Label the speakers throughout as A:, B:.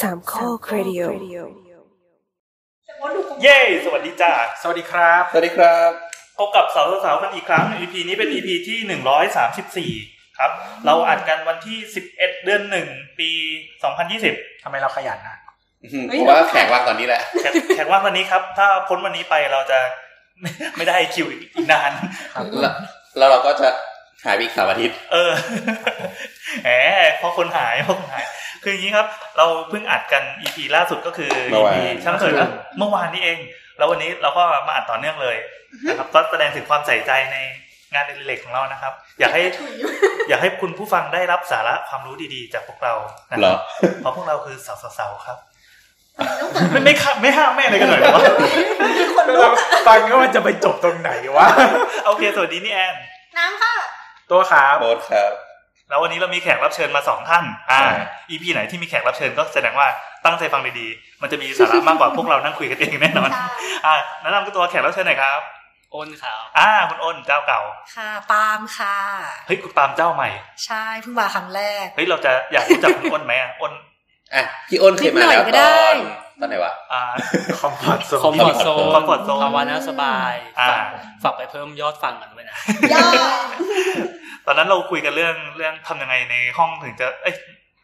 A: สามข้อครดิโอ
B: เย้สวัสดีจ้า
C: สวัสดีครับ
D: สวัสดีครับ
B: พบกับสาวสาวๆกันอีกครั้ง EP นี้เป็น EP ที่ 134 ครับ เราอัดกันวันที่ 11 เดือน 1 ปี 2020
C: ทำไมเราขยันนะ
D: อื้อหือ
E: เฮ้
D: เพ
E: ย
D: ราะว่าแขกว่างตอนนี้แหละ
B: แขกแขกว่างวันนี้ครับ ถ้าพ้นวันนี้ไปเราจะ ไม่ได้คิวอีกนาน
C: ครับ
D: แล้วแล้วเราก็จะหายไปอีกสามอาทิตย์
B: เอ อ แหมพอคนหายพอคนหาย คืออย่างนี้ครับ เราเพิ่งอัดกัน EP ล่าสุดก็คือ
D: เมื่อ
B: EP
D: วาน
B: ช่างเถิดนะเมื่อวานนี้เอง แล้ววันนี้เราก็มาอัดต่อเนื่องเลย นะครับ ก็แสดงถึงความใส่ใจในงานเล็กๆของเรานะครับ อยากให้
E: ถุยอยู่
B: อยากให้คุณผู้ฟังได้รับสาระความรู้ดีๆ จากพวกเรานะ
D: เหร
B: ครั
D: อบ
B: เพราะพวกเราคือสาวๆๆครับ
E: ต้องเปิด
B: ไม่ไม่ข้ามไม่ห้ามแม่อะไรกันหน่อยเหรอวะ
E: มีคนลุ
C: เรา
E: ก
C: ฟังก็มันจะไปจบตรงไหนวะ
B: โอเค สวัสดีนี่แอน
E: น้ำค่ะ
C: ตัวขา
D: โบสครับ
B: แล้ววันนี้เรามีแขกรับเชิญมาสองท่าน อ่า
D: ใช่
B: EP ไหนที่มีแขกรับเชิญก็แสดงว่าตั้งใจฟังดีๆ มันจะมีสาระมากกว่าพวกเรานั่งคุยกันเองแน่นอน
E: จ้า
B: อ่าแนะนำตัวแขกรับเชิญหน่อยครับ
F: อ้นครับ
B: อ่า คุณอ้นเจ้าเก่า
E: ค่ะ ปาล์มค่ะ
B: เฮ้ย คุณปาล์มเจ้าใหม่
E: ใช่เพิ่งมาครั้งแรก
B: เฮ้ย เราจะอยากรู้จักคุณอ้นไหมอ่ะ อ้น
D: อ่ะพี่อ้นเคยมาแล้ว
E: นิดหน่อยก็
D: ต
E: ได้
D: อนตอนไหนวะ
B: อ่า
C: คอมพอร์ตโซน
F: คอมฟอร์ตโซน
B: comfort zone
F: ภาวะน่าสบาย
B: อ่า
F: ฝากฝากไปเพิ่มยอดฟังกันด้วยนะ
E: ยอด
B: ตอนนั้นเราคุยกันเรื่องเรื่องทำยังไงในห้องถึงจะ เอ้ย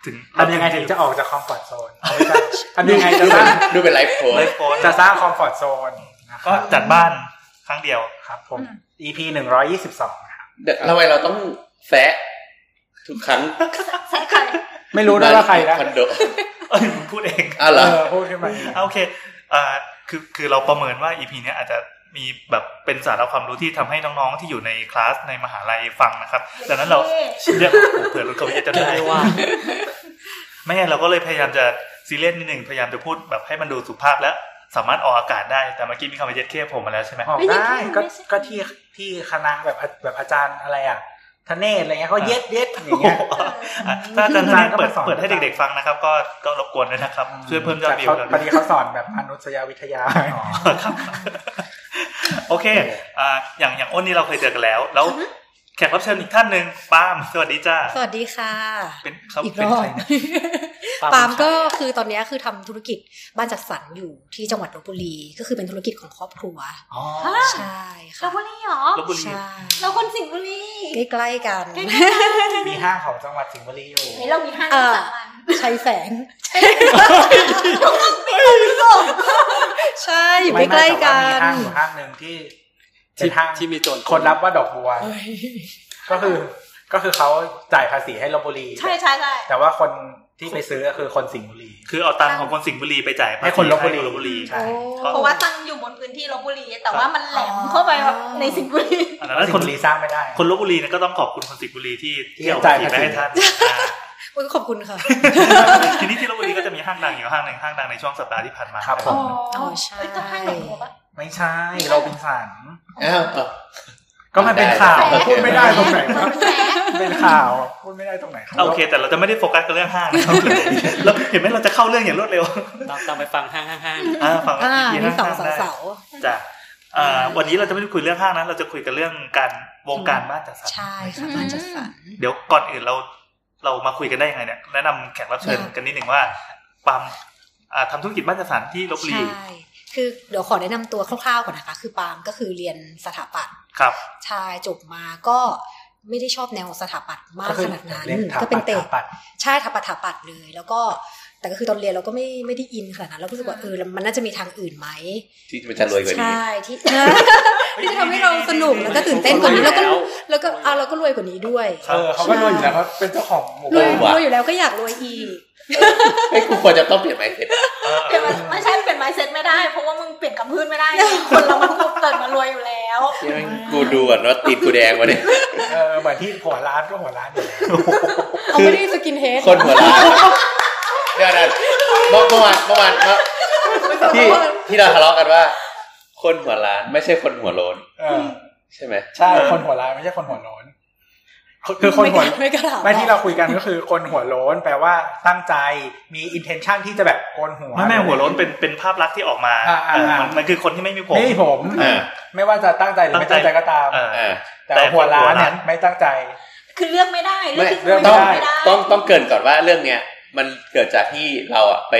B: ถึง
C: ทำยังไงถึงจะออกจากคอมพอร์ตโซนไม่ใช่ทำยังไงจะ
D: ดู
C: ส
D: เป็
C: ร้าน ง
D: ดูเป็นไลฟ์โค้
B: เลย
D: ด
B: โฟน
C: จะสร้างคอมพอร์ตโซนนะค
B: ก็
C: รับ
B: จัดบ้านครั้งเดียว
C: ครับผม EP หนึ่งร้อยยี่สิบสองครับ
D: เดี๋ยวทำไมเราต้องแซะทุกครั้ง
E: ใช่ค่ะ
C: ไม่รู้ด้วยว่าใครนะ
D: คอนโด
B: เอ้ยผมพูดเอง
D: อ้าวเหร
C: เอ
D: อ
C: อพูดขึ้นมาเอง
B: อ่ะโอเคอ่าคือ คือเราประเมินว่า EP เนี้ยอาจจะมีแบบเป็นสาระความรู้ที่ทำให้น้องๆ ที่อยู่ในคลาสในมหาลัยฟังนะครับ ดังนั้นเราเรียกเผื่อเราเขาจะ
F: เรียก
B: ได้
F: ได้ว่า
B: ไม่งั้นเราก็เลยพยายามจะซีเรียสนิดหนึ่ง พยายามจะพูดแบบให้มันดูสุภาพและสามารถออกอากาศได้ แต่เมื่อกี้มีคำว่าเย็ดเข้ผมมาแล้วใช่ไหม
C: ออกได้ก็ก็ที่ที่คณะแบบแบบอาจารย์อะไรอ่ะทเนศอะไรเงี้ยเขาเย็ดเย็ดอย่างเงี้ย
B: อ่ะถ้าอาจารย์ท่านนี้เปิด
C: อาจารย์ก็มาสอน
B: เปิดให้เด็กๆฟังนะครับ ก็ก็รบกวนด้วยนะครับ ช่วยเพิ่มยอดวิวเรา
C: พอ
B: ด้
C: ดี
B: วย
C: เขาสอนแบบมนุษยวิทยา
B: โอเคอ่าอย่างอย่างอ้นนี่เราเคยเจอกันแล้ว แล้วแขกรับเชิญอีกท่านหนึ่งป้าล์มสวัสดีจ้า
G: สวัสดีค่ะ
B: เป็นเขา
G: อีกร
B: เป็น
G: อ
B: ใค
G: บ
B: รเนี่ย
G: ปาล์มก็คือตอนเนี้ยคือทำธุรกิจบ้านจัดสรรอยู่ที่จังหวัดลบบุรี ก็คือเป็นธุรกิจของครอบครัว
B: อ๋อ
G: ใช่
E: ล
G: ค่ะ
E: บบุรีเหรอ
B: ลบบุรี
G: ใช่
E: เราคนสิงห์บุรี
G: ใกล้ๆกัน
E: ใกล้
C: มีห้างของจังหวัดสิงห์บุรีอยู่
E: ไหนเรามีห้างที่สามอัน
G: ชัยแสงใช่อยู่
C: ไม่
G: ใกล้
C: ไม่
G: ๆ
C: แต่
G: กั
C: ว่า
G: น
C: มีห้างอยู่ห้างหนึ่งที่เป็
F: ที่
C: นห้าง
F: ที่มีโจร
C: คนรับว่าดอกบัว ก็คือ ก็คือเขาจ่ายภาษีให้ลบบุรี
E: ใช่ใช่ใช่
C: แต่ว่าคนที่ไปซื้อก็คือคนสิงห์บุรี
B: คือเอาตังค์ของคนสิงห์บุรีไปจ่ายภาษี
C: ให้คนลพบุรี
B: ให้ลพบุรี
C: ใช่
G: โอ้
E: เพราะว่าตั้งอยู่บนพื้นที่ลบบุรี แต่ว่ามันแหลมเข้าไปแบบในสิงห์บุรี
B: อันนั้น
C: สิ
B: ค
C: ง
B: น
C: ห์บุรีสร้างไม่ได้
B: คนลพบุรีเนี่ยก็ต้องขอบคุณคนสิงห์บุรีที่
C: ที่
B: ที่เอาภา
C: จ่าย
B: ษี
C: ภา
B: ไป
C: ษี
B: ให้ท่านอ่า
G: โอ้ยขอบคุณค่ะ
B: ทีนี้ที่ลพบุรีก็จะมีห้างดังอยู่ห้างหนึ่งห้างดังในช่วงสัปดาห์ที่ผ่านมา
C: ครับผม
E: อ๋อเอ้ยต้องห้างไหนหัวปะ
C: ไม่ใช่โรบินสัน
D: อ้าวอ้าว
C: ก็มันเป็นข่าว
D: ได้
C: พูดไม่ได้ตรงไหนวะ
E: แหม
C: เป็นข่าวพูดไม่ได้ตรงไหน
B: โอเค แต่เราจะไม่ได้โฟกัสกับเรื่องห้างนะครับ เราเห็นไหมเราจะเข้าเรื่องอย่างรวดเร็ว
F: ตามตามไปฟังห้างห้างห้าง
B: อ่าฟัง
G: อ่า
B: อีกที
G: มีสอง
B: ห้ได้
G: สาว
B: จ้ะอ่าวันนี้เราจะไม่ได้คุยเรื่องห้างนะเราจะคุยกันเรื่องการวงการบ้านจัดสรร
G: ใช่ค่ะบ้านจัดสรร
B: เดี๋ยวก่อนอื่นเราเรามาคุยกันได้ยังไงเนี่ยแนะนำแขกรับเชิญ
G: ได้
B: กันนิดหนึ่งว่าปั๊มอ่าทำธุรกิจบ้านจัดสรรที่ลบบุรี
G: ใช่ คือเดี๋ยวขอแนะนำตัวคร่าวๆก่อนนะคะ คือปาล์มก็คือเรียนสถาปัตย
B: ครับ
G: ใช่จบมาก็ไม่ได้ชอบแนวสถาปัตย์มากขนาดนั้นก็เป็นเตะ
C: ปัด
G: ใช่สถาปัตย์สถาปัตย์เลย แล้วก็แต่ก็คือตอนเรียนเราก็ไม่ไม่ได้อินขนาดนั้นเราก็รู้สึกว่า
E: อ่า
G: เออมันน่าจะมีทางอื่นไหม
D: ที่มันจะรวยกว่านี้
G: ใช่ที่ ที่จะทำให้เราสนุกแล้วก็ตื่นเต้นกว่านี้แล้วก็แล้วก็อ่ะเราก็รวยกว่านี้ด้วย
B: ใช่
C: เออเขาก็รวยอยู่แล้วเขาเป็นเจ้าของหมู่
G: รวย
C: บ้าน
G: รวยอยู่แล้วก็อยากรวยอีก
D: ไอ้ยกูควรจะต้องเปลี่ยนไมเซ็ต
B: เออ
E: เปลี่ยนมาไม่ใช่เปลี่ยนไมเซ็ตไม่ได้ เพราะว่ามึงเปลี่ยนกับพื้นไม่ได้ไงคนเรามันก็เกิดมารวยอยู่แล้ว
D: กูดูก่อนว่าตีนกูแดงมาเนี่ย
C: เออเหมือนที่หัวร้านก็หัวร้านอยู่แล้ว
G: เขาไม่ได้สกินเฮด
D: คนหัวร้านเดี๋ยวนะเมื่อเมื่อวานเมื่อวานเมื่อที่ที่เราทะเลาะกันว่า คนหัวร้านไม่ใช่คนหัวโลน
C: เออ
D: ใช่ไหม
C: ใช่คนหัวร้านไม่ใช่คนหัวโล้นคือคือคนหัว
G: ไม่กล้าถาม
C: ไม่ที่เราคุยกันก็คือคนหัวโล้นแปลว่าตั้งใจมี intention ที่จะแบบโกนหัว
B: ไม่แม่หัวโล้นเป็นเป็นภาพลักษณ์ที่ออกมา
C: อ่าอ่า
B: เออมันมันคือคนที่ไม่มีผม
C: นี่ผม
D: เออ
C: ไม่ว่าจะตั้งใจหรือไม่ตั้งใจก็ตาม
B: เออ
D: อ่า
C: แต่หัวร้านเนี่ยไม่ตั้งใจ
E: คือเลือกไม่ได้
D: ไม่
E: เลือก
C: เลื
E: ที่
D: ต้อง
C: อกไม่
E: จะ
C: ได้
E: ไม่ได้
D: ต้องต้องเกรินก่อนว่าเรื่องเนี้ย มันเกิดจากที่เราอะไป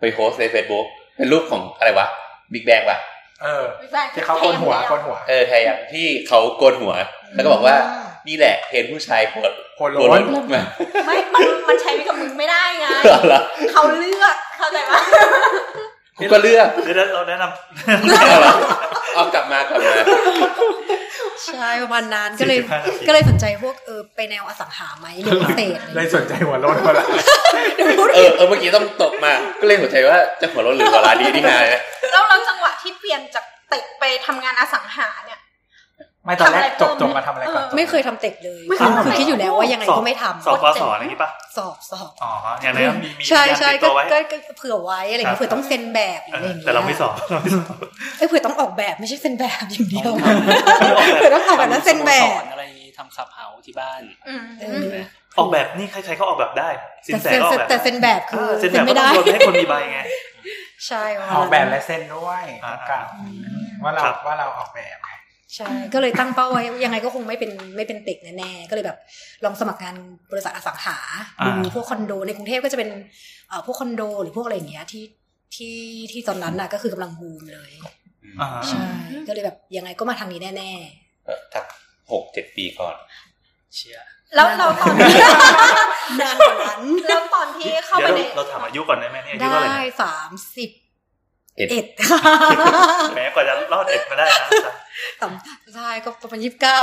D: ไปโพสต์ใน Facebook เป็นรูปของอะไรวะบิ๊กแบงป่ะ
C: เออ
E: ไม่ใช่
C: ที่เขาโกนหัวโกนหัว
D: เออไทยอะที่เขาโกนหัว แล้วก็บอกว่า นี่แหละเทรนผู้ชายโกน
C: โคนโล
D: โกน
C: น
D: มา
E: ไม่มันมันใช้กับมึงไม่ได้ไง
D: เหรอ
E: เขาเลือกเข้าใจปะ
D: กูก็เลือก
B: เดี๋ยวเราแนะน
D: เอาเหรอเอากลับมากลับมา
G: ใช่ประมาณนั้น
B: ำ
G: ก็เลย
B: 45นาที
G: ก็เลยสนใจพวกเออไปแนวอสังหาไหมเรื่องเศษ
C: เลยสนใจหัวโลนมาละ
D: เออเออเมื่อกี้ต้องตกมา ก็เลยหัวใจว่าจะหัวเร้อนหรือหัวร้านดีนี่ไงนะ
E: แล้วเราจังหวะที่เปลี่ยนจากเตกไปทำงานอสังหาเนี่ย
C: ไม่ตอนแรก
E: ทำอะไร
C: จ
E: ก่
C: บ
E: อน
C: จบมาทำอะไรก่อน
E: เออ
G: ไม่เคยทำเต็กเลย
E: ไม่เค
G: คื
E: ย
G: อ
E: ทำเต็ก
G: คิดอยู่แล้วว่ายังไงก็ไม่ทำ
B: สอบกสออะไรอย่างงี้ปะ
G: สอบสอบ
B: อ๋ออย่างไรก็มีมี
G: ใช่
B: อย่าง
G: ใช่
B: ติด
G: ก็
B: ตัวไว้
G: ก็ก็เผื่อไว้อะไรอย่างเงี้ยเผื่อต้องเซ็นแบบหรืออะไรอย่างเงี้ย
B: แต่เราไม่สอบเราไม่สอบ
G: เอ้ยเผื่อต้องออกแบบไม่ใช่เซ็นแบบอย่างเดียว
F: ต้องทำ
G: เผื่อต้องออกแบบแล้วเซ็นแบบ
F: ทำสโมสรอะไรอย่างงี้ทำขับเฮาที่บ้าน
E: อืม
G: เออ
B: ออกแบบนี่ใครๆก็ออกแบบได้ สิน
G: แต่
B: แส
G: เซ็น
B: ก็ออกแบบ
G: แต่เซ็นแบบ
B: เอ
G: คือ
B: อเซ็นแบบ
G: ไม่
B: ก็ต้อ
G: ได้
B: งโดนให้คนมีใบไง
G: ใช่ประมาณนั้
C: อ
G: น
C: อกแบบและเส้นด้วย
B: อ่า
C: กล่าวว่าเรา
B: ครับ
C: ว่าเราออกแบบไง
G: ใช่ก็เลยตั้งเป้าไว้ยังไงก็คงไม่เป็นไม่เป็นเต็กแน่ๆก็เลยแบบลองสมัครงานบริษัทอสังหา
B: อ่า
G: ดูพวกคอนโดในกรุงเทพก็จะเป็นเอ่อพวกคอนโดหรือพวกอะไรอย่างเงี้ยที่ที่ที่ตอนนั้นน่ะก็คือกำลังบูมเลย
B: อ่า
G: ใช่ ก็เลยแบบยังไงก็มาทางนี้แน่
D: เออทักหกเจ็ดปีก่อน
F: เชียร์
E: แล้วเราตอนที่
G: ๆ นานกว่านั้น
E: แล้วตอนที่เข้าไป
B: เดี๋ยว
E: ใน
B: เราเราถามอายุก่อนได้ไหมเนี่ยอา
G: ได้
B: ยุเท่าไหร่นะ
G: สามสิบ
D: เอ็ด
G: เอ็ด
B: แหมกว่าจะรอดเอ็ดมาได้นะ
G: ต่ำใช่ก็ประมาณยี่สิบเก้า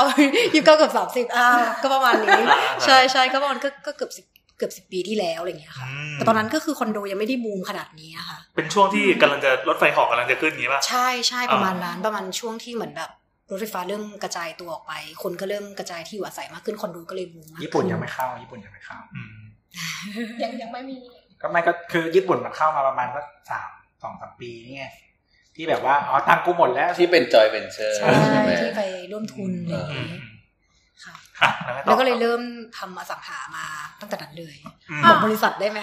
G: ยี่สิบเก้าเกือบสามสิบอ่าก็ประมาณนี้
B: อ่า
G: ใช่ใช่ก็ประมาณก็ก็เกือบสิบเกือบสิบปีที่แล้วอะไรอย่างเงี้ยค่ะ
B: อืม
G: แต่ตอนนั้นก็คือคอนโดยังไม่ได้บูมขนาดนี้นะคะ
B: เป็นช่วงที่กำลังจะรถไฟเหอกกำลังจะขึ้นอย่างงี้ป่ะ
G: ใช่ใช่ประมาณนั้นประมาณช่วงที่เหมือนแบบรถไฟฟ้าเริ่มกระจายตัวออกไป คนก็เริ่มกระจายที่อยู่อาศัยมากขึ้นคอนโดก็เลยบูมมาก
C: ญี่ปุ่น
G: ขึ้
C: ยังไม่เข้า ญี่ปุ่นยังไม่เข้า
B: อืม
E: ยังยังไม่มี
C: ก็ไม่ก็คือญี่ปุ่นมันเข้ามาประมาณสักสามสองสามปีนี่ไงที่แบบว่าอ๋อตังค์กูหมดแล้ว
D: ที่เป็นจอยเวนเจอร์
G: ใช่
D: ใช่ไหม
G: ที่ไปร่วมทุนอะไรอย่าง
B: อืม
G: เงี้ยค่ะ
B: อ่ะแล้วไงต่
G: แล้
B: อ
G: วก็เลยเริ่มทำอสังหามาตั้งแต่นั้นเลย
B: อืม
G: บ
E: อ่ะ
G: อกบริษัทได้ไหม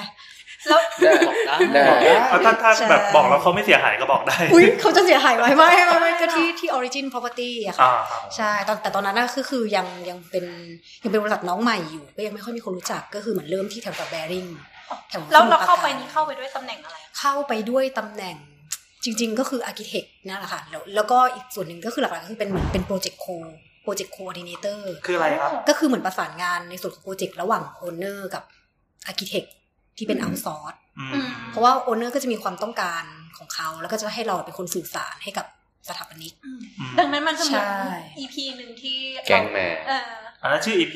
D: ได้
F: บอกได้
D: ได้
B: เอาถ้าถ้า
G: ใช่
B: แบบบอกแล้วเขาไม่เสียหายก็บอกได้
G: อุ้ยเขาจะเสียหายไหมไม่ไม่ไม่ก็ที่ที่ Origin Property อะค่ะ
B: อ่าครับ
G: ใช่ตอนแต่ตอนนั้นก็คือคือยังยังเป็นยังเป็นบริษัทน้องใหม่อยู่ ก็ยังไม่ค่อยมีคนรู้จักก็คือเหมือนเริ่มที่แถวแถวแบริ่งแถว
E: แล้วเราเข้าไปนี้เข้าไปด้วยตำแหน่งอะไร
G: เข้าไปด้วยตำแหน่งจริง ๆ ก็คืออาร์เคเต็กนั่นแหละค่ะแล้วแล้วก็อีกส่วนหนึ่งก็คือหลักๆก็คือเป็นเหมือนเป็นโปรเจกต์โคโปรเจกต์โคดิเนเตอร์
B: คืออะไรครับ
G: ก็คือเหมือนประสานงานในส่วนของโปรเจกต์ระหว่างโอนเนอร์กับอาร์เคเต็กที่เป็นเอาซอร์
B: อืม
E: อืม
G: เพราะว่าโอนเนอร์ก็จะมีความต้องการของเขา แล้วก็จะให้เราเป็นคนสื่อสารให้กับสถาปนิก
B: อืม
E: ดังนั้นมันจะเหมือน
G: ใช่
E: EP หนึ่งที่
D: แกงแม่
E: เออ
B: อันนั้นชื่อ EP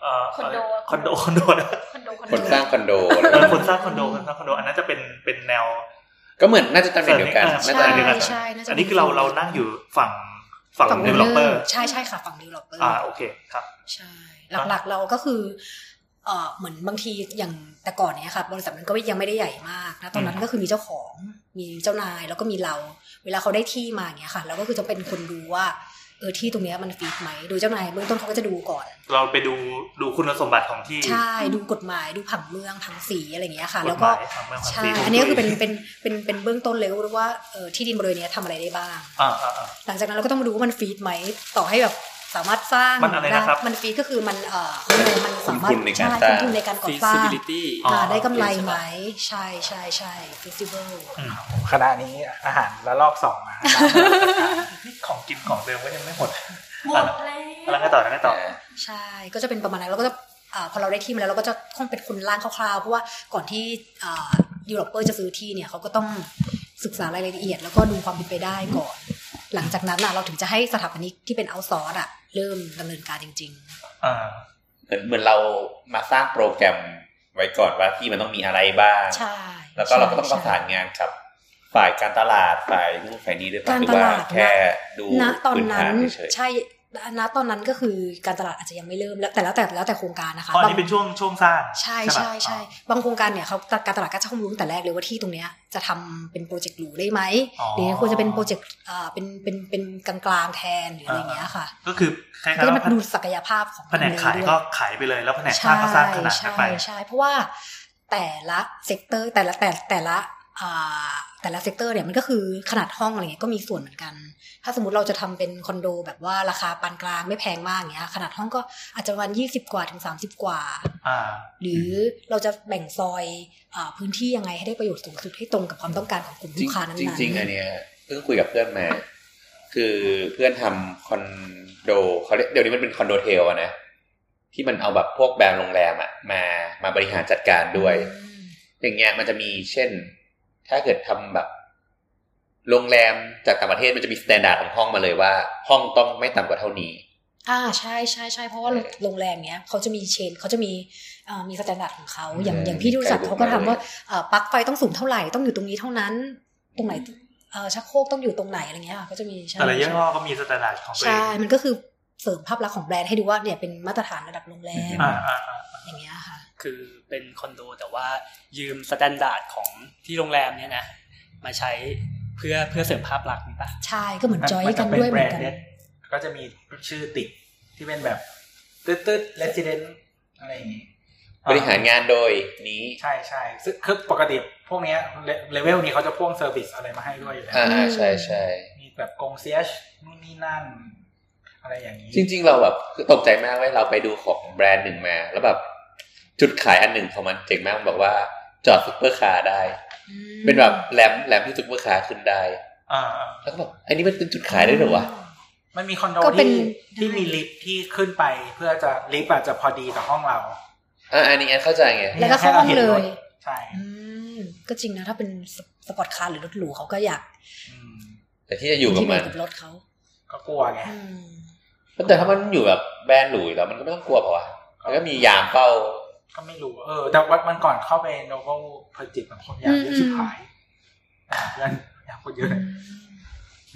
B: เอ่อ
E: คอนโด
B: คอนโดคอนโดนะ
E: คอนโดคอน
D: ค
E: โด
D: นสร้างคอนโด
B: เออคนสร้างคอนโดคนสร้างคอนโด อันนั้นจะเป็นเป็นแนว
D: ก็เหมือนน่าจะตำแหน่งเดียวกัน
B: เออ
D: น่า
G: ใช่
D: จะตำแหน่งเดียวกัน
G: ใช่น่าจะ
B: อันนี้คือเราเรานั่งอยู่ฝั่งฝั่ง
G: ฝั่ง
B: d e v e l o p e r
G: ใช่ใช่ค่ะฝั่ง developer
B: อ่าโอเคครับ
G: ใช่ หลักๆเราก็คือเอ่อเหมือนบางทีอย่างแต่ก่อนเนี้ยค่ะบริษัทมันก็ยังไม่ได้ใหญ่มากนะตอนนั้น
B: อืม
G: ก็คือมีเจ้าของมีเจ้านายแล้วก็มีเรา เวลาเขาได้ที่มาเนี้ยค่ะเราก็คือจะเป็นคนดูว่าเออที่ตรงเนี้ยมันฟีดไหมโดยเจ้านายเบื้องต้นเขาก็จะดูก่อน
B: เราไปดูดูคุณสมบัติของที่
G: ใช่ดูกฎหมายดูผังเมืองผังสีอะไรอย่างเงี้ยค่ะ
B: ก
G: แล้
B: ฎ
G: ว
B: ห
G: ก็
B: มายทางเมืองภา
G: ใช่
B: ษี
G: อันนี้ก็คือเป็นเป็นเป็นเป็นเบื้องต้นเลยว่ารู้ว่าเอ่อที่ดินบริเวณเนี้ยทำอะไรได้บ้าง
B: อ่าอ่าอ่า
G: หลังจากนั้นเราก็ต้องมาดูว่ามันฟีดไหมต่อให้แบบสามารถสร้าง
B: มันอะไรนะครับ
G: มันฟีดก็คือมันเอ่อเขาเรียกอะไรมันสามารถ
D: คุ้มทุนในการ
G: ใช่
D: ส
G: คุ้
D: ร้าง
G: มทุนในการก่อ
F: ฟี
G: สร้า
F: ซิ
G: ง
F: บิลิตี้
B: อ๋อ
G: อ่าได้กำไรไหมใช่ใช่ใช่ feasible
B: อืม
C: คณะนี้อาหารละลอกสองมา
B: ของกินของเดิมก็ยังไม่หมด
E: หมด
B: แล้
E: แล้ว ว
B: ไงต่อแล้วไงต่อ
G: ใช่ก็จะเป็นประมาณนั้นเราก็จะอ่าพอเราได้ที่มาแล้วเราก็จะคงเป็นคนร่างคร่าวๆเพราะว่าก่อนที่ยูโรเปอร์จะซื้อที่เนี่ยเขาก็ต้องศึกษารายละเอียด แล้วก็ดูความเป็นไปได้ก่อน หลังจากนั้นน่ะเราถึงจะให้สถาปนิกที่เป็นเอาซอร์สอะเริ่มดำเนินการจริง
B: อ่า
D: เหมือนเหมือนเรามาสร้างโปรแกรมไว้ก่อนว่าที่มันต้องมีอะไรบ้าง
G: ๆ ใช่
D: แล้วก็เราก็ต้องป
G: ใช่
D: ระสานงานกับฝ่ายการตลาดฝ่ายนู่นฝ่ายนี้ด้วยป่ะหรือว่าแค่ดู
G: ณตอน
D: พื้น
G: นั้
D: ฐาน
G: น
D: เฉย
G: ใช่ณตอนนั้นก็คือการตลาดอาจจะยังไม่เริ่มแล้วแต่แล้วแต่แล้วแต่โครงการนะคะ
B: อ๋ออัน
G: บาง
B: นี้เป็นช่วงช่วงสร้าง
G: ใช่
B: ปะ
G: ใช่ใช่บางโครงการเนี่ยเขาการตลาดก็จะคงรู้ตั้งแต่แรกเลยว่าที่ตรงเนี้ยจะทำเป็นโปรเจกต์หรูได้ไหม
B: อ๋อ
G: หรือควรจะเป็นโปรเจกต์อ่าเป็นเป็นเป็นกลางๆแทนหรืออะไรอย่างเงี้ยค่ะ
B: ก็คือคล้ายๆ
G: ก็จะ
B: ว่า
G: มาดูศักยภาพของ
B: แผนกขาย
G: ด้ว
B: ก็ขายไปเลย แล้วแผนกส
G: ใช่
B: ร้างก็สร้างขนาดกัน
G: ใช่
B: ไป
G: ใช่เพราะว่าแต่ละเซกเตอร์แต่ละแต่แต่ละแต่ละอ่า แต่ละเซกเตอร์เนี่ยมันก็คือขนาดห้องอะไรเงี้ยก็มีส่วนเหมือนกัน ถ้าสมมติเราจะทำเป็นคอนโดแบบว่าราคาปานกลางไม่แพงมากอย่างเงี้ยขนาดห้องก็อาจจะประมาณยี่สิบกว่าถึงสามสิบกว่า
B: อ่า
G: หรือเราจะแบ่งซอยอาพื้นที่ยังไงให้ได้ประโยชน์สูงสุดให้ตรงกับความต้องการของกลุ่ม
D: จริ
G: ลู
D: ง
G: กค้านั้น
D: จริง
G: ๆ
D: จริงอันเนี้ยเพิ่งคุยกับเพื่อนมา คือเพื่อนทำคอนโดเขาเรียกเดี๋ยวนี้มันเป็นคอนโดเทลอะนะ ที่มันเอาแบบพวกแบรนด์โรงแรมอะมามาบริหารจัดการด้วย
G: อืม
D: อย่างเงี้ยมันจะมีเช่น ถ้าเกิดทำแบบ โรงแรมจากต่างประเทศมันจะมีสแตนดาร์ดของห้องมาเลยว่า ห้องต้องไม่ต่ำกว่าเท่านี้
G: อ่าใช่ใช่ใช่เพราะว่าโรงแรมเนี้ยเขาจะมีเชนเขาจะมีเอ่อมีสแตนดาร์ดของเขาอย่าง
D: อืม
G: อย่างพี่ดูสัตว์
D: ไกลบุก
G: เขาก็ทำว่า
D: เลย
G: เอ่อปลั๊กไฟต้องสูงเท่าไหร่ต้องอยู่ตรงนี้เท่านั้น ตรงไหนเอ่อชักโครกต้องอยู่ตรงไหนอะไรเงี้ยค่ะก็จะมีใช่
B: แต่ละยี่ห้อก็มีสแตนดาร์ดของตัวเอ
G: ใช่
B: ง
G: มันก็คือเสริมภาพลักษณ์ของแบรนด์ให้ดูว่าเนี่ยเป็นมาตรฐานระดับโรงแรม
D: อ่
B: อ่าอ่าอ่า
G: อย่างเงี้ยค่ะ
F: คือเป็นคอนโดแต่ว่ายืมสแตนดาร์ดของที่โรงแรมเนี่ยนะ มาใช้เพื่อเพื่อเสริมภาพลักษณ์นี่ปะ
G: ใช่ก็เหมือนจอย
C: มั
G: กัน
C: จะเป็
G: ด้วยเหมือน
C: แบร
G: กัน
C: ด์ยก็จะมีชื่อติดที่เป็นแบบตึ๊ดตึ๊ดเลสซิเดนอะไรอย่างงี้
D: บริหารงานโดยนี้
C: ใช่ใช่ซึ่งคือปกติพวกเนี้ยเลเลเวลนี้เขาจะพ่วงเซอร์วิสอะไรมาให้ด้วยอยู่แล้ว
D: อ่าใช่ใช่
C: มีแบบกงเซียชนู่นนี่นั่น อะไรอย่างนี้
D: จริง ๆ เราแบบคือตกใจมากเว้ยเราไปดูของแบรนด์หนึ่งมา แล้วแบบ จุดขายอันหนึ่งของมันเจ๋งมากมันบอกว่าจอดซุปเปอร์คาร์ได้
G: อืม
D: เป็นแบบแรมแรมที่ซุปเปอร์คาร์ขึ้นได้
B: อ่าอ่า
D: แล้วก็แบบอันนี้มันเป็นจุดขายได้เหรอวะ
C: มันมีคอนโด
G: ก็เป็น
C: ที่ที่มีลิฟต์ที่ขึ้นไปเพื่อจะลิฟต์อาจจะพอดีกับห้องเรา
D: อ่าอันนี้แอนเข้าใจไง
G: แล้วก็เข้าห้องเลย
C: ใช่
G: อืมก็จริงนะถ้าเป็นสสปอร์ตคาร์หรือรถหรูเขาก็อยาก
C: อืม
D: แต่ที่จะอยู่กับ
G: ที่เหมื
D: มั
G: อน
D: น
G: กับรถเขา
C: ก็กลัวไง
G: อืม
D: แต่ถ้ามันอยู่แบบแบรนด์หลุยแล้วมันก็ไม่ต้องกลัวเปล่าวะมันก็มียามเป้า
C: ก็ไม่รู้ เออ แต่วันวันก่อนเข้าไปโนเวลเพอร์จิตแบบคนอยากเยอะชิบหายอ่ะเพื่อนอยากคนเยอะเลย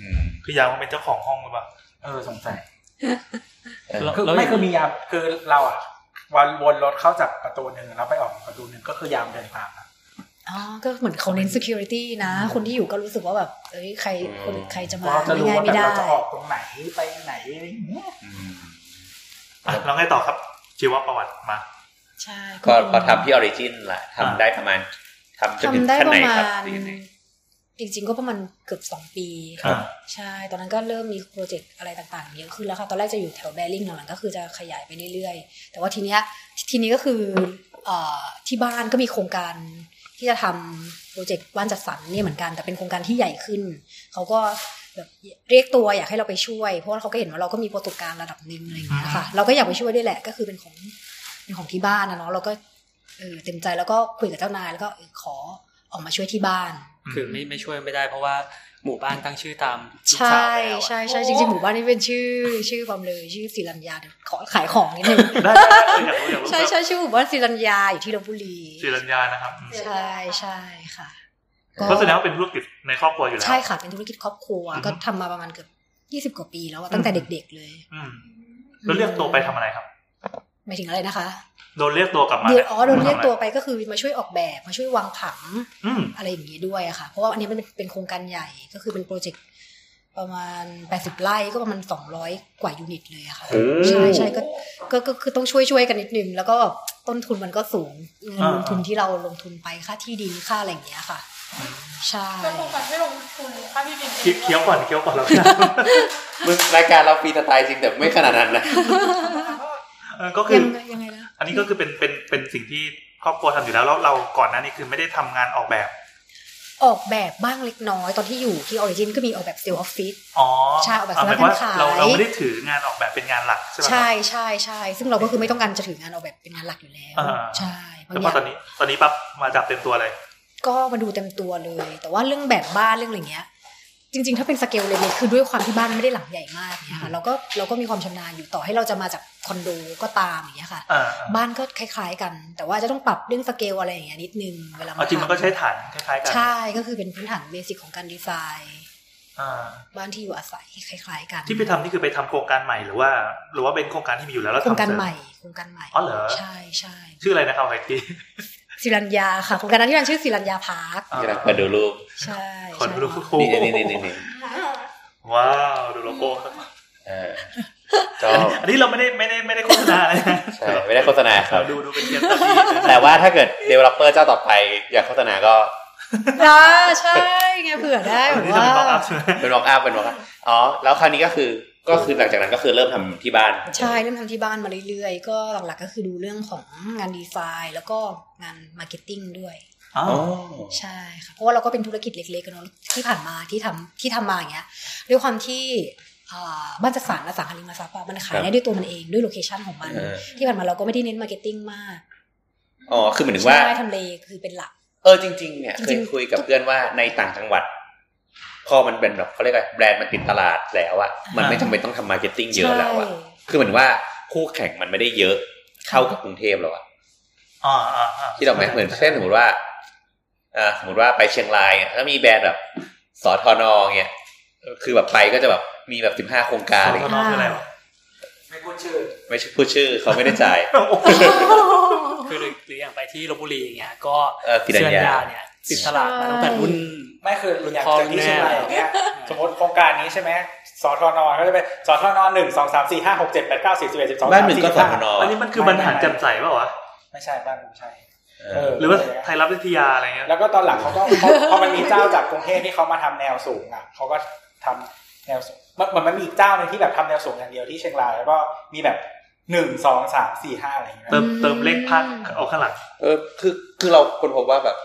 D: อืม
B: คือยามมันเป็นเจ้าของห้องหรือเปล่า
C: เออสงสัย
D: เออ
C: คือ
F: แล้ว
C: ไม่คือมียามคือเราอ่ะวันวนรถเข้าจากประตูหนึ่งแล้วไปออกประตูหนึ่งก็คือยามเดินตามอะ
G: อ๋อ ก็เหมือนเขาเน้น security นะ คนที่อยู่ก็รู้สึกว่าแบบ เอ้ย ใคร
D: อืม
G: คนใครจะมา
C: เราจะรู้
G: ง่ายๆไม่
C: ว่าแบบ
G: ได้
C: เราจะออกตรงไหนไปไหนอะไรอย่างเงี้ย
D: อืม
B: อ่ะแล้วไงต่อครับ ชีวประวัติมา
G: ใช่
D: ก็
G: เป็น
D: พอทำที่ออริจินละทำได้ประมาณทำจนถึง
G: ทำได้
D: ขั้น
G: ป
D: ไหน
G: ระมา
D: ครั
G: ณ
D: บหรือยังไง
G: จริงๆ ก็ประมาณเกือบสองปี
B: ครับ
G: ใช่ ตอนนั้นก็เริ่มมีโปรเจกต์อะไรต่างๆ เยอะขึ้นแล้วค่ะ ตอนแรกจะอยู่แถวแบริ่งหลังๆก็คือจะขยายไปเรื่อยๆ แต่ว่าทีเนี้ย ทีนี้ก็คือเอ่อที่บ้านก็มีโครงการที่จะทำโปรเจกต์บ้านจัดสรรเนี่ยเหมือนกัน แต่เป็นโครงการที่ใหญ่ขึ้น เขาก็แบบเรียกตัวอยากให้เราไปช่วย เพราะว่าเขาก็เห็นว่าเราก็มีประสบการณ์ระดับหนึ่งอะไรอย่างเงี้ยค่ะ เราก็อยากไปช่วยด้วยแหละ ก็คือเป็นของเป็นของที่บ้านนะเนาะ เราก็เออเต็มใจแล้วก็คุยกับเจ้านายแล้วก็เออขอออกมาช่วยที่บ้าน
F: คือไม่ไม่ช่วยไม่ได้เพราะว่าหมู่บ้านตั้งชื่อตามลูก
G: ใช่
F: สาวไปแล้วอะ
G: ใช่ใช่จริงๆหมู่บ้านนี้เป็นชื่อ ชื่อความเลยชื่อศิรัญญาเดี๋ยวขอขายของนิด นึง
B: ได้ได้ได้อยากรู้อยากรู้
G: ใช่
B: แบบ
G: ใช่ชื่อหมู่บ้านศิรัญญาอยู่ที่ลบบุรี
B: ศิรัญญานะครับอืม
G: ใช่ใช่ค่ะ
B: ก็แสดงว่าเป็นธุรกิจในครอบครัวอยู่แล้ว
G: ใช่ค่ะเป็นธุรกิจครอบครัว
B: อือฮึ
G: ก็ทำมาประมาณเกือบยี่สิบกว่าปีแล้วอะตั้งแต่เด็ก ๆ เลย
B: อืมแล้วเรียกตัวไปทำอะไรครับ
G: หมายถึงอะไรนะคะ
B: โดนเรียกตัวกลับมา
G: เดี๋ยวอ๋อโดนเรียกตัว
B: ทำอะไ
G: ไปก็คือมาช่วยออกแบบมาช่วยวางผัง
B: อืม
G: อะไรอย่างนี้ด้วยอะค่ะ เพราะว่าอันนี้มันเป็นเป็นโครงการใหญ่ก็คือเป็นโปรเจกต์ประมาณ 80 ไร่ก็ประมาณ 200 กว่ายูนิตเลยอะค่ะ
D: โอ้
G: ใช่ใช่ก็ก็ก็คือต้องช่วยช่วยกันนิดนึง แล้วก็แบบต้นทุนมันก็สูงเงิน
B: อ่า
G: ลงทุนที่เราลงทุนไปค่าที่ดินค่าอะไรอย่างเงี้ยค่ะ ใช่
E: เป็นโครงการที่ลงทุนค่าที่ดิน
B: เคี้ยวเคี้ยวก่อนเคี้ยวก่อนแล้ว กัน
D: มึงรายการเราฟรีสไตล์จริงแต่ไม่ขนาดนั้นนะ
B: เออก็คือ
G: ยังไงยังไงนะ
B: อันนี้ก็คือเป็นเป็นเป็นสิ่งที่ครอบครัวทำอยู่แล้วแล้วเราก่อนหน้านี้คือไม่ได้ทำงานออกแบบ
G: ออกแบบบ้างเล็กน้อยตอนที่อยู่ที่ออริจินก็มีออกแบบเซลล์ออฟฟิศ
B: อ๋อ
G: ใช่ออกแบบ
B: หมา
G: สำนั
B: ย
G: กงาน
B: ว่า
G: ขาย
B: เราเราไม่ได้ถืองานออกแบบเป็นงานหลักใช่ไหมครับ
G: ใช่ใช่ใช่ซึ่งเราก็คือไม่ต้องการจะถืองานออกแบบเป็นงานหลักอยู่แล้ว
B: อ่า
G: ใช่บางอ
B: แต่พอย่าง ตอนนี้ตอนนี้ปั๊บมาจับเต็มตัวเลย
G: ก็มาดูเต็มตัวเลย แต่ว่าเรื่องแบบบ้านเรื่องอะไรเงี้ย จริง ๆ ถ้าเป็นสเกลเล็กๆคือด้วยความที่บ้านไม่ได้หลังใหญ่มากเนี่ยค่ะเราก็เราก็มีความชำนาญอยู่ต่อให้เราจะมาจากคอนโดก็ตามอย่างเงี้ยค่ะ
B: อ่า
G: บ้านก็คล้าย ๆ กัน แต่ว่าจะต้องปรับเรื่องสเกลอะไรอย่างเงี้ยนิดนึงเวลา
B: เอา
G: มา
B: จริงมันก็ใช้ฐานคล้ายๆกัน
G: ใช่ก็คือเป็นพื้นฐานเบสิกของการดีไซน์
B: อ่า
G: บ้านที่อยู่อาศัยคล้าย ๆ กัน
B: ที่ไปทำนี่คือไปทำโครงการใหม่หรือว่า หรือว่าเป็นโครงการที่มีอยู่แล้วแล้ว
G: โครง
B: ทำ
G: การ
B: เสริม
G: ใหม่โครงการใหม่
B: อ๋อเหรอ
G: ใช่ใช่
B: ชื่ออะไรนะครับไอที
G: ศิรัญญาค่ะโครงการนั้นที่มันชื่อศิรัญญาพาร์ค
D: ที่เราเปิดดูรูป
G: ใช่ใช่
B: คนรู้
D: นี่นี่นี่นี่นี่
B: ว้าวดูโลโก้
D: เอ อชอบ
B: อันนี้เราไม่ได้ไม่ได้ไม่ได้โฆษณาอะไรนะ
D: ใช่ไม่ได้โฆษณาครับ
B: เราดูดูเป็นเกียรติ
D: แต่ว่าถ้าเกิด developer เจ้าต่อไปอยากโฆษณาก็
G: อ่าใช่ไงเผื่อได้แบ
B: อัน
G: บ
B: นี้จะ
G: ว่า
B: เป็นบอกอัพใช่ไหม
D: เป็นวอล์กอัพเป็นวอล์กอัพอ๋อแล้วคราวนี้ก็คือก็คือหลังจากนั้นก็คือเริ่มทำที่บ้าน
G: ใช่เริ่มทำที่บ้านมาเรื่อยๆ ก็หลักๆก็คือดูเรื่องของงานดีไซน์แล้วก็งานมาร์เก็ตติ้งด้วย
B: อ๋อ
G: ใช่ค่ะเพราะว่าเราก็เป็นธุรกิจเล็กๆกันเนอะที่ผ่านมาที่ทำที่ทำมาอย่างเงี้ยด้วยความที่อ่าบ้านจัดสรรและสังหาริมทรัพย์อะมันขาย
D: ครับ
G: ได้ด้วยตัวมันเองด้วยโลเคชันของมัน
D: เออ
G: ที่ผ่านมาเราก็ไม่ได้เน้นมาร์เก็ตติ้งมาก
D: อ๋อคือเหมือนถึง
G: ใช่
D: ว่า
G: ทำเลคือเป็นหลัก
D: เออจริง ๆ เนี่ย
G: จริงๆ
D: เคยคุยกับเพื่อนว่าในต่างจังหวัด พอมันเป็นแบบเขาเรียกอะไรแบรนด์มันติดตลาดแล้วอะมันไม่จำเป็นต้องทำมาร์เก็ตติ้งเยอะแล้วอะ
G: ใช่
D: คือเหมือนว่าคู่แข่งมันไม่ได้เยอะเท่ากับกรุงเทพแล้วอะ
B: อ่าอ่าอ่า
D: ที่เราไหมเหมือนเช่นสมมติว่าอ่าสมมติว่าไปเชียงรายเนี่ยถ้ามีแบรนด์แบบสอทอนอเนี่ยคือแบบไปก็จะแบบมีแบบสิบห้าโครงการอะไร
B: ตั
D: เล
B: วย น้องคืออะไรวะ
C: ไม่คุ้นชื่อ
D: ไม่ใช่พูดชื่อเขาไม่ได้จ่าย
F: คือหรือหรืออย่างไปที่ลบบุรีอย่างเงี้ยก็
D: เออปิดัญญา
F: ญญเนี่ยติดตลาดมาตั้งแต่รุ่น
C: ไม่คือ
F: รุ่น
C: อย่าง
F: พ่อ
C: จากที่เชียงราย
F: รุ่นแม่
C: อย่างเงี้ยสมมติโครงการนี้ใช่ไหมสอทอนอก็จะเป็นสอทอนอหนึ่งสองสามสี่ห้าหกเจ็ดแปดเก้าสิบสิบเอ็ดสิบสอง
D: บ้านหนึ่งก็สอทอนอ
B: อันนี้มันคือบรรหารแจำใสเปล่าวะ
C: ไม่ใช่บ้านผมใช่
D: เออ
B: หรือว่าไทยรัฐวิทยาอะไรเงี้ย
C: แล้วก็ตอนหลังเขาก็พอพอมันมีเจ้าจากกรุงเทพที่เขามาทำแนวสูงอ่ะเขาก็ทำแนวสูงมันมันมันมีอีกเจ้าหนึ่งที่แบบทำแนวสูงอย่างเดียวที่เชียงรายแล้วก็มีแบบหนึ่งสองสามสี่ห้าอะไรอย่างเงี้ย
B: เติมเติมเลขภาคเอาข้างหลัง
D: เออคือคือเราคนพบว่าแบบ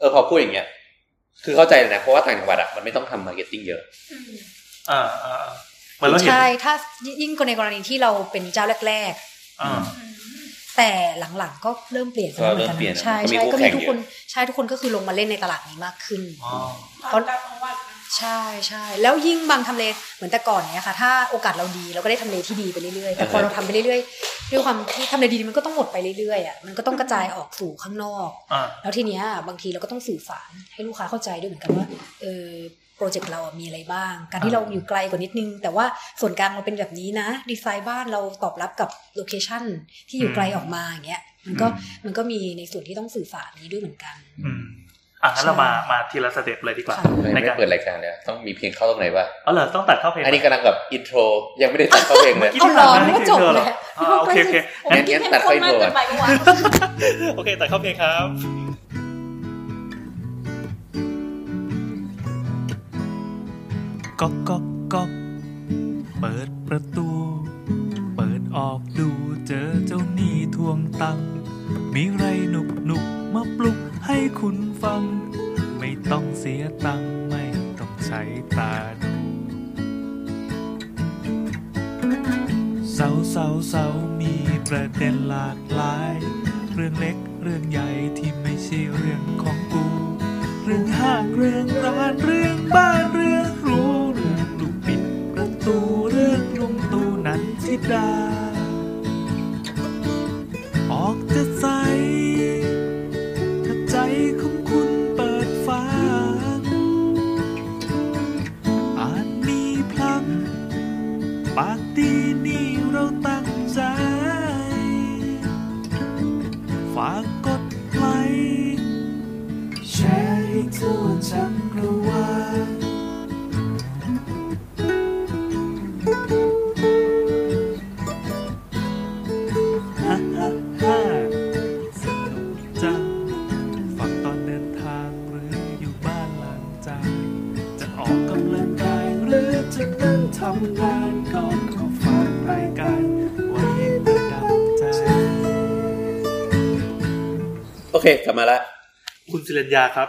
D: เออพอพูดอย่างเงี้ยคือเข้าใจเลยนะเพราะว่าต่างจังหวัดอ่ะมันไม่ต้องทำมาร์เก็ตติ้งเยอะ
B: อ่าอ่าอ่าเหมือนเราเห็น
G: ใช่ถ้ายิ่งกรณีกรณีที่เราเป็นเจ้าแรก
B: อ่า
G: ๆ แต่หลังๆก็เริ่มเปลี่ยน
D: ก็เริ่ม
G: ห
D: เปลี่ยน
G: ใช่
D: ก็มี
G: ใช่
D: คู่
G: ก็
D: แข่
G: มี
D: ง
G: ทุก
D: เยอะ
G: คนใช่ทุกคนก็คือลงมาเล่นในตลาดนี้มากขึ้น
B: อ๋อ
G: เขาใช่ใช่แล้วยิ่งบางทำเลเหมือนแต่ก่อนเนี้ยค่ะ ถ้าโอกาสเราดีเราก็ได้ทำเลที่ดีไปเรื่อยๆแต่พอ
D: อ่าฮะ
G: เราทำไปเรื่อยๆด้วยความที่ทำเลดีๆมันก็ต้องหมดไปเรื่อยๆอ่ะมันก็ต้องกระจายออกสู่ข้างนอก
B: อ่า
G: แล้วทีเนี้ยบางทีเราก็ต้องสื่อสารให้ลูกค้าเข้าใจด้วยเหมือนกันว่าเออโปรเจกต์เราอะมีอะไรบ้าง การที่เราอยู่ไกลกว่านิดนึง แต่ว่าส่วนกลางเราเป็นแบบนี้นะ ดีไซน์บ้านเราตอบรับกับโลเคชั่นที่อยู่ไกลออกมาอย่างเงี้ยมันก็มันก็มีในส่วนที่ต้องสื่อสารนี้ด้วยเหมือนกัน
B: อืมอ่ะงั้นเรามามาทีละสเต็ปเลยดีกว่า
G: ค่ะ
D: ยัง
B: ใน
D: ไม่ได้
B: การ
D: เปิดรายการเลยอะต้องมีเพลงเข้าตรงไหนวะ
B: เอาเหรอต้องตัดเข้าเพลง
D: อันนี้กำลังแบบอินโทรยังไม่ได้ตัดเข้าเพล งเลย
B: ที่ผ่นมนี่คืธหร
G: เอาหรอนึกว่าจบแล้ว
B: อ่าโอเคโอเค
D: งั้นงั้นตัดไฟโดด
E: นไปก่อน
B: โอเคตัดเข้าเพลงครับ
A: ก๊อกก๊อกก๊อกเปิดประตู เปิดออกดูเจอเจ้าหนี้ทวงตังค์มีไรหนุกหนุกมาปลุกให้คุณฟัง ไม่ต้องเสียตังค์ไม่ต้องใช้ตาดูเสาเสาเสามีประเด็นหลากหลาย เรื่องเล็กเรื่องใหญ่ที่ไม่ใช่เรื่องของกู เรื่องห้างเรื่องร้านเรื่องบ้านเรื่องรู้เรื่องลูกปิดประตูเรื่องลุงตูนันทิดา ออกจะใส ถ้าใจของคุณเปิดฟังอาจมีพลังปากดีนี่เราตั้งใจ ฝากกดไลค์ แชร์ให้ทั่วจักรวาล ฮ่าฮ่าฮ่าสนุกจังฟังตอนเดินทางหรืออยู่บ้านหลังจากจะออกกำลังกายหรือจะนั่งทำงานก็ขอฝากรายการไว้ประดับใจ
D: โอเคกลับมาละ
B: คุณสิริญญาครับ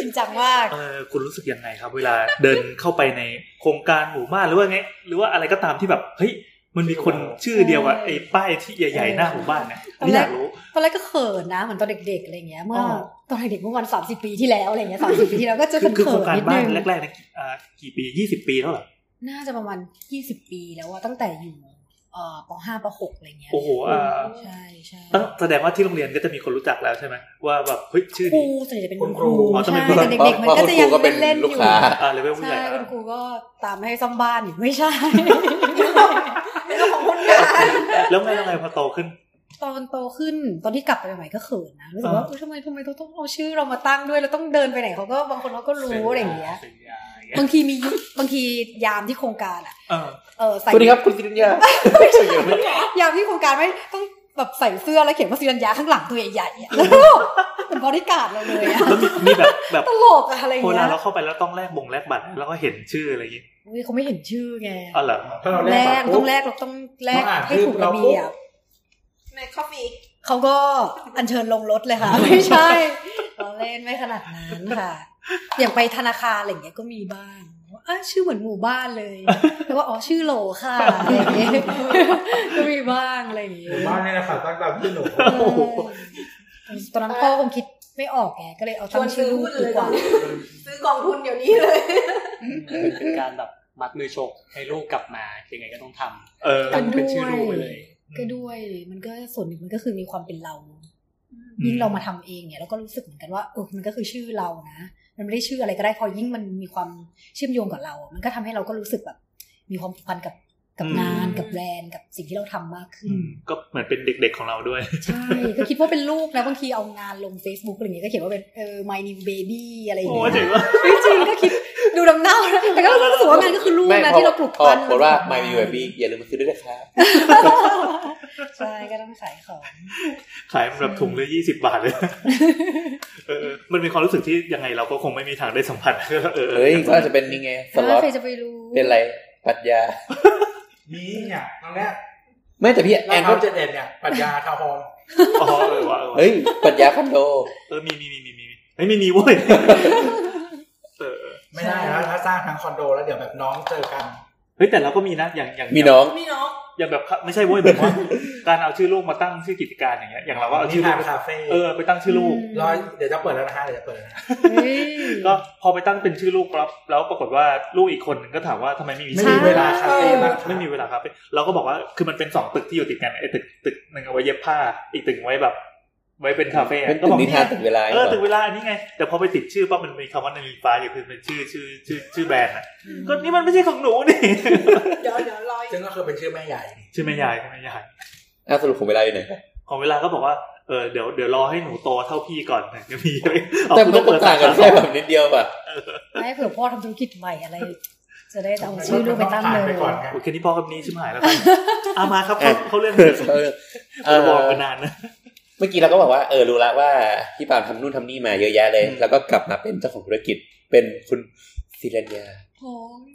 G: จริงจังมาก
B: เออคุณรู้สึกยังไงครับ เวลาเดินเข้าไปในโครงการหมู่บ้านหรือว่าไงหรือว่าอะไรก็ตามที่แบบเฮ้ยมันมีคนชื่อเดียวอะไอ้ป้ายที่ใหญ่ๆหน้าหมู่บ้านเนี่ยอันนี่อยากรู้
G: ตอนแรกก็เขินนะเหมือนตอนเด็กๆอะไรเงี้ยเมื่อ
B: อ
G: ตอนเด็กๆเมื่อวันสามสิบปีที่แล้วอะไรเงี้ยสามสิบปีที่แล้วก็จะ
B: คือคือ
G: เขิ
B: โคร
G: น
B: งกา
G: ๆ
B: ร
G: นิด
B: บ้า
G: นึ
B: น
G: ง
B: แรกๆเนี่ยกี่อ่ากี่ปียี่สิบปีเท่าไหร่
G: น่าจะประมาณยี่สิบปีแล้วอะตั้งแต่อยู่เอ่อปห้าปหกอะไรเงี้ย
B: โอ้โหอ่า
G: ใช่ใช่
B: ตั้งแสดงว่าที่โรงเรียนก็จะมีคนรู้จักแล้วใช่ไหมว่าแบบเฮ้ยชื่อ
G: ครู
B: นี้
G: ส่วนใหญ่จะเป็น
B: คุ
G: คุณ ณ
B: ค
G: ค
B: รู
G: รู
B: อ๋อจะ
G: ใช่
B: เป็น
G: แต่
D: เพราะ
G: เด็กๆมัน
D: เพราะ
G: ก็
D: คุณ
G: จะยั
D: ครู
G: ง
D: ก็เป็น
G: เล่นๆ
D: ลูก
G: อยู่
D: ค้า
B: อ่าเลเวลผู้ให
G: ใช่
B: ญ่
G: คุณครูก็ตามมาให้ซ่อมบ้านอยู่ไม่ใช่
B: แล้วไงแล้วไงพอโตขึ้น
G: ตอนโตขึ้นตอนที่กลับไปใหม่ๆก็เขินนะรู้สึกว่า
B: อ่า
G: เอ้ยทำไมทำไมต้องเอาชื่อเรามาตั้งด้วยเราต้องเดินไปไหนเขาก็บางคนเขาก็รู้อะไรอย่างเงี้ย บางทีมียุบางทียามที่โครงการอ่ะ
B: เออ
G: เออใส่
D: สวัสดีครับคุณสิริญญา
G: ยามที่โครงการไม่ต้อง แบบใส่เสื้อแล้วเขียนว่าซีรัญญาข้างหลังตัวใหญ่ๆอะแล้วเป็นบริการดเราเลยอะ
B: แล้วมีมีแบบแบบ
G: ตลกอะอะไรอย่าง
B: โคนา
G: เงี้
B: น
G: ย
B: เราเข้าไปแล้วต้องแลกบงแลกบัตรแล้วก็เห็นชื่ออะไรอย่างงี้
G: อุ๊ยเขาไม่เห็นชื่อไง
B: อ๋อเหรอ
C: ถ้าเรา
G: แร
C: แล
G: ก
C: กบัตร
G: ต้
C: ปุ๊
G: อบ งแรกเราต้องแลก
C: มาอ่าน
G: ให้ถูก
C: รูประเราปุ๊
G: เบีย
C: บ
G: บ
H: ในคอฟฟี่
G: เขาก็อัญเชิญลงรถเลยค่ะ ไม่ใช่เราเล่นไม่ขนาดนั้นค่ะ อย่างไปธนาคารอะไรอย่างเงี้ยก็มีบ้างว่าอ้าวชื่อเหมือนหมู่บ้านเลยแต่ว่าอ๋อชื่อโหลค่ะอะไรอย่างเงี้ยก็มีบ้างอะไรอย่างเงี้ย
C: บ้านนี่นะครับบ้านเราพี่หนู
G: ตอนนั้นพ่อคงคิดไม่ออกไงก็เลยเอา
H: ช
G: ตั้
H: วน
G: ง
H: ซื้
G: ชื่อ
H: อ
G: ลู
H: หุ้
G: ก
H: น
G: ดี
H: เลย
G: กว่า
H: ซื้อกองทุนเดี๋ยวนี้เลย
F: เป็นการแบบมัดมือชกให้ลูกกลับมายังไงก็ต้องทำ
B: เออ
F: ตั้งเป็นชื่อลูกไปเลย
G: ก็ด้วย มันก็ส่วนหนึ่งมันก็คือมีความเป็นเรา ยิ่งเรามาทำเองเนี่ยเราก็รู้สึกเหมือนกันว่าเออมันก็คือชื่อเรานะ มันไม่ได้ชื่ออะไรก็ได้พอยิ่งมันมีความเชื่อมโยงกับเรา มันก็ทำให้เราก็รู้สึกแบบ มีความผูกพันกับกับงาน
H: อืม
G: กับแบรนด์กับสิ่งที่เราทำมากขึ้น
B: อืมก็เหมือนเป็นเด็กๆของเราด้วย
G: ใช่ก็คิดว่าเป็นลูกนะบางทีเอางานลง Facebook อะไรอย่างเงี้ยก็เขียนว่าเป็นเออ my new baby อะไรอย่าง
B: โอ้
G: เงี้ย
B: เจ๋งว่ะ
G: จริงๆก็คิดดูน้ำเน่านะแต่ก็รู้สึกว่ามันก็คือลูก
D: ไม่
G: นะ
D: พอ
G: ที่เราปลุก
D: พอ
G: ปั้น
D: โพสต์ว่า my v i e w b อย่าลืมมาซื้อด้วยนะครับ
G: ใช่ก็ต้องขายของ
B: ขายแบบถุงเลยยี่สิบาทเลย เออเออมันมีความรู้สึกที่ยังไงเราก็คงไม่มีทางได้สัมผัส เออเอ
D: เฮ้
B: อย
D: ก็อาจจะเป็นนี่ไงสล็อ
G: แล้ว
D: ต
G: ใครจะไปรู้
D: เป็นอะไรปรัชญา
C: มีเนี่ยตอนแรก
D: ไม่แต่พี่
C: แอ
D: แอน น
C: ก็
D: ก็
C: จะเด่นเนี่ยปรัญญาทาวร
B: อ๋อเออว่ะเออว่ะ
D: เฮ้ยปรัชญาคอน โด
B: เออมีมีมีมีมีเฮ้ยมีมีเว้ยเออเออ
C: ไม่ได้แล้วถ้าสร้างทั้งคอนโด แล้วเดี๋ยวแบบน้องเจอกัน
B: เฮ้ยแต่เราก็มีนะอย่างอย่าง
D: มีน้อง
H: พี่น้อง
B: อย่างแบบไม่ใช่เว้ยแบบว่าการเอาชื่อลูกมาตั้งชื่อกิจการอย่างเงี้ยอย่างเราก็เอา
C: นิ
B: ชื่อลู
C: ทาก นคาเฟ่
B: เออไปตั้งชื่อลูก
C: ร้อยเดี๋ยวจะเปิดแล้วนะฮะเดี๋ยวจะเปิดแล้วนะ
G: เฮ้ย
B: ก็พอไปตั้งเป็นชื่อลูกปั๊บแล้วปรากฏว่าลูกอีกคนหนึ่งก็ถามว่าทำไมไม่มี
C: ไม่
B: ชื่
C: มี
B: อ
C: เวลาคาเฟ่บ้าง
B: ไม่มีเวลาครับเราก็บอกว่าคือมันเป็นสองตึกที่อยู่ติดกันไอ้ตึกตึกหนึ่งเอาไว้เย็บผ้า อีกตึกไว้แบบ ไว้เป็นคาเฟ่
D: เป็น
B: ก็
D: ตึก
B: บอก
D: นิทานตึกเวลา
B: เออตึกเวลาอันนี้ไง แต่พอไปติดชื่อปั๊บมันมีคำว่านาฬิกาอยู่คือเป็นชื่อชื่อชื่อชื่อแบรนด์อ่ะก็นี่มันไม่ใช่ของหนูนี่
H: เดี๋ยวเดี๋ยวรอย
C: ซึ่งก็คือเป็นชื่อแม่ใหญ่
B: ชื่อแม่ยายชื่อแม่ยาย
D: อ่ะสรุปของเวลาอยู่ไหน
B: ของเวลาก็บอกว่าเออเดี๋ยวเดี๋ยวรอให้หนูโตเท่าพี่ก่อนถึงจะมีเลยเอา
D: แต่
B: คุณ
D: มัน
B: ต้อง
D: ก็
B: เปิด
D: ต่า
B: สาง
D: กัน
B: ขา
D: แค่แบบนิดเดียวป่ะ
G: ไม่เผื่อพ่อทำธุรกิจใหม่อะไร จะได้เอาชื่อลูกไปตั้งเลย
C: ไปก่อนไง
B: โอ้ยแค่นี้พ่อครับนี้ชิบหายแล้วครับเอามาครับเข้าเข้าเรื่อง
D: เออเออเอ
B: เราบอก
D: อ
B: กันนานนะ
D: เมื่อกี้เราก็บอกว่าเออรู้ละว่าพี่ปาล์มทำนู่นทำนี่มาเยอะแยะเลย แล้วก็กลับมาเป็นเจ้าของธุรกิจเป็นคุณศิรัญญา
G: โอ้ย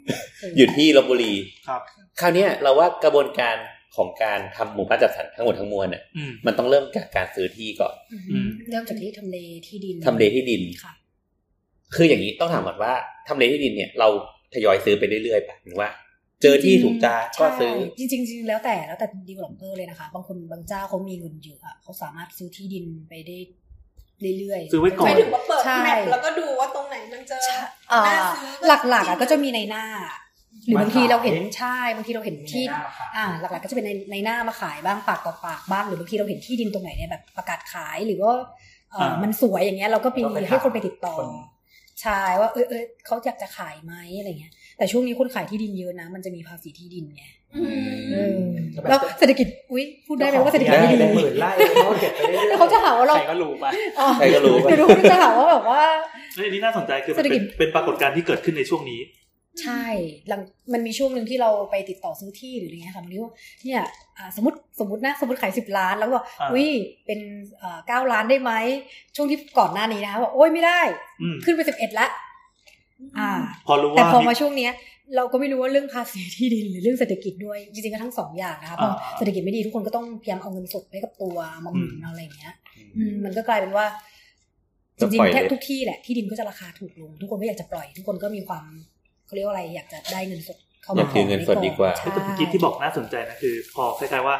D: อยู่ที่ลบบุรี
B: ครับ
D: คราวเนี้ยเราว่ากระบวนการของการทำหมู่บ้านจัดสรรทั้งหมดทั้งมวลน่ะ
B: อืม
D: มันต้องเริ่มจากการซื้อที่ก่อน
B: อืม
G: เริ่มจากที่ทำเลที่ดิน
D: ทำเลที่ดิน
G: ค่ะ
D: คืออย่างนี้ต้องถามก่อนว่าทำเลที่ดินเนี่ย เราทยอยซื้อไปเรื่อยๆป่ะหรือว่า เจอที่ถูกใจก็ซื้อ
G: ใช่จริงๆจริงๆแล้วแต่แล้วแต่ดีลอปเปอร์เลยนะคะ บางคนบางเจ้าเขามีเงินเยอะอะเขาสามารถซื้อที่ดินไปได้เรื่อยๆ
B: ซื้อไว้ก่อ
H: หมาย
B: น
H: ถึงว่าเปิด
G: ใช่
H: แมปแล้วก็ดูว่าตรงไหนมันเจอ
G: เอ่อ
H: น่าซื้อ
G: หลักๆอะก็จะมีในหน้า หรือบางทีเราเห็น
C: มาขาย
G: ใช่บางทีเราเห็นที่ อ่า หลักๆก็จะเป็นในในหน้ามาขายบ้างปากต่อปากบ้างหรือบางทีเราเห็นที่ดินตรงไหนเนี่ยแบบประกาศขายหรือว่าเอ่อ
B: อ่ามั
G: มันสวยอย่างเงี้ยเราก็ไป
C: ก็ไปถาม
G: ให้คนไปติดต่อ
C: คน
G: ใช่ว่าเออเออเขาอยากจะขายไหมอะไรเงี้ยแต่ช่วงนี้คนขายที่ดินเยอะนะ มันจะมีภาษีที่ดินไง
D: อื
G: มแล้วเศรษฐกิจอุ้ยพูดได้ไหมว่าเศรษฐกิจ
C: ได้
G: ไม่ดี
C: เป็นหมื่นไร่เขาเก็บไปเรื่อย
G: แล้วเขาจะหาว่าเรา
F: ใครก็รู้ไป
G: อ๋อ
D: ใครก็รู้ป่ะ
G: เดี๋ยวดูจะหาว่าแบบว่า
B: เฮ้ยอันนี่น่าสนใจคือมัน
G: เศรษฐกิ
B: เป็น
G: จ
B: เป็นปรากฏการณ์ที่เกิดขึ้นในช่วงนี้
G: ใช่หลังมันมีช่วงหนึ่งที่เราไปติดต่อซื้อที่หรืออะไรเงี้ยค่ะมันเรียกว่าเนี่ยอ่าสมมติสมมตินะสมมติขายสิบล้าน แล้วก็บอก
B: อ่า
G: อุ้ยเป็นเก้าล้านได้ไหมช่วงที่ก่อนหน้านี้นะคะบอกโอ้ยไม่ได้
B: อืม
G: ขึ้นไปสิบเอ็ดละอ่า
B: พอรู้
G: แต่
B: ว่า
G: พอ
B: มี
G: มาช่วงเนี้ย เราก็ไม่รู้ว่าเรื่องภาษีที่ดินหรือเรื่องเศรษฐกิจด้วยจริงๆก็ทั้งสองอย่างนะคะเพราะ
B: อ่า
G: เศรษฐกิจไม่ดีทุกคนก็ต้องพยายามเอาเงินสดไว้กับตัวมาหมุน
B: อืม
G: เอาอะไรอย่างเงี้ย อืมมันก็กลายเป็นว่า จ
D: จะ
G: ริง
D: ปล่อย
G: ๆแทบ
D: เลย
G: ทุกที่แหละที่ดินก็จะราคาถูกลง ทุกคนก็อยากจะปล่อย ทุกคนก็มีความเขาเรียกว่าอะไร อยากจะได้เงินสดเข้ามาย
D: อากถือเงินสดดีกว่า
G: ใช่
B: เมื่อกี้ที่บอกน่าสนใจนะคือ พอคล้ายๆว่า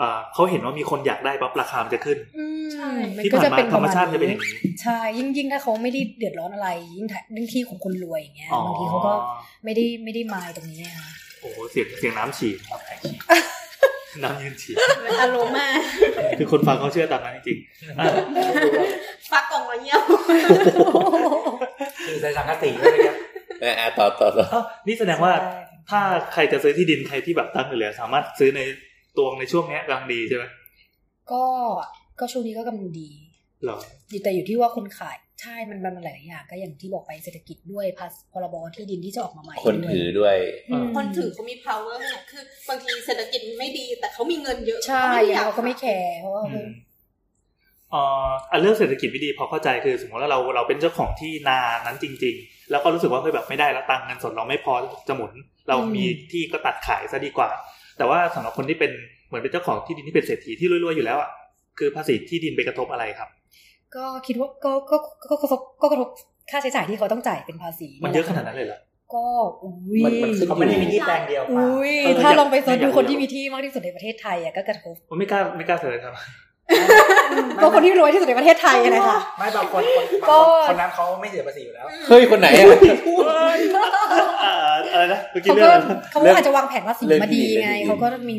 B: อ่าเขาเห็นว่ามีคนอยากได้ปั๊บราคามันจะขึ้น
G: อืม
H: ใช่
G: มัน
B: ที่
G: ก็
B: ผ่าน
G: จะ
B: มา
G: เป็น
B: ธรรมชาติจะเป็นอย่าง
G: นี้
B: นี้
G: ใช่ยิ่งยิ่งถ้าเขาไม่ได้เดือดร้อนอะไร ยิ่งถ้าเรื่องที่ของคนรวยอย่างเงี้ย
B: อ๋อบ
G: างทีเขาก็ไม่ได้ไม่ได้มายตรงนี้ไงคะ
B: โอ้โหเสียงเสียงน้ำฉีดครับน้ำยืนฉีด
H: อารมณ์มา
B: คือคนฟังเขาเชื่อตามนั้นจริงๆอ่ะ
H: ฟักกล่องมาเยี่ยม
C: ๆคือใส่สังกะสีอะไรเงี้ย
D: เอออ่ะต่อต่อต่อ
B: เอ้านี่แสดงว่าถ้าใครจะซื้อที่ดินใครที่แบบตั้งอยู่แล้วสามารถซื้อในตวงในช่วงเนี้ยกำลังดีใช่ไหม
G: ก็ก็ช่วงนี้ก็กำลังดี
B: เหรอ
G: แต่อยู่ที่ว่าคนขาย ใช่มันมันหลายๆอย่างก็อย่างที่บอกไปเศรษฐกิจด้วยพาสพรบที่ดินที่จะออกมาใหม่
D: คน
G: ด้วย
D: ถือด้วย
G: อืม
H: คนถือเขามี power ขนาดคือบางทีเศรษฐกิจไม่ดี แต่เขามีเงินเยอะ
G: ใช่
H: ไม่
G: อย่าง
H: ย
G: เราก็ไม่แคร์เพราะว่า
B: อืมเอ่ออันเรื่องเศรษฐกิจไม่ดีพอเข้าใจคือสมมติว่าเราเราเป็นเจ้าของที่นานั้นจริง ๆ แล้วก็รู้สึกว่าเฮ้ยแบบไม่ได้แล้วตังค์เงินสดเราไม่พอจะหมุน เรามีที่ก็ตัดขายซะดีกว่า แต่ว่าสำหรับคนที่เป็นเหมือนเป็นเจ้าของที่ดินที่เป็นเศรษฐีที่รวยๆอยู่แล้วอ่ะคือภาษีที่ดินไปกระทบอะไรครับ
G: ก็คิดว่าก็ก็ก็ก็ก็กระทบค่าใช้จ่ายที่เขาต้องจ่ายเป็นภาษี
B: มันเยอะขนาดนั้นเลยเหรอ
G: ก็อุ้ย
D: มันมันขึ้น
C: เขาไม่ได้มีที่แปลงเดียวมา
G: อุ้ย
B: เออ
G: ถ้า
B: อยาก
G: ลองไปเซิร์ช
B: อยาก
G: ดู
B: รู้
G: คนที่มีที่มากที่สุดในประเทศไทยอ่ะก็กระทบ
B: ผมไม่กล้าไม่กล้าเถิดครับ
G: ก็คนที่รวยที่สุดในประเทศไทยอะไรค่ะ
C: ไม่บางคนคนบาง
G: ก็
C: คนคนนั้นเขาไม่เสียภาษีอยู่แล้ว
D: เฮ้ย คนไหนอะ
B: เอ่ ออะไรนะเมื่อกี้
G: เขา
B: เรื่อ
G: ก็
B: งอะไรนะ
G: เขา
D: เรื่
G: ก็
D: อง
G: อาจจะวางแผนภาษี
D: เรื่อง
G: มาดี
D: ที่ดิน
G: ไง
D: เรื่องที่ดิน
G: เขาก็มี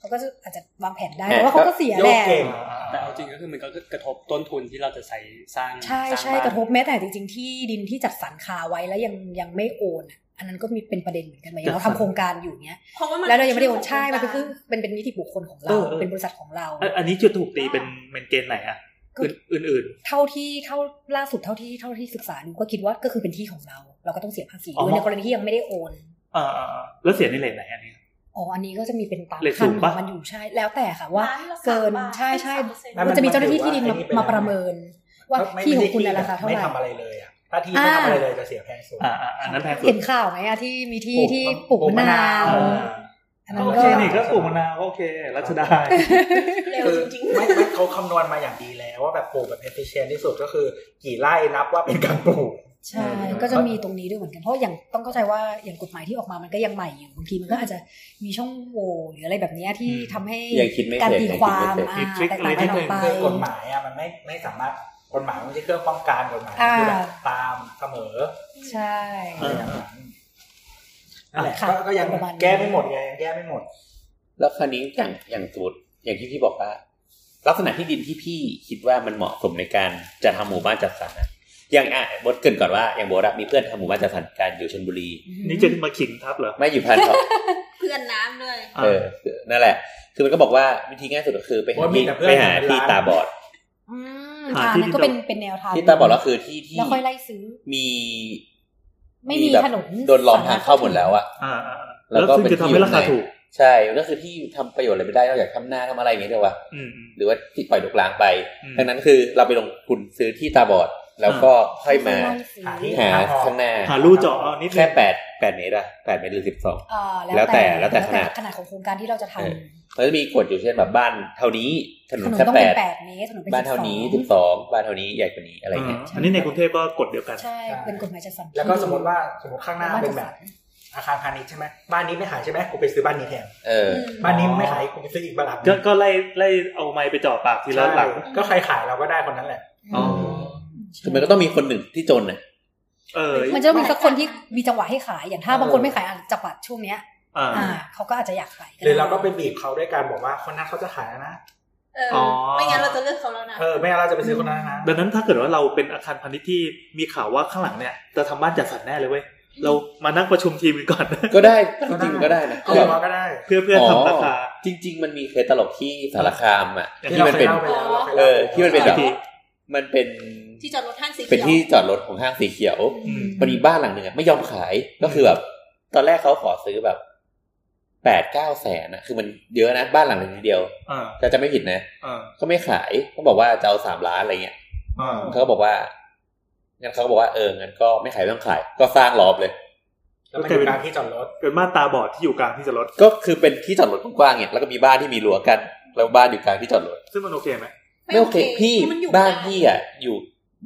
G: เขาก็อาจจะวางแผนได้
D: แหม่
G: แต่ว่าเขาก็เสีย
C: โย
G: แห
C: ก
G: ละ
C: เก่ง
F: แต่เอาจริงก็คือมันก็กระทบต้นทุนที่เราจะใช้สร้าง
G: ใช่
F: สาง
G: ใช่
F: บ้าน
G: กระทบแม้แต่จริง ๆ ที่ดินที่จัดสรรคาไว้แล้วยังยังไม่โอนอะอันนั้นก็มีเป็นประเด็นเหมือนกันไหมเราทำโครงการอยู่เนี้ย
H: เพราะว่ามัน
G: แล้วเรายังไม่ได้โอนใช่มันก็คือเป็นเป็นนิติบุคคลของเราเป็นบริษัทของเรา
B: อันอันนี้จุดถูกตีเป็นเป็นเกณฑ์ไหนอ่ะอื่นอื่น
G: เท่าที่เท่าล่าสุดเท่าที่เท่าที่ศึกษาดูก็คิดว่าก็คือเป็นที่ของเรา เราก็ต้องเสียภาษีด้วยในกรณีที่ยังไม่ได้โอน
B: ๆอ่าอ่าอ่าแล้วเสียในเลทไหนอันนี้
G: อ๋ออันนี้ก็จะมีเป็นตาม
B: เลข
G: ขั้น
B: สูง
G: ขอ
B: ปะ
G: งมันอยู่ใช่แล้วแต่ค่ะว่า
H: ร้ละสม
G: เกิน
H: บาท
G: ใช่ใช่
H: เป็นสาม
G: มั
H: เปอร์เซ็นต์
G: นจะมีเจ้าหน้าที่ที่ดิน
C: ไอ้นี่เป็น
G: มาประเมิน ว่า
C: ไม่
G: ที่ของคุณ
C: ไม่
G: น่ะรา
C: ได้
G: คาเท่าไห
C: ไม่
G: ร่
C: ทำอะไรเลยอ่ะถ้าที่ไม่ทำอะไรเลยจะเสียแพงสุด
B: อ่าอ่าอันนั้นแพงสุด
G: เห็นข่าวไหมอะที่มีที่ที่ป
C: ปลู
G: ลูก
C: ก
G: มะ
C: มะ
G: นาน
C: าว ว
G: อันนั้น
B: โอ
G: ก็
B: เคนี่ก็ปลูกมะนาวก็โอเครัชดา
H: เร็ว
C: คือ
H: จริง
C: ไม่ไม่เขาคำนวณมาอย่างดีแล้วว่าแบบปลูกแบบเอฟฟิเชนที่สุดก็คือกี่ไร่นับว่าเป็นการปลูก
G: ใช่
C: เออ
G: ก็จะมีตรงนี้ด้วยเหมือนกันเพราะอย่างต้องเข้าใจว่าอย่างกฎหมายที่ออกมามันก็ยังใหม่อยู่บางทีมันก็อาจจะมีช่องโหว่หรืออะไรแบบเนี้ยที่
B: อืม
G: ทำให้
D: ยังคิดไม่
G: การ
D: เสร็จ
G: ตี
D: ยัง
G: ควา
D: คิด
G: ม
D: ไม่เสร็จ
G: อ่า
B: มีทริค
G: แตกต่างกันอ
B: อะไรนิด
G: อกไป
B: นึง
C: คือกฎหมายอ่ะมันไม่ไม่สามารถกฎหมายมันไม่ใช่เครื่องป้องกันกฎหมาย
G: อ่า
C: คือแบบตามเสมอ
G: ใช่
C: อะไรอย่างนั้น
G: อ่า
C: นั่นแหละ
G: ค่ะ
C: ก็ก็ยัง
G: ประมาณนี้
C: แก้ไม่หมดไงยังแก้ไม่หมด
D: แล้วคราวนี้อย่างอย่างสมมติอย่างที่พี่บอกว่า ลักษณะที่ดินที่พี่คิดว่ามันเหมาะสมในการจะทำหมู่บ้านจัดสรรนะอย่างอ่ะบดเกรินก่อนว่าอย่างโบรับมีเพื่อนทำหมู่บ้านจัดสรรการอยู่ชลบุรี
B: นี่จะมาขิงทับเหรอ
D: ไม่อยู่พัน หรอก
H: ๆเพื่อนน้ำเลย
D: เออคือนั่นแหละ คือมันก็บอกว่าวิธีง่ายสุดก็คือไปหา
C: ว่ามี
D: ที่
C: แต่เพื่อน
D: ไปหา
C: เป็น
D: ที่
C: ล้าน
D: ตาบอด
G: อืม
B: หา
G: ค่ะ
B: ที่
G: นั่
B: ที่
G: นก็
B: ตรง
G: เป็นเป็นแนวทาง
D: ที่ตาบอดก็คือที่ที่
G: แล้วค่อยไล่ซื้อ
D: มี
G: ไม่มี
D: แบบ
G: ถนน
D: โดนล้อมทางเข้าหมดแล้วอะ
B: อ่าอ่าอ่า
D: แล้
B: แล้ว ว
D: ก็
B: ซึ่ง
D: เป็น
B: จะทำ
D: ที่
B: ให้ราคา
D: อยู่
B: ถูก
D: ใช่มันก็คือที่ทำประโยชน์อะไรไม่ได้นอกจากทำหน้าทำอะไรอย่างเงี้ยเดียววะ
B: อืมอืม
D: หรือว่าที่ปล่อยลูกล้างไป
B: อืม
D: ดังนั้นคือเราไปลงทุนซื้อที่ตาบอด แล้วก็ค่อยมา
G: ไล่ซื้อ
C: หาที่
D: หาข้างหน้า
B: หาลู่เจาะเอานิดนึ
D: แค่
B: ง
D: แปดแปดเมตรอะแปดเมตรหรือสิบสอง
G: เอ่อ
D: แล้
G: แล้ว ว
D: แต่
G: แต่
D: แล้วแต่ขนาด
G: ขนาดของโครงการที่เราจะทำ
D: เออ มันจะมีกฎอยู่เช่นแบบบ้านเท่านี้ถน
G: ถ
D: น
G: นน
D: แค่
G: ต้องเป็
D: แป
G: น
D: ด
G: แปดเมตรถนนเป็น
D: บ้านเท่านี้สิบ
G: 12
D: สองบ้านเท่านี้ใหญ่กว่านี้อะไรเงี้ย
B: อ่าอันนี้ในกรุงเทพก็กฎเดียวกัน
G: ใช่เป็นกฎหมายจัดสรร
C: แล้วก็สมมติว่าสมมติข้างหน้าเป็นแบบอาคารพาณิชย์ใช่ไหมบ้านนี้ไม่ขายใช่ไหมกูไปซื้อบ้านนี้แทน
D: เออ
C: บ้านนี้ไม่ขายกูไปซื้ออีกบ้านหลัง
B: ก็ก็ไล่ไล่เอาไม้ไปเจ่อปากทีละหลัง
C: ใช่ก็ใครขายเราก็ได้คนนั้นแหละ
B: อ๋อ
D: คือมันก็ต้องมีคนหนึ่งที่จนน่ะ
B: เออ
G: มันจะต้องมีสักคนที่มีจังหวะให้ขาย อย่างถ้า
C: เออ
G: บางคนไม่ขายอ่ะจังหวะช่วงเนี้ย
B: อ่า
G: อ่าเขาก็อาจจะอยากขาย
C: หรือเราก็ไปบีบเขาด้วยการบอกว่าคนนั้นเขาจะขายแล้วนะ
H: เอออไม่งั้นเราจะเลือกเขาแล้วนะ
C: เออไม่งั้นเราจะไปซื้อคนนั้นนะ
B: ดังนั้นถ้าเกิดว่าเราเป็นอาคารพาณิชย์ที่มีข่าวว่าข้างหลังเนี่ยจะทำบ้านจัดสรรแน่เลยเว้ย เรามานั่งประชุมทีมกันก่อน
D: ก็ได้จริงๆก็ได้นะ
C: ก็ได้ก็ได้
B: เพื่อเพื่อทำราคา
D: จริง ๆ มันมีเคสตลกที่สารคามอ่ะ
B: อย่าง
D: ที่มันเป็น
C: ที่ราคยล่าไปแล้ว
D: เออที่มันเป็นแบบมันเป็น
H: ที่จอดรถห้างสีเขียว
D: เป็นที่จอดรถของห้างสีเขียว
B: อืม
D: พอดีบ้านหลังหนึ่งอะไม่ยอมขายก็คือแบบ ตอนแรกเขาขอซื้อแบบแปดเก้าแสนอะคือมันเยอะนะบ้านหลังหนึ่งนิดเดียว
B: อ่า
D: ถ้าจะไม่ผิดนะ
B: อ่า
D: ก็ไม่ขายเขาบอกว่าจะเอาสามล้านอะไรเงี้ย
B: อ่า
D: เขาก็บอกว่างั้นเขาก็บอกว่าเอองั้นก็ไม่ขายไม่ต้องขาย ก็สร้างรอบเลย
C: แล้วมันเป็นการที่จอดรถ
B: เป็นม่านตาบอดที่อยู่กลางที่จอดรถ
D: ก็คือเป็นที่จอดรถกว้างๆเนี่ยแล้วก็มีบ้านที่มีรั้วกัน แล้วบ้านอยู่กลางที่จอดรถ
B: ซึ่งมันโอเคไหม
D: ไม่โอเค พี่
H: มันอยู่
D: บ้าน
H: ไกล
D: พี่อ่ะอยู่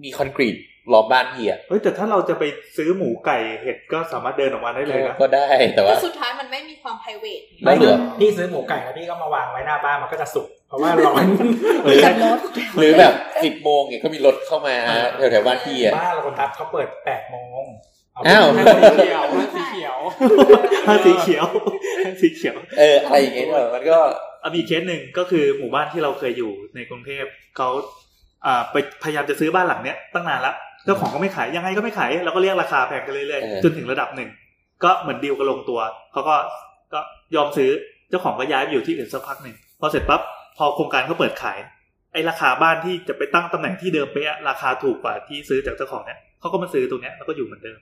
D: มีคอนกรีตล้อมบ้านพี่อ่ะ
B: เฮ้ยแต่ถ้าเราจะไปซื้อหมูไก่เห็ดก็สามารถเดินออกมาได้เลยนะ
D: ก็ได้แต่
H: แต่
D: ว่า
H: สุดท้ายมันไม่มีความ private
D: ไม่เหลือ
C: พี่ซื้อหมูไก่แล้วพี่ก็มาวางไว้หน้าบ้านมันก็จะสุกเพราะว่าร้ อน
D: หรือ
G: จัดรถ
D: หรือแบบสิบโมงเนี่ยก็มีรถเข้ามา
B: อ่า
D: แถวแถวๆบ้านพี่อ่ะ
C: บ้านเราคนทับเขาเปิดแปดโมง
D: อ้าว
C: ไป
F: สีเขียวสีเขียว
B: ห้าสีเขียวห้าสีเขียว
D: เอออะไรอย่างเงี้ยด้วยมันก็
B: อะมีอีกเคสหนึ่งก็คือหมู่บ้านที่เราเคยอยู่ในกรุงเทพเขาอ่าไปพยายามจะซื้อบ้านหลังเนี้ยตั้งนานละเจ้าของก็ไม่ขายยังไงก็ไม่ขายเราก็เรียกราคาแพงกันเรื่อย
D: เออ
B: ๆจนถึงระดับหนึ่ง ก็เหมือนดีลกันลงตัวเขาก็ก็ยอมซื้อเจ้าของก็ย้ายไปอยู่ที่อื่นสักพักหนึ่งพอเสร็จปั๊บพอโครงการเขาเปิดขาย ไอ้ราคาบ้านที่จะไปตั้งตำแหน่งที่เดิมเป๊ะอะราคาถูกกว่าที่ซื้อจากเจ้าของเนี่ยเขาก็มาซื้อตรงเนี้ยแล้วก็อยู่เหมือนเดิม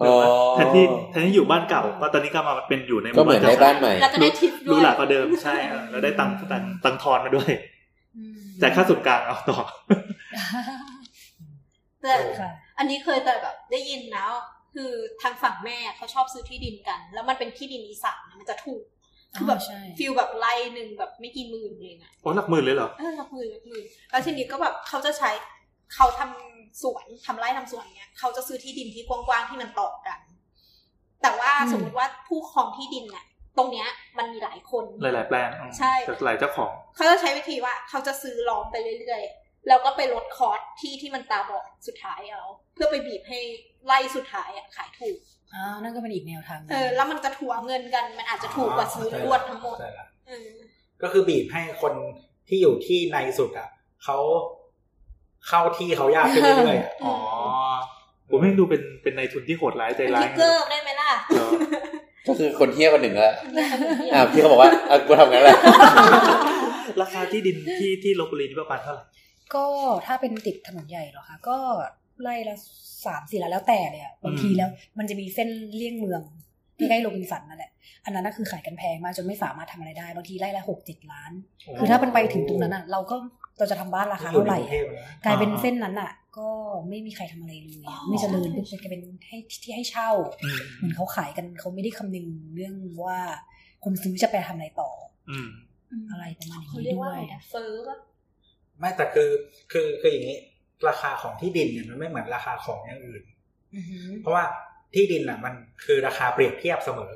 D: อ๋อ
B: แทนที่แทนที่อยู่บ้านเก่าก็ตอนนี้ก็มาเป็นอยู่ใน
D: ก็เหมือนได้บ้านใหม่
E: เราจะได้ทิปด้
B: รู้
E: วย
B: หลากว่าเดิมใช่เออแล้วได้ตังค์ตังค์ตังค์ทอนมาด้วยจ่ายค่าส่วนกลางเอาต่อ
H: แต่
G: ค่ะ
H: อันนี้เคยแต่แบบได้ยินนะคือทางฝั่งแม่เขาชอบซื้อที่ดินกัน แล้วมันเป็นที่ดินอีสานมันจะถูก คือแบบ
G: อ๋อใช่
H: ฟิลแบบไร่หนึ่งแบบไม่กี่หมื่นเองอะ
B: โอ้หลักหมื่นเลยเหรอ
H: เออหลักหมื่นหลักหมื่นแล้วทีนี้ก็แบบเขาจะใช้เขาทำสวนทำไร่ทำสวนเนี้ยเขาจะซื้อที่ดินที่กว้างๆที่มันต่อกัน แต่ว่า
G: อืม
H: สมมติว่าผู้ครองที่ดินน่ะ ตรงเนี้ยมันมีหลายคน
B: หลาย ๆ แปลงอืม
H: ใช่
B: จากหลายเจ้าของ
H: เขาจะใช้วิธีว่าเขาจะซื้อล้อมไปเรื่อยๆ แล้วก็ไปลดคอร์สที่ที่มันตาบอดสุดท้ายเอาเพื่อไปบีบให้ไล่สุดท้ายอะขายถูก
G: อ้าวนั่นก็เป็นอีกแนวทางหนึ่ง
H: เออ แล้วมันจะถัวเงินกัน มันอาจจะถูกกว่าซื้อรวดทั้งหมด
C: เข้าใจละ
H: เออ
C: ก็คือบีบให้คนที่อยู่ที่ในสุดอ่ะเขาเข้าที่เขายากขึ้นเรื่อยๆอะ
B: อ๋อ ผมไม่งดูเป็นเป็นในายทุนที่โหดร้ายใจ
H: เป็น
B: ร้าย
H: ทิกเกอร์ได้ไหมล่ะ
B: เหรอ
D: ก็คือคนเที่ยวคนหนึ่งละ
H: เนี่ยเนี่ย
D: อ่าพี่เขาบอกว่าอ่ะกูทำงั้นแหละ
B: ราคาที่ดินที่ที่ลบบุรีนี่ประมาณเท่าไหร่
G: ก็ถ้าเป็นติดถนนใหญ่เหรอคะก็ไล่ละสามสี่ละแล้วแต่เลยอะบางทีแล้ว มันจะมีเส้นเลี่ยงเมืองที่ใกล้โรบินสันนั่นแหละอันนั้นก็คือขายกันแพงมากจนไม่สามารถทำอะไรได้บางทีไล่ละหกเจ็ดล้าน คือถ้ามันไปถึงตรงนั้นอ่ะ เราก็เราจะทำบ้านราคา
C: ที่อยู่
G: เท่า
C: ใน
G: ไหร่
C: กรุงเท
G: อะ
C: พนะ
G: กลายเป็นเส้นนั้นอ่ะ ก็ไม่มีใครทำอะไรเลยอะไม่เจริญปุ๊บมันกลายเป็นให้ที่ให้เช่า
B: อืม
G: เหมือนเขาขายกันเขาไม่ได้คำนึงเรื่องว่าคนซื้อจะไปทำอะไรต่อ
B: อืม
G: อะไรประมาณ
H: เขา
G: นี้
H: เรียก
G: ด้
H: ว่า
G: วย
H: อะไรนะเฟอร์ป่ะ
C: ไม่แต่คือคือคืออย่างนี้ ราคาของที่ดินเนี่ยมันไม่เหมือนราคาของอย่างอื่น
G: อือฮึ
C: เพราะว่าที่ดินอ่ะ มันคือราคาเปรียบเทียบเสมอ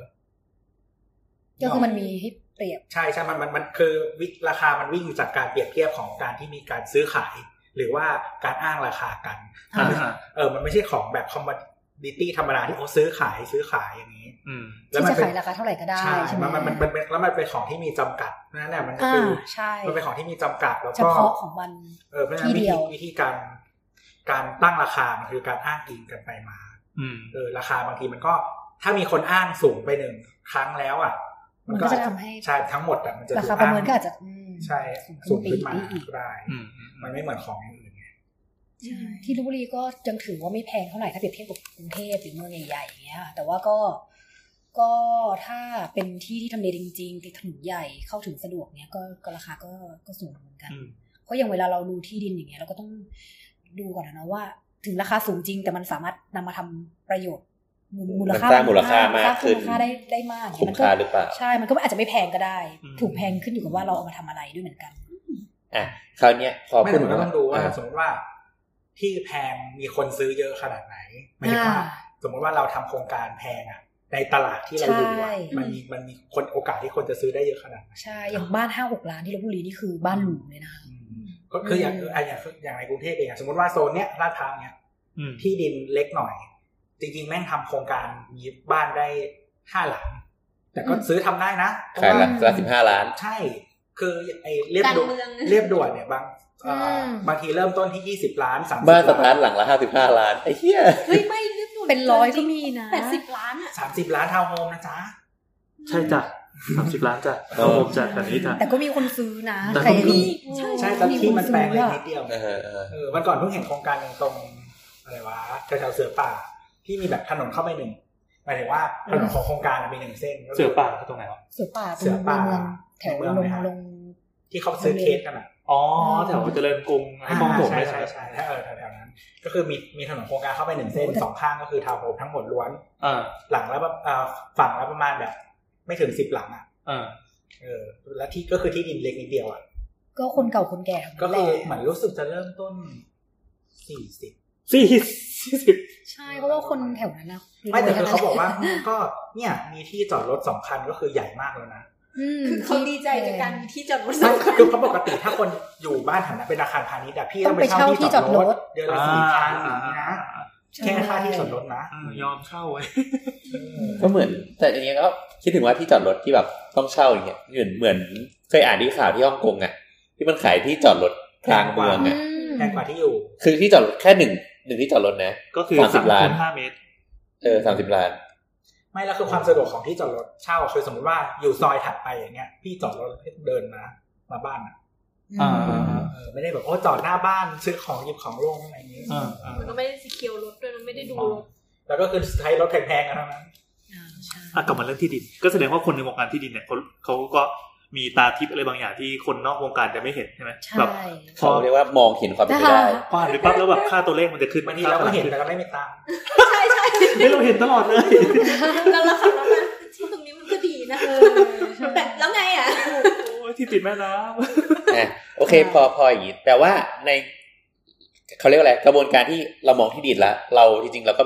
G: ก็คือมันมีให้เปรียบ
C: ใช่ใช่มันมันมันคือวิราคามันวิ่งจากการเปรียบเทียบของการที่มีการซื้อขาย หรือว่าการอ้างราคากัน
B: อ่า
C: เออมันไม่ใช่ของแบบคอมมดิตี้ธรรมดาที่โอ้ซื้อขายซื้อขายอย่างนี้
B: อืม
C: แล้วมัน
G: ที่จะขา
C: เป็น
G: ยราคาเท่าไหร่ก็ได้
C: ใช่
G: ใช่ไหม
C: มันมันมันมันแล้วมันเป็นของที่มีจำกัดเพราะฉะนั่นแหละมันก็
G: อ่า
C: คือ
G: ใช่
C: มันเป็นของที่มีจำกัดแล้ว
G: เฉ
C: ก็
G: พาะของมัน
C: เออเพราะฉะนั้น
G: ที่
C: วิ
G: เดี
C: ธี
G: ยว
C: วิธีการการตั้งราคา มันคือการอ้างอิงกันไปมา
B: อืม
C: เออราคาบางทีมันก็ ถ้ามีคนอ้างสูงไปหนึ่งครั้งแล้วอ่ะ
G: มันก็จะทำให้
C: ใช่ทั้งหมดอ่ะมันจะ
G: ราคา
C: ถู
G: ประเมินก็อาจจะอืม
C: ใช่
G: สู
C: สู
G: ง
C: ง
G: ขึ้
C: ขึ้
G: นไป
C: นมา
G: อีก
C: ก็ได้
B: อืม
C: มันไม่เหมือนของอย่างอื่นไง
G: ที่ลพบุรีก็ยังถือว่าไม่แพงเท่าไหร่ถ้าเปรียบเทียบกับกรุงเทพหรือเมืองใหญ่ๆอย่างเงี้ยค่ะแต่ว่าก็ก็ถ้าเป็นที่ที่ทำเลจริงๆติดถนนใหญ่เข้าถึงสะดวกเนี้ยก็ก็ราคาก็ก็สูงเหมือนกัน
B: อืม
G: เพราะอย่างเวลาเราดูที่ดินอย่างเงี้ยเราก็ต้องดูก่อนนะว่า ถึงราคาสูงจริงแต่มันสามารถนำมาทำประโยชน์มูลมูลค่า
D: มันสร้างมูลค่ามากขึ้
G: สร้งมู
D: น
G: ลค่าได้ได้มาก
D: คุ้ม
G: นก็
D: ค่าหรือเปล่า
G: ใช่มันก็อาจจะไม่แพงก็ได้
B: อืม
G: ถูกแพงขึ้นอยู่กับว่าเราเอามาทำอะไรด้วยเหมือนกัน
D: อ่ะคราวเนี้ยพอ
C: ไม่
D: พูด
C: แต่มันก็ต้องดูว่า
D: อ่ะ
C: สมมติว่าที่แพงมีคนซื้อเยอะขนาดไหนหมายถึงว่า
G: อ่า
C: สมมติว่าเราทำโครงการแพงอ่ะ ในตลาดที่เราอยู่อะ
G: ใช่
C: มันมีมันมีคนโอกาสที่คนจะซื้อได้เยอะขนาดไหน
G: ใช่อย่างบ้านห้าหกล้านที่ลพบุรีนี่คือบ้านหรูเลยนะคะ
C: ก็คืออย่าง
G: อืม
C: อ่ะอย่างอย่างในกรุงเทพเองอ่ะสมมติว่าโซนเนี้ยลาดพร้าวเนี้ย
B: อืม
C: ที่ดินเล็กหน่อย จริงๆ แม่งทำโครงการมีบ้านได้ห้าหลัง แต่ก็ซื้อทำได้นะเพราะ
D: ขาย
C: ว่า
D: ละละสิบห้าล้าน
C: ใช่ คือไอ้เรียบ
H: การ
C: ด่วน
H: เมือง
C: เรียบด่วนเนี่ยบางเอ่ออ
G: ม
C: บางทีเริ่มต้นที่ยี่สิบล้านสามสิบ
D: บ้านสตา
C: ล้า
D: ร์
C: น
D: ทหลังละห้าสิบห้าล้าน ไอ้เหี้ย
H: เฮ้ยไม่เรียบด่วน
G: เป็นร้อยก็มีนะ
H: แปดสิบล้านอะ
C: สามสิบล้านทาวน์โฮมนะจ๊ะ
B: ใช่จ้ะสามสิบล้านจ้ะ
D: เอ
B: เอา
D: อ
B: ผมจากแบบนี้จ้ะ
G: แต่ก็มีคนซื้อนะ
B: แต่ก็
G: ใคร
B: มี
G: ใช่
C: ใช่แต่ที่มันแปลงเล็ก
G: อะ
C: นิดเดียว
D: เออเออ
C: เออวันก่อนเพิ่งเห็นโครงการหนึ่งตรงอะไรวะแถวๆเสือป่าที่มีแบบถนนเข้าไปหนึ่งหมายถึงว่าถนนของโครงการอะมีหนึ่งเส้นก็คื
B: เสือป่าคือตรงไหนวะ
G: เสือป่าต
C: เสื
G: รง
C: อ
G: ใน
C: ป่า
G: เมืองแถว
C: ในเมื
G: ล
C: อง
G: ง
C: ไหมฮะ
G: ลง
C: ที่เขาซื้อเคสกันอ่ะ
B: อ๋อแถวเจริญกรุงไอ้คลองถม
C: ใช่
B: ไม่ใช่
C: ใช่ใช่ถ้าเออแถวๆนั้น ก็คือมีมีถนนโครงการเข้าไปหนึ่งเส้นสองข้างก็คือทาวน์โฮมทั้งหมดล้วน
B: เออ
C: หลังแล้วแบบเอ่อฝั่งแล้วประมาณแบบ ไม่ถึงสิบหลังอ่ะ
B: เออ
C: เออแล้วที่ก็คือที่ดินเล็กนิดเดียวอ่ะ
G: ก็คนเก่าคนแก่
C: ก็
G: ทั้ง
C: คื
G: นั้
C: อน เห
G: แห
C: มือ
G: ละ
C: นรู้สึกจะเริ่มต้นสี่สิบ
B: สี่สิบ
G: ใช่เพราะว่าคนแถวนั้นนะ
C: ไม่แต่คือเขาบอกว่าก็เนี่ยมีที่จอดรถสองคันก็คือใหญ่มากแล้วนะ
G: อืม
H: คือเขาดีใจกับการมีที่จอดรถ
C: ไม่
H: สำคัญ
C: คือเขาะปกติถ้าคนอยู่บ้านแถวนั้นเป็นอาคารพาณิชย์อะพี่ต้องไปเช่าที่จอดรถเดือนละสี่พันอย่างนี้นะแค่ค่าที่จอดรถนะ
B: อ่ายอมเข้าไว้
D: ก็เหมือน แต่อย่างเงี้ยก็คิดถึงว่าที่จอดรถที่แบบต้องเช่าอย่างเงี้ยเหมือนเหมือนเคยอ่านที่ข่าวที่ฮ่องกงอ่ะ ที่มันขายที่จอดรถกลางเมือง
G: อื
D: อ่ะ
G: ม
C: แพงกว่าที่อยู่
D: คือที่จอดรถแค่หนึ่งหนึ่งที่จอดรถนะ
B: ก็คือ
D: สามสิ
B: สา
D: บ
B: ม
D: ล้าน
B: คูณห้าเมตร
D: เออสามสิบล้าน
C: ไม่แล้วคือความสะดวกของที่จอดรถเช่าคือสมมติว่าอยู่ซอยถัดไปอย่างเงี้ย พี่จอดรถเดินมามาบ้านอะ
G: อื อืม
B: อ่าอ่า
C: เออไม่ได้แบบโอ้จอดหน้าบ้านซื้อของหยิบของลงอะไรอย่างเงี้ย
B: อ่าอ่า
H: มันก็ไม่ได้สเกิลรถด้วยมันไม่ได้ ดูรถ
C: แล้วก็คือใช้รถแพงๆกันทั้งนั้น
G: อ่าใช่
B: อ่ะกลับมาเรื่องที่ดิน ก็แสดงว่าคนในวงการที่ดินเนี่ยเขาเขาก็มีตาทิพย์อะไรบางอย่างที่คนนอกวงการจะไม่เห็นใช่ไหม
G: ใช่
B: แบบพ
D: เขา
B: อ
D: เรียกว่ามองเห็นความเป็นไป
G: นะคะ
D: ได้
B: วาดไปปั๊บแล้วแบบค่าตัวเลขมันจะขึ้น
C: บางทีเราก็เห็นแต่ก็ไม่มีตังค์
H: ใช่ใช่
B: ไม่เราเห็นตลอดเลย
H: แล้วเราขับรถมาที่ตรงนี้มันก็ดีนะแต่แล้วไงอ่ะ
B: โอ้ยที่ติดแม่น้
D: อ่ะโอเคพอพออย่างนี้แต่ว่าในเขาเรียกว่าอะไรกระบวนการที่เรามองที่ดินละเราจริงๆเราก็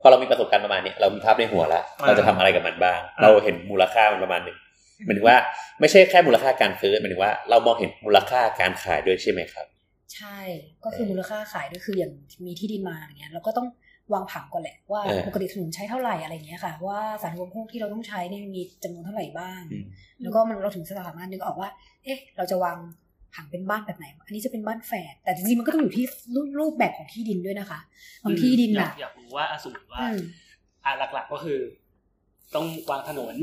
D: พอเรามีประสบการณ์ประมาณเนี้ยเรามีภาพในหัวละเราจะทำอะไรกับมันบ้าง เราเห็นมูลค่ามันประมาณหนึ่งหมายถึงว่าไม่ใช่แค่มูลค่าการซื้อหมายถึงว่าเรามองเห็นมูลค่าการขายด้วยใช่ไหมครับ
G: ใช่ ก็คือมูลค่าขายด้วยคืออย่างมีที่ดินมาอย่างเงี้ยเราก็ต้องวางผังก่อนแหละว่า
D: เออ
G: ปกติถนนใช้เท่าไหร่อะไรเงี้ยค่ะ ว่าสารอุปโภคที่เราต้องใช้เนี่ยมีจำนวนเท่าไหร่บ้าง
D: อืม
G: แล้วก็มันเราถึงสามารถนึกออกว่า เอ๊ะ เราจะวางผังเป็นบ้านแบบไหน อันนี้จะเป็นบ้านแฝดแต่จริงๆมันก็ต้องอยู่ที่รูปรูปแบบของที่ดินด้วยนะคะบางที่ดิน
F: อยา
G: อ่ะ
F: กอยากรู้ว่าอ่ะสมมติว่า
G: อืม
F: อ่ะหลักๆก็คือ ต้องวางถนน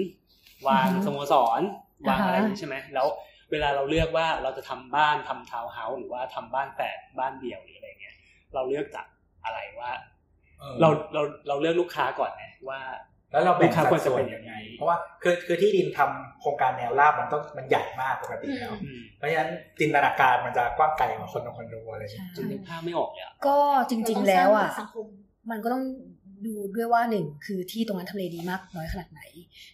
F: วาง
G: อือฮึ
F: สโมสร วางอะไร
G: อ่าฮะ
F: นี้ใช่ไหมแล้ว เวลาเราเลือกว่าเราจะทำบ้านทำทาวน์เฮาส์หรือว่าทำบ้านแฝดบ้านเดี่ยวหรืออะไรเงี้ย เราเลือกจากอะไรว่า เราเราเราเลือกลูกค้าก่อนไหมว่า
C: แล้วเราแบ่ง
F: ลูก
C: สั
F: ค้า
C: ด
F: ควรจะ
C: ส่ว
F: เป็น นยั
C: ยัง
F: ง
C: ไง
F: ไง
C: เพราะว่าคือคือที่ดินทำโครงการแนวราบมันต้องมันใหญ่มากปกติแล้ว
F: อืม
C: เพราะฉะนั้นจินตนาการมันจะกว้างไกลกว่าคนนคนดูอะไรอย่างเงี้ย
F: จนนึกภาพไม่ออกเลยอะ
G: ก็จริง ๆ แล้วอ่ะ
H: เราต้องสร้างสังคม
G: มันก็ต้องดูด้วยว่าหนึ่งคือที่ตรงนั้นทำเลดีมากน้อยขนาดไหน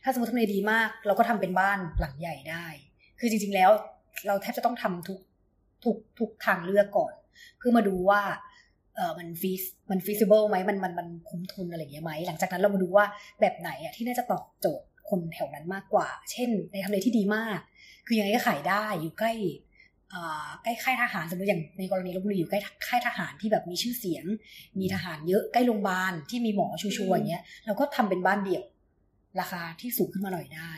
G: ถ้าสมมติทำเลดีมาก เราก็ทำเป็นบ้านหลังใหญ่ได้ คือจริง ๆ แล้วเราแทบจะต้องทำทุกทุกทุกทางเลือกก่อน เพื่อมาดูว่าเออมันฟีสมันฟีซิเบิลไหมมันมันมันคุ้มทุนอะไรอย่างเงี้ยไหมหลังจากนั้นเรามาดูว่าแบบไหนอ่ะที่น่าจะตอบโจทย์คนแถวนั้นมากกว่า เช่น ในทำเลที่ดีมาก คือยังไงก็ขายได้อยู่ใกล้อ่าใกล้ค่ายทหารสมมติอย่างในกรณีลพบุรีอยู่ใกล้ค่ายทหารที่แบบมีชื่อเสียง มีทหารเยอะใกล้โรงพยาบาลที่มีหมอชัวร์ๆอย่างเงี้ยเราก็ทำเป็นบ้านเดี่ยว ราคาที่สูงขึ้นมาหน่อยได้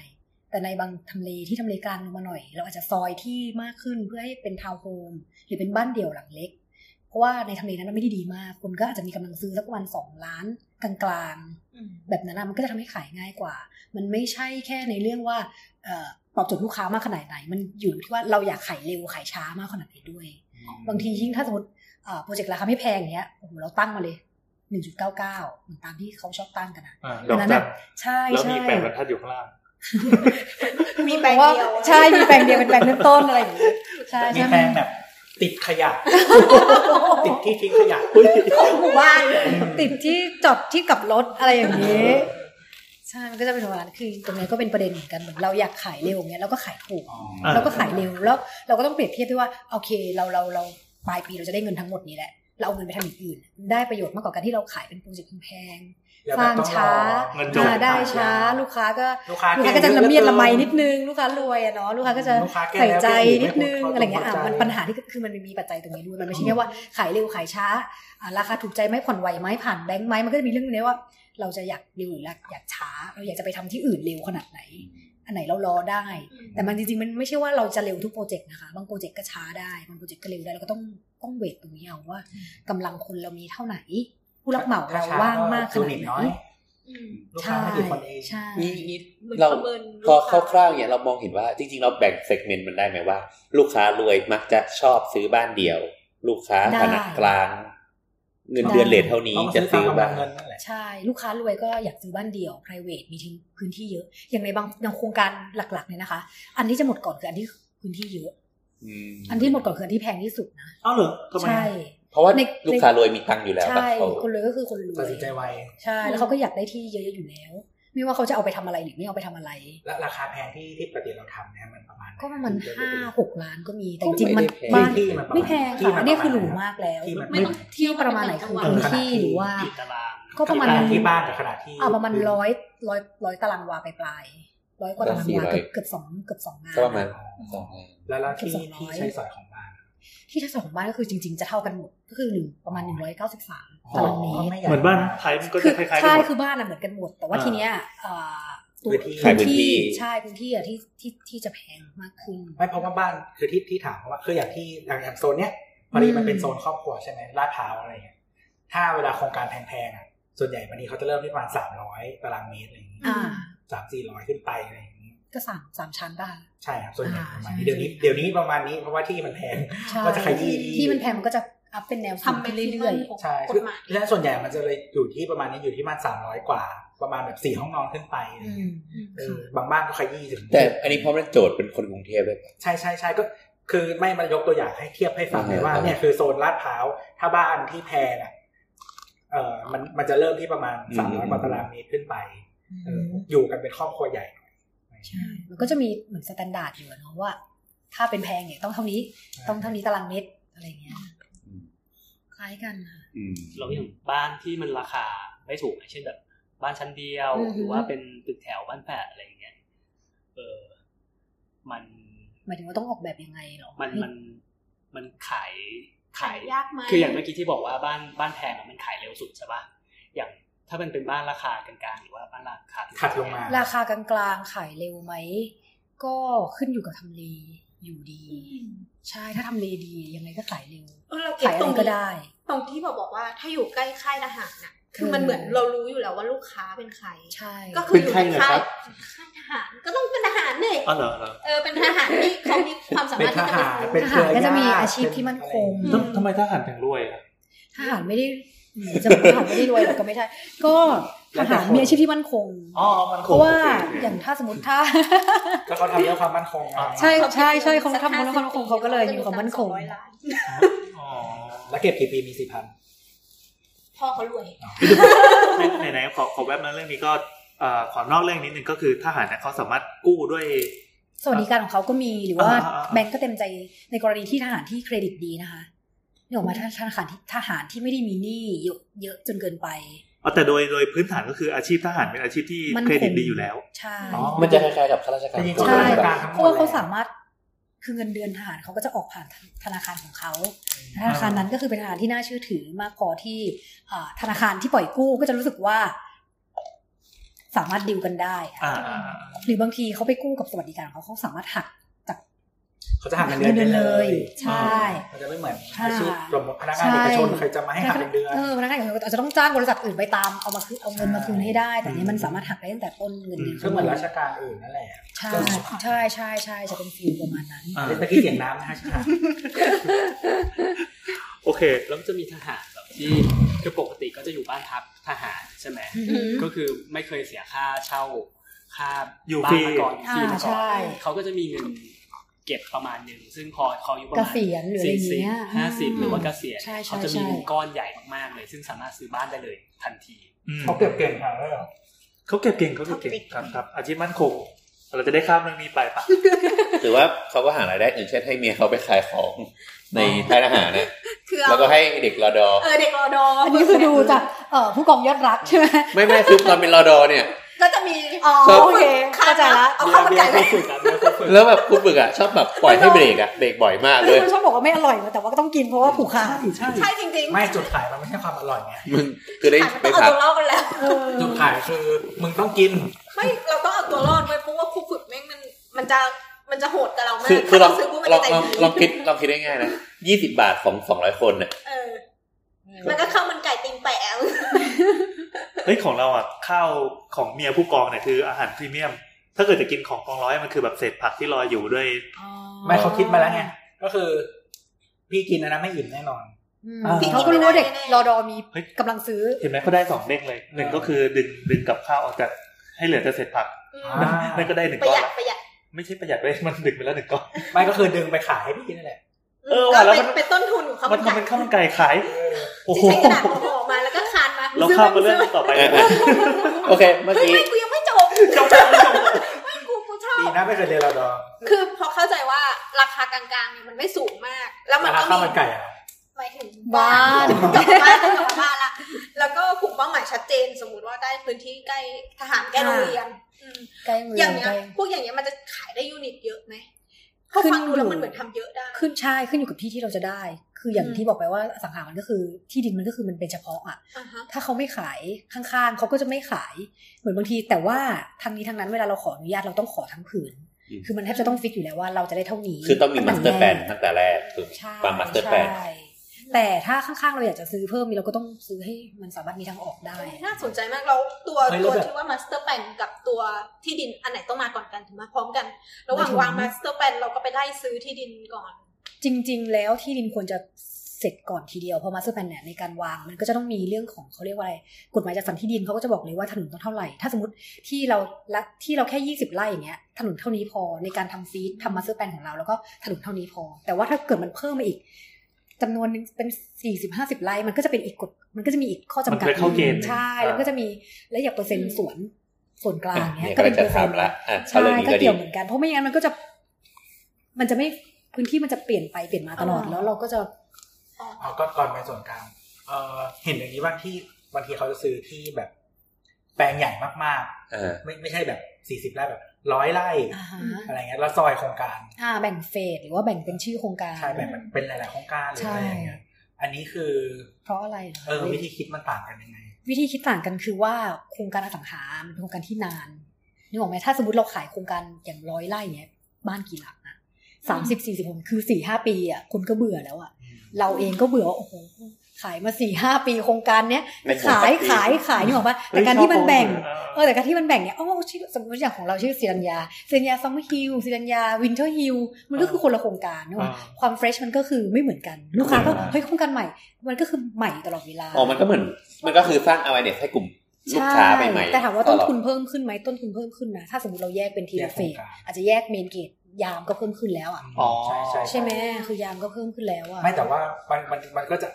G: แต่ในบางทำเลที่ทำเลกลางลงมาหน่อย เราอาจจะซอยที่มากขึ้นเพื่อให้เป็นทาวน์โฮมหรือเป็นบ้านเดี่ยวหลังเล็ก เพราะว่าในทำเลนั้นมันไม่ได้ดีมากคนก็อาจจะมีกำลังซื้อสักประมาณสองล้านกลาง
H: อืม
G: ๆแบบนั้นอะมันก็จะทำให้ขายง่ายกว่า มันไม่ใช่แค่ในเรื่องว่าเอ่อตอบโจทย์ลูกค้ามากขนาดไหน มันอยู่ที่ว่าเราอยากขายเร็วขายช้ามากขนาดไหนด้วย บางทียิ่งถ้าสมมติอ่าโปรเจกต์ราคาไม่แพงอย่างเงี้ยโอ้โหเราตั้งมาเลย 1.99เหมือนตามที่เขาชอบตั้งกันนะ
B: ำด
G: อั
B: อก
G: นนั้น
B: จั
G: อะ
B: น
G: ใช่
B: แล้ว
G: ใช่
B: มีแปดบรรทัดอยู่ข้างล่าง
H: มีแปลงเดียว
G: ใช่มีแปลงเดียวเป็นแปลงเริ่มต้นอะไรอย่างเงี้ยใช่
C: มี
G: ใช่
C: แปลงแบบติดขยะ ติดที่ทิ้งขยะ
G: ของหมู่บ้านติดที่จอดที่กลับรถอะไรอย่างเงี้ยใช่มันก็จะเป็นประมาณนั้นคือตรงนี้ก็เป็นประเด็นเหมือนกันเหมือนเราอยากขายเร็วอย่างเงี้ยเราก็ขายถูก
B: อ่า
G: เราก็ขายเร็วแล้วเราก็ต้องเปรียบเทียบด้วยว่าโอเคเราเราเราปลายปีเราจะได้เงินทั้งหมดนี้แหละเราเอาเงินไปทำอย่างอื่น ได้ประโยชน์มากกว่าการที่เราขายเป็นโปรเจกต์แพง
C: แล้ว
G: ส
C: มัน
G: ร้าง
C: ต้อง
G: ช้า
B: เงินจบ
G: อ่าได้ช้า ลูกค้าก็
C: ลูกค้า
G: ลูกค้าก็จะละเมียดละไมนิดนึงลูกค้ารวยอะเนาะลูกค้าก็จะ
C: ลูกค้าแก้
G: ใส่ใจ
C: แล้ว
G: นิดนึง
C: ม่พ
G: อะไรเงี้ยอ่ะมันปัญ
C: ใจ
G: หาที่คือมันมีปัจจัยตรงนี้ด้วยมันไม่ใช่แค่ว่าขายเร็วขายช้าอ่ะราคาถูกใจไหมผ่อนไหวไหมผ่านแบงค์ไหมมันก็จะมีเรื่องนี้ว่า เราจะอยากเร็วหรืออยากช้าเราอยากจะไปทำที่อื่นเร็วขนาดไหน อันไหนเรารอได้ แต่มันจริงๆ มันไม่ใช่ว่าเราจะเร็วทุกโปรเจกต์นะคะ บางโปรเจกต์ก็ช้าได้ บางโปรเจกต์ก็เร็วได้ เราก็ต้องต้องเวทตรงนี้เอาว่ากำลังคนเรามีเท่าไหน ผู้รับเหมาเราว่างมากขนาดไหน
C: อย
H: อืม
C: ลูกค้า
G: ใช่
C: ไม่กี่คนเอง
G: ใช่
D: นี่นี่
H: หมือน
D: เรา
H: ประมิน
D: พอ
H: ลูกค้า
D: คร่าวๆเนี่ยเรามองเห็นว่าจริง ๆ เราแบ่งเซกเมนต์มันได้ไหมว่า ลูกค้ารวยมักจะชอบซื้อบ้านเดี่ยว ลูกค้าฐานะกลาง เงินเดือนเลทเท่านี้
C: เขาก็
D: จะ
C: ซื้อ
D: ซื้
C: ตา
D: อก
C: มำลั
D: บ้าง น
C: เงินนั่นแหละ
G: ใช่ ลูกค้ารวยก็อยากซื้อบ้านเดี่ยว private มีทิ้งพื้นที่เยอะ อย่างในบางบางโครงการหลักๆเนี่ยนะคะ อันที่จะหมดก่อนคืออันที่พื้นที่เยอะ อันที่หมดก่อนคืออันที่แพงที่สุดนะ
B: อ้าวเหรอทำไม
G: ใช่
D: เพราะว่า
G: ใน
D: ลูกค้ารวยมีตังค์อยู่แล้ว
G: ใช่
D: ป่ะเขา
G: คนรวยก็คือคนรวย
C: ตัดสินใจไว
G: ใช่ แล้วเขาก็อยากได้ที่เยอะๆอยู่แล้ว ไม่ว่าเขาจะเอาไปทำอะไรหรือไม่เอาไปทำอะไร
C: และราคาแพงที่ที่ปกติเราทำเนี่ยมันประมาณ
G: ก็ประมาณห้าหกล้านก็มี แต่จริงๆมัน
C: บ้า
G: บ้าน น
C: ที่มันประาณ
G: ไม่แพง
C: ที่
G: ค่ะ
C: มั
G: อั
C: น
G: นนี่คือหรู
C: ประณ
G: มากแล้ว
C: ที่มันไม่
G: ไม่ต้องที่ประมาณไหนคือพื้นที่หรือว่า
F: กี่ตาราง
G: ก็ประมาณ
C: ขน
G: นั้
C: ด
G: น
C: ที่บ้านกับขนาดที่
G: อ่าประมาณร้อยร้อยร้อยตารางวาไปปลายร้อยกว่าตารางวาเกือบเกือบสองเกือบสองงาน
D: ก็ประมาณสองล้าน
C: แล้วแล้ว
G: เกื
C: ที่
G: อบสองร้อย
C: ที่ใช้สอยของบ้าน
G: ที่ชั้นสองของบ้านก็คือจริง ๆ จะเท่ากันหมดก็คือหนึ่งประมาณหนึ่งร้อยเก้าสิบสามตารางเมตร
B: เหมือนบ้านไทยมันก็
G: คื
B: จะ
G: อ
B: คล้ายๆกัน
G: ใช่
B: หมด
G: คือบ้านอะเหมือนกันหมด แต่ว่า
B: อ่า
G: ทีเนี้ยเอ่อตัว
D: ขายพื้นที่
G: ใช่พื้นที่อะที่ที่ที่จะแพงมากขึ้น
C: ไม่เพราะว่าบ้านคือที่ที่ถามเพราะว่าคืออย่างที่อย่างอย่างโซนเนี้ยพอดีมันเป็นโซนครอบครัวใช่ไหมลาดพร้าวอะไรเงี้ยถ้าเวลาโครงการแพงๆอ่ะส่วนใหญ่บางทีเขาจะเริ่มที่ประมาณสามร้อยตารางเมตรอะไรอย่างงี้
G: อ่า
C: สามสี่ร้อยขึ้นไปอะไรอย่างงี้
G: ก็สามสามชั้นป่ะ
C: ใช่ครับส่วนใหญ่ประมาณนี้
G: อ่า
C: เดี๋ยวนี้เดี๋ยวนี้ประมาณนี้เพราะว่าที่มันแพง
G: ใช่
C: ก็จะขยี้
G: ที่มันแพงมันก็จะอัพเป็นแนวสูง
E: ทำไป
G: ขึ้น
E: เรื่
G: เรื่
E: อ
G: อย ย
E: ๆ
C: ใช่
E: ก
C: คือ
E: ฎหมาย
C: และส่วนใหญ่มันจะเลยอยู่ที่ประมาณนี้อยู่ที่ประมันสามร้อยกว่า ประมาณแบบสี่ห้องนอนขึ้นไปอะไร
G: ๆอื
C: เงี้ย
G: ม
C: เออบางบ้านก็ขยี้ถึง
D: แต่อันนี้เพราะมันโจทย์เป็นคนกรุงเทพด้วย
C: ใช่ใช่ใช่ก็คือไม่มายกตัวอย่างให้เทียบให้ฟังเลยว่า
D: อ่า
C: เนี่ยคือโซนลาดพร้าวถ้าบ้านที่แพงอ่ะเออมันมันจะเริ่มที่ประมาณสามร้อยกว่าตารางเมตรขึ้นไปเอออยู่กันเป็นครอบครัวใหญ่หน่อย
G: ใช่มันก็จะมีเหมือนสแตนดาร์ดอยู่อะเนาะว่า ถ้าเป็นแพงเนี่ยต้องเท่านี้ต้องเท่านี้ตารางเมตรอะไรอย่างเงี้ย
D: อืม
G: คล้ายกันค่ะ
D: อืม
F: เราอย่างบ้านที่มันราคาไม่ถูกนะเช่นแบบ บ้านชั้นเดียว
G: อือฮึ
F: หรือว่าเป็นตึกแถวบ้านแฝดอะไรอย่างเงี้ยเออมัน
G: หมายถึงว่าต้องออกแบบยังไงเหรอ
F: มันมันมันขาย
H: ขายยากไหม
F: คืออย่างเมื่อกี้ที่บอกว่าบ้านบ้านแพงอะมันขายเร็วสุดใช่ป่ะอย่างถ้ามันเป็นบ้านราคากลางๆหรือว่าบ้านราคา
C: ถัดลงมา
G: ราคากลางๆขายเร็วไหม ก็ขึ้นอยู่กับทำเลอยู่ดี ใช่ถ้าทำเลดียังไงก็ขายเร็ว
H: เออเราเก็บ
G: ขาย
H: ตร
G: อะไรง ก็
H: นี้
G: ได้
H: ตรงที่บอกบอกว่าถ้าอยู่ใกล้ค่ายทหารน่ะ คือมัน
G: อืม
H: เหมือนเรารู้อยู่แล้วว่าลูกค้าเป็นใคร
G: ใช่
H: ก็
C: เป็
H: คือน อยู่
C: ใครเหรอครับ
H: ค่ายทหารก็ต้องเป็นทหารเนี่ย
B: อ๋อเหรอเหรอ
H: เออเป็นทหารที่เขามีความสา
C: เป็
H: มาน รถที่จะ
C: ทหาร
H: ไป
C: เป็น
G: ท
C: เค
G: หา
C: รื
G: ร
C: อญาติ
G: ก็จะมีอาชีพที่มั่นคง
B: ทำทำไมทหารถึงรวยอะ
G: ทหารไม่ได้อืมจะบอกทหารไม่ได้รวยหรอกก็ไม่ใช่ ก็ทหารมีอาชีพที่มั่นคง
C: อ๋อมัน
G: เพ
C: ค
G: ราะ
C: ง
G: ว่า
B: โอเคโอเค
G: อย่างถ้าสมมติถ้า
C: ก็เขาทำเรื่องความมั่นคงอะ
G: ใช่ใช่ใช่เขาทำคนละคนละคนเขาก็เลยมีความมั่นคง
H: เขจะอยู่ตามสอร้อยล้าน
B: อ๋อ
C: แล้วเก็บกี่ปีมีสี่พัน
H: พ่อเขารวย
B: ไหนไหนๆขอขอแวบนั้นเรื่องนี้ก็เอ่อขอนอกเรื่องนิดนึงก็คือทหารเนี่ยเขาสามารถกู้ด้วย
G: สวัสดิการของเขาก็มีหรือว่า
B: อ่าอ่าอ่า
G: แบงก์ก็เต็มใจในกรณีที่ทหารที่เครดิตดีนะคะนี่ออกมาถ้าธนาคารที่ทหารที่ไม่ได้มีหนี้เยอะเยอะจนเกินไป
B: อ๋อแต่โดยโดยพื้นฐานก็คืออาชีพทหารเป็นอาชีพที่
G: มัน
B: เครดิตดีอยู่แล้ว
G: ใช่
C: อ๋อ
D: มันจะคล้ายๆกับข้าราชการ
C: จริงๆ
G: ใช่
C: ข้าราชการทั้งหม
G: เพ
C: ด
G: ราะว่าเขาสามารถคือเงินเดือนทหารเขาก็จะออกผ่านธนาคารของเขาธนาคารนั้นก็คือเป็นธนาคารที่น่าเชื่อถือมากพอที่อ่าธนาคารที่ปล่อยกู้ก็จะรู้สึกว่า สามารถดิวกันได้อะ
B: อ่าอ่าอ่า
G: หรือบางทีเขาไปกู้กับสวัสดิการของเขาเขาสามารถหัก
C: เขาจะหักเงินเดือนไปเลย
G: ใช่
C: มันจะไม่เหมือน
G: ใช่
C: อาชีพรมพนักงานเอกชนเคยจะมาให้หักเงินเดือน
G: เออพนักงานของเราอาจจะต้องจ้างบริษัทอื่นไปตามเอามาคืนเอาเงินมาคืนให้ได้ แต่อันนี้มันสามารถหักได้ตั้งแต่ต้นเงินดื
C: ก็เหมือนราชการอื่นนั่นแหละ
G: ใช่ใช่ใช่ใช่จะเป็นฟิลประมาณนั้น
B: อ่า
C: เมื่อกี้เสียงน้ำนะฮะ
B: โอเค
F: แล้วมันจะมีทหารแบบที่คือปกติก็จะอยู่บ้านพักทหารใช่ไหม ก็คือไม่เคยเสียค่าเช่าค่า
B: อยู่
F: บ้า
B: ฟรี
F: นมาก่อนอยู่ฟรี
G: อ่า
F: มาก่อ
G: ใช่
F: นเขาก็จะมีเงินเก็บประมาณหนึ่งซึ่งพอเขาอายู่ประ
G: เก
F: มาณ
G: ษียณหรืออะไร
F: สี่
G: อย่าง
F: สิบ
G: เงี้ย
F: ห้าสิบ
G: ม
F: หรือว่าเกษียณ
G: ใช่ใช่
F: เขาจะมี
G: ใช่
F: เงินก้อนใหญ่มากๆเลย ซึ่งสามารถซื้อบ้านได้เลยทันที
B: อืม
C: เขาเก็บเก่งค่ะเออ
B: เขาเก็บเก่งเขาเก็บเก่งครับครับอาชีพมั่นคง เราจะได้ข้ามเรื่องนี้ไปปะ
D: หรือว่าเขาก็หารายได้อื่นเช่นให้เมียเขาไปขายของในค่ายทหารนะ
H: คือเอา
D: แล้วก็ให้เด็กรอดอ
H: เออเด็กรอดอ
G: อันนี้คือดูจากเอ่อผู้กองยอดรักใช่ไหม
D: ไม่ไม่คือตอนเป็นรอดอเนี่ย
H: ก็จะมี
G: อ๋อ
D: ครับ
G: โอเคเข้าใจละ
H: เอาข้าวมันไก่ไป
B: ฝึกอ่ะเดี๋ยวเขาฝึก
D: แล้วแบบคุณฝึกอ่ะชอบแบบปล่อยให้เบรกอ่ะเบรกบ่อยมากเล
G: คื
D: ย
G: อชอบบอกว่าไม่อร่อยนะแต่ว่าก็ต้องกินเพราะว่าผูกขาด
B: ใช่
H: ใช่จริงๆ
C: ไม่จุดขายมันไม่ใช่ความอร่อยไง
D: มึงคือได้ไป
H: ต้องเอา
D: พัก
H: ตัวรอดกันแล้ว
G: เออ
C: จุดขายคือมึงต้องกิน
H: ไม่เราต้องเอาตัวรอดไว้เพราะว่าครูฝึกแม่งมันมันจะมันจะโหดกับเรามาก
D: คือคือลอง
H: ซื้อพวกมัน
D: ล
H: จะ
D: อง
H: ใจ
D: ลอง
H: ดี
D: ลองคิดลองคิดได้ง่ายนะยี่สิบาทของสองร้อยคนน่ะ
H: เออแล้วก็ข้าวมันไก่ตีนแปะ
B: เฮ้ยของเราอ่ะข้าวของเมียผู้กองเนี่ยคืออาหารพรีเมียม ถ้าเกิดจะกินของกองร้อยมันคือแบบเศษผักที่ลอยอยู่ด้วย
C: ไม่เขาคิดมาแล้วไงก็คือ พี่กินอันะนะไม่อิ่มแน่นอน
G: อืม
C: อ่า
G: เขาก็รู้ว่าเด็กรอดอมี
B: เฮ้ย
G: กำลังซื้อ
B: เห็นไหมเขาได้สองเด้งเลยหนึ่งก็คือดึงดึงกับข้าวออกจากให้เหลือแต่เศษผัก
H: อืม
C: อ่า
B: นั่นก็ได้หนึ่ง
H: ประ
B: ก้อ
H: ห
B: น
H: ยัด
B: ละ
H: ประหยัด
B: ไม่ใช่ประหยัดด้วยมันดึงไปแล้วหนึ่งก้อน
C: ไม่ก็คือดึงไปขายให้พี่กินนั่นแหละ
B: เออ
H: ก็
B: ว่ะแล้วมั
H: เป็น
B: น
H: เป็นต้นทุนของข้าว
B: มั
H: มัน น
B: ทำ
H: ไก่
B: เป็นข้าวมันไก่ขายโอ้
H: ที่
B: โห
H: ใช้กระดาษห่อๆมาแล้วก็คานมา
B: เราข้ามมาเรื่องต่อไป
D: เออเออโอเค เมื่อ
H: ซื้อ
D: กี้
H: ไม่ไม่กูยังไม่จบ
B: จบแล้วจบแล้ว
H: ไม่กูกูชอ
C: ดี
H: บ
C: นะไม่เคยเรียนรอดอ
H: คือพอเข้าใจว่าราคากลางๆเนี่ยมันไม่สูงมาก แล้วมัน
C: ราคา
H: ก็
C: ข้าว
H: มี
C: มันไก่อะ
H: หมายถึง
G: บ้าน
H: กลับบ้านกลับบ้านละแล้วก็กลุ่มเป้าหมายชัดเจน สมมติว่าได้พื้นที่ใกล้ทหารใกล้โรงเรียนอืม
G: ใกล้มือ
H: อ
G: อย่าง
H: เงี้ย
G: ใกล้
H: พวกอย่างเงี้ยมันจะขายได้ยูนิตเยอะไหมเขา
G: ขึ้น
H: ฟังดูแล้ว
G: อยู่
H: มันเหมือนทำเยอะได้
G: ขึ้นใช่ขึ้นอยู่กับที่ที่เราจะได้ คืออย่าง
H: อืม
G: ที่บอกไปว่าอสังหามันก็คือที่ดินมันก็คือมันเป็นเฉพาะอ่ะ
H: อ่าฮะ
G: ถ้าเขาไม่ขายข้างๆเขาก็จะไม่ขาย เหมือนบางที แต่ว่าทางนี้ทางนั้นเวลาเราขออนุญาตเราต้องขอทั้งผืน
D: อืม
G: คือมันแทบจะต้องฟิกอยู่แล้วว่าเราจะได้เท่านี้
D: คือต้องมีมาสเตอร์แ a น
G: ตั้
D: ตั้งแต่แรกคือ
G: ใช่
D: ความมาสเตอร์แ a น
G: ใช่ แต่ถ้าข้างๆเราอยากจะซื้อเพิ่มนี่เราก็ต้องซื้อให้มันสามารถมีทางออกได้
H: น่าสนใจมากแล้วตัว
C: เฮ้ยแล้
H: ตัว ว
C: แบบ
H: ที่ว่ามาสเตอร์แปนกับตัวที่ดินอันไหนต้องมาก่อนกันถึงมาพร้อมกัน ระหว่าง
G: ไม่ถึง
H: วางมาสเตอร์แปนเราก็ไปไล่ซื้อที่ดินก่อน
G: จริง ๆ แล้วที่ดินควรจะเสร็จก่อนทีเดียวเพราะมาสเตอร์แพลนเนี่ยในการวางมันก็จะต้องมีเรื่องของเขาเรียกว่าอะไรกฎหมายจัดสรรที่ดินเขาก็จะบอกเลยว่าถนนต้องเท่าไหร่ ถ้าสมมติที่เราละที่เราแค่ 20ไร่อย่างเงี้ยถนนเท่านี้พอในการทำฟีดทำมาสเตอร์แพลนของเราแล้วก็ถนนเท่านี้พอ แต่ว่าถ้าเกิดมันเพิ่มมาอีกจำนวนหนึ่งเป็น 40 50ไร่มันก็จะเป็นอีกกฎมันก็จะมีอีกข้อจำกัด
B: มันเป็นข้อเกณฑ์
G: ใช่แล้วมันก็จะมีและอย่างเปอร์เซ็นต์สวนส่วนกลางเนี้
D: เนี่ย ยก็
G: เป็น
D: จะ
G: เปอร์เซ็นต์
D: ทำละอ่ะ
G: ใช่
D: เอาเรื่องนี้
G: ก็
D: ก็ดี
G: เกี่ยวเหมือนกันเพราะไม่งั้นมันก็จะ มันจะไม่พื้นที่มันจะเปลี่ยนไปเปลี่ยนมาตลอด
H: อ่า
G: แล้วเราก็จะ
C: อ๋อก่อนก่อนไปส่วนกลางเอ่อเห็นอย่างนี้ว่าที่บางทีเขาจะซื้อที่แบบ แปลงใหญ่มาก
D: เออ
C: ๆ ไม่ไม่ใช่แบบสี่สิบไร่แบบร้อยไร่
G: อ่าฮะ
C: อะไรเงี้ยแล้วซอยโครงการ
G: อ่าแบ่งเฟสหรือว่าแบ่งเป็นชื่อโครงการ
C: ใช่แบ่งเป็นเป็นหลายๆโครงการหรืออะไรอย่างเงี้ยอันนี้คือ
G: เพราะอะไรหร
C: เออวิธีคิดมันต่างกันยังไง
G: วิธีคิดต่างกันคือว่าโครงการอสังหามันเป็นโครงการที่นานนึกออกไหมถ้าสมมติเราขายโครงการอย่างร้อยไร่เนี้ยบ้านกี่หลังอะสามสิบสี่สิบคนคือสี่ห้าปีอะคุณก็เบื่อแล้วอะเราเองก็เบื่อว่าโอ้โหขายมาสี่ห้าปีโครงการเนี้ย
D: ไม่คุ้ม
G: ขาย
D: สักที
G: ขายขายนึกออกปะแต่การที่มันแบ่ง เอ
B: เอ
G: อ
B: อ
G: แต่การที่มันแบ่งเนี่ยอ๋อชื่อสมมติอย่างของเราชื่อซิรัญญาซิรัญญาซัมเมอร์ฮิลซิรัญญาวินเทอร์ฮิลมันก็คือคนละโครงการเนกออกปะความเฟรชมันก็คือไม่เหมือนกัน ลูกค้าก็
C: อ่า
G: เฮ้ยโครงการใหม่ มันก็คือใหม่ตลอดเวลา
D: อ๋อมันก็เหมือน มันก็คือสร้างเอาไอเดียให้กลุ่มลูกค้าใหม่ๆ
G: แต่ถามว่าต้นทุน
D: ลอด
G: เพิ่มขึ้นไหมต้นทุนเพิ่มขึ้นนะถ้าสมมติเราแยกเป็นที
C: แย
G: ละ
C: ก
G: เฟส
C: โครงการ
G: อาจจะแยกเมนเกตยามก็เพิ่มขึ้นแล้วอ่ะ
B: อ๋อ
C: ใช่ใช่
G: ใช่ไหมคือยามก็เพิ่มขึ้นแล้วอ่ะ
C: ไม่แต่ว่ามันมันมันก็จะ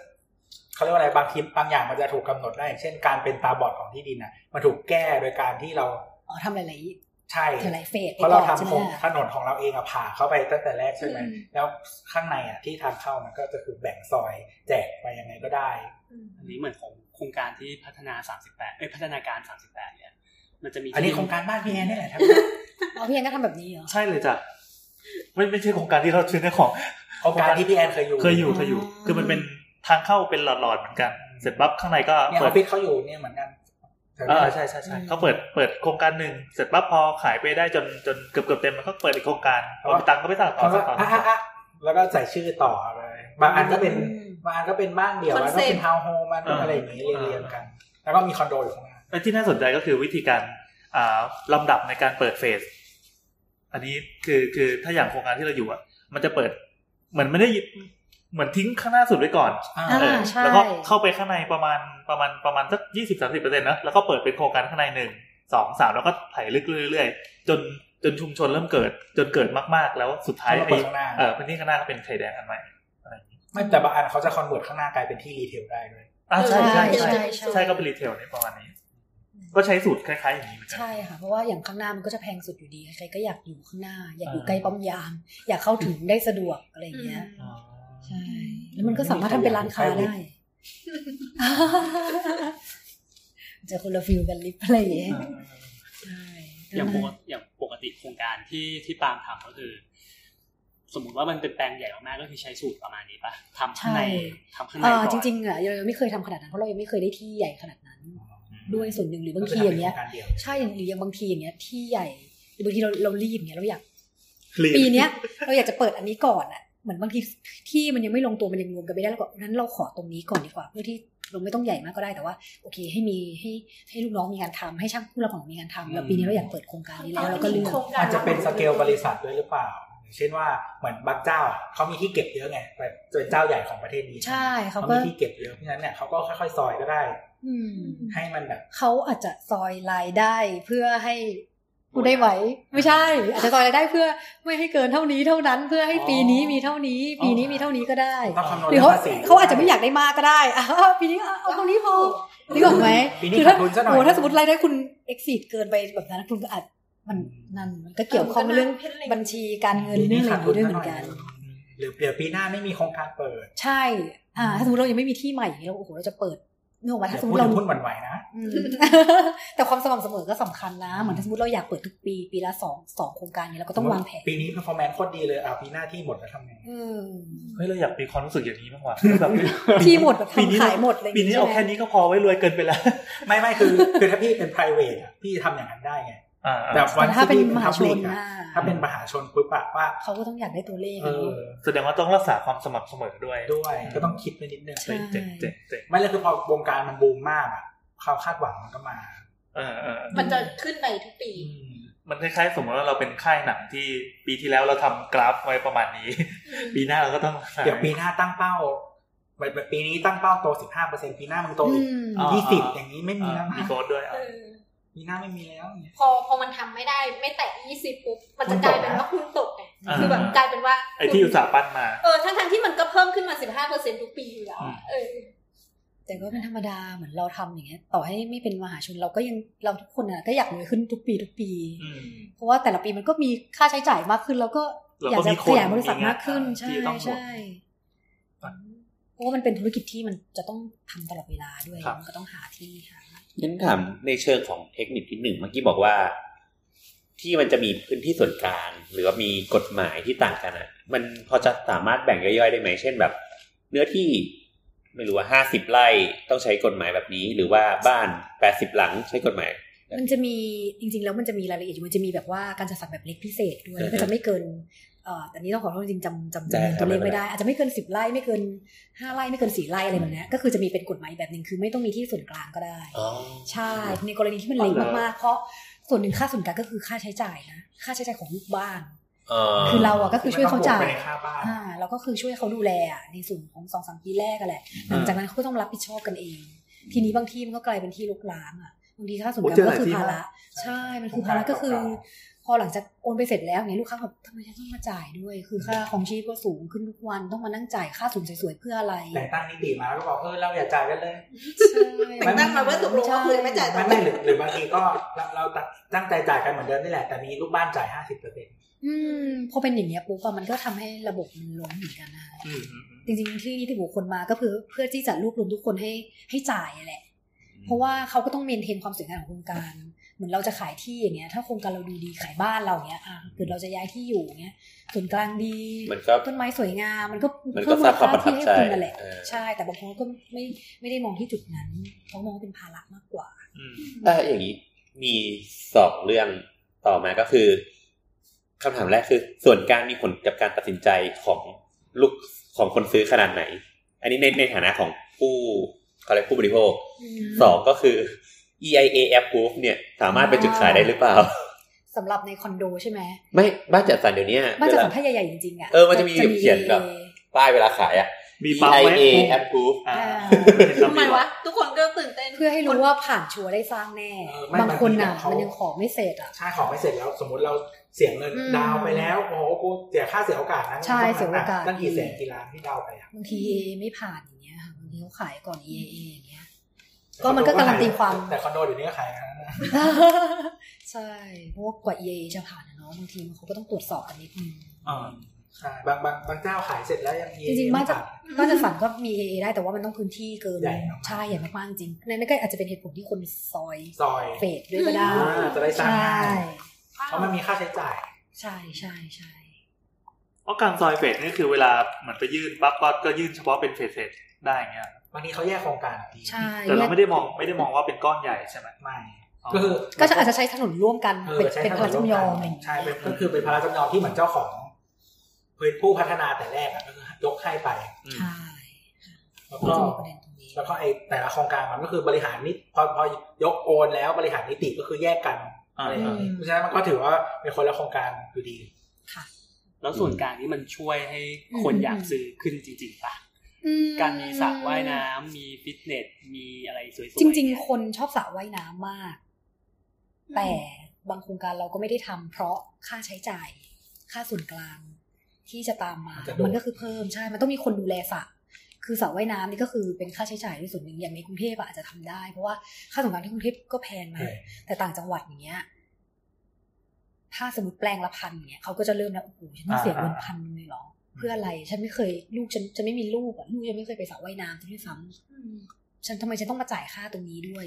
C: เขาเรียกว่าอะไรบางทีบางอย่างมันจะถูกกำหนดได้อย่างเช่นการเป็นตาบอดของที่ดินอ่ะมันถูกแก้โดยการที่เรา
G: อ๋อทำหลาย
C: ใช่
G: ๆหลายๆเฟสไป
C: เพราะ
G: ก่
C: เรา
G: อนใช่ไห
C: ทำ
G: ม
C: โครง
G: อะ
C: ถนนของเราเองอะผ่าเข้าไปตั้งแต่แรกใช่ไหม
H: อืม
C: แล้วข้างในอะที่ทางเข้ามันก็จะคือแบ่งซอยแจกไปยังไงก็ได้
F: อันนี้เหมือนของโครงการที่พัฒนา 38เอ้ยพัฒนาการ 38เนี่ยมันจะมี
C: อันนี้โครงการบ้านพี่แอนนี่แหละครับ
G: อ๋อพี่แอนก็ทำแบบนี้เหรอ
B: ใช่เลยจ้ะไม่ไม่ใช่โครงการที่เราชื่อในของ
C: โครงการที่พี่แอนเคยอยู่
B: เคยอยู่เคยอยู่ คือมันเป็นทางเข้าเป็นหลอดๆเหมือนกัน เสร็จปั๊บข้างในก็
C: เนี่ยอ
B: เปิ
C: อ
B: ด
C: ฟฟิศเขาอยู่เนี่ยเหมือนกันแถว
B: เอ
C: นี้
B: อใช่ใช่ใช่เขาเปิดเปิดโครงการหนึ่งเสร็จปั๊บพอขายไปได้จนจนเกือบเกือบๆเต็มมันก็เปิดอีกโครงการพอมีตังค์ก็ไปสั่งต่อ
C: เขาก็
B: สั่งต่อ
C: อ่ะอ่ะอ่ะแล้วก็ใส่ชื่อต่ออะไรบางอันก็เป็นบางอันก็เป็นบ้านเดี่ยว
H: คอน
C: แล้วก็
H: เซ็ปต์
C: เป็นทาวน์โฮมมันก็อะไรอย่างนี้เรียงๆกัน แล้วก็มีคอนโดอยู่ข้างหน้า
B: ไอ้ที่น่าสนใจก็คือวิธีการอ่าลำดับในการเปิดเฟส อันนี้คือคือถ้าอย่างโครงการที่เราอยู่อ่ะ มันจะเปิดเหมือนไม่ได้เหมือนทิ้งข้างหน้าสุดไว้ก่อน
C: อ่า
G: อ่า
B: เออ
G: ใช่
B: แล้วก็เข้าไปข้างในประมาณประมาณประมาณสักยี่สิบสามสิบเปอร์เซ็นต์นะแล้วก็เปิดเป็นโครงการข้างในหนึ่งสองสามแล้วก็ไถลึกเรื่อยๆจนจนชุมชนเริ่มเกิด จนเกิดมากๆ แล้วสุดท้าย
C: เขาก็
B: ไอ้
C: เปิดข้างหน้า
B: เออพื้นที่ข้างหน้าก็เป็นไข่แดงอันใหม่อะไรอย่างงี้
C: ไม่แต่บางอันเขาจะคอนเวิร์ตข้างหน้ากลายเป็นที่รีเทลได้ด้วย
B: อ่าใช่ใช่
G: ใช่
B: ใช่
G: ใช่
B: ใช่ก็เป็นรีเทลในประมาณนี้ ก็ใช้สูตรคล้ายๆอย่างนี้เหมือนกัน
G: ใช่ค่ะ เพราะว่าอย่างข้างหน้ามันก็จะแพงสุดอยู่ดี ใครก็อยากอยู่ข้างหน้า อยากอยู่
B: อ่า
G: ใกล้ป้อมยาม อยากเข้าถึงได้สะดวกอะไรอย่างเงี้ยใช่ แล้วมันก็สามารถทำเป็นร้านค้าได้จะ คนละฟิลกันลิฟต์อะไรอย่างเงี้ยใช่
F: อย่างปกติอย่างปกติโครงการที่ที่ปาล์มทำก็คือ สมมุติว่ามันเป็นแปลงใหญ่มากๆก็คือใช้สูตรประมาณนี้ปะทำข้างในทำข้างใน
G: เอ่
F: ก่
G: อ
F: อน
G: จริงๆอ่ะเรายังไม่เคยทำขนาดนั้นเพราะเรายังไม่เคยได้ที่ใหญ่ขนาดนั้น ด้วยส่วนหนึ่งหรือบางทีอย่างเงี้ย
C: ก็คืทำเป็นโครงการดีว
G: ใช่หรืออย่างบางทีอย่างเงี้ยที่ใหญ่หรือบางทีเราเรารีบเงี้ยเราอยาก
B: รีบ
G: ปีเนี้ย เราอยากจะเปิดอันนี้ก่อนอ่ะเหมือนบางทีที่มันยังไม่ลงตัวมันยังรวมกันไม่ได้แล้วก็นั้นเราขอตรงนี้ก่อนดีกว่า เพื่อที่เราไม่ต้องใหญ่มากก็ได้แต่ว่า โอเค ให้มีให้ให้ลูกน้องมีงานทำให้ช่างผู้รับเหมามีงานทำแล้วปีนี้เราอยากเปิดโครงการนี้แล้วเราก็เลือก
C: อาจจะเป็นสเกลบริษัทด้วยหรือเปล่า เช่นว่าเหมือนบางเจ้าอะเขามีที่เก็บเยอะไงแบบเป็นเจ้าใหญ่ของประเทศนี้
G: ใช่เขา
C: เขา
G: ก็
C: มีที่เก็บเยอะเพราะฉะนั้นเนี่ยเขาก็ค่อยๆซอยก็ได้
G: อืม
C: ให้มันแบบ
G: เขาอาจจะซอยรายได้เพื่อให้กูดได้ไหวไม่ใช่ อาจจะซอยรายได้เพื่อไม่ให้เกินเท่านี้เท่านั้น เพื่อให้ปีนี้มีเท่านี้ ปีนี้มีเท่านี้ก็ได้
C: ต้องคำนวณ
G: หรือเขา
C: ภาษี
G: เขาอาจจะไม่อยากได้มากก็ได้ อ่ะปีนี้เอาเอาตรงนี้พอนึกออกไหม
C: ปีนี้
G: คือ
C: ขา
G: ถ้า
C: ดทุนซะหน่อ
G: โอ้
C: ย
G: ถ้าสมมติรายได้คุณเอ็กซีดเกินไปแบบนั้นคุณก็อาจมันนั่นมันก็เกี่ยวข้องเรื่องบัญชีการเงิน
C: ปี
G: เรื่องอะไรอย่างนี้
C: ขาดทุน
G: ด้วยเหมือ
C: ซะหน่อน ย
G: กัน
C: หรือเดี๋ยวปีหน้าไม่มีโครงการเปิด
G: ใช่ อ่าถ้าสมมติเรายังไม่มีที่ใหม่อย่างนี้เราโอ้โหเราจะเปิดนึกออกไหม
C: เดี๋
G: ถ้าส
C: ยว
G: มม
C: พู
G: ติ
C: ด
G: เรา
C: ถึงหุ้นหวั่นไหวนะ
G: อืม แต่ความสม่ำเสมอก็สำคัญนะ เหมือนถ้าสมมติเราอยากเปิดทุกปี ปีละสองสองโครงการเนี้เราก็ต้องวางแผน
C: ปีนี้ performance โคตรดีเลยอ่ะปีหน้าที่หมดแล้วทำไง
G: อืม
B: เฮ้ยเราอยากมีความรู้สึกอย่างนี้บ้างว่ะ แบบ
G: ที่หมดแบบ
B: ปีนี้
G: ทำขายหมดอะไรอย่าง
B: ปี
G: งี้
B: นี้
G: ใช่
B: เอา
G: ไหม
B: แค่นี้ก็พอไว้รวยเกินไปแล้ว
C: ไม่ไม่คือ คือถ้าพี่เป็น private อะพี่ทำอย่างนั้นได้ไง
B: อ่า
C: แบบวั
G: แต่
C: น
G: ถ้าเป็น
C: ที่
G: มหาชน
C: อ่ะ
G: น่ะ
C: ถ้าเป็นมหาชนปุ๊บอะว่า
G: เขาก็ต้องอยากได้ตัวเลข
C: เอ
G: อะ
C: อ
G: เนาะ
B: แสดงว่าต้องรักษาความสม่ำเสมอด้วย
C: ด้วยก็ต้องคิดไปนิดนึง
G: ใช่
B: เจ๋งเจ๋งเจ๋งเจ๋ง
C: ไม่เลยคือพอวงการมันบูมมากอะความคาดหวังมันก็มา
B: เออเออ
E: มันจะขึ้นไปทุกปี
B: มันคล้ายๆ สมมติว่าเราเป็นค่ายหนังที่ปีที่แล้วเราทำกราฟไว้ประมาณนี้ ปีหน้าเราก็ต้อง
C: เดี๋ยวปีหน้าตั้งเป้าแบบแบบปีนี้ตั้งเป้าโต 15%ปีหน้ามันโตอีก
G: อืม
B: า
C: 20 อย่างนี้ไม่มี
B: อ่า
C: แล้วนะ
B: มีโค้ดด้วยอ่ะ
E: เออ
C: ปีหน้าไม่มีแล้วเนี่ย
E: พอพอมันทำไม่ได้ไม่แตะยี่สิบปุ๊บมันจะกลายเป็นว่าคุณตกไง
B: า
E: คือแบบกลายเป็นว่า
B: ไอที่อุตสาห์ปั้นมา
E: เออทั้งทที่มันก็เพิ่มขึ้นมาสิบห้าเปอร์เซ็นทุกปีอยู่แล้วอะเออ
G: แต่ก็เป็นธรรมดาเหมือนเราทำอย่างเงี้ย ต่อให้ไม่เป็นมหาชนเราก็ยังเราทุกคนอ่ะก็อยากรวยขึ้นทุกปีทุกปี
B: อืม
G: เพราะว่าแต่ละปีมันก็มีค่าใช้จ่ายมากขึ้น แล้วก็
B: เรา
G: อยา
B: ก็
G: กจะ
B: มีค
G: ข
B: น
G: ยายบริษัทมากขึ้น
B: มี
G: ใช่
B: งานที่ต้องหมด
G: ใช่เพราะว่ามันเป็นธุรกิจที่มันจะต้องทำตลอดเวลาด้วย
B: ครับ
G: มันก็ต้องหาที่หา
D: งั้นถามในเชิงของเทคนิคที่หนึ่งเมื่อกี้บอกว่า ที่มันจะมีพื้นที่ส่วนกลาง หรือว่ามีกฎหมายที่ต่างกันอ่ะ มันพอจะสามารถแบ่งย่อยๆได้ไหมเช่นแบบ เนื้อที่ไม่รู้ว่าห้าสิบไร่ต้องใช้กฎหมายแบบนี้ หรือว่าบ้านแปดสิบหลังใช้กฎหมาย
G: มันจะมีจริงๆ แล้วมันจะมีรายละเอียดอยู่มันจะมีแบบว่าการจัดสรรแบบเล็กพิเศษด้วย
D: อือฮึ
G: ก็จะไม่เกินเอ่อแต่นี้ต้องขอโทษจริงๆจำจำจำ
D: ได้
G: นวน
D: ครับ
G: ตัวเลข
D: ไม่เป็
G: ไม่
D: นไร
G: ได้ อาจจะไม่เกินสิบไร่ไม่เกินห้าไร่ไม่เกินสี่ไร่อะไรแบบเนี้ยก็คือจะมีเป็นกฎหมายแบบหนึ่งคือไม่ต้องมีที่ส่วนกลางก็ได้
D: อ๋อ
G: ใช่ในกรณีที่มันเล็กมากๆ เพราะส่วนหนึ่งค่าส่วนกลางก็คือค่าใช้จ่ายนะค่าใช้จ่ายของลูกบ้าน คือเราอะก็คือช่วยเขาจ่าย
C: ไม่ต้องบวกไปในค่าบ้าน
G: อ่าเราก็คือช่วยเขาดูแลอะในส่วนของสองสามปีแรกกันแหละหลังจากนั้นเขาก็ต้องรับผิดชอบกันเอง ทีนี้บางที่มันก็กลายเป็นที่ลุกล้างอ่ะบางทีค่าส่วนกลางก็คือภาระใช่ มันคือภาระก็คือ พอหลังจากโอนไปเสร็จแล้วเนี่ยลูกค้าแบบทำไมฉันต้องมาจ่ายด้วย คือค่าของชีพก็สูงขึ้นทุกวันต้องมานั่งจ่ายค่าสูงสวยๆเพื่ออะไร
C: แต่งตั้งนิติมาแล้วก็บอกเออเราอย่าจ่ายกันเลย
G: ใช่
H: แต่งตั้งมาเพื่อตกลงว่าคุณจะไม่จ่าย
C: ไม่ไม่หรือหรือบางทีก็เราเราตั้งใจจ่ายกันเหมือนเดิมนี่แหละแต่มีลูกบ้านจ่ายห้าสิบเปอร์เซ็นต์
G: อืมพอเป็นอย่างเงี้ยปุ๊บอะมันก็ทำให้ระบบมันล้มเหมือนกันนะคะ
B: อืมอืม
G: จริงๆที่นิติบุคคลมาก็เพื่อเพื่อที่จะรวบรวมทุกคนให้ให้จ่ายอะแหละ เพราะว่าเขาก็ต้องเมนเทนความสวยงามของโครงการ เหมือนเราจะขายที่อย่างเงี้ย ถ้าโครงการเราดูดีขายบ้านเราเงี้ยอ่ะเกิดเราจะย้ายที่อยู่เงี้ยส่วนกลางดี
D: มันก็
G: ต้นไม้สวยงามมันก็
D: มันก็
G: เพิ่มมูลค่า
D: สร้างความประทับ
G: ที่ให้คุณ
D: ใจ
G: นั่นแหละ
D: เออ
G: ใช่แต่บางคนก็ไม่ไม่ได้มองที่จุดนั้นเขามองว่าเป็นภาระมากกว่า
B: อืม
D: ถ้าอย่างนี้มีสองเรื่องต่อมาก็คือคำถามแรกคือ ส่วนกลางมีผลกับการตัดสินใจของลูกของคนซื้อขนาดไหน อันนี้ในในฐานะของผู้เขาเรียกผู้บริโภคสองก็คือ EIA approve เนี่ยสามารถเป็นจุดขายได้หรือเปล่า
G: สำหรับในคอนโดใช่ไหม
D: ไม่บ้านจัดสรรเดี๋ยวนี้
G: บ้านจัดสรร
D: เวล
G: ถ้าใหญ่ๆจริงๆอ่ะ
D: เออมันจะมีเขียนแบบป้ายเวลาขายอะ
B: มีปั๊มไว้
D: EIA approve
B: อ่า
G: อ่า
E: ทำไมวะ ทุกคนก็ตื่นเต้น
G: เพื่อให้รู้ว่าผ่านชัวร์ได้สร้างแน่ บางคนอ่ะ มันยังขอไม่เสร็จอ่ะ
C: ใช่ของไม่เสร็จแล้วสมมติเราเสียเงิน
G: อืม
C: ดาวไปแล้ว โอ้โหกูเสียค่าเสียโอกาสนะ
G: ใช่เสียโอกาส
C: ตั้งกี่แสนกี่ล้านที่ดาวไปอะ
G: บางที AA ไม่ผ่านอย่างเงี้ยค่ะบางทีเขาขายก่อน EA อย่างเงี้ย ก็มันก็การันตีความ
C: แต่คอนโดเดี๋ยวนี้ก็ขายกันนะ
G: ใช่เพราะว่ากว่า EA จะผ่านอะเนาะบางทีมันเขาก็ต้องตรวจสอบกันนิดนึง
B: อ่า
C: ใช่บางบางบางเจ้าขายเสร็จแล้วยังมี
G: จริงๆบ้านจะบ้านจะฝันก็มี AA ได้แต่ว่ามันต้องพื้นที่เกิน
C: ใหญ่มาก
G: ใช่ใหญ่มากๆจริงนั่นก็อาจจะเป็นเหตุผลที่คนซอย
C: ซอย
G: เฟดด้วยก็ได้
C: อ่าจะได้สร้าง
G: ใช่
C: ง่ายเพราะมันมีค่าใช้จ่าย
G: ใช่ใช่ใช่
B: เพราะการซอยเฟสนี่คือเวลาเหมือนไปยื่นปั๊บก็ก็ยื่นเฉพาะเป็นเฟสเฟสได้เงี้ย
C: บางทีเขาแยกโครงการออกดี
G: ใช่
B: แต่เราไม่ได้มองไม่ได้มองว่าเป็นก้อนใหญ่ใช่ไหม
C: ไม่ก็คือ
G: ก็จะอาจจะใช้ถนนร่วมกัน
C: ออ
G: เป็น
C: ใช้
G: เป็นพลังจำยอมอะไรอย่างเงี้ย
C: ใช่เป็นก็คือเป็นพลังจำยอมที่เหมือนเจ้าของพื้นผู้พัฒนาแต่แรกอะก็คือยกให้ไป
B: อืม
G: ใช่
C: แล้ว
G: ก็
C: ก็
G: จะมีประเด็นตรงนี้
C: แล้วก็ไอแต่ละโครงการมันก็คือบริหารนิตพอพอยกโอนแล้วบริหารนิติก็คือแยกกัน
B: อ่า
C: อะไรอย่าง
B: อ่า
C: เงี้ยเพราะฉะนั้นมันก็ถือว่าเป็นคนละโครงการอยู่ดี
F: แล้วส่วนกลางนี้มันช่วยให้คนอยากซื้อขึ้นจริงๆป่ะการมีสระว่ายน้ำมีฟิตเนสมีอะไรสวยๆ
G: จริง ๆ คนชอบสระว่ายน้ำมาก แต่บางโครงการเราก็ไม่ได้ทำเพราะค่าใช้จ่าย ค่าส่วนกลางที่จะตามมาม
C: นจะโดด
G: มันก็คือเพิ่มใช่ มันต้องมีคนดูแลสระคือสระว่ายน้ำนี่ก็คือเป็นค่าใช้จ่ายในส่วนหนึ่งอย่างในกรุงเทพอะอาจจะทำได้เพราะว่าค่าส่วนกลางที่กรุงเทพก็แพงนะแต่ต่างจังหวัดอย่างเงี้ย ถ้าสมมติแปลงละพันอย่างเงี้ยเขาก็จะเริ่มแล้วโอ้โหฉันต้องเสียเงินพันเลยเหรอ เพื่ออะไร ฉันไม่เคยลูกฉันจะไม่มีลูกอ่ะลูกยังไม่เคยไปสระว่ายน้ำด้วยซ้ำฉันทำไมฉันต้องมาจ่ายค่าตรงนี้ด้วย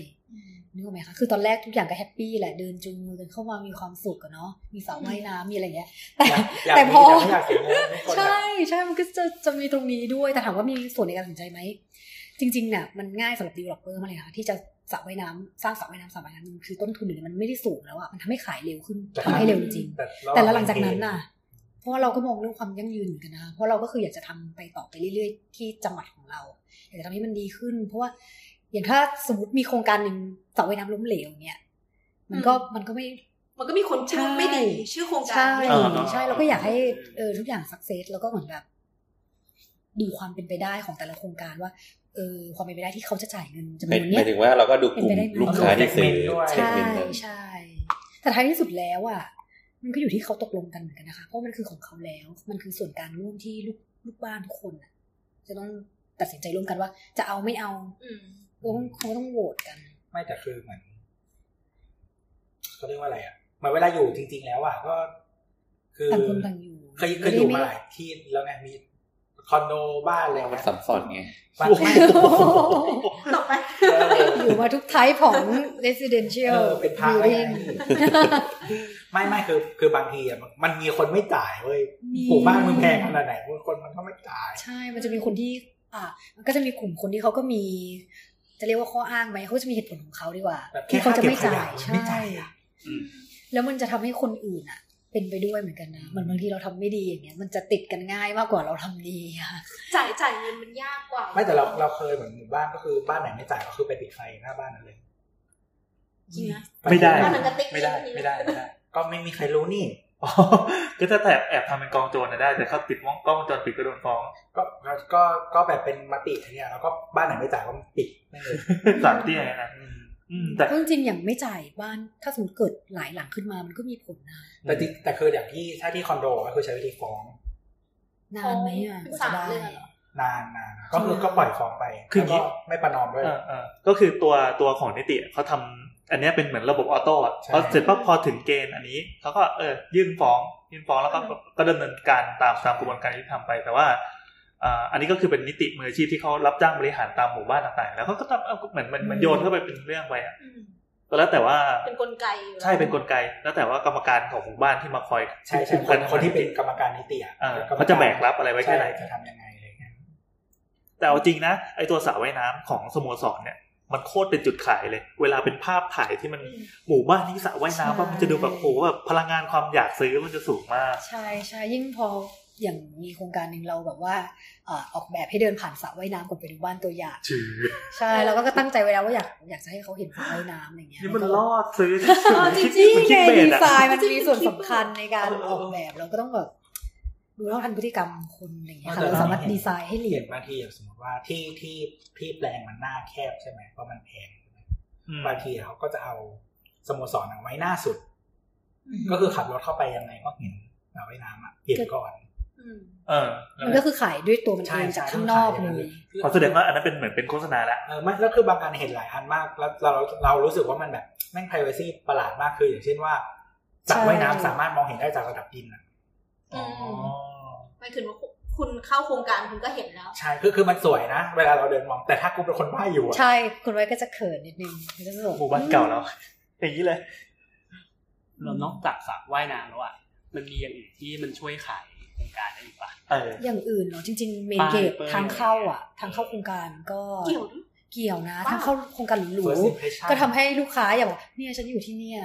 G: นึกออกไหมคะคือตอนแรกทุกอย่างก็แฮปปี้แหละเดินจูงมือกันเข้ามามีความสุขอะเนาะมีสระว่ายน้ำมีอะไรอย่างเงี้ยแต่
C: อยากอยาก
G: แต่
C: มี
G: พอ
C: ไม่อยากเสียเงินไม่คนอยา
G: ใช่
C: ก
G: ใช่มันก็จะจะมีตรงนี้ด้วยแต่ถามว่ามีส่วนในการตัดสินใจไหมจริงๆเนี่ยมันง่ายสำหรับดีเวลลอปเปอร์มากเลยนะที่จะ สระว่ายน้ำสร้างสระว่ายน้ำสระว่ายน้ำคือต้นทุนเนี่ยมันไม่ได้สูงแล้วอ่ะมันทำให้ขายเร็วขึ้น
B: แต่
G: ทำให้เร็วจริง
B: เรา
G: แต่แล้วหลังจากนั้นน่ะ เพราะว่าเราก็มองเรื่องความยั่งยืนเหมือนกันนะคะเพราะเราก็คืออยากจะทำไปต่อไปเรื่อยๆ ที่จังหวัดของเรา อยากจะทำให้มันดีขึ้น เพราะว่าอย่างถ้าสมมติมีโครงการหนึ่งเสาไว้น้ำล้มเหลวเนี่ย มันก็มันก็ไม่
H: มันก็มีคนพูดไม่ดีชื่อโครงการ
G: ใช่
H: ไม่
B: เอ
H: ดี
B: อเนอะ
G: ใช่เราก็อยากให้เออทุกอย่างสักเซสแล้วก็เหมือนแบบ ดูความเป็นไปได้ของแต่ละโครงการว่าเออความเป็นไปได้ที่เขาจะจ่ายเงินจำน
D: หมาย
G: วน
D: ห
G: เนี้
D: มาย ยถึงว่าเราก็ดูกลุ่ม
G: เป็นไปได้ไหม
D: ลูกค้าที่ซื้อ
G: ใช่
D: เช็คเมนต์กัน
G: ใช่ แต่ท้ายที่สุดแล้วอ่ะ มันก็อยู่ที่เขาตกลงกันเหมือนกันนะคะ เพราะมันคือของเขาแล้ว มันคือส่วนกลางร่วมที่ลูกลูกบ้านทุกคนอ่ะ จะต้องตัดสินใจร่วมกันว่า จะเอาไม่เอา
H: อืม
G: ต้องเขาต้องโหวตกัน
C: ไม่แต่คือเหมือนเขาเรียกว่าอะไรอ่ะเหมือนเวลาอยู่จริง ๆ แล้วอ่ะก็ คือ
G: ต่างคนต่างอยู่
C: เคยเคยอยู่
G: ไม่ได้ไม่
C: มาหลายที่แล้วไงมีคอนโดบ้านอะไรอย่างเงี้ย
D: ซับซ้อนไง
C: บ้านไม่
H: ต่อไป
C: เออ
G: อยู่มาทุกไทป์ของ
C: เอ
G: residential
C: อเป็นพาร์ทไว้ไง
G: building
C: ไม่ไม่คือ คือบางทีอ่ะมันมันมีคนไม่จ่ายเว้ย
G: มี
C: ปลูกบ้านมึงแพงขนาดไหนคนมันก็ไม่จ่าย
G: ใช่ มันจะมีคนที่ อ่า มันก็จะมีกลุ่มคนที่เขาก็มี จะเรียกว่าข้ออ้างไหมเขาจะมีเหตุผลของเขาดีกว่า
C: แบบแค่
G: ที่เขาจะไม่จ่าย
C: ค่าเก็บขยะ
G: ใช่
C: ไม่จ่ายอะ
B: อืม
G: แล้วมันจะทำให้คนอื่นอ่ะ เป็นไปด้วยเหมือนกันนะเหมือนบางทีเราทำไม่ดีอย่างเงี้ย มันจะติดกันง่ายมากกว่าเราทำดีอะ
H: จ่ายจ่ายเงินมันยากกว่า
C: ไม่แต่เราเราเคยเหมือนหมู่บ้านก็คือบ้านไหนไม่จ่ายก็คือไปปิดไฟหน้าบ้านนั่นเลย
H: จริงนะ
B: ไม่ได้
H: บ้านหนังกระติก
C: ไม่ได้ไม่ได้ไม่ได้ ก็ไม่มีใครรู้นี่
B: อ๋ อคือถ้าแอบแอบทำเป็นกองโจรนะได้ แต่เขาปิดวงกล้องวงจรปิดก็โดนฟ้อง
C: ก็ก็ก็ก็แบบเป็นมติเนี่ยแล้วก็บ้านไหนไม่จ่ายก็ปิดไม่เลย
B: สามเตี้ยอย่างนั้นนะอืมแต่
G: เพราะจริงๆอย่างไม่จ่ายบ้าน ถ้าสมมติเกิดหลายหลังขึ้นมา มันก็มีผลนะ
C: แต่จริงแต่คืออย่างที่ถ้าที่คอนโดก็คือใช้วิธีฟ้อง
G: นานไหมอ่ะ
H: เป็น
G: กว่า
H: สา
G: จะ
H: ม
G: ได้
H: เดือนเหรอน
C: านนานก็คือก็ปล่อยฟ้องไปแล้วก็ไม่ประนอมด้วย
B: เออเออก็คือตัวตัวของนิติอะเขาทำอันเนี้ยเป็นเหมือนระบบออโต้อะ
C: ใช่
B: พอเสร็จปั๊บพอถึงเกณฑ์อันนี้เขาก็เออยื่นฟ้อง ยื่นฟ้องแล้วก็ก็ดำเนินการตามตามกระบวนการที่ทำไป แต่ว่าอ่าอันนี้ก็คือเป็นนิติมืออาชีพที่เขารับจ้างบริหารตามหมู่บ้านต่างๆ แล้วเขาก็ทำเอาเหมือนเหมือนเหมือนโยนเข้าไปเป็นเรื่องไปอะ
H: อืม
B: ก็แล้วแต่ว่า
H: เป็นกลไกอยู่
B: ใช่เป็นกลไก แล้วแต่ว่ากรรมการของหมู่บ้านที่มาคอย
C: ใช่ใช่
B: คุ้ม
C: ค
B: กัน
C: คนที่เป็นกรรมการนิติอ่ะ
B: อ่าเขาจะแบกรับอะไรไว้แค่
C: ใช่
B: ไหน
C: จะทำยังไงอะไรเงี้ย
B: แต่เอาจริงนะไอตัวสระว่ายน้ำของสโมสรเนี่ยมันโคตรเป็นจุดขายเลย เวลาเป็นภาพถ่ายที่มันหมู่บ้านที่สระว่ายน้ำว่ามันจะดูแบบโอ้โหแบบพลังงานความอยากซื้อมันจะสูงมาก
G: ใช่ใช่ยิ่งพออย่างมีโครงการหนึ่งเราแบบว่าเอ่อออกแบบให้เดินผ่านสระว่ายน้ำก่อนไปดูบ้านตัวอย่าง
B: ชื่อ
G: ใช่เราก็ตั้งใจไว้แล้วว่าอยากอยากจะให้เขาเห็นสระว่ายน้ำอะไรเงี้ย
B: นี่มันลอดซื้อที่
G: เอ
B: สุด
G: อจ
B: คิด
G: ริง
B: มัน
G: ๆ
B: คิ
G: ไง
B: ดเบ
G: ดี
B: สอะ
G: ไซน์มันมีส่วนสำคัญในการออกแบบเราก็ต้องแบบดูเท่าทันพฤติกรรมคนอะไรเงี้ยค่ะเราสามารถดีไซน์ให้เหลี
C: เห็
G: ย
C: น
G: ม
C: บางทีอย่างสมมติว่าที่ที่ที่แปลงมันหน้าแคบใช่ไหมเพราะมันแพงใช่ไหม
B: อืม
C: บางทีเขาก็จะเอาสโมสรอะไว้หน้าสุด ก็คือขับรถเข้าไปยังไงก็เห็นสระว่ายน้ำอ่ะเห็นก่อน
H: อืม
B: เออ
G: มันก็คือขายด้วยตัวมันเองจากข้างนอกเลย
B: ขอแสดงว่าอันนั้นเป็นเหมือนเป็นโฆษณาละ
C: เออไม่แล้วคือบางอันเห็นหลายอันมากแล้วเราเรารู้สึกว่ามันแบบแม่ง privacy ประหลาดมากคืออย่างเช่นว่าสระว่ายน้ำ
G: ใช่
C: สามารถมองเห็นได้จากระดับดินอ่ะ
H: อืมไม่คือว่าคุณเข้าโครงการคุณก็เห็นแล้ว
C: ใช่คือคือมันสวยนะ เวลาเราเดินมองแต่ถ้ากูเป็นคนว่ายอยู่อ่ะ
G: ใช่คุณไว้ก็จะเขินนิดนึงมันจะรู้สึก
B: หมู่บ้านเก่าแล้วอย่างนี้เลย
F: เรานอกจากสระว่ายน้ำแล้วอ่ะมันมีอย่างอื่นที่มันช่วยขายโครงการได้อีกปะ
B: เออ
G: อย่างอื่นเนาะจริง ๆ เมนเกต
F: ป้ายเปิด
G: ทางเข้าอ่ะ ทางเข้าโครงการก็
H: เกี่ยวด้วย
G: เกี่ยวนะ
H: ว้าว
G: ทางเข้าโครงการหรู
C: สวย
G: ๆ
C: สิเพชั่น
G: ก็ทำให้ลูกค้าอย่างบอกเนี่ยฉันอยู่ที่เนี่ย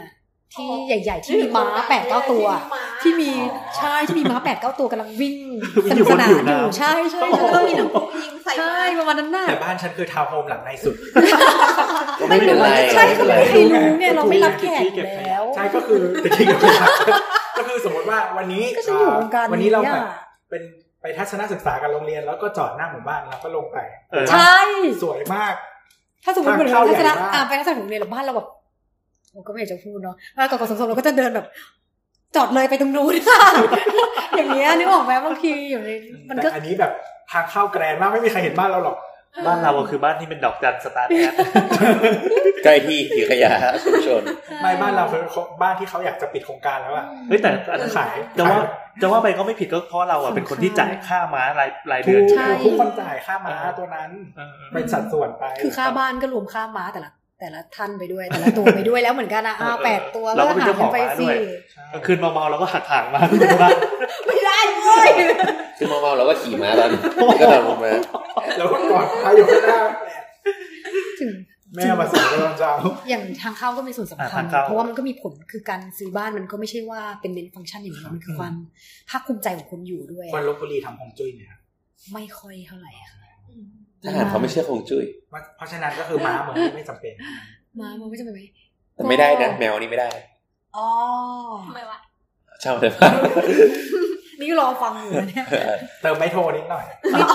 G: ที่
H: อ๋อ
G: ใหญ่ ๆ ที่มีม้าแปดเก้าตัว
H: ม้า
G: ที่มีใช่ที่มีม้าแปดเก้าตัวกำลังวิ่ง
B: วิ่
G: ส
B: งอ
G: นุก
B: ยู่
G: สนาน
B: บนผิว
G: อ
B: น้ำ
G: ยู่ใช่ใช่
H: แล้วก็
G: ใช่
H: มีหนังโป๊ยิงใส่
G: ใช่ประมาณนั้นน่ะ
C: แต่บ้านฉันคือทาวน์โฮมหลังในสุด
D: ก็ไม่เป็นไร
G: ใช่
D: ไม่
G: ก็
D: เป็นไร
G: ไม่มีใครรู้ไง
C: ไม่เป็นไร
G: เราไม่รับแขกอยู่แล้ว
C: ใช่ก็คือ แต่จริงกับก็คือสมมติว่าวันนี้
G: ก็ฉันอยู่วงการ
C: วันนี้เรา
G: นี้
C: แบบ
G: อ่ะ
C: เป็นไปทัศนศึกษากับโรงเรียน แล้วก็จอดหน้าหมู่บ้านแล้วก็ลงไป
B: เออ
G: ใช่
C: สวยมาก
G: ถ้าสมมติเหมือนเรา
C: ทางเข้า
G: ทัศนะอ่าไป
C: ใหญ่มาก
G: ทัศนะของโรงเรียนหรือบ้านเราแบบผมก็ไม่อยากจะพูดเนาะเวลากอดกอดสมสมเราก็จะเดินแบบ จอดเลยไปตรงนู้น ค่ะ อย่างเงี้ยนึกออกไหมบางทีอยู่ในมันก็
C: แต่อันนี้แบบทางเข้าแกรนด์มากไม่มีใครเห็นบ้านเราหรอก
B: บ้านเราอะคือบ้านที่เป็นดอกจันสตาร์ท แอด
D: ใกล้ที่ถือขยะชุมชน
C: ไม่บ้านเราคือบ้านที่เขาอยากจะปิดโครงการแล้วอะ
B: เฮ้ยแต่อันนั้น
C: ขาย
B: จะว่าจะว่าไปก็ไม่ผิดก็เพราะเราอ่ะเป็นคนที่จ่ายค่าม้ารายราย
C: ถู
B: เดือน
C: ก
B: ใช่ไหม
C: ทุกคนจ่ายค่าม้า
B: เออ
C: ตัวนั้น
B: เออเออ
C: เป็นสัดส่วนไป
G: คือค่าบ้านก็รวมค่าม้าแต่ละแต่ละท่านไปด้วย แต่ละตัวไปด้วยแล้วเหมือนกันนะอ้าว
B: เออเออ
G: แปดตัว
B: เราก็เป็น
G: หา
B: เจ้าข
G: กั
B: อง
G: ไป
B: ม้าด้
G: สิ
B: วย
C: ใช่
B: กลางคืนเมาๆเราก็หักหางมาทุกบ้าน
H: ไม่ได้เว้ย
D: คือเมาๆเราก็ขี่ม้าตอนก็ตอนผมมา
C: แล้วก็กอดพาอยู่ข้างหน้า
G: ถึง
C: แม่มาส่งตอนเช้า
G: อย่างทางเข้าก็มีส่วนสำ
B: อ่า
G: คั
B: ทา
G: ญ
B: งเข้า
G: เพราะว่ามันก็มีผลคือการซื้อบ้านมันก็ไม่ใช่ว่าเป็นเน้นฟังก์ชันอย่างเดียวมันคือความภาคภูมิใจของคนอยู่ด้วย
C: คนลบบุรีทำฮวงจุ้ยเนี่ยครับ
G: ไม่ค่อยเท่าไหร่ค่ะ
D: ทหารเขาไม่เชื่อคงจุ้ย
C: เพราะฉะนั้นก็คือม้าเหมือนไม่จำเป็น
G: มามันก็จะเป็นไหม
D: แต่ไม่ได้นะแมวนี่ไม่ได้
G: อ๋อ
E: ทำไมวะ
D: เช่าเลยป่ะ
G: นี่รอฟังอยู่นะเนี่ย
C: เติมไม่โทรนิดหน่อย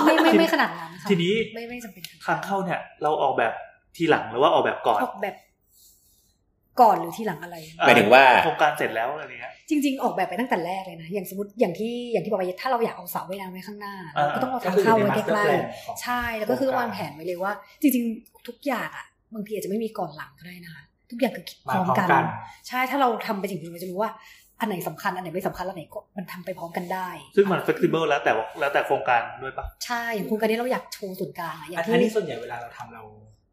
G: ไม่ไม่ไม่ไม่ขนาดนั้นค่ะ
B: ทีนี้
G: ไม่ไม่จำเป็นค่ะ
B: ทางเข้าเนี่ย เราออกแบบทีหลังหรือว่าออกแบบก่อน
G: ออกแบบก่อนหรือที่หลังอะไร
D: หมายถึงว่า
B: โครงการเสร็จแล้วอะไรเงี้ย
G: จริง ๆ ออกแบบไปตั้งแต่แรกเลยนะ อย่างสมมติอย่างที่อย่างที่บอกไปถ้าเราอยากเอาเสาไว้นำไว้ข้างหน้า
B: อ่า
G: เราก็ต้องเอา
C: ก็
G: ทาง
C: คือ
G: เข้า
C: ใน
G: ไว้
C: มาส
G: ใก
C: เตอร์
G: ล้
C: แพลนของ
G: ๆใช่แล้วก็คือวางแผนไว้เลยว่า จริง ๆ ทุกอย่างอ่ะบางทีอาจจะไม่มีก่อนหลังก็ได้นะคะทุกอย่างคือคิดพ
C: มา
G: ร้อม
C: พร้อม
G: กัน
C: กัน
G: ใช่ถ้าเราทำไปถึงจุดเราจะรู้ว่าอันไหนสำคัญอันไหนไม่สำคัญอันไหนก็มันทำไปพร้อมกันได้
B: ซึ่งมัน flexible แล้วแต่ว่าแล้วแต่โครงการด้วยปะ
G: ใช่อย่างโครงการนี้เราอยากโชว์ส่วนกลางอะอย่าง
C: อัน
G: ที่
C: นี้ส่วนใหญ่เวลาเราทำเรา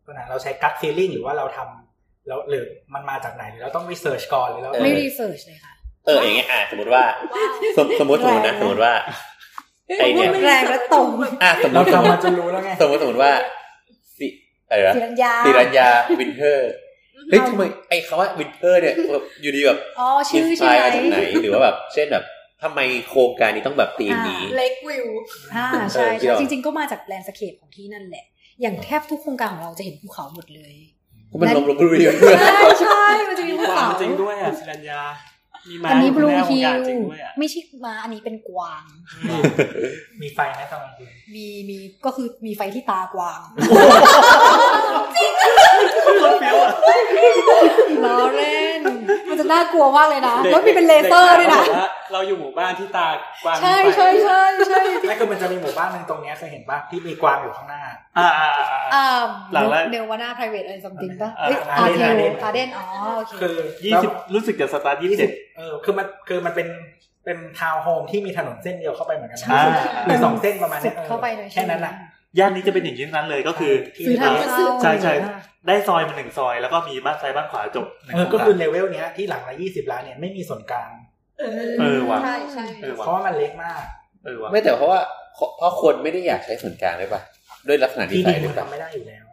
C: ก็นะเราใช้กั t ฟีลลิ่งหรือว่าเราทำแล้วหรือมันมาจากไหนหรือเราต้องรีเสิร์ชก่อนหรือเรา
D: เออ
G: ไม่รีเสิร์ชเลยค่ะ
D: เอออย่างเงี้ยอ่ะสมมติว่า
E: ว้าว
D: สมสมมติสมมตินะสมมติว่าไอเนี่ย
G: แรงและตรง
D: อ่ะสมม
C: เรา
D: ติสมม
C: ทำมา
D: ติ
C: จนรู้แล้วไง
D: สมมติสมมติว่าสิอะไรนะ
G: ศิรัญญา
D: ติรัญญาวินเทอร์เฮ้ยทำไมไอคำว่าวินเทอร์เนี่ยแบบอยู่ดีแบบ
G: อ๋อ
D: อิ
G: ชื่
D: น
G: อ
D: ส
G: ใช่
D: ปายมาจาก
G: ไห
D: ไห
G: ม
D: นหรือว่าแบบเช่นแบบทำไมโครงการนี้ต้องแบบธีมนี้
H: เล็กวิว
G: อ่าใช่
D: เออเกี่
G: ใช่
D: ยว
G: จริง ๆ ก็มาจากแลนด์สเคปของที่นั่นแหละ อย่างแทบทุกโครงการของเราจะเห็นภูเขาหมดเลย
D: เพราะมันลงลงรีวิวเพื่อน
G: ใช่ใช่มันจะมีภู
F: วา
G: เขา
F: มจริงด้วยอ่ะสิรัญญามีมา
G: อันนี้บลู
F: แม่ขอ
G: ฮิ
F: ง
G: ล
F: ยาจริงด้วยอ่ะ
G: ไม่ใช่มาอันนี้เป็นกวาง
C: มีไฟไหมตอนกลางคืน
G: มีมีก็คือมีไฟที่ตากวางล้อเล่น มันจะน่ากลัวมากเลยนะ แล้วมีเป็นเลเซอร์ด้วยนะ
F: ด็กๆขาบอกาเราอยู่หมู่บ้านที่ตากว้าง
G: ใช่ใช่ใช่ใช่
C: นั่นคือมันจะมีหมู่บ้านหนึ่งตรงเนี้ยเคยเห็นปะที่มีกวางอยู่ข้างหน้า
B: อ่าอ่าอ่าอ่า
G: อ่า
B: หลังละ
G: เนวาน่า private อะไร something ป่ะ
B: อ่า
G: เอ้ยอา
C: Arden
G: เท
C: Arden
G: อาเดนอ๋อโอเค
C: คือ
B: ยี่สิบรู้สึกจะสตาร์ทยี่สิบ
C: เออคือมันคือมันเป็นเป็นทาวน์โฮมที่มีถนนเส้นเดียวเข้าไปเหมือนกันนะ
B: ใช่
C: หรือสองเส้นประมาณ
G: สุ
C: เนี้
G: ด
C: ยออ
G: เข้าไปเลย
C: แค่นั้นอ่ะ
B: ย่านนี้จะเป็นอย่างนี้นั้นเลยก็คือ
G: ซื้อทาง
B: เออ
G: เข้า
B: ใช่ใช่ได้ซอยมาหนึ่งซอย แล้วก็มีบ้านซ้ายบ้านขวาจบหนึ่ง
C: เออก็คือเลเวลเนี้ยที่หลังละยี่สิบล้านเนี่ยไม่มีส่วนกลาง
B: เออว่ะ
H: ใช่ใช่
B: เออว่ะ
C: เพราะว่ามันเล็กมาก
B: เออว่ะ
D: ไม่แต่เพราะว่าเพราะคนไม่ได้อยากใช้ส่วนกลางเลยป่ะด้วยลักษณะนิ
C: ที่ดิ
D: สัย
C: น
D: หรื
C: มั
D: อน เปล่า
C: ทำไม่ได้อยู่แล้ว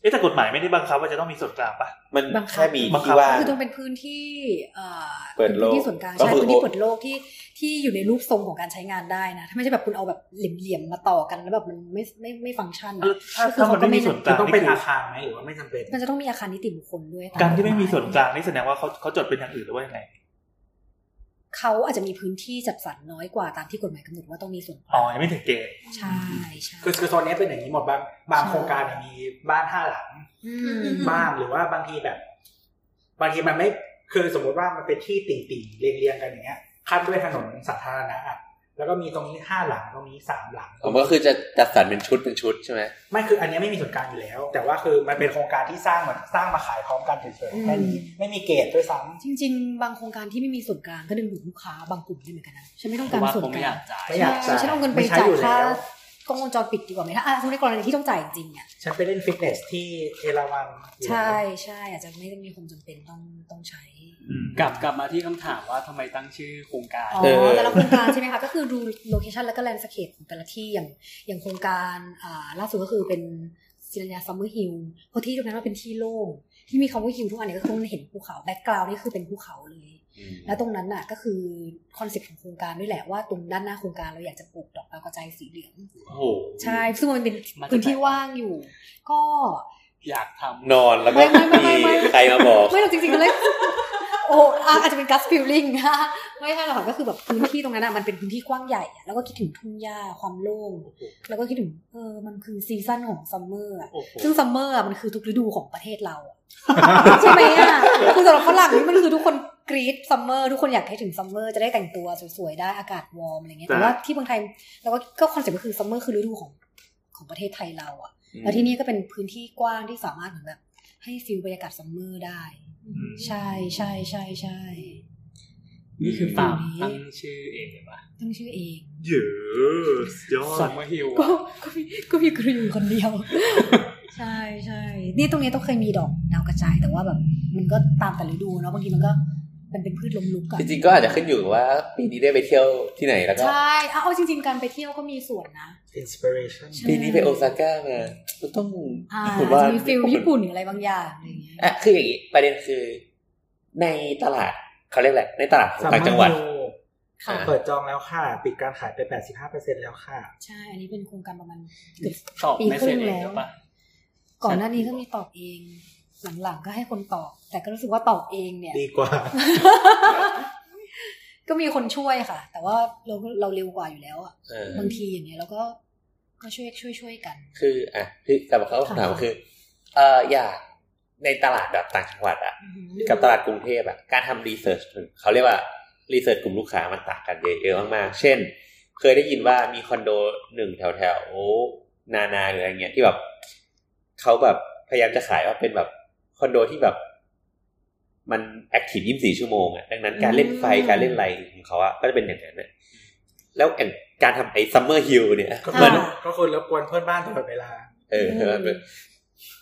B: เอ๊ะแต่กฎหมายไม่ได้บังคับว่าจะต้องมีส่วนกลางปะ
D: มันแค่มีที่ว่าง
G: คือต้องเป็นพื้นที่เอ่อ
D: เปิดโลก
G: นพื้นที่ส่วนกลาง
D: ก็
G: ใช่
D: คือ
G: พื้นที่เปิดโลกที่ที่อยู่ในรูปทรงของการใช้งานได้นะถ้าไม่ใช่แบบคุณเอาแบบเหลี่ยมๆมาต่อกันแล้วแบบมันไม่ไม่ไม่ฟังก์ชันอะ
B: ถ้าถ้ามันไม่มีส่วนก
C: จะ
B: ลาง
C: ต้อง
B: นี่
C: เป็น
B: คือ
C: อาคารไหมหรือว่าไม่จำเป็น
G: มันจะต้องมีอาคารนิติบุคคลด้วยต
B: การที่ไม่มีส่วนกลางนี่แสดงว่าเขาเขาจดเป็นอย่างอื่นหรือว่ายังไง
G: เขาอาจจะมีพื้นที่จัดสรรน้อยกว่าตามที่กฎหมายกำหนดว่าต้องมีส่วนก
B: อ๋อ
G: ลาง
B: ยังไม่ถึงเกณฑ์
G: ใช่ใช่
C: คือคือโซนเนี้ยเป็นอย่างนี้หมดบางบางโครงการเนี่ยมีบ้านห้าหลัง
G: ม
C: บ้านหรือว่าบางทีแบบ บางทีมันไม่คือสมมติว่ามันเป็นที่ติ่งติ่งๆเรียงเรียงๆกันอย่างเงี้ยขั้นด้วยถนนสาธารณะอะแล้วก็มีตรงนี้ห้าหลังตรงนี้สามหลัง
D: ผมก็คือจะจัดสรรเป็นชุดเป็นชุดใช่ไหม
C: ไม่คืออันเนี้ยไม่มีส่วนกลางอยู่แล้ว แต่ว่าคือมันเป็นโครงการที่สร้างเหมือนสร้างมาขายพร้อมกันเฉยๆแค่นี้ไม่มีเกรดด้วยซ้
G: จริง ๆ บางโครงการที่ไม่มีส่วนกลางก็ดึงดูดลูกค้าบางกลุ่มได้เหมือนกันนะฉันไม่ต้อง
F: เพ
G: การ
F: ราะว่า
G: ส่วน
F: ผม
G: ก
F: ไม่
G: ลาย
F: อาง กจ่าย
C: ำไม่อยาก
G: ใช่ฉันเอาเงินไป
C: ม่ใช้
G: จ่าย
C: อยู่
G: ค่า
C: แล้ว
G: กล้องวงจรปิดดีกว่าไหมถ้าอ่ะสมมติในกรณีที่ต้องจ่ายจริงๆอ่ะ
C: ฉันไปเล่นฟิตเนสที่เอราวันอยู่
G: ใช่ใช่อาจจะไม่ได้มีความจำเป็นต้องต้องใช้
F: กลับกลับมาที่คำถามว่าทำไมตั้งชื่อโครงการ
G: อ๋อแต่ละโครงการใช่ไหมคะ ก็คือดูโลเคชันแล้วก็แลนด์สเคปของแต่ละที่อย่างอย่างโครงการอ่าล่าสุดก็คือเป็นศิรัญญาซัมเมอร์ฮิลเพราะที่ตรงนั้นมันเป็นที่โล่งที่มีคำว่าฮิลทุกอันเนี่ยก็คือเห็นภูเขาแบ็กกราวด์นี่คือเป็นภูเขาเลย แล้วตรงนั้นน่ะก็คือคอนเซ็ปต์ของโครงการด้วยแหละว่าตรงด้านหน้าโครงการเราอยากจะปลูกดอกดาวกระจายสีเหลือง
B: โอ้โห
G: ใช่ซึ่งมันเป็น
F: มาจากไหน
G: พื้นที่ว่างอยู่ ก็
F: อยากทำ
D: นอนแล้วก็มีใครมาบอก
G: ไม่หรอกจริงๆก็เลย โอ้อ่ะอาจจะเป็นกัสฟิลลิ่ง นะไม่ใช่หรอกค่ะก็คือแบบพื้นที่ตรงนั้นน่ะมันเป็นพื้นที่กว้างใหญ่อะแล้วก็คิดถึงทุ่งหญ้าความโล่งแล้วก็คิดถึงเออมันคือซีซั่นของซัมเมอร์อะ
B: โอ้โห
G: ซึ่งซัมเมอร์อะมันคือทุกฤดูของประเทศเราอะ ใช่ไหมอ่ะคือสำหรับฝรั่งนี่มันคือทุกคนกรีดซัมเมอร์ทุกคนอยากให้ถึงซัมเมอร์จะได้แต่งตัวสวยๆได้อากาศวอร์มอะไรเงี้ย
B: จ้ะ
G: แต่ว่าที่เมืองไทยเราก็ก็คอนเซ็ปต์ก็คือซัมเมอร์คือฤดูของของประเทศไทยเราอะแล้วที่นี่ก็เป็นพื้นที่กว้างที่สามารถเหมือนแบบให้ฟิลบรรยากาศซัมเมอร์ได้ ใช่ใช่ใช่ใช่
F: นี่คือฟาร์มตั้งชื่อเองเลยป่ะ
G: ต้องชื่อเอง
B: เยอะสุดยอ
F: ซั
B: ด
F: มเมอร์ฮิล
G: ก็ก็มีก็มีกรีอยู่คนเดียว ใช่ใช่นี่ตรงนี้ต้องเคยมีดอกดาวกระจายแต่ว่าแบบ มันก็ตามแต่ฤดูเนาะบางทีมันก็แ มันเป็นพืชลมลุกอะ
D: จริงๆก็อาจจะขึ้นอยู่กับว่าปีนี้ได้ไปเที่ยวที่ไหนแล้วก็
G: ใช่เอาเอาจริง ๆ การไปเที่ยวก็มีส่วนนะ
C: inspiration
G: ใช่
D: ปีนี้ไปโอซาก้ามามันต้อง
G: อ่า
D: ผมว่า
G: จะมีฟิลญี่ปุ่นหรืออะไรบางอย่างอะไรอย่างเงี้ย
D: อ่ะคืออย่างนี้ประเด็นคือ ในตลาดเขาเรียกอะไรในตลาดของต่างจังหวัด
G: ค่ะ
C: เปิดจองแล้วค่ะ ปิดการขายไป 85%แล้วค่ะ
G: ใช่ อันนี้เป็นโครงการประมาณเกือบ
F: ตอบ
G: ปี
F: ไม่
G: ครึ่
F: เสร็จ
G: ง
F: เอ
G: แล้ว
F: งหรือปะ
G: ก่อนหน้านี้ก็มีตอบเอง หลังๆก็ให้คนตอบ แต่ก็รู้สึกว่าตอบเองเนี่ย
C: ดีกว่า
G: ก็มีคนช่วยค่ะ แต่ว่าเราก็เราเร็วกว่าอยู่แล้วอะ
D: เออ
G: บางทีอย่างเงี้ยเราก็ก็ช่วยช่วยช่วยกัน
D: คืออ่ะคือกลับมาเข้าคำถามคือ เอ่ออยากในตลาดแบบต่างจังหวัดอะกับตลาดกรุงเทพอะการทำรีเสิร์ชเขาเรียกว่ารีเสิร์ชกลุ่มลูกค้ามันต่างกันเยอะเยอะมากๆ เช่น เคยได้ยินว่ามีคอนโดหนึ่งแถวแถวๆนานาหรืออะไรเงี้ยที่แบบเขาแบบพยายามจะขายว่าเป็นแบบคอนโดที่แบบ มันแอคทีฟยี่สิบสี่ชั่วโมงอะดังนั้นการเล่นไฟ
G: อืม
D: การเล่นอะไรของเขาอะก็จะเป็นอย่างนั้นนะแล้วอย่างการทำไอ้ซัมเมอร์ฮิลเนี่ย
C: ก็
D: มั
C: คือน ก็คือรบกวนเพื่อนบ้านตลอดเวลา
D: เออ
G: เออ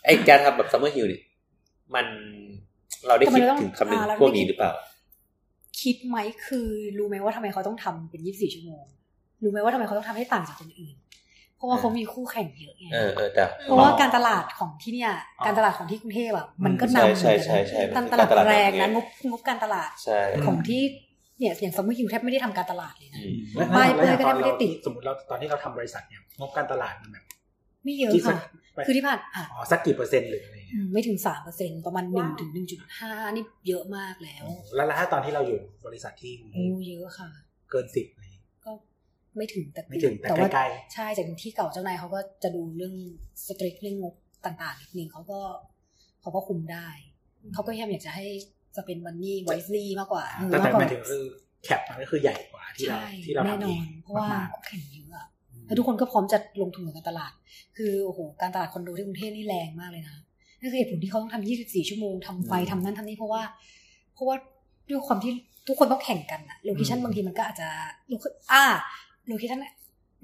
D: ไอการทำแบบซัมเมอร์ฮิลเนี่ยมันเราได้คิดถึงคำนึงพวกนี้หรือเปล่า
G: คิดไหมคือรู้ไหมว่าทำไมเขาต้องทำเป็นยี่สิบสี่ชั่วโมง รู้ไหมว่าทำไมเขาต้องทำให้ต่างจากคนอื่น เพราะว่า
D: เออ
G: เขามีคู่แข่งเยอะไง
D: เออเออแต่
G: เพราะว่าการตลาดของที่เนี่ย การตลาดของที่กรุงเทพอะมันก็นำ
D: ใช่
G: เหมือนกัน
D: ใช่ใช่ใช่
G: นะการต
D: มั
G: ลาด
D: คือ
G: แรงนะ
D: เย
G: งบงบการตลาด
D: ใช่
G: ของที่เนี่ยอย่างซัมเมอร์ฮิวแทบไม่ได้ทำการตลาดเลยนะ
D: อืม
G: ไม่เพื่อนก็ได้ไม่ได้ติด
C: สมมติเราตอนที่เราทำบริษัทเนี่ยงบการตลาดมันแบบ
G: ไม่เยอะ
C: ที่สัก
G: ค่ะ คือที่ผ่านอ่ะ
C: อ๋อสักกี่เปอร์เซ็นต์หรืออะไร
G: อื
C: เงี้ย
G: มไม่ถึงสามเปอร์เซ็นประมาณหนึ่งถึงหนึ่งจุดห้านี่เยอะมากแล้ว
C: แล้วแล้วถ้าตอนที่เราอยู่บริษัทที่
G: โอ้เยอะค่ะ
C: เกินสิบ
G: ก็ไม่ถึงแต่
C: ไม่ถึงแต่
G: ว่า
C: ใกล้
G: ใช่จากที่เก่าเจ้านายเขาก็จะดูเรื่องสตรีทเรื่องงบต่างๆนิดนึงเขาก็เขาก็คุมได้ เขาก็พยายามอยากจะให้จะเป็นมันนี่ไวซี่มากกว่า
C: ๆแต่แต่หมายถึง
G: เ
C: คือแคปมันก็คือใหญ่กว่าที่เรา
G: ใช่
C: ที่เรา
G: แน่น
C: ทำเอ
G: อง น เพราะว่าม
C: าก
G: คู่แข่งเยอะอะ
C: ๆ
G: แล้วทุกคนก็พร้อมจะลงทุนกับการตลาด คือโอ้โหการตลาดคอนโดที่กรุงเทพนี่แรงมากเลยนะนั่นคือเหตุผลที่เขาต้องทำ 24 ชั่วโมงทำไฟทำนั้นทำนี่เพราะว่า เพราะว่าด้วยความที่ทุกคนต้องแข่งกันอะโลเคชันบางทีมันก็อาจจะลูกอ่าโลเคชัน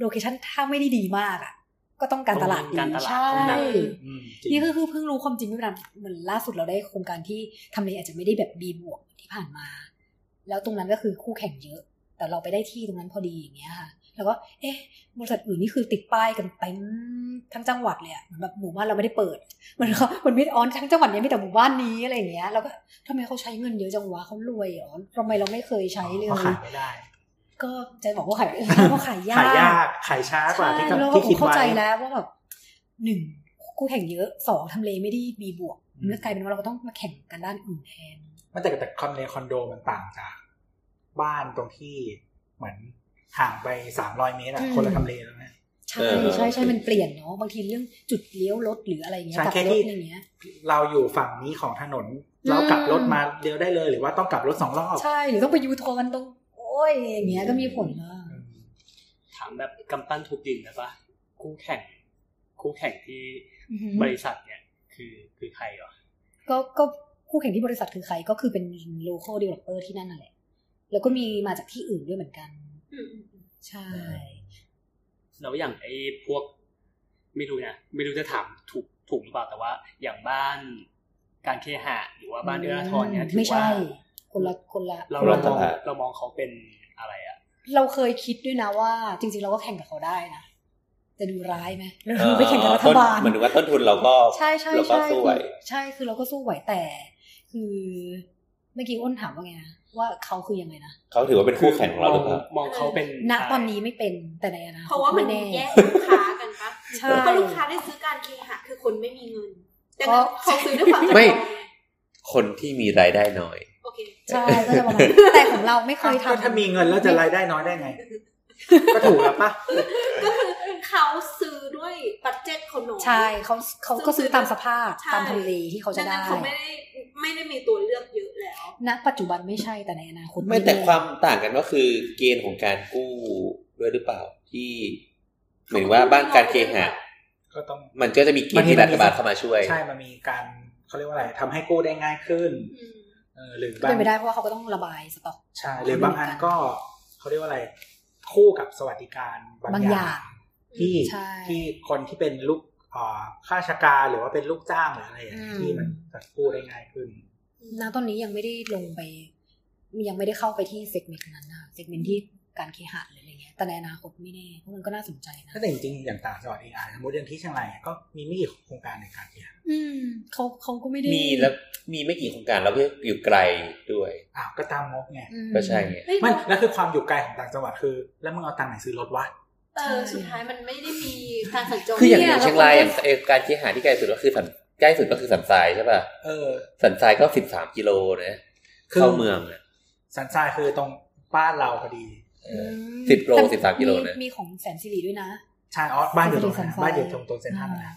G: โลเคชันถ้าไม่ได้ดีมากอะก็ต้องการตลาดดี
F: การตลาด
G: ใช่
F: เท่านั้น
C: อืมจริง
G: นี่ก็คือเพิ่งรู้ความจริงไม่นานเหมือนล่าสุดเราได้โครงการที่ทำเลอาจจะไม่ได้แบบดีบวกที่ผ่านมา แล้วตรงนั้นก็คือคู่แข่งเยอะ แต่เราไปได้ที่ตรงนั้นพอดีอย่างเงี้ยค่ะ แล้วก็เอ๊ะบริษัทอื่นนี่คือติดป้ายกันเต็มทั้งจังหวัดเลยอะเหมือนแบบหมู่บ้านเราไม่ได้เปิด มันก็มันมิดออนทั้งจังหวัดเนี่ยมีแต่หมู่บ้านนี้อะไรอย่างเงี้ยแล้วก็ทำไมเขาใช้เงินเยอะจังวะเขารวยเหรอทำไมเราไม่เคยใช้เล
C: เพราะขาย ยไม่ได้
G: ก็จะบอกว่าขาย เขาขายยาก
C: ขายยากขายช้ากว่าที่
G: ใช่แล้ว
C: ที่
G: ผม
C: คิด
G: เข้า
C: ไว้
G: ใจแล้วว่าแบบหนึ่งคู่แข่งเยอะสองทำเลไม่ได้มีบวก
C: อืม
G: มันก็กลายเป็นว่าเราก็ต้องมาแข่งกันด้านอื่นแทน
C: มันแต่แต่คอนโดคอนโดมันต่างจากบ้านตรงที่เหมือนห่างไปสามร้อยเมตรอะ
G: อืม
C: คนละทำเลแล้วนะ
G: ใช่ใช่ใช่มันเปลี่ยนเนาะบางทีเรื่องจุดเลี้ยวรถหรืออะไรเงี้ย
C: ใช่
G: กลับ
C: แค่
G: รถ
C: ที่
G: อะไรเงี้ย
C: เราอยู่ฝั่งนี้ของถนน
G: อืม
C: เรากลับรถมาเดียวได้เลย หรือว่าต้องกลับรถสองรอบ
G: ใช่หรือต้องไปยูโทนตรงโอ้ยอย่างเงี้ยก็มีผลนะ
C: อืม
F: ถามแบบกำปั้นทุบดินนะปะคู่แข่ง คู่แข่งที่
G: อือหือบ
F: ริษัทเนี่ยคือคือใครเหรอ
G: ก็ก็คู่แข่งที่บริษัทคือใครก็คือเป็น local developer ที่นั่นน่ะแหละ แล้วก็มีมาจากที่อื่นด้วยเหมือนกัน ใช่
F: แล้วอย่างไอ้พวก ไม่รู้นะไม่รู้จะถามถูกถูกหรือเปล่าแต่ว่า อย่างบ้านการเคหะหรือว่าบ้านเอื้ออาทรเนี่ยถือ
G: ไม่
F: ว่า
G: ใช่ คนละคนละ
F: เรา
D: คน
F: เรา
D: ละ
F: ม
D: ต
F: อง
D: ลาด
F: เรามองเขาเป็นอะไรอะ
G: เราเคยคิดด้วยนะว่าจริงๆ เราก็แข่งกับเขาได้นะจะดูร้ายไหมเราไปแข่งกับรัฐบาล
D: เหมือนว่าต้นทุนเราก็
G: ใช่ใช่
D: เราก็
G: ใช่
D: สู้ไหว
G: คือใช่คือเราก็สู้ไหวแต่ คือเมื่อกี้อ้นถามว่าไงนะว่าเขาคือยังไงนะ
D: เขาถือว่าเป็นคู่แข่งของเราหรือเปล่า
F: มองเขาเป็น
G: ณตอนนี้ไม่เป็นแต่ในอนาคต
H: เพราะว่ามัน
G: ไแน่
H: แยกลูกค้ากันปะ
G: ใช่
H: เพราะลูกค้าได้ซื้อการเคหะคือคนไม่มีเงินดัง
G: เพ
H: นั้น
G: ราะ
H: เขาซื้อด้วยความจำ
D: ไม่
H: เป็น
D: คนที่มีรายได้น้อย
H: โอเค
G: ใช่ก็จะประมาณนั้นแต่ของเราไม่เคย
C: ก็
G: ทำ
C: ถ้ามีเงินแล้วจะรายได้น้อยได้ไง ก็ถูกแล้วปะ
H: ก็คือเขาซื้อด้วยบัตเจ็ตคนน้อย
G: ใช่เขาเขาก็ซื้อตามสภาพตามทำเลที่เขาจะ
H: ดัง
G: ได้
H: นั้นเขาไม่ได้ไม่ได้มีตัวเลือกเยอะแล้ว
G: ณปัจจุบันไม่ใช่แต่ในอนาคต
D: ไม่แต่
G: แน่
D: ความต่างกันก็คือเกณฑ์ของการกู้ด้วยหรือเปล่าที่เหมือนว่าบ้านการเคหะ
C: ก็ต้อง
D: มันก็จะมีเกณฑ์ที่รัฐบาลเข้ามาช่วย
C: ใช่มันมีการเขาเรียกว่าอะไรทำให้กู้ได้ง่ายขึ้น
H: อืม
C: เออหรือบา
G: เป็
C: ง
G: นไปได้เพราะว่าเขาก็ต้องระบายสต็อก
C: ใช่หรือบางอันก็เขาเรียกว่าอะไร คู่กับสวัสดิการบาง
G: บาง
C: อ
G: อย่
C: า
G: ย่าง ง
C: ที่
G: ใช่
C: ที่คนที่เป็นลูกอ่าข้าราชการหรือว่าเป็นลูกจ้างหรืออะไรอย่างเงี้ย
G: อืม
C: ที่มันจะกู้ได้ง่ายขึ้น
G: ณตอนนี้ยังไม่ได้ลงไป ยังไม่ได้เข้าไปที่เซกเมนต์นั้นนะคะเซกเมนต์ที่การเคหะหรืออะไรเงี้ยแต่ในอนาคตไม่แน่เพราะมันก็น่าสนใจนะ
C: ถ้าแต่จริงๆอย่างต่างจังหวัดเองอ่ะสมมติอย่างที่เชียงรายก็มีไม่กี่โครงการในการเนี่ย
G: อืมเขาเขาก็ไม่ได้
D: มีแล้วมีไม่กี่โครงการแล้วก็อยู่ไกลด้วย
C: อ้าวก็ตามงบไง
G: อืม
D: ก็ใช่ไง
H: เฮ้ย
C: ไม่แล้วคือความอยู่ไกลของต่างจังหวัดคือ แล้วมึงเอาตังค์ไหนซื้อรถวะ
H: เออสุดท้ายมันไม่ได้มีทางสัญจร
D: คืออย่าง
G: เนี่
D: อย ย่างเชียงรายอ
G: เรา
D: ย่าง
G: ก็
D: เอ่อการเคหาที่ไกลสุดก็คือสันใกล้สุดก็คือสันทรายใช่ป่ะ
C: เออ
D: สันทรายก็สิบสามกิโลนะ
C: คือ
D: เข้าเมืองเนี่ย
C: สันทรายคือตรงบ้านเราพอดี
D: เอ
G: อื
D: อ
G: ม
D: สิบโล
G: แต่
D: สิบสามกิโลนะ
G: มีของแสนสิริด้วยนะ
C: ใช่อ๋อบ้านอยู่ตรงนั้น
G: สันทราย
C: บ้านอยู่ตรงตรงเซ็นทรัลนะ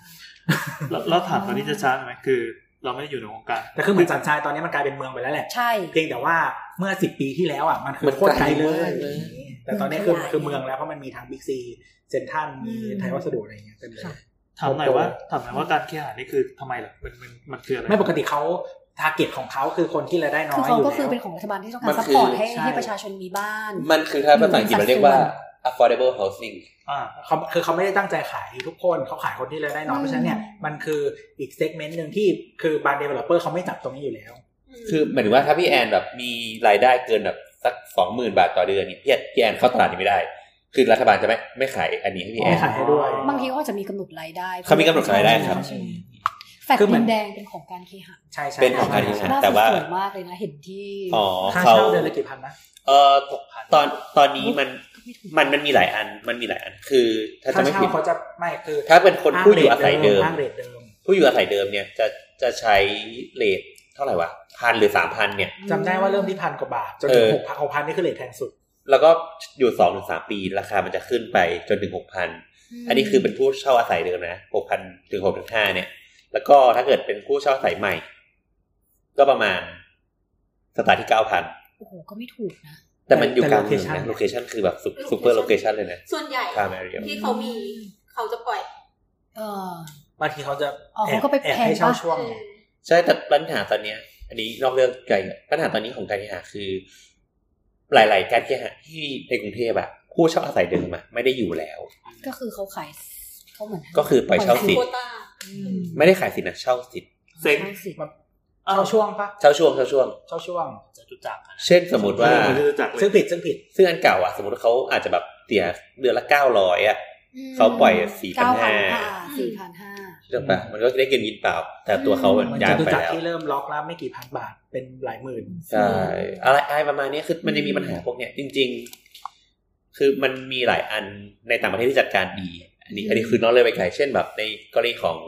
B: แล้วแล้วถามตอนนี้จะช้าไหมคือ เราไม่ได้อยู่ในวงการ
C: แต่คือเหมือนสันทรายตอนนี้มันกลายเป็นเมืองไปแล้วแหละ
G: ใช่
C: เพียงแต่ว่าเมื่อสิบปีที่แล้วอ่ะมันคื
D: มั
C: อนโคตรไกลเลย
D: ไกลมากเลย
C: แต่ตอนนี้คือ
G: ไกล
C: คือเมืองแล้วเพราะมันมีทางบิ๊กซีเซ็นทรัลมี
G: อืม
C: ไทยวัสดุอะไรอย่างเงี้ยเต็มเลย
B: ถามหน่อยว่าถามหน่อยว่าการเคหานี่คือทำไมเหรอมันมันมันคืออะไร
C: ไม่ปกติเขาทาร์เก็ตของเขาคือคนที่รายได้น้อ
G: คือยเขา
C: อยู่
G: ก็
C: แล้
G: คือ
C: ว
G: เป็นของรัฐบาลที่ต้อง
D: มั
G: การ
D: น
G: ซัพ
D: คือ
G: พอร์ตให้
C: ใช่
G: ให้ประชาชนมีบ้าน
D: มันคือถ้าภาษาอังกฤษมันเรียกว่า affordable housing
B: อ่า
C: เขาคือเขาไม่ได้ตั้งใจขายทุกคนเขาขายคนที่รายได้น้อยเพราะฉะนั้นเนี่ยมันคืออีกเซกเมนต์หนึ่งที่คือบางเดเวลลอปเปอร์เขาไม่จับตรงนี้อยู่แล้ว
D: คือหมายถึงว่าถ้าพี่แอนแบบมีรายได้เกินแบบสักสองหมื่นบาทต่อเดือนเนี่ยพี่แอนพี่แอนเข้าตลาดนี้ไม่ได้ คือรัฐบาลจะไม่ไม่ขายอันนี้ให้พี่แอ
C: ไม่
D: น
C: ขายให้ด้วย
G: บางทีเขาอาจจะมีกำหนดรายได้
D: เขามีกำหนดรายได้ครับ
G: ใช่หมแฟลต
C: คือเหมื
G: ดิ
C: อน
G: นแดงเป็นของการเคหะ
C: ใช่ใช่
D: เป็นของการที่
C: ใช่
D: หา
G: น่า
D: แต่ว่า
G: สวยมากเลยนะเห็นที่
D: อ๋อ
C: ค่า
D: เขา
C: เช่าเดือนละกี่พันนะ
D: เอ่อตอนตอนนี้มันมันมันมีหลายอันมันมีหลายอันคือถ้าจะ
C: ค่า
D: ไม่
C: เช่า
D: ผิด
C: เขาจะไม่คือ
D: ถ้าเป็นคนผู้อยู่อาศัยเดิม
C: อ้างเรทเดิม
D: ผู้อยู่อาศัยเดิมเนี่ยจะจะใช้เลทเท่าไหร่วะพันหรือสามพันเนี่ย
C: จำได้ว่าเริ่มที่พันกว่าบาท จนถึง
D: เออ
C: หกพันหกพันนี่คือเรทแพงสุด
D: แล้วก็อยู่สองถึงสามปีราคามันจะขึ้นไปจนถึงหกพันอันนี้คือเป็นผู้เช่าอาศัยเดิมนะหกพันถึงหกพันห้าเนี่ย แล้วก็ถ้าเกิดเป็นผู้เช่าอาศัยใหม่ ก็ประมาณสตาร์ทที่เก้าพัน
G: โอ้โหก็ไม่ถูกนะ
D: แต่มันอยู่กลางเมือง
C: แต่ location
D: นะโลเคชันคือแบบซูเปอร์โลเคชันเลยนะ
H: ส่วนใหญ่
D: พามาเรียม
H: ที่เขามีเขาจะปล่อย
G: เออ
C: บางทีเขาจะ
G: อ๋อเขาก็ไป
C: แอบ
G: แพง
C: ให้เช่า
G: ปะ
C: ช่วง
H: เอ
C: ไง
H: อ
D: ใช่แต่ปัญหาตอนเนี้ย อันนี้นอกเรื่องไกลปัญหาตอนนี้ของการเคหะคือ หลาย ๆ การเคหะที่ในกรุงเทพอะผู้เช่าอาศัยเดิมอะไม่ได้อยู่แล้ว
G: ก็คือเขาขายเขาเหมือน
D: ก็คือปล่อยเช่าสิท
H: โค
D: ธิ์
H: ต้า
G: อืม
D: ไม่ได้ขายสิทธิ์นะเช่าสิทธิ์
B: เซ็ง
G: ช่าสิ
C: เช่าช่วงปะ
D: เช่าช่วงเช่าช่วง
C: เช่าช่วง
F: จะจุจักรนะ
D: เช่นสมมติว่า
B: เออมันจะจักเลย
C: ซึ่งผิดซึ่งผิด
D: ซึ่งอันเก่าอ่ะ สมมติว่าเขาอาจจะแบบเสียเดือนละเก้าร้อยอ่ะ เขาปล่อย4,500
G: สี่พันห้า
D: ถูกปะมันก็จะได้เงินยินเปล่า แต่ตัวเขามัน
C: มัน
D: ย้า
C: จะ
D: ย
C: ดู
D: ไป
C: จาก
D: แล้ว
C: ที่เริ่มล็อกแล้วไม่กี่พันบาทเป็นหลายหมื่น
D: ใช่ อะไรอะไรประมาณเนี้ยคือมันจะมีปัญหาพวกเนี้ยจริง ๆ คือมันมีหลายอันในต่างประเทศที่จัดการดี อันนี้ อันนี้คือนอกเลยไปไกลเช่นแบบในกรณีของ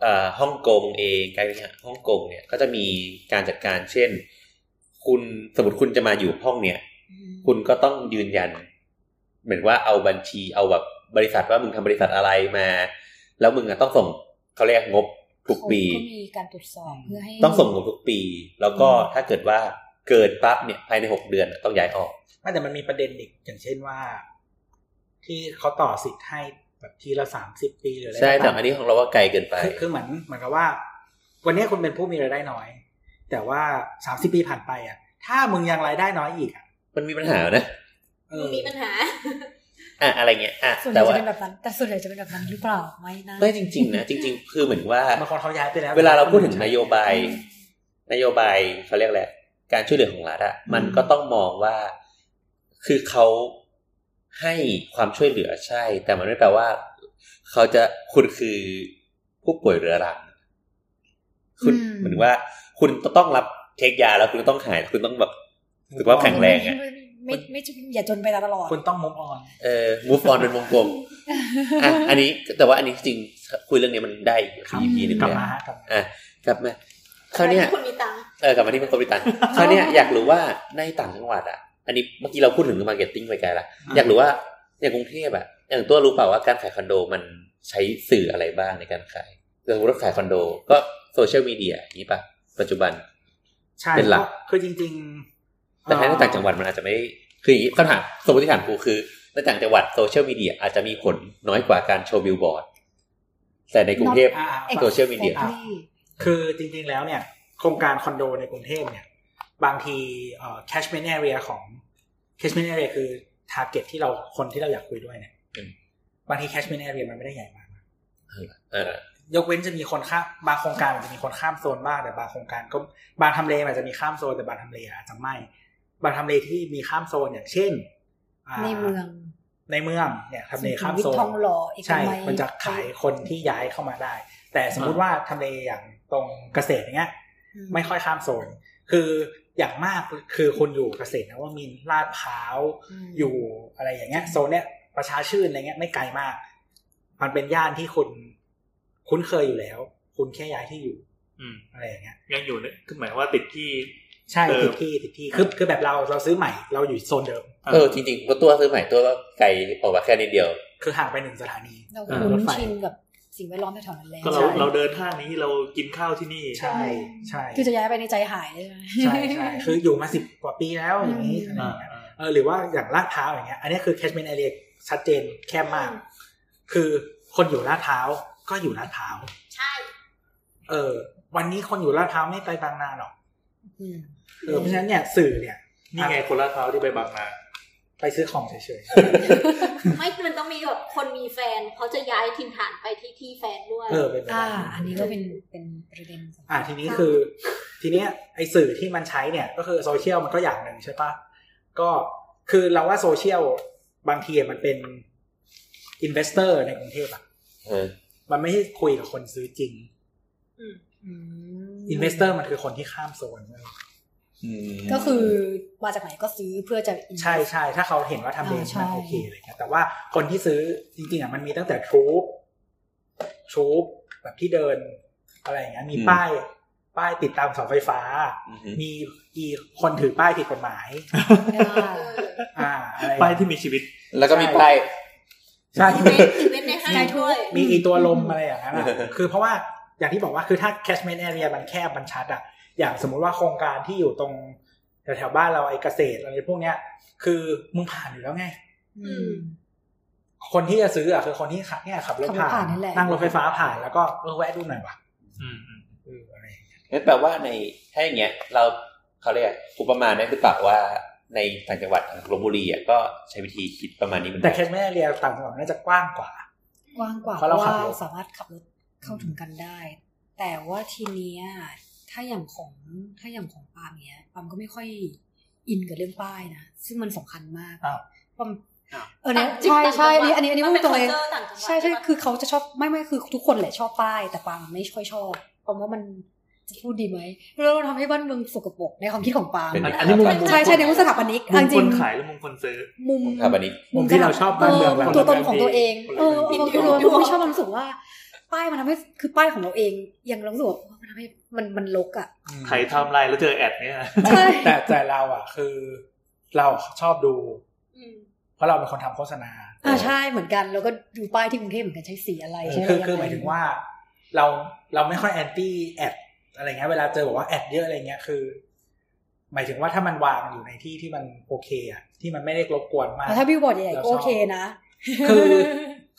D: เอ่อฮ่องกงเองการเป็นฮ่องกงเนี่ยก็จะมีการจัดการเช่น คุณสมมติคุณจะมาอยู่ห้องเนี่ย คุณก็ต้องยืนยัน เหมือนว่าเอาบัญชีเอาแบบบริษัทว่ามึงทำบริษัทอะไรมา แล้วมึงอะต้องส่งเขาเรียกงบทุกปี
G: เขาก็มีการตรวจสอบเพื่อให้
D: ต้องส่งงบทุกปี แล้วก็ถ้าเกิดว่าเกินปั๊บเนี่ยภายในหกเดือนอะต้องย้ายออก
C: ไม่แต่มันมีประเด็นอีกอย่างเช่นว่า ที่เขาต่อสิทธิ์ให้แบบทีละสามสิบปีหรืออะไร
D: ใช่แต่
C: ก็าม
D: อันนี้ของเราว่าไกลเกินไป
C: คือคือเหมือนเหมือนกับว่า วันนี้คุณเป็นผู้มีรายได้น้อย แต่ว่าสามสิบปีผ่านไปอ่ะ ถ้ามึงยังรายได้น้อยอีกอ่ะ
D: มันมีปัญหานะ
C: เอ
H: มั
C: อน
H: มีปัญหา
D: อ่ะอะไรเงี้ยอ่ะ
G: ส่วนใหญ่จะ
D: แต่ว่า
G: เป็นแบบนั้นแต่ส่วนใหญ่จะเป็นแบบนั้นหรือเปล่าไม่นะ
D: ไม่จริง ๆ นะจริง ๆ คือเหมือนว่า
C: บางคนเขาย้ายไปแล้ว
D: เวลาเราพูดถึงนโยบาย นโยบายเขาเรียกแหละไรการช่วยเหลือของรัฐอะมันก็ต้องมองว่าคือเขาให้ความช่วยเหลือใช่ แต่มันไม่แปลว่า เขาจะคุณคือผู้ป่วยเรื้อรังคุณเหมือนว่า คุณต้องรับเทคยาแล้วคุณก็ต้องหายคุณต้องแบบรู้สึกว่าแข็งแรงอะ
G: ไม่ไม่ไม่ไม่อย่าจนไปตลอด
C: คุณต้องมุกออน
D: เออมูฟออนเป็นวงกลมอ่ะอันนี้แต่ว่าอันนี้จริงคุยเรื่องนี้มันได้อีก EP หนึ่ง
C: กลับ
D: เลย
C: มา
D: อะ
C: ฮะกลับมา
D: อ่ะกลับมาเขาวเนี่ย
H: คุณมีตังค์
D: เออกลับมาที่เป็นคนบริตันคราวเนี้ยอยากรู้ว่าในต่างจังหวัดอ่ะ อันนี้เมื่อกี้เราพูดถึงเรื่องมาร์เก็ตติ้งไปไกลละอยากรู้ว่าอย่างกรุงเทพอ่ะอย่างตัวรู้เปล่าว่าการขายคอนโดมันใช้สื่ออะไรบ้างในการขายเรื่องรถขายคอนโด ก็โซเชียลมีเดียอย่างนี้ป่ะ ปัจจุบัน
C: ใช่
D: เป็นหลัก
C: คือจริงๆ
D: แต่ถ้าในต่างจังหวัดมันอาจจะไม่คืออย่างนี้คำถามสมมติฐานกูคือในต่างจังหวัดโซเชียลมีเดียอาจจะมีผลน้อยกว่าการโชว์บิลบอร์ดแต่ในกรุงเทพ
C: อ่าๆ
D: โซเชียลมีเดีย
C: คือจริงๆ แล้วเนี่ย โครงการคอนโดในกรุงเทพเนี่ย บางทีเอ่อ catchment area ของ catchment area คือ target ที่เราคนที่เราอยากคุยด้วยเนี่ย
D: อืม
C: บางที catchment area มันไม่ได้ใหญ่มาก
D: เออ
C: ยกเว้นจะมีคนข้ามบางโครงการมันจะมีคนข้ามโซนบ้างแต่บางโครงการก็บางทำเลมันอาจจะมีข้ามโซนแต่บางทำเลอาจจะไม่บางทำเลที่มีข้ามโซนอย่างเช่นอ่า
G: ในเมือง
C: ในเมืองเนี่ยทำเลข้าม
G: วิ
C: โซ
G: ท
C: น
G: ทองหล่อเอก
C: ใช่
G: มัย
C: มันจะขายคนที่ย้ายเข้ามาได้ แต่สมมุติว่าทำเลอย่างตรงเกษตรอย่างเงี้ย ไม่ค่อยข้ามโซน คืออย่างมากคือคนอยู่เกษตรนะว่ามีลาดพร้าว
G: ม
C: อยู่อะไรอย่างเงี้ยโซนเนี้ยประชาชื่นอะไรเงี้ยไม่ไกลมาก มันเป็นย่านที่คุณคุ้นเคยอยู่แล้ว คุณแค่ย้ายที่อยู่
B: อืม
C: อะไรอย่างเงี้ย
B: ยังอยู่เนี่ยคือหมายว่าติดที่
C: ใช่
B: เออ
C: ติดที่ติดที่คือคือแบบเราเราซื้อใหม่เราอยู่โซนเดิม
D: เออจริงๆก็ตัวซื้อใหม่ตัวก็ไกลออกมาแค่นิดเดียว
C: คือห่างไปหนึ่งสถานี
G: เรา
B: เออ
G: คุ้
C: รถ
G: น
C: ไฟ
G: ชินกับสิ่งแวดล้อมแถวๆนั้นแล้ว
B: ก็เรา
C: ใช่
B: เราเดินห้างนี้เรากินข้าวที่นี่
C: ใช่ใช่
G: คือจะย้ายไปในใจหายเลยใช่ไหม
C: ใช่ใช่คืออยู่มาสิบกว่าปีแล้วอย่างนี้อะไรอย่างเงี้ยเออหรือว่าอย่างลาดพร้าวอย่างเงี้ย อันนี้คือแคชเมน n อเรียชัดเจนแคบมาก คือคนอยู่ลาดพร้าวก็อยู่ลาดพร้าว
E: ใช่
C: เออ วันนี้คนอยู่ลาดพร้าวไม่ไปบางนาหรอก
G: อืม
C: เออเพราะฉะนั้นเนี่ยสื่อเนี่ย
B: นี่ไงคนลาดพร้าวที่ไปบางนา
C: ไปซื้อของเฉย
E: ไม่มันต้องมีแบบคนมีแฟนเขาจะย้ายถิ่นฐานไปที่ที่แฟนด้วย
C: ๆเออเป็นไป
G: อ่า
C: ได้
G: อันนี้ก็เป็นเป็นประเด็นสำคัญ
C: อ่าทีนี้คือ ทีเนี้ยไอสื่อที่มันใช้เนี่ย ก็คือโซเชียลมันก็อย่างหนึ่งใช่ปะก็คือเราว่าโซเชียลบางทีมันเป็นอินเวสเตอร์ในกรุงเทพอะ
D: เออ
C: มันไม่ใช่คุยกับคนซื้อจริง
G: อืม
C: อินเวสเตอร์มันคือคนที่ข้ามโซนเว้ย
D: อืม
G: ก็คือมาจากไหนก็ซื้อเพื่อจะ invest
C: ใช่ใช่ ถ้าเขาเห็นว่าทำเล
G: อ่าใช่
C: มันโอเคอะไรเงี้ยแต่ว่าคนที่ซื้อจริงๆอ่ะมันมีตั้งแต่ทูบทูบแบบที่เดินอะไรอย่างเงี้ย มีป้าย ป้ายติดตามเสาไฟฟ้า
D: อือฮึ
C: มีอีคนถือป้ายผิดกฎหมาย
G: อ่า
C: อ่าอะไร
B: ป้ายที่มีชีวิต
D: แล้วก็มีป้าย
C: ใช่
E: อีเวนต์อีเวนต์ในห้างด้วย
C: มีอีตัวลมอะไรอย่างนั้นอะคือเพราะว่าอย่างที่บอกว่าคือถ้า catchment area มันแคบมันชัดอะอย่างสมมุติว่าโครงการที่อยู่ตรงแถวๆบ้านเราไอ้เกษตรอะไรพวกเนี้ย คือมึงผ่านอยู่แล้วไง
G: อืม
C: คนที่จะซื้ออะคือคนที่ขับเนี่ยขับรถผ่า
G: ขับรถผ่าน นนั่นแหละ
C: นั่งรถไฟฟ้าผ่านแล้วก็เออแวะดูหน่อยว่ะ
B: อืม
C: เอออะไรอย่างเงี้ย
D: นั่นแปลว่าในถ้าอย่างเงี้ยเราเขาเรียกอุปมาได้หรือเปล่าว่าในต่างจังหวัดอย่างลบบุรีอ่ะก็ใช้วิธีคิดประมาณนี้เหมือน
C: แต่
D: กัน
C: catchment area ต่างจังหวัดน่าจะกว้างกว่า
G: กว้างกว่า
C: เพราะเราขับรถ
G: ว่สามารถขับรถเข้าถึงกันได้ แต่ว่าทีเนี้ยถ้าอย่างของถ้าอย่างของปาล์มเนี้ยปาล์มก็ไม่ค่อยอินกับเรื่องป้ายนะซึ่งมันสำคัญมาก
C: อ้าว
G: ปาล์มเออเนี่ยใช่ใช่อันนี้อันนี้อันนี้พูดตรงเลย
E: ต่างจังหวัด
G: ใช่ใช่คือเขาจะชอบไม่ไม่คือทุกคนแหละชอบป้ายแต่ปาล์มไม่ค่อยชอบปาล์มว่ามันจะพูดดีไหมแล้วมันทำให้บ้านเมืองสกปรกในความคิดของปาล์ม
D: เป็น
B: อันนี้มุม
G: ใช่ใช่ในมุมสถาปนิก
B: มุม
G: จริ
B: คน
G: ง
B: ขายและมุมคนซื้อ
G: ๆมุม
D: ครับอันนี้
C: มุมที่เราชอบบ้านเมือง
G: เอ
C: เรา
G: อตัวตนของตัวเอง
B: คนละ
G: เออ
B: แบรนด์
G: บางทีเราไม่ชอบมันรู้สึกว่า ป้ายมันทำให้คือป้ายของเราเองยังรู้สึกว่ามันทำให้มันมันลกอ่ะ
C: อืม
B: ไถไทำลายแล้วเจอแอดเนี่ย
G: ใช่
C: แต่แต่เราอะคือ เราชอบดู
E: อืม
C: เพราะเราเป็นคนทำโฆษณา
G: อ่าใช่เหมือนกันแล้วก็ดูป้ายที่กรุงเทพเหมือนกันใช้สีอะไรใช่ไหม
C: คือคือหมายถึงว่าเราเราไม่ค่อยแอนตี้แอดอะไรเงี้ยเวลาเจอบอกว่าแอดเยอะอะไรเงี้ยคือ หมายถึงว่าถ้ามันวางอยู่ในที่ที่มันโอเคอะที่มันไม่ได้รบกวนมาก
G: แล้วถ้าบิลบอร์ดใหญ่ๆก็โอเคนะ
C: คือ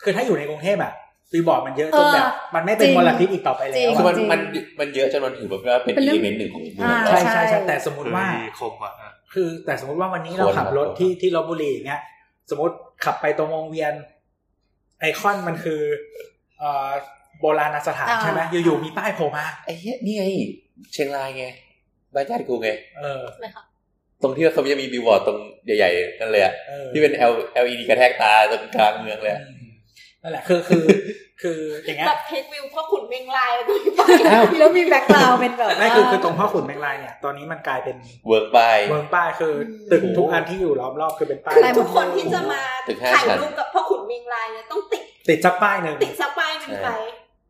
C: คือถ้าอยู่ในกรุงเทพอะบิลบอร์ดมันเยอะจนแบบ
G: เออ
C: มันไม่เป็น
G: จริง
C: มลพิษอีกต่อไปแล้
G: จริ
C: ว
G: ง
D: คือ
C: อะ
D: มันมันมันเยอะจนมันถือแบบว่าเป็น
G: เป็นเรื่อ
D: อี
G: ง
D: เวนต์หนึ่งของเมือง
G: อ่า
D: เรา
C: ใช่ใช่ใช่แต่สมม
B: เฮ้
C: ติว่า
B: ยคมอ่ะ
C: คือแต่สมมติว่าวันนี้เราขับรถ
D: คนละ
C: ที่ที่ลบบุรีอย่างเงี้ยสมมติขับไปตรงวงเวียน ไอคอนมันคือเอ่อโบราณสถานใช่ไหม
G: อ่า
C: อยู่ๆมีป้ายโผล่มา
D: ไอ้เหี้ยนี่ไงเชียงรายไงบ้านญาติกูไง
C: เออ
E: ไหมคะ
D: ตรงที่เขาจะมีบิวบอร์ดตรงใหญ่ๆนั่นเลยอะ
C: ออ
D: ที่เป็น L LED กระแทกตาตรงกลางเมืองเลยอะ
C: นั่นแหละคือคือคืออย่างเงี้ย
E: แบบเทควิวพ่อขุนเมงลายแล้วก็มีป้าย
G: แล้วมีแบ็คกราวด์เป็นแบบ
C: ไม่คือ
G: ว่า
C: คือตรงพ่อขุนแมงลายเนี่ย ตอนนี้มันกลายเป็น
D: เวิร์กบาย
C: เมืองป้ายคือตึกทุกอันที่อยู่ล้อมรอบคือเป็นป้าย
E: คือทุกคนที่จะมา
D: ตึกห้า
E: ถ่าย
D: ชั้น
E: รูปกับพ่อขุนเมงลายเนี่ยต้องติด
C: ติดสักป้ายหนึ่ง
E: ติดสักป้ายหนึ่งไป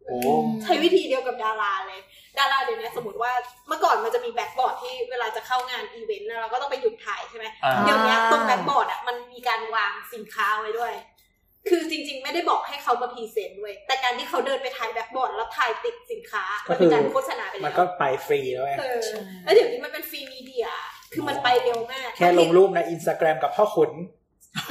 B: โอ้
E: ใช้วิธีเดียวกับดาราเลย ดาราเดี๋ยวนี้สมมติว่าเมื่อก่อนมันจะมีแบ็คบอร์ดที่เวลาจะเข้างานอีเวนต์นะเราก็ต้องไปหยุดถ่ายใช่ไหม
B: อ่า
E: เดี๋ยวนี้
G: อ่า
E: ตรงแบ็คบอร์ดอ่ะมันมีการวางสินค้าไว้ด้วย คือจริง ๆ ไม่ได้บอกให้เขามาพรีเซนต์เว้ยแต่การที่เขาเดินไปถ่ายแบ็คบอร์ดแล้วถ่ายติดสินค้ามันเป็นการโฆษณาไป
C: มัน
E: แล้ว
C: ก็ไปฟรีแล้วไง
E: เออแล้วเดี๋ยวนี้มันเป็นฟรีมีเดีย คือมันไปเร็วมาก
C: แค่ลงรูปในอินสตาแกรมกับพ่อขุน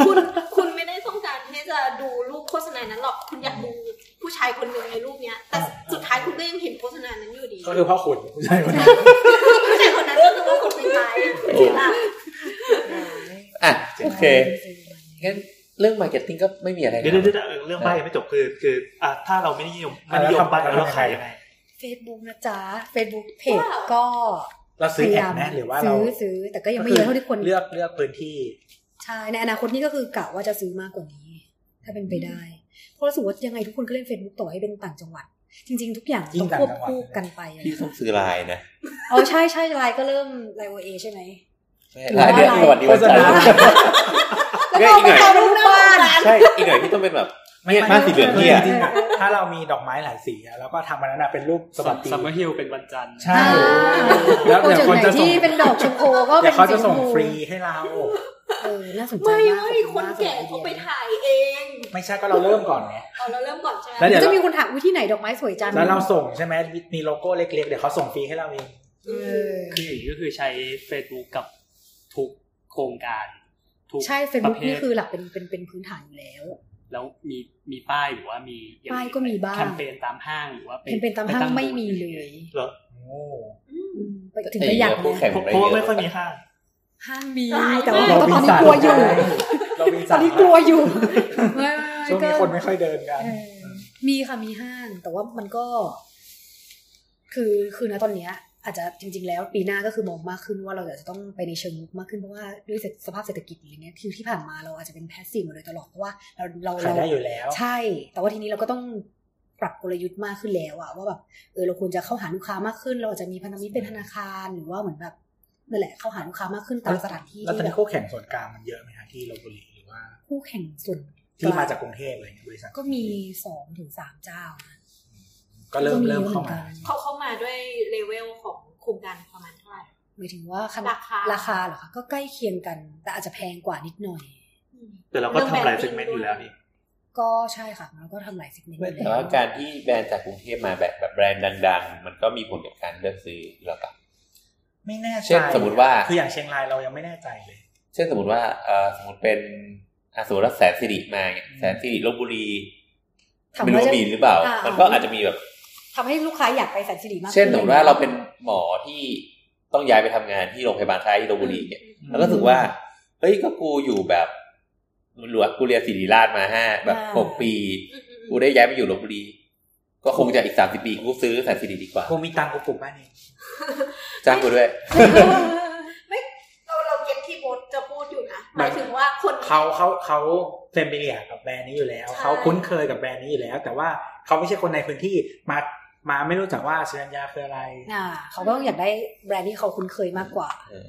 E: คุณคุณไม่ได้ต้องการที่จะดูรูปโฆษณานั้นหรอก คุณอยากดูผู้ชายคนหนึ่งในรูปเนี้ย แต่สุดท้ายคุณก็ยังเห็นโฆษณานั้นอยู่ดี
C: ก็คือพ่อขุนใช่คนนั้น
E: ผู้ชายคนนั้นก็คือว่าคุณเป็นใคร
D: อ่ะโอเคงั้น เรื่องมาร์เก็ตติ้งก็ไม่มีอะไรนะ
B: เดี๋ยวเดี๋ยวเดี๋ยวเรื่องใบไม่จบคือคืออ่ะถ้าเราไม่นิยมไม่นิยมใบ
C: แล้ว
B: เรา
C: ทำไง
B: ขายยังไง
G: Facebook นะจ๊ะ Facebook เพจก็
C: เราซื้อ
G: พ
C: แอ
G: ยยม
C: ดไหมหรือว่าเรา
G: ซื้อซื้อแต่ก็ยังไม่เยอะเท่าที่ควร
C: เลือกเลือกพื้นที่
G: ใช่ในอนาคตนี่ก็คือกะว่าจะซื้อมากกว่านี้ ถ้าเป็นไปได้เพราะรู้สึกว่ายังไงทุกคนก็เล่น Facebook ต่อให้เป็นต่างจังหวัด จริง ๆ ทุกอย่าง
C: ยิ่
G: ต้อง ง
C: ต่าง
G: ควบ
C: จังหวัด
G: คู่กันไปอะ
D: พี่ต้องซื้อไลน์นะ
G: อ๋อใช่ใช่ไลน์ก็เริ่มไลน์โอเอใช่ไหม
D: ไลน์เนี่ยสวัสดีวันจันทร์
G: แล้ว
D: เนี่
G: ก็
D: ย
G: เอา
D: อีก
G: ไป
D: หน่อย
G: ถ่ายรูปหน้าบ้าน
D: ใช่อีกหน่อยพี่ต้องเป็นแบบ
C: ไม่
D: เนี่ยบ้านสีเหลืองเนี่ย
C: จริงๆอะถ้าเรามีดอกไม้หลายสีอะแล้วก็ทำมันนั้นอะเป็นรูปสวัสดี
F: ซัมเมอร์ฮิลเป็นวันจันทร์
C: ใช่
G: อ่า
C: แล้ว
G: โปร
C: เดี๋ย
G: เจกต์
C: วคน
G: ไหน
C: จะส่ง
G: ที่เป็นดอกชมพูก็เป็
C: เดี๋ย
G: น
C: วเขาจะ
G: ช
C: ส่ง
G: มพู
C: ฟรีให้เรา
G: เออน่าสน
E: ไม่
G: ใจาก
E: เว้ยคนแก่เขาไปถ่ายเอง
C: ไม่ใช่ก็เราเริ่มก่อนไง
E: เอาเราเริ่มก่อนใช่ไหม
C: แล้วเดี๋ยว
G: จะมีคนถามวิที่ไหนดอกไม้สวยจัง
C: แล้วเราส่งใช่ไหมมีโลโก้เล็กๆ เดี๋ยวเขาส่งฟรีให้เราเอง
G: เออ
F: คืออย่างนี้ก็คือใช้ Facebook กับทุกโครงการทุก
G: ใช่เฟซ
F: ป
G: บุ๊ก
F: ระเภท
G: นี่คือหลักเป็นเป็นเป็นพื้นฐานอยู่แล้ว
F: แล้วมีมีป้ายหรือว่ามีอย่ง
G: ป้ายก็มีบ้าง
F: แคมเปญตามห้างหรือว่า
G: เป็นเป็นตามห้างไม่มีเลย
C: โอ้
G: ไปถึงประหยัด
D: พวก
G: นะ
D: แข่ง
B: เพราะ
D: อะไร
B: เพราะว่าไม่ค่
D: เยอะ
B: อยมีห้าง
G: ห้างมีแต่ว่า
C: เรา
G: ตอน
C: วิ
G: นี้
C: นสัน
G: กลัวอยู่
C: เราวิน
G: ต
C: สั
G: อน นนี้กลัวอยู่ไม่
C: ช่วง
G: ก็
C: นี้คนไม่ค่อยเดินกัน
G: เออมีค่ะมีห้างแต่ว่ามันก็ คือคือนะตอนเนี้ย อาจจะจริง ๆ แล้วปีหน้าก็คือมองมากขึ้นว่าเราอาจจะต้องไปในเชิงลุกมากขึ้นเพราะว่าด้วยสภาพเศรษฐกิจอย่างเงี้ยที่ที่ผ่านมาเราอาจจะเป็นแพสซีฟมาโดยตลอดเพราะว่าเราเรา
C: ขาย
G: เรา
C: ได้อยู่แล้ว
G: ใช่ แต่ว่าทีนี้เราก็ต้องปรับกลยุทธ์มากขึ้นแล้วอะว่าแบบเออเราควรจะเข้าหาลูกค้ามากขึ้น เราอาจจะมีพันธมิตรเป็นธนาคารหรือว่าเหมือนแบบนั่นแหละเข้าหาลูกค้ามากขึ้นตามสถานที่
C: แล้วตอน
G: ที่แบ
C: นี้
G: บ
C: คู่แข่งส่วนกลางมันเยอะไหมฮะที่ลบบุรีหรือว่า
G: คู่แข่งส่วน
C: ที่มาจากกรุงเทพอะไรเงี้ยบริษัท
G: ก็มีสองถึงสามเจ้านะ
C: ก็เริ่ม
G: ก็
C: เริ่ม
G: ยอะ
C: เข้า
G: หอน
C: มา
G: กัน
E: เขาเข้ามาด้วยเลเวลของโครงการประมาณเท่าไหร่
G: หมายถึงว่าขนด
E: ราคา
G: ราคาเหรอคะก็ใกล้เคียงกัน แต่อาจจะแพงกว่านิดหน่อย
E: อืม
B: แต่เราก็ทำหลายเซกเมนต์อยู่แล้วนี่
G: ก็ใช่ค่ะมันก็ทำหลายสิบเมนต์อยู่
D: แต่ว่าการที่แบรนด์จากกรุงเทพมาแบบแบบแบรนด์ดัง ๆ มันก็มีผลกับการเลือกซื้อแล้วกับ
C: ไม่แน่ใจ
D: เช่นสมมุติว่า
C: คืออย่างเชียงรายเรายังไม่แน่ใจเลย
D: เช่นสมมติว่าเอ่อสมมติเป็นอาสูรแสนสิริมาเนี่ยแสนสิริลบบุรี
G: ถาม
D: ไม่รู้
G: ว่าจะ
D: ว่ามีหรือเปล่า
G: อ่ามั
D: มันก็อาจจะมีแบบ
G: ทำให้ลูกค้าอยากไปแสนสิริมาก
D: เช่นสมมติว่า
G: ขึ้
D: เราเป็นหมอที่ต้องย้ายไปทำงานที่โรงพยาบาลค่ายที่ลบบุรีเนี่ย
C: อืม
D: แล้วก็รู้สึกว่าเฮ้ยก็กูอยู่แบบหลวงกูเรียนศิริราชมาห้าแบบหกปี กูได้ย้ายไปอยู่ลบบุรี ก็คงจะอีกสามสิบปีกูซื้อแสนสิริดีกว่า
C: กูมีตังค์กูปลูกบ้านเอง
D: จ้างกูด้วย
E: เราเราเก็ตที่โบทจะพูดอยู่นะหมายถึงว่าคน
C: เขาเขาเขาเฟมิเลียกับแบรนด์นี้อยู่แล้ว
E: ใช่
C: เขาคุ้นเคยกับแบรนด์นี้อยู่แล้ว แต่ว่าเขาไม่ใช่คนในพื้นที่มามาไม่รู้จักว่าสุรัญญาคืออะไร
G: อ่าเขาก็ต้องอยากได้แบรนด์ที่เขาคุ้นเคยมากกว่า
E: อืม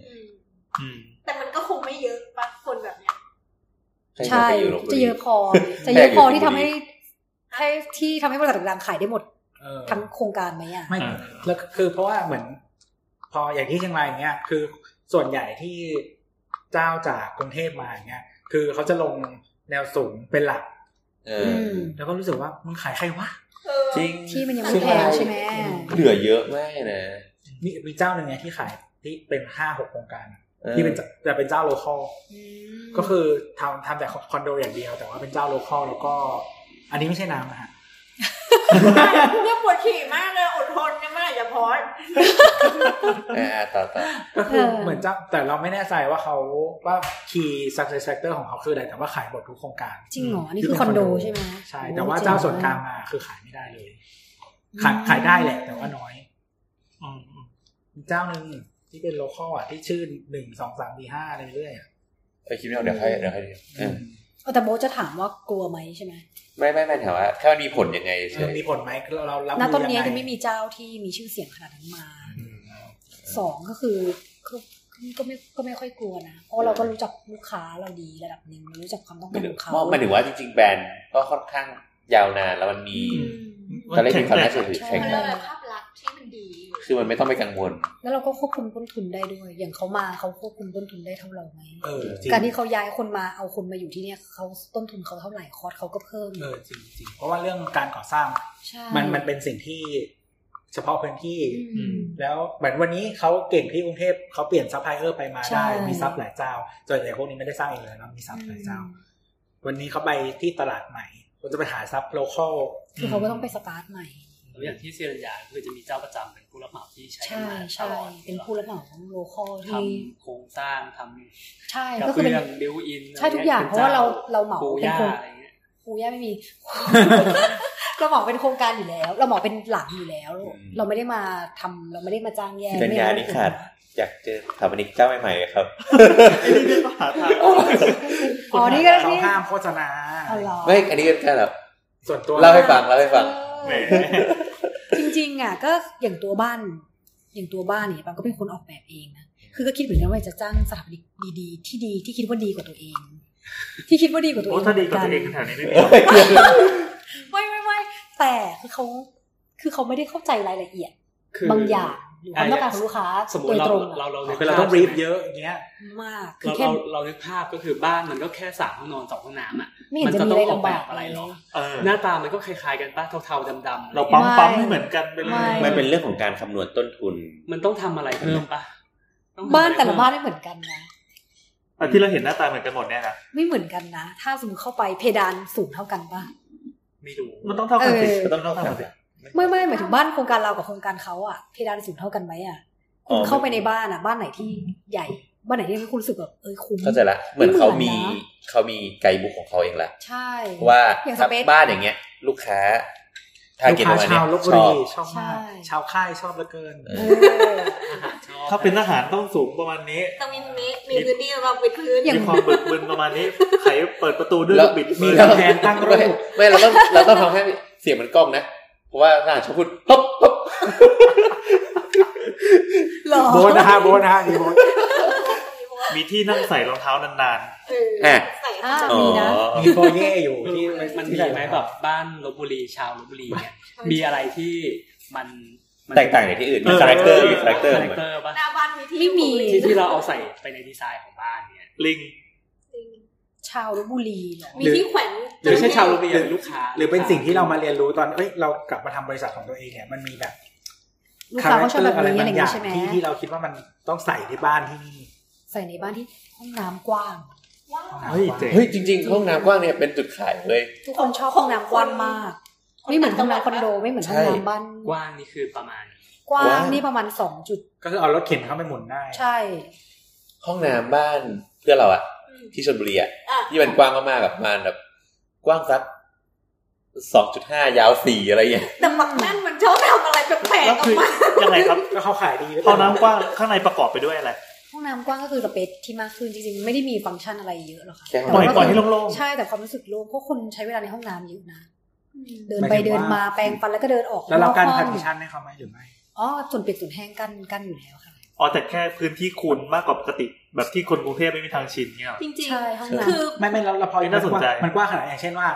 B: อืม
E: แต่มันก็คงไม่เยอะปะคนแบบเนี้ย
G: ใช่
D: ห้มันไปอยู่ลบบุ
G: จะ
D: รี
G: เยอะพอ
D: ให้
G: จะ
D: มันไปอยู่
G: เยอะพอ
D: ลพบุรี
G: ที่ทำให้ให้ที่ทำให้บริษัทต่างๆขายได้หมด
C: เออ
G: ทั้งโครงการไหมอ่ะ
C: ไม่
B: อ่า
C: แล้วคือเพราะว่าเหมือน พออย่างที่เชียงรายอย่างเงี้ย คือส่วนใหญ่ที่เจ้าจากกรุงเทพมาอย่างเงี้ย คือเขาจะลงแนวสูงเป็นหลัก
D: เอ
G: อื
D: อ
G: ม
C: แล้วก็รู้สึกว่ามึงขายใครวะ
E: เออ
D: จริง
G: ที่มันยังไม่แพงใช่ไหม
D: เหลือเยอะมากนะ
C: มีมีเจ้าหนึ่งเนี่ยที่ขายที่เป็นห้าหกโครงการ
D: ออ
C: ที่เป็นแต่เป็นเจ้าโลคอล
G: อืม
C: ก็คือทำทำแต่คอนโดอย่างเดียว แต่ว่าเป็นเจ้าโลคอลแล้วก็ อันนี้ไม่ใช่น้ำนะฮะ
E: เนี่ยปวดขี่มากเลยอดทนเนี่ยเมื่อไหร่จะพอด
D: อ่าต่อต่อ
C: ก็คือเหมือนเจ้าแต่เราไม่แน่ใจว่าเขาว่า key success factor ของเขาคืออะไรแต่ว่าขายหมดทุกโครงการ
G: จริงเหรออันนี่
C: ที่
G: คือ
C: เป็
G: คอนโดใช่ไหม
C: ใช่ แต่ว่าเจ้าส่วนกลางมาคือขายไม่ได้เลย ขายขายได้แหละแต่ว่าน้อย
B: อืมอืม
C: มีเจ้าหนึ่งที่เป็นโลคอลอ่ะที่ชื่อหนึ่งสองสามสี่ห้าอะไรเรื่อยๆอ่ะ
D: เออคิดไม่ออกเดี๋ยวค่อยเดี๋ยวค่อยเดี๋ยวเออ
G: เออแต่โบทจะถามว่ากลัวไหมใช่ไหม
D: ไม่ไม่ไม่ถามว่าแค่มันมีผลยังไงเฉ
C: เออย มีผลไหมเราเรารับ
G: ณ
C: มื
G: ตอนนี้
C: ยั
G: ยัง
C: ง
G: ไม่
C: ไง
G: มีเจ้าที่มีชื่อเสียงขนาดนั้นมา
C: อืม
G: สองก็คือก็ก็ไม่ก็ไม่ค่อยกลัวนะเพราะเราก็รู้จักลูกค้าเราดีระดับหนึ่งเรารู้จักความต้อง
D: หมา
G: การ
D: ยถึ
G: ของ
D: ง
G: เขา
D: ว่าหมายถึงว่าจริงๆแบรนด์ก็ค่อนข้างยาวนานแล้วมันมี ตอนแรกมีความน่าเชื่อถือ
G: ใช่
D: แข็ง
E: มัน
D: แร
E: เล
D: ง
E: ยภาพลักษณ์ที่มันดีอยู่
D: คือมันไม่ต้องไปกังวล
G: แล้วเราก็ควบคุมต้นทุนได้ด้วย อย่างเขามาเขาควบคุมต้นทุนได้เท่าเราไหม
C: เออจริง
G: การที่เขาย้ายคนมาเอาคนมาอยู่ที่เนี่ยเขาต้นทุนเขาเท่าไหร่คอร์สเขาก็เพิ่ม
C: เออจริงจริงเพราะว่าเรื่องการก่อสร้าง
G: ใช่
C: มันมันเป็นสิ่งที่เฉพาะพื้นที่
G: อืม
C: แล้วเหมือนวันนี้เขาเก่งที่กรุงเทพเขาเปลี่ยนซัพพลายเออร์ไปมาได้
G: ใช่
C: มีซัพหลายเจ้าส่วนใหญ่พวกนี้ไม่ได้สร้างเองเลยนะมีซัพหลายเจ้า วันนี้เขาไปที่ตลาดใหม่เขาจะไปหาซัพโลคอล
G: คือเขาก็ต้องไปสตาร์ทใหม่
C: อื
F: แล้วอย่างที่เซรัญญาคือจะมีเจ้าประจำเป็นผู้รับเหมาที่ใช้กั
G: ใช่
F: นมาต
G: ใช่
F: ลอด
G: เป็นผู้รับเหมาโลคอล
F: ท
G: ที่
F: ำโครงสร้างท
G: ใช่
F: ำกระ
G: ก็คือเป็น
F: เบื้องบิวอิน
G: ใช่ทุกอย่างเพราะว่าเราเราเหมา
F: ปู
G: เป็น
F: ย่า
G: โครง
F: อะไรเงี้ย
G: ปูย่าไม่มี เราเหมาเป็นโครงการอยู่แล้ว เราเหมาเป็นหลังอยู่แล้ว
D: อืม
G: เราไม่ได้มาทำเราไม่ได้มาจ้างแย่
D: สัญญานี่ขาดอยากเจอสถาปนิกเจ้าใหม่ๆเลยครับ
B: ไอ้นี่ก็หาทางออก
G: อ๋อนี่ก็
C: เขา
G: นี่
C: ห้ามโฆษณา
G: อ๋อเหรอ
D: ไม่อันนี้เป็นการแบบ
C: ส่วนตัว
D: เล่าให้ฟังเล่าให้ฟัง
B: แห
G: เอ
B: ม
G: อจริงๆอ่ะก็อย่างตัวบ้าน อย่างตัวบ้านเนี่ยปังก็เป็นคนออกแบบเองนะคือก็คิดเหมือนกันว่าจะจ้างสถาปนิกดีๆ ที่ดีที่คิดว่าดีกว่าตัวเอง ที่คิดว่าดีกว่าตัวเอ
B: โอ้
G: ง
B: ถ้าดีกว่า
G: ห
B: ตั
G: มืน
B: วเอน งแถวนี้ไม่มีหรอก
G: ไม่ไม่ไม่แต่คือเขาคือเขาไม่ได้เข้าใจรายละเอียด
F: คือบ
G: างอย่างหรือความต้องการของลูกค้า
F: สมม
G: โด
F: ติ
G: ย
F: เรา
G: ตรง
F: เรา
G: อะ
F: เรา
C: คือเราต้องรีบเยอะอย่างเงี้ย
G: มากคือ
F: เรา
G: แค่
F: เราเรานึกภาพก็คือบ้านมันก็แค่สามห้องนอนสองห้องน้ำอ่ะ
G: ไม่เห็น
F: มัน
G: จะ
F: จะ
G: มี
F: ต้อ
G: อะไร
F: งออกแบบ
G: ลำา
F: บ
G: ก
F: อะไรหรอ
G: เลย
B: เออ
F: หน้าตามันก็คล้ายๆกันป้าเทาๆดำๆอะไร
B: เรา
F: เงี้ย
B: ปั๊มปั๊ม
G: ไม่
B: ๆเหมือนกันไปเล
G: ไม่
B: ย
D: มันเป็นเรื่องของการคำนวณต้นทุน
F: มันต้องทำอะไรเพิ่มปะองทำอไร
G: บ้านแต่ละ
F: เพิ่ม
G: บ้านไม่เหมือนกันนะ
B: อ่ะที่เราเห็นหน้าตาเหมือนกันหมดเนี่ยนะ
G: ไม่เหมือนกันนะ ถ้าสมมติเข้าไปเพดานสูงเท่ากันปะ
F: ไม่รู้
B: มันต้องเท่ากันสิ
G: เออ
B: มันต้องเท่ากันสิ
G: ไม่ไม่หมายถึงบ้านโครงการเรากับโครงการเขาอะเพดานสูงเท่ากันไหมอะ
D: อ๋อ
G: คุณเข้าไปในบ้านอะบ้านไหนที่ใหญ่ บ้านไหนที่คุณรู้สึกแบบเอ้ยคุ้ม
D: เข้าใจละเหมือนเขามี
G: ไม่เหมือนนะ
D: เขามีไกด์บุ๊กของเขาเองละ
G: ใช่
D: ว่า
G: อย่าง
D: ถ้า
G: space
D: บ้านอย่างเงี้ย ลูกค้าทา
C: ลู
D: ร์
C: ก
D: เก็ต
C: ค้า
D: วัน
C: ชา
D: เนี้ยว
C: ลบ
D: ช
C: บุ
D: อ
C: รี
D: บ
C: ชอบมาก
G: ใช่
C: ชาวค่ายชอบเหลือเกิน
D: เอ
G: เออ
B: ถ้าเป็นทหารต้องสูงประมาณนี้
E: ตรงนี้ตรงนี้มีพื้นที่สำหรับวิดพื้น
G: อย่าง
B: มีความบึกบึนประมาณนี้ ไขเปิดประตูด้วย
D: แล้ว
B: ลูกบิดมื
C: มี
B: อก
C: ำแพงตั้งรู
D: ไม่
C: ป
D: ไม่เราต้องเราต้องทำให้เสียงมันกล้องนะ เพราะว่าทหารชอบพูดปุ๊บปุ๊บ
G: หรอ
C: โบนนะฮะโบนนะฮะนี่โบน
B: มีที่นั่งใส่รองเท้านาน
E: เออใส่
G: อ่า
E: เข้าไป
D: อ๋อ
G: มีนะ
C: มีโฟเย่ อยู่
F: ไม่รู้
C: ที่
F: มันมัน
C: ที่
F: มีไหมแบบบ้านลบบุรีชาวลบบุรีเนี่ยมีอะไรที่มันมัน
D: แตกต่างจากที่อื่นมีคาแรคเตอร์มีคาแรคเตอร์
F: คา
D: เห
F: แร
D: มื
F: ค
D: อน
F: เตอร์ปะ
E: หน้าบ้านมีที่
G: ไม่มี
F: ที่ที่เราเอาใส่ไปในดีไซน์ของบ้านเนี่ย
B: ๆ ลิง
G: ชาวลบบุรีเหรอ
E: มีที่แขวน
F: หรือใช่ชาวลบบุรีหรือลูกค้า
C: หรือเป็นสิ่งที่เรามาเรียนรู้ตอนเอ้ยเรากลับมาทำบริษัทของตัวเองเนี่ยมันมีแบบ
G: ลูกค้าเขาชอบแบบ
C: อะไร
G: นี้อะ
C: บา
G: ไรง
C: อย่
G: อา
C: ย่าง ง
G: นี้ใช่ไหม
C: ที่ที่เราคิดว่ามันต้องใส่ในบ้านที่นี่
G: ใส่ในบ้านที่ห้องน้ำกว้าง
B: เฮ้ยเจ๋ง
D: เฮ้ยจริงๆห้องน้ำกว้างเนี่ยเป็นจุดขายเลย
G: ทุกคนชอบห้องน้ำกว้างมาก ไม่เหมือนห้องน้ำคอนโดไม่เหมือนห้อง
D: ใช่
G: น้ำบ้าน
F: กว้างนี่คือประมาณ
G: กว้างนี่ประมาณสองจุด
C: ก็คือเอารถเข็นเข้าไปหมุนได้
G: ใช่
D: ห้องน้ำบ้านเพื่อนเราอะที่ชลบุรีอะ
E: อ่ะ
D: ที่มันกว้างมากๆแบบประมาณแบบ กว้างสักสองจุดห้ายาวสี่อะไรอย่างเงี้ย
E: แต่ปักนั่นมันชอบทำอะไรแปลก
B: แล้ว
E: ๆออก
B: คือ
E: มา
B: ยังไงครับ
C: ก็เขาขายดี
B: พอน้ำกว้างข้างในประกอบไปด้วยอะไร
G: ห้องน้ำกว้างก็คือสเปซที่มากขึ้นจริงๆ ไม่ได้มีฟังก์ชันอะไรเยอะหรอกค่ะ
D: แค่ห้อง
B: ปล่อย
D: น้ำ
B: ปล่อยให้โล่ง
G: ใช่แต่ความรู้สึกโล่งเพราะคนใช้เวลาในห้องน้ำเยอะนะเดินไปเดินมาแปรงฟันแล้วก็เดินออก
C: แล้วเราการ
G: นอกห้
C: พาร์ติ
G: อง
C: ชันให้เขาไหมหรือไม่
G: อ๋อส่วนเปียกส่วนแห้งกั้นกั้นอยู่แล้วค่ะ
B: ๆ อ๋อแต่แค่พื้นที่คูณมากกว่าปกติ แบบที่คนกรุงเทพไม่มีทางชินเนี่ยหรอ
E: จริง
G: ใช่ห้อง
E: ๆ
G: น้ำ
E: คือ
C: ไม่ไม่เราเราพอ
B: น่าสนใจ
C: มันกว้างขนาดไหนอย่างเช่นว่า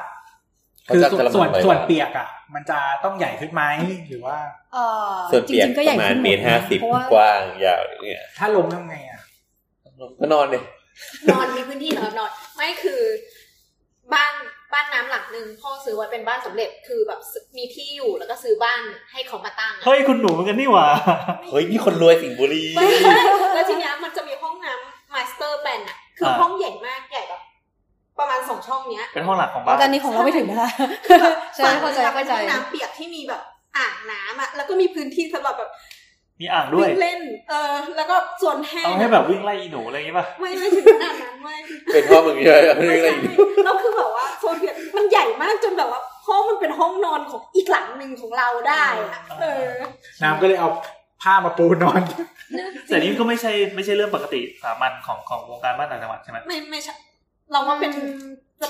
D: เขา
C: คือ
D: จะ
C: ส่ว
D: จะ
C: น
D: ระเบิด
C: ส่วน
D: ไว้
C: ส่วนเปียกอ่ะ มันจะต้องใหญ่ขึ้นไหมหรือว่า
G: เออ
D: ส่วนเปียก
G: จริงๆ
D: ป
G: ก็ใหญ่
D: ระมาณ
G: ขึ้นหมด
D: เมตรห้าสิบ
G: เพราะว่า
D: กว้างยาวเนี่ย
C: ถ้าลมทำไงอ่ะ
D: ก็นอนเลย
E: นอนมีพื้นที่สำหรับนอนไม่คือบ้านบ้านน้ำหลังหนึ่งพ่อซื้อไว้เป็นบ้านสำเร็จคือแบบมีที่อยู่แล้วก็ซื้อบ้านให้เขามาตั้งอะ
B: เฮ้ยคุณหนูเหมือนกันนี่หว่า
D: เฮ้ยนี่คนรวยสิงห์บุรี
E: ไม่ใช่แล้วทีเนี้ยมันจะมีห้องน้ำมาสเตอร์แบนอะคือ
B: อ่า
E: ห้องใหญ่มากใหญ่แบบประมาณสองช่องเนี้ย
B: เป็นห้องหลักของ
G: อ๋
B: บ้า
G: อน แต่อันนี้ของเราไม่ถึงนะคะ ใช่
E: ฝั่ง
G: เข้าใจ
E: นึงอะ
G: เข้าใจ
E: เป็นห้องน้ำเปียกที่มีแบบอ่างน้ำอะแล้วก็มีพื้นที่สำหรับแบบ
B: มีอ่างด้วย
E: วิ่งเล่น เออ แล้วก็ส่วนแห้ง
B: เอาให้แบบวิ่งไล่อีหนูอะไรอย่างงี้ป่ะ
E: ไม่ไม่ถึงขนาดนั้นไม่
D: เป็นพ่อมึงเยอะเรื่อง
E: ไม่
D: อะไร
E: ใช่
D: อีก
E: แล้วคือแบบว่าโซนเปียกมันใหญ่มากจนแบบว่าห้องมันเป็นห้องนอนของอีกหลังหนึ่งของเราได้อะเออ
C: น้ำก็เลยเอาผ้ามาปูนอน
B: แต่นี่ก็ไม่ใช่ไม่ใช่เรื่องปกติสามัญของของวงการบ้านต่างจังหวัดใช่ไหม
E: ไม่ไม่ใช่เราว่าเป็น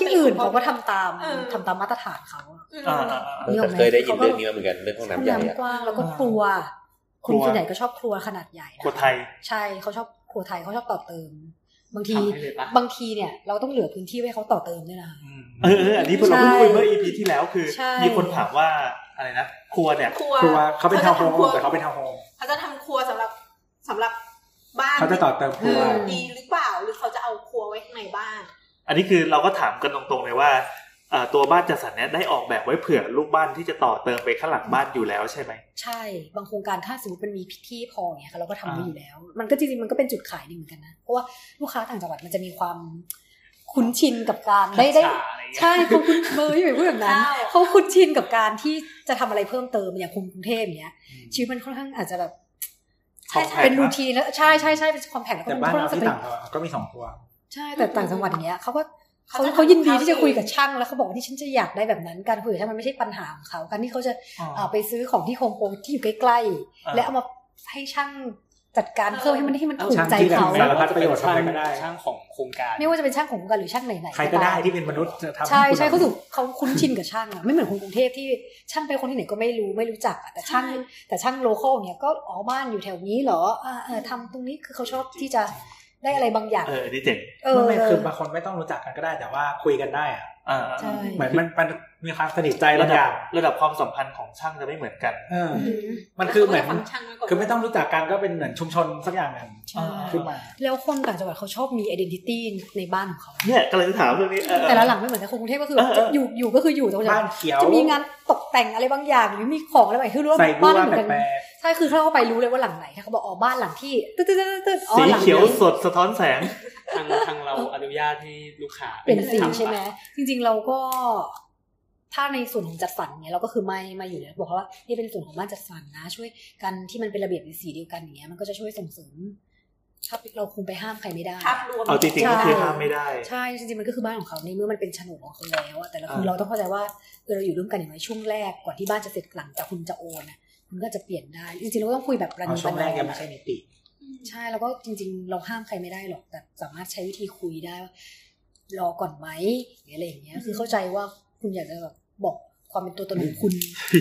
G: ที่อื่นเขาก็ทำตาม
E: เออ
G: ทำตามมาตรฐานเขาอะ
E: อืม
B: อ่าอ่าอ่า
D: เออแต่เคยได้ยินเรื่องนี้มาเหมือนกันเรื่องห้อง
G: ห้อง
D: น้ำใหญ่อะ
G: น้ำกว้างแล้วก็ครัวคนส่วนใหญ่ก็ชอบครัวขนาดใหญ่นะ
B: คนไทย
G: ใช่เขาชอบครัวไทยเขาชอบต่อเติม บางที
F: ทำให้เลยปะ
G: บางทีเนี่ย เราต้องเหลือพื้นที่ไว้ให้เขาต่อเติมด้วยนะ
B: เออเอออันนี้เราเพิ่งคุยเมื่อ EP ที่แล้วคือ
G: ใช่
B: มีคนถามว่าอะไรนะครัวเนี่ย
E: ครัว
C: ครัวเขาเป็นทาวน์โฮมแต่เขาเป็นทาวน์โฮม
E: เขาจะทำครัวสำหรับสำหรับบ้าน
C: เขาจะต่อเติมค
E: เอ
C: รัว
E: อดีหรือเปล่าหรือเขาจะเอาครัวไว้ข้างในบ้าน
B: อันนี้คือเราก็ถามกันตรงๆเลยว่าเอ่อตัวบ้านจัดสรรเนี่ยได้ออกแบบไว้เผื่อลูกบ้านที่จะต่อเติมไปข้างหลังบ้านอยู่แล้วใช่ไหม
G: ใช่ บางโครงการถ้าสมมติมันมีที่พอเนี่ยค่ะเราก็ทำไว้
B: อ่า
G: อยู่แล้ว มันก็จริงๆมันก็เป็นจุดขายหนึ่งเหมือนกันนะ เพราะว่าลูกค้าต่างจังหวัดมันจะมีความ คุ้นชินกับการได้ได้
F: ฉาอะไรเงี้ย
G: ใช่เขาคุ้นเบอร์ที่ไปพูดแบบนั้น
E: อ้าว
G: เขาคุ้นชินกับการที่จะทำอะไรเพิ่มเติมอย่างคุมกรุงเทพอย่างเงี้ยชีวิตมันค่อนข้างอาจจะแบบ
B: ใช่ใช่
G: เป็นรูทีนแล้วใช่ใช่ใช่เป็นความแผนแล้วก็
C: แต่
G: เป็น
C: บ้าน
G: ค่อนข้าง
C: เราที่
G: สตรีท
C: ต่างจังหวัดก็มีสองตัว
G: ใช่แต่ต่างจังหวัดอย่างเงี้ยเขาก็เขา
E: เขาจะ
G: เขายินดี
E: ทำของเขา
G: ที่จะคุยกับช่างแล้วเขาบอกว่าที่ฉันจะอยากได้แบบนั้น การคุยกับช่างมันไม่ใช่ปัญหาของเขาการที่เขาจะเอ่อไปซื้อของที่โฮมโปรที่อยู่ใกล้ๆ
B: อ่า
G: และเอามาให้ช่างจัดการเพิ่มให้มันให้มันถูก
C: ช่าง
G: ใจ
C: ที่แบบ
G: เขา
C: สารพัดประโยชน์ทำอะไรก็ได้
F: ช่างของโครงการ
G: ไม่ว่าจะเป็นช่างของวงการหรือช่างไหนๆ
C: ใครก็ได้ที่เป็นมนุษย์จะทำ
G: ใช่ใช่
C: คุณ
G: เขาถูกเขาคุ้นชินกับช่างอะไม่เหมือนคนกรุงเทพที่ช่างเป็นคนที่ไหนก็ไม่รู้ไม่รู้จักอะแต่ช่างแต่ช่างโลคอลเนี่ยก็อ๋อบ้านอยู่แถวนี้เหรออ่าเออทำตรงนี้คือเขาชอบที่จะได้อะไรบางอย่าง
B: เอออันนี้เจ๋ง
G: เออ
C: ไม่ไม่คือบางคนไม่ต้องรู้จักกันก็ได้ แต่ว่าคุยกันได้อะ
B: อ่า
G: ใช่
C: เหมือนมันมันมีความสนิทใจ
B: ระ
C: ระ
B: ดั
C: ดั
B: บบ ระดับความสัมพันธ์ของช่างจะไม่เหมือนกัน
C: เออ
E: อืม
C: มันคือเหมือน
E: ขาก็จะฟังช่างมาก่อน
C: คือไม่ต้องรู้จักกันก็เป็นเหมือนชุมชนสักอย่างหนึ่ง
G: ใช่
C: ขึ้นมา
G: แล้วคนต่างจังหวัดเขาชอบมี identity ในบ้านของเขา
B: เนี่ยกำลังจะถามเรื่องนี้เออ
G: แต่ละหลังไม่เหมือนแต่คนกรุงเทพก็คือ
B: เออเออ
G: จะอยู่อยู่ก็คืออยู่แต่คนละ
C: บ้านเขียว
G: จะมีงานตกแต่งอะไรบางอย่าง หรือมีของอะไรบางอย่างคือรู้ว่า
C: ใส่บั
G: บ้าน
C: ว
G: เหมื
C: แป
G: อนกัน
C: ลก
G: ใช่คือเข้าไปรู้เลยว่าหลังไหนถ้าเขาบอกอ๋อบ้านหลังที่ตึ๊ดตึ๊ดตึ๊ดตึ๊ดอ๋อ
B: สี
G: หลัง
B: เขียว
G: นี้
B: สดสะท้อนแสง
F: ทางทางเราอนุญาตให้ลูกค้า
G: เปลี่ยนสี
F: ทำ
G: ใช่ไหมจริงๆเราก็ ถ้าในส่วนของจัดสรรเนี่ยเราก็คือไม่ไมาอยู่แล้วบอกเขาว่านี่เป็นส่วนของบ้านจัดสรรนะ ช่วยกันที่มันเป็นระเบียบในสีเดียวกันอย่างเงี้ยมันก็จะช่วยส่งเสริมถ้าเราคงไปห้ามใครไม่ได้
E: ภาพรวม
B: เอาจริงๆก็คือห้ามไม่ได้
G: ใช่จริงๆมันก็คือบ้านของเขาในเมื่อมันเป็นโฉนดของเขาแล้วอะแต่เราคือ
B: อ่า
G: เราต้องเข้าใจว่าเออเราอยู่ร่วมกันอย่างไรช่วงแรกก่อนที่บ้านจะเสร็จหลังจากคุณจะโอนอะคุณก็จะเปลี่ยนได้จริงๆเราก็ต้องคุยแบบ
C: ๆ
G: ประ
C: เอา
G: นี
C: ช่วง
G: ม
C: แรกยังไม่ใช่นิติ
G: ใช่แล้วก็จริง ๆ เราห้ามใครไม่ได้หรอก แต่สามารถใช้วิธีคุยได้ว่ารอก่อนไหมหรืออะไรอย่างเงี้ย คือเข้าใจว่าคุณอยากจะแบบบอกความเป็นตัวตนของคุณ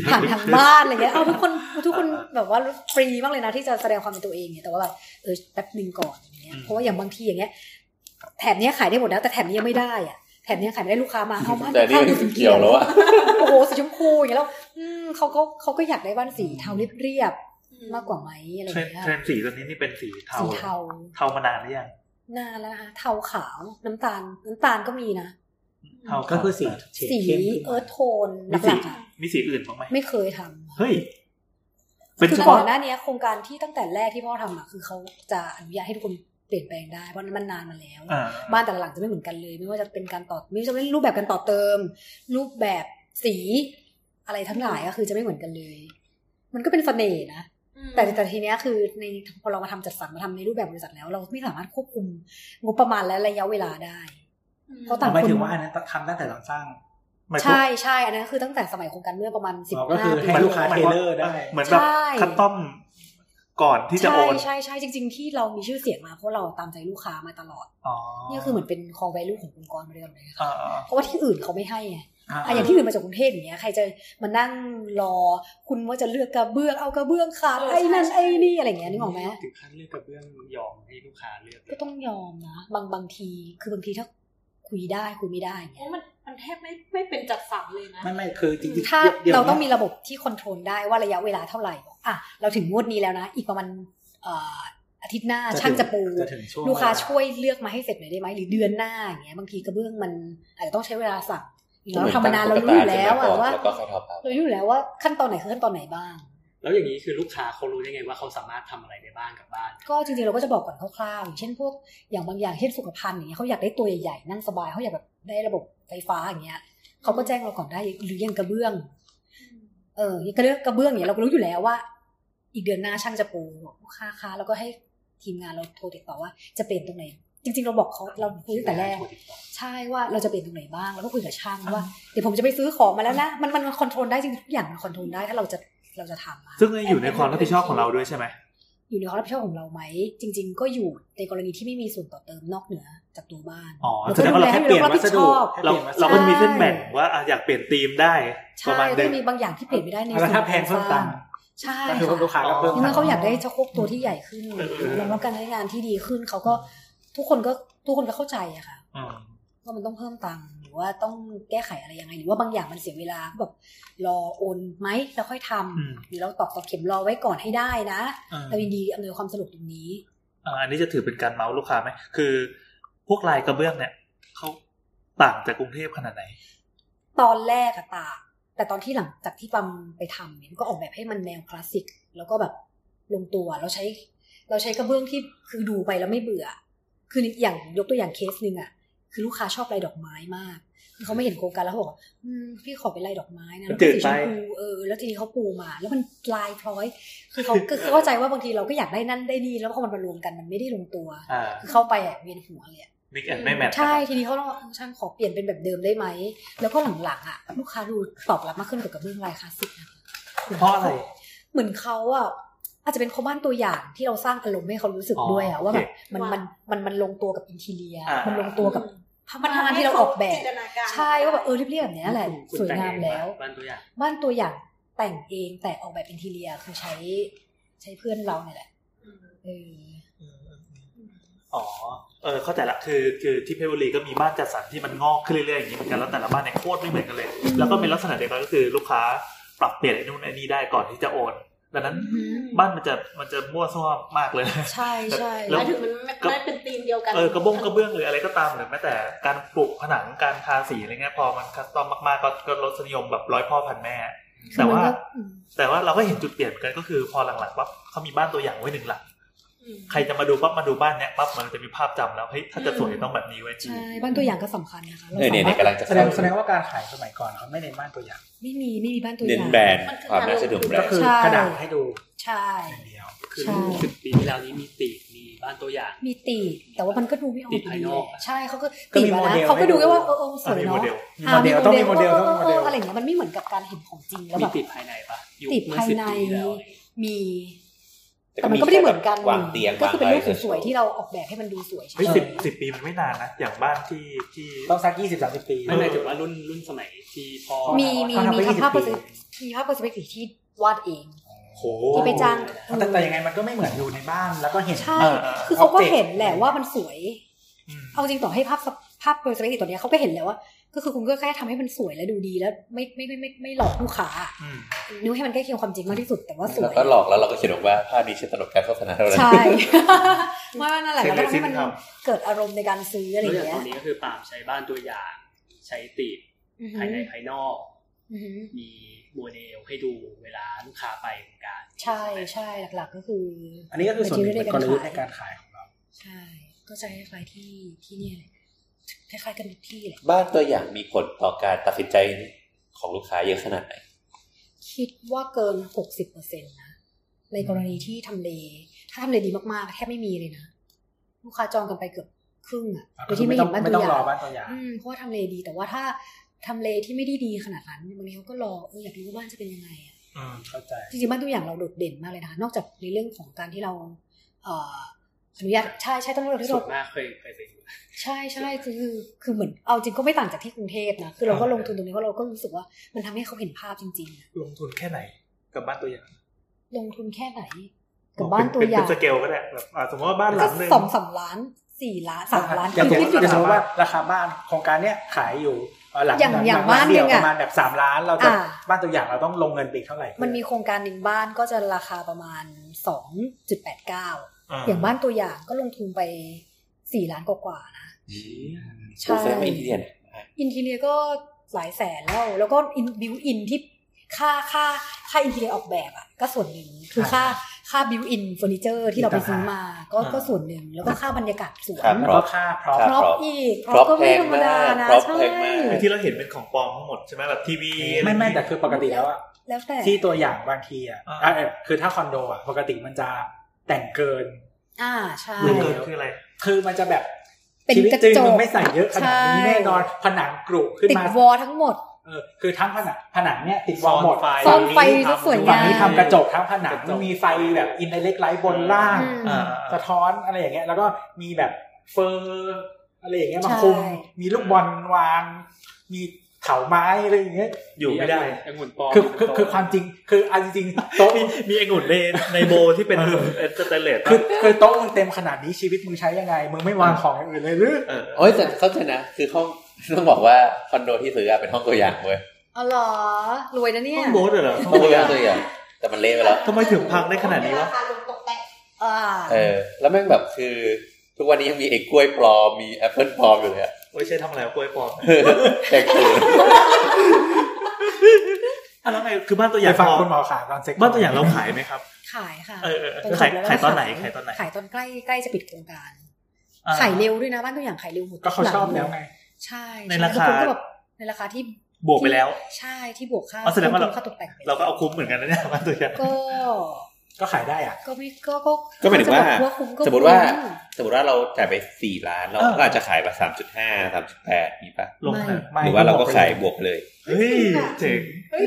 G: ผ่านทางบ้านอะไร เงี้ย เอาทุกคนทุกคนแบบว่าฟรีมากเลยนะที่จะแสดงความเป็นตัวเองเนี่ยแต่ว่าแบบเออแป๊บหนึ่งก่อนอย่างเงี้ย
B: อืม
G: เพราะว่าอย่างบางทีอย่างเงี้ยแถบเนี้ยขายได้หมดแล้วแต่แถบนี้ยังไม่ได้อ่ะแถบเนี้ยขายไม่ได้ลูกค้ามาเอาบ้าน
D: แต่นี่
G: ข้าง
D: มั
G: ๆ
D: นเกี่ยวแล้วอะ
G: โอ้โหสีชมพูอย่างเงี้ยแล้วอืมเขาก็เขาก็อยากได้บ้านสีเทาเรียบๆมากกว่าไหมอะไร
B: เทรนด์
G: เงี้ย
B: เทรนด์สีตอนนี้นี่เป็นสีเทา
G: สีเทา
B: เทามานานหรือยัง
G: หน้านแล้วนะคะเทาขาวน้ำตาลน้ำตาลก็มีนะ
B: เทา
C: ก็คือสีเฉด
G: สี
C: เข้มขึ้น
G: เอิ
C: มา
G: ร์ธโทนห
B: มีสี
G: ลักๆอะ
B: มีสีอื่นบ้างไหม
G: ไม่เคยทำ
B: เฮ้ย เป็น
G: คือ
B: เฉ
G: ก่
B: พาะ
G: อนหน้าเนี้ยโครงการที่ตั้งแต่แรกที่พ่อทำอ่ะคือเขาจะอนุญาตให้ทุกคนเปลี่ยนแปลงได้เพราะมันนานมาแล้ว
B: อ่า
G: บ้านแต่ละหลังจะไม่เหมือนกันเลย ไม่ว่าจะเป็นการต่อไม่ว่าจะเป็นรูปแบบการต่อเติม รูปแบบสีอะไรทั้งหลายก็คือจะไม่เหมือนกันเลย มันก็เป็นเสน่ห์นะแต่แต่ทีเนี้ยคือในพอเรามาทำจัดสรรมาทำในรูปแบบบริษัทแล้ว เราไม่สามารถควบคุมงบประมาณและระยะเวลาได้ เพราะต่าง
C: หมาย
G: คน
C: ถึงว่าอันนั้นทำตั้งแต่หลังสร้าง
B: มันก็
G: ใช่ใช่อันนั้นคือตั้งแต่สมัยโครงการเมื่อประมาณสิบ
C: อ๋อก็
G: ห้า
C: คือ
G: ปี
C: ให้ลูกค้า tailor ได้
B: เหมือนแบบ
G: ใช่
B: คัสตอมก่อนที่จะโอน
G: ใช่ใช่ใช่จริง ๆ ที่เรามีชื่อเสียงมาเพราะเราตามใจลูกค้ามาตลอด
B: อ๋อ
G: นี่คือเหมือนเป็น core value ขององค์กรมาเรื่อยเลยนะ
B: อ่า
G: คะเพราะว่าที่อื่นเขาไม่ให้ไง
C: อ่า
G: อ่ะอย่างที่อื่นมาจากกรุงเทพอย่างเงี้ย ใครจะมานั่งรอ คุณว่าจะเลือกกระเบื้อง เอากระเบื้องขาดไอ้นั่นไอ้นี่อะไรอย่างเงี้ยนึกออกไหม
F: ถึงขั้นเลือกกับเรื่องยอมให้ลูกค้าเลือก
G: ก็ต้องยอมนะ บางบางที คือบางทีถ้าคุยได้คุยไม่ได้อย่าง
E: โอ้
G: เงี้ย
E: มันมันแทบไม่ไม่เป็นจัดสรรเลยนะ
C: ไม่ไม่คือจริงๆ
G: ถ้า
C: ดี๋ยว
G: เรา
C: นี้ย
G: ต้องมีระบบที่คอนโทรลได้ว่าระยะเวลาเท่าไหร่ อ่ะ เราถึงงวดนี้แล้วนะ อีกประมาณเอ่ออาทิตย์หน้าช่างจะปู
C: จะถึงช่วง
G: ลูกค้าช่วยเลือกมาให้เสร็จหน่อยได้ไหมหรือเดือนหน้าอย่างเงี้ยบางทีกระเบื้องมันอาจจะต้องใช้เวลาสั่งอย่างเราทำมานานเรารู้อยู่แล้วอะว่า
D: แล้วก็ค่อยทอปเอา
G: เรารู้อยู่แล้วว่าขั้นตอนไหนคือขั้นตอนไหนบ้าง
F: แล้วอย่างนี้คือลูกค้าเขารู้ได้ไงว่าเขาสามารถทำอะไรได้บ้างกับบ้าน
G: ก็จริงๆเราก็จะบอกก่อนคร่าวๆอย่างเช่นพวกอย่างบางอย่างเช่นสุขภัณฑ์อย่างเงี้ยเขาอยากได้ตัวใหญ่ๆนั่งสบายเขาอยากแบบได้ระบบไฟฟ้าอย่างเงี้ยเขาก็แจ้งเราก่อนได้หรืออย่างกระเบื้อง เอออย่างกระเบื้องกระเบื้องเนี่ยเราก็รู้อยู่แล้วว่า อีกเดือนหน้าช่างจะปูบอกลูกค้าคะแล้วก็ให้ทีมงานเราโทรติดต่อว่าจะเปลี่ยนตรงไหน จริง ๆ เราบอกเขาเราคุยตั้งแต่แรก ใช่ว่าเราจะเปลี่ยนตรงไหนบ้างแล้วก็คุยกับช่างว่าเดี๋ยวผมจะไปซื้อของมาแล้วนะมันมันคอนโทรลได้จริงทุกอย่างมันคอนโทรลได้ถ้าเราจะเราจะทำอะ
B: ซึ่งอยู่ในความรับผิดชอบของเราด้วยใช่ไหม
G: อยู่ในความรับผิดชอบของเราไหมจริง ๆ ก็อยู่ในกรณีที่ไม่มีส่วนต่อเติมนอกเหนือจากตัวบ้าน
B: อ๋อ
G: เรา
B: แส
G: ก็
B: ดง
G: ดูแลให้มี
B: ว่าเราแค่เปลี่ยน
G: ความรับ
B: วั
G: ผิ
B: ส
G: ดช
B: ดุ
G: อบ
B: เรา
C: วัสดุ
B: เราก็มีเส้น
G: ใช่
B: แบ่งว่าอ่ะอยากเปลี่ยนธีมได้ป
G: ใช่
B: ระมาณห
G: ก็
B: นึ่ง
G: มีบางอย่างที่เปลี่ยนไม่ได้ใน
C: แล้ว
G: ส่
C: ถ้า
G: วน
C: แพงเพิ่มตังค์
G: ใช่
C: ก็คือ
G: ค่ะ
C: ลูกค้าก็เพิ่ม
G: นี่
C: ตั
G: มั
C: ง
G: น
C: ค์
G: เขาอยากได้ชักโครกตัวที่ใหญ่ขึ้นรองรับการใช้งานที่ดีขึ้น เขาก็ทุกคนก็ทุกคนก็เข้าใจอะค่ะ
B: อืม
G: ว่ามันต้องเพิ่มตังค์หรือว่าต้องแก้ไขอะไรยังไง หรือว่าบางอย่างมันเสียเวลาแบบรอโอนไหมแล้วค่อยทำ
B: อืม
G: หรือเราตอกตอกเข็มรอไว้ก่อนให้ได้นะ
B: อ่า
G: เรายินดีอำนวยความสะดวกตรงนี้
B: อ่าอันนี้จะถือเป็นการเมาส์ลูกค้าไหม คือพวกลายกระเบื้องเนี่ยเขาต่างจากกรุงเทพขนาดไหน
G: ตอนแรกอะตากแต่ตอนที่หลังจากที่ปั๊มไปทำเนี่ยมันก็ออกแบบให้มันแนวคลาสสิก แล้วก็แบบลงตัวเราใช้ เราใช้กระเบื้องที่คือดูไปแล้วไม่เบื่อ คืออย่างยกตัวอย่างเคสหนึ่งอะค คือลูกค้าชอบลายดอกไม้มากคือเขาไม่เห็นโครงการแล้วเขาบอกว่าอืมพี่ขอเป็นลายดอกไม้นะ
B: มันจืด
G: สี
B: ไป
G: ชมพูเออแล้วทีนี้เขาปูมา แล้วมันลายพร้อยคือเขาคือเข้าใจว่าบางทีเราก็อยากได้นั่นได้นี่แล้วพอมันมารวมกันมันไม่ได้ลงตัว
B: อ่า
G: คือเข้าไปอะเวียนหัวเลยอะ
B: มิกแอนไม่แมท
G: ใช่ ทีนี้เขาต้องช่างขอเปลี่ยนเป็นแบบเดิมได้ไหม แล้วก็หลังๆอ่ะลูกค้าดูตอบรับมากขึ้นเกี่ยวกับเรื่องลายคลาสสิกนะ
B: เพราะอะไร
G: เหมือนเขาอ่ะอาจจะเป็นเขาบ้านตัวอย่างที่เราสร้างอารมณ์ให้เขารู้สึก
B: อ๋อ
G: ด้วยอ่ะว่าแบบ
B: โอเค
G: มันมันมันมันลงตัวกับอินทีเรีย
B: อ่ามั
G: มันลงตัวกับพนักงานที่เราออกแบบ
H: จินตนาการ
G: ใช่ว่าแบบเออเรียบๆแบบเนี้ยแหละ
B: คุณ
G: สวยงามแล้ว
B: บ้านตัวอย่าง
G: บ้านตัวอย่างแต่งเองแต่ออกแบบอินทีเรียคือใช้ใช้เพื่อนเราเนี่ยแหละเออ
B: อ๋อเออเข้าใจละคือคือที่เพชรบุรีก็มีบ้านจัดสรรที่มันงอกขึ้นเรื่อยๆอย่างนี้เหมือนกันแล้วแต่ละบ้านเนี่ยโคตรไม่เหมือนกันเลย แล้วก็เป็นลักษณะเดียวกันก็คือลูกค้าปรับเปลี่ยนไอ้นู่นไอ้นี่ได้ก่อนที่จะโอนดังนั้น
G: อืม
B: บ้านมันจะมันจะมั่วซั่วมากเลย
G: ใช่ใช่
B: แล้ว
E: หมายถึงมันไม่ได้เป็นธีมเดียวกัน
B: เออกระบงกระเบื้องหรืออะไรก็ตามหรือแม้แต่การปลูกผนังการทาสีอะไรเงี้ยพอมันคัสตอมมากๆก็ก็ลดสนิยมแบบร้อยพ่อพันแม่ แต่ว่า
G: คือมันก็อืม
B: แต่ว่าเราก็เห็นจุดเปลี่ยนเหมือนกันก็คือพอหลังๆปั๊บเขามีบ้านตัวอย่างไว้หนึ่งหลังใครจะมาดูปั๊บมาดูบ้านเนี้ยปั๊บมันจะมีภาพจำแล้วเฮ้ยถ้าจะสวยต้องแบบนี้ไว้ยจริง
G: ใช่บ้านตัวอย่างก็สำคัญนะคะเรา
D: เนี่ยเนี่ย
G: สามาย รถ
D: เนี่กำลังจะ
C: แสด
D: เข้าง
C: แสดงว่าการขายสมัยก่อนเขาไม่เน้นบ้านตัวอย่าง
G: ไม่มีไม่มีบ้านตัวอ
D: เน้น
G: ย่าง
D: แบรนด์ความน่าเชื่อถือของแบร
C: ก็
D: นด์
C: คือ
G: ใช่
C: กระดาษให้ดู
G: ใช่
C: อย่างเดียว
F: คือ
G: ใช่
F: สิบปีที่แล้วนี้มีตีกมีบ้านตัวอย่าง
G: มีตีบแต่ว่ามันก็ดูไม่ออก
F: ติดภายนอก
G: ใช่เขาก็
C: ก็
G: ติ
C: มี
G: ดมา
C: โม
G: แล้ว
C: เดล
G: เขาก็ดู
C: ให้ดู
G: แค่ว่าเออเออส
B: อ่ะ
G: วย
B: มีโม
G: เนาะ
B: เดล
C: มี
G: อ่า
C: โมเดลต้องมีโมเดล
G: เออ
C: ต้องมีโม
G: เออ
C: เด
G: เอ
C: ล
G: ออะไรอย่างเงี้ยมันไม่เหมือนกับการเห็นของจริงแล้ว
F: มี
G: แบบ
F: ติดภายในปะยุค
G: ติด
F: เมื่อ
G: ภาย
F: สิบ
G: ใน
F: ปีที่แล้วอะไรอย่างเงี้ย
G: มีแต่มันก็ไม่ได้เหมือนกัน
D: วางเตียง
G: ก็
D: วาง
G: คือ
D: อะ
G: เป็น
D: ไร
G: รูปสวยๆที่เราออกแบบให้มันดูสวยใช่
B: เฮ้ย
G: ไหม
B: สิบสิบปีมันไม่นานนะอย่างบ้านที่ที่
C: ต้องสักยี่สิบสามสิบปี
F: ไม่หมายถึงว่ารุ่นรุ่นสมัยที่พ่อ
G: มีมี
C: เขาทำ
G: มี
C: ไว้
G: ทำภาพ
C: 20ปี
G: มีภาพโปรสเปกตีที่วาดเอง
B: โห
G: ที่ไปจ้าง
C: แต่แต่ยังไงมันก็ไม่เหมือนอยู่ในบ้านแล้วก็เห็น
G: ใช่
B: เออเออ
G: คือเขาก็
C: Object
G: เห็นแหละว่ามันสวย
B: อืม
G: เอาจริงต่อให้ภาพสภาพโปรเจกต์ตัวเนี้ยเขาก็เห็นแล้วว่า ก็คือคุณก็แค่ทำให้มันสวยและดูดีแล้วไม่ไม่ไม่ไม่ไม่หลอกลูกค้า
B: อืม
G: นึกให้มันใกล้เคียงความจริงมากที่สุดแต่ว่าสว
D: แล้ว
G: ย
D: ก็หลอกแล้วเราก็เขียนบอกว่าภาพนี้ใช้ตลกการโฆษณาเท่านั้น
G: ใช่ ไม่ว่านั่นแหละ
B: เซ็
G: แล้
B: น
G: วก็ทำ
B: เลยซิ
G: ให้
B: ม
G: มัน
B: ครับ
G: เกิดอารมณ์ในการซื้ออะไรอ
F: แล้วอย่า
G: ย่าง ง
F: ต
G: เงี้
F: อย นนี้ก็คือปาล์มใช้บ้านตัวอย่าง ใช้ติด
G: อือ
F: ภายใน
G: หือ
F: ภายนอก
G: อือหือ
F: มีโมเดลให้ดูเวลาลูกค้าไปโครงการ
G: ใช่ใช่หลักๆก็คือ
C: อันนี้ก็คือส่วนหนึ่งเป็นกลยุทธ์ในการขายของเรา
G: ใช่ ก็จะคล้ายๆที่ที่เนี่ยแหละคล้ายๆกันทุกที่แหละ
D: บ้านตัวอย่างมีผลต่อการตัดสินใจของลูกค้าเยอะขนาดไหน
G: คิดว่าเกินหกสิบเปอร์เซ็นต์นะในกรณีที่ทำเลถ้าทำเลดีมากๆแทบไม่มีเลยนะลูกค้าจองกันไปเกือบครึ่งอ่ะโดยที่ไม่เห็นบ้าน
C: ไม่
G: ตั
C: ต้
G: ว
C: อง
G: อย่าร
C: อง บ้านตัวอย่าง
G: อืมเพราะว่าทำเลดีแต่ว่าถ้าทำเลที่ไม่ได้ดีขนาดนั้นบางทีเขาก็รอเอออยากรู้ว่าบ้านจะเป็นยังไงอะ
B: อืม
C: เข้าใจ
G: จริงๆบ้านตัวอย่างเราโดดเด่นมากเลยนะคะนอกจากในเรื่องของการที่เราเอ่ออนุญาตใช่ใช่ต้องเรียกที่
F: ส่ว
G: เรา
F: นมากเคยเคยไปดู
G: ใช่ใช่คือคือคือเหมือนเอาจริงก็ไม่ต่างจากที่กรุงเทพนะคือเราก็ลงทุนตรงนี้เพราะเราก็รู้สึกว่ามันทำให้เขาเห็นภาพจริงๆอะ
B: ลงทุนแค่ไหนกับบ้านตัวอย่าง
G: ลงทุนแค่ไหนกับบ้านตัวอย่า
B: เป็
G: ง
B: นสเกลก็ได้แบบอ่าสมมติว่าบ้านหลังหนึ่ง
G: สองสามล้านสี่ล้านสามล้าน
C: อย่างสมม
G: ขึ้นอ
C: ติ
G: ยู่
C: อย่างส
G: กั
C: ม
G: บ
C: มติว่าราคาบ้านโครงการเนี้ยขายอยู่เอ่อหลัง
G: อย่าง
C: หลั
G: อย่าง
C: หลั
G: บ้าน
C: เดียว
G: หนึ่งอะ
C: ประมาณแบบสามล้านเราจะ
G: อ่า
C: บ้านตัวอย่างเราต้องลงเงินไปอีกเท่าไหร่
G: มันมีโครงการหนึ่งบ้านก็จะราคาประมาณสองจุดแปดเก้า
B: อ่า
G: อย่างบ้านตัวอย่างก็ลงทุนไปสี่ล้านกว่าๆนะ
D: ใช่ไม่มีที่เดียน
G: อินทีเรียก็หลายแสนแล้ว แล้วก็อินบิวอินที่ค่าค่าค่าอินทีเรียออกแบบอ่ะก็ส่วนหนึ่งคือค่าค่าบิวอินเฟอร์นิเจอร์ที่เราไปซื้อมาก็ก็ส่วนหนึ่งแล้วก็ค่าบรรยากาศสวน
D: ครับ
C: แล้ว
D: พร้อม
C: ก็ค่าพร้อม
G: พร็อพ
D: ครับ
G: อีกพ
D: พร็
G: ร็
D: อ
G: อ
D: พ
G: พก็ไม่ธรรมดานะ
D: พร็อพ
G: ใช่
D: แพงมาก
B: ไอ้ที่เราเห็นเป็นของปลอมทั้งหมดใช่ไหมแบบทีวี
C: ไม่ไม่แต่คือปกติแล้วอะ
G: แล้วแต่
C: ที่ตัวอย่างบางทีอะ
B: อ่า
C: เอ่อคือถ้าคอนโดอะปกติมันจะแต่งเกิน
G: อ่าใช่
B: เรื่องเกิดคืออะไร
C: คือมันจะแบบ
G: เป็น
C: ชีวิต
G: กระจก
C: จริงมึงไม่ใส่เยอะขนาดนี้
G: ใช่
C: แน่นอนผนังกรุขึ้น
G: ติด
C: มาว
G: อลทั้งหมด
C: เออคือทั้งผนังผนังเนี่ยติดวอลหมด
B: ซ่อนไฟ
G: ซ่อนไฟก็สวยงาม
C: ฝั่งนี้ทำกระจกทั้งผนัง
B: กระจก
C: มีไฟแบบอินเล็กไลท์บนล่าง
G: อืม
B: อ่า
C: สะท้อนอะไรอย่างเงี้ยแล้วก็มีแบบเฟอร์อะไรอย่างเงี้ยมา
G: ใช่
C: คุมมีลูกบอลวาง มีเถาไม้อะไรอย่างเงี้ย
B: อยู่ไม่ได้
F: องุ่นปลอม
C: คือคือคือความจริง คืออันจริงๆโต๊ะ
B: มีมีไอ้หนุนในในโบที่เป็น
C: เออ
B: เอ็นสเตนเลส
C: คือคือโต๊ะมึงเต็มขนาดนี้ชีวิตมึงใช้ยังไง มึงไม่วางของอย่างอื่นเลยหรือ
B: เออ
D: โอ้ยแต่เข้าใจนะ คือห้องต้องบอกว่าคอนโดที่ซื้ออะเป็นห้องตัวอย่างเว้ย
G: อ๋อเหรอรวยนะเนี่ย
B: ต้องโบสเหรอ
D: ห้องตัวอย่างตัวอย่าง แต่มันเละไปแล้ว
B: ทำไมถึงพังได้ขนาดนี้วะ
E: ราคาลงตกแต่ง
G: อ่า
D: เออ แล้วแม่งแบบคือ ทุกวันนี้ยังมีไอ้กล้วยปลอมมีแอปเปิลปลอมอยู่เลยอะ
B: โอ้ยใช่ทำอะไรวะกล้วยปลอม
D: เออแตกตื่น
B: อ่ะแล้วไงคือบ้านตัวอ
C: อย่า
B: ย่าง
C: ฟัง
B: เรา
C: คุณหมอขาตอนเซ็ก
B: บ้านตัวอย่างเราขายไหมครับ
G: ขายค่ะ
B: เออเออเออ
G: จบ
B: ขาย
G: แล้ว
B: ขายตอนไหน
G: ข
B: ขายตอนไหน
G: ขายตอนใกล้ใกล้จะปิดโครงการ
B: อ่า
G: ขายเร็วด้วยนะบ้านตัวอย่างขายเร็วหมด
C: ก็เขาชอบแล้ว
G: หง
C: ไง
G: ใช่
B: ใน
G: ใช่
B: ราคา
G: ทุกคนก็แบบในราคาที่
B: บวกไปแล้ว
G: ใช่ที่บวกค่า
B: อ๋อแสดงว่าเรา
G: ค่าตกแต่งไป
B: เราก็เอาคุ้มเหมือนกันนะเนี่ยบ้านตัวอย่าง
G: ก็
C: ก็ขายได้อ่ะ
G: ก็ไม่ก็ก็
D: ก็หมายถึงว่า
G: จะบอกคุ้ก็
D: สมมติว่า
G: คุ้
D: สมมติว่าเราจ่ายไปสี่ล้านเรา
B: เออ
D: ก็อาจจะขายไปสามจุดห้าสามจุดแปดนี้ปะ
B: ลง
G: ไม่
B: นะ
C: ไม่
D: หรือว่าเราก็ขาย
C: บบ
D: วกไปเลย
B: เฮ้ยเจ๋ง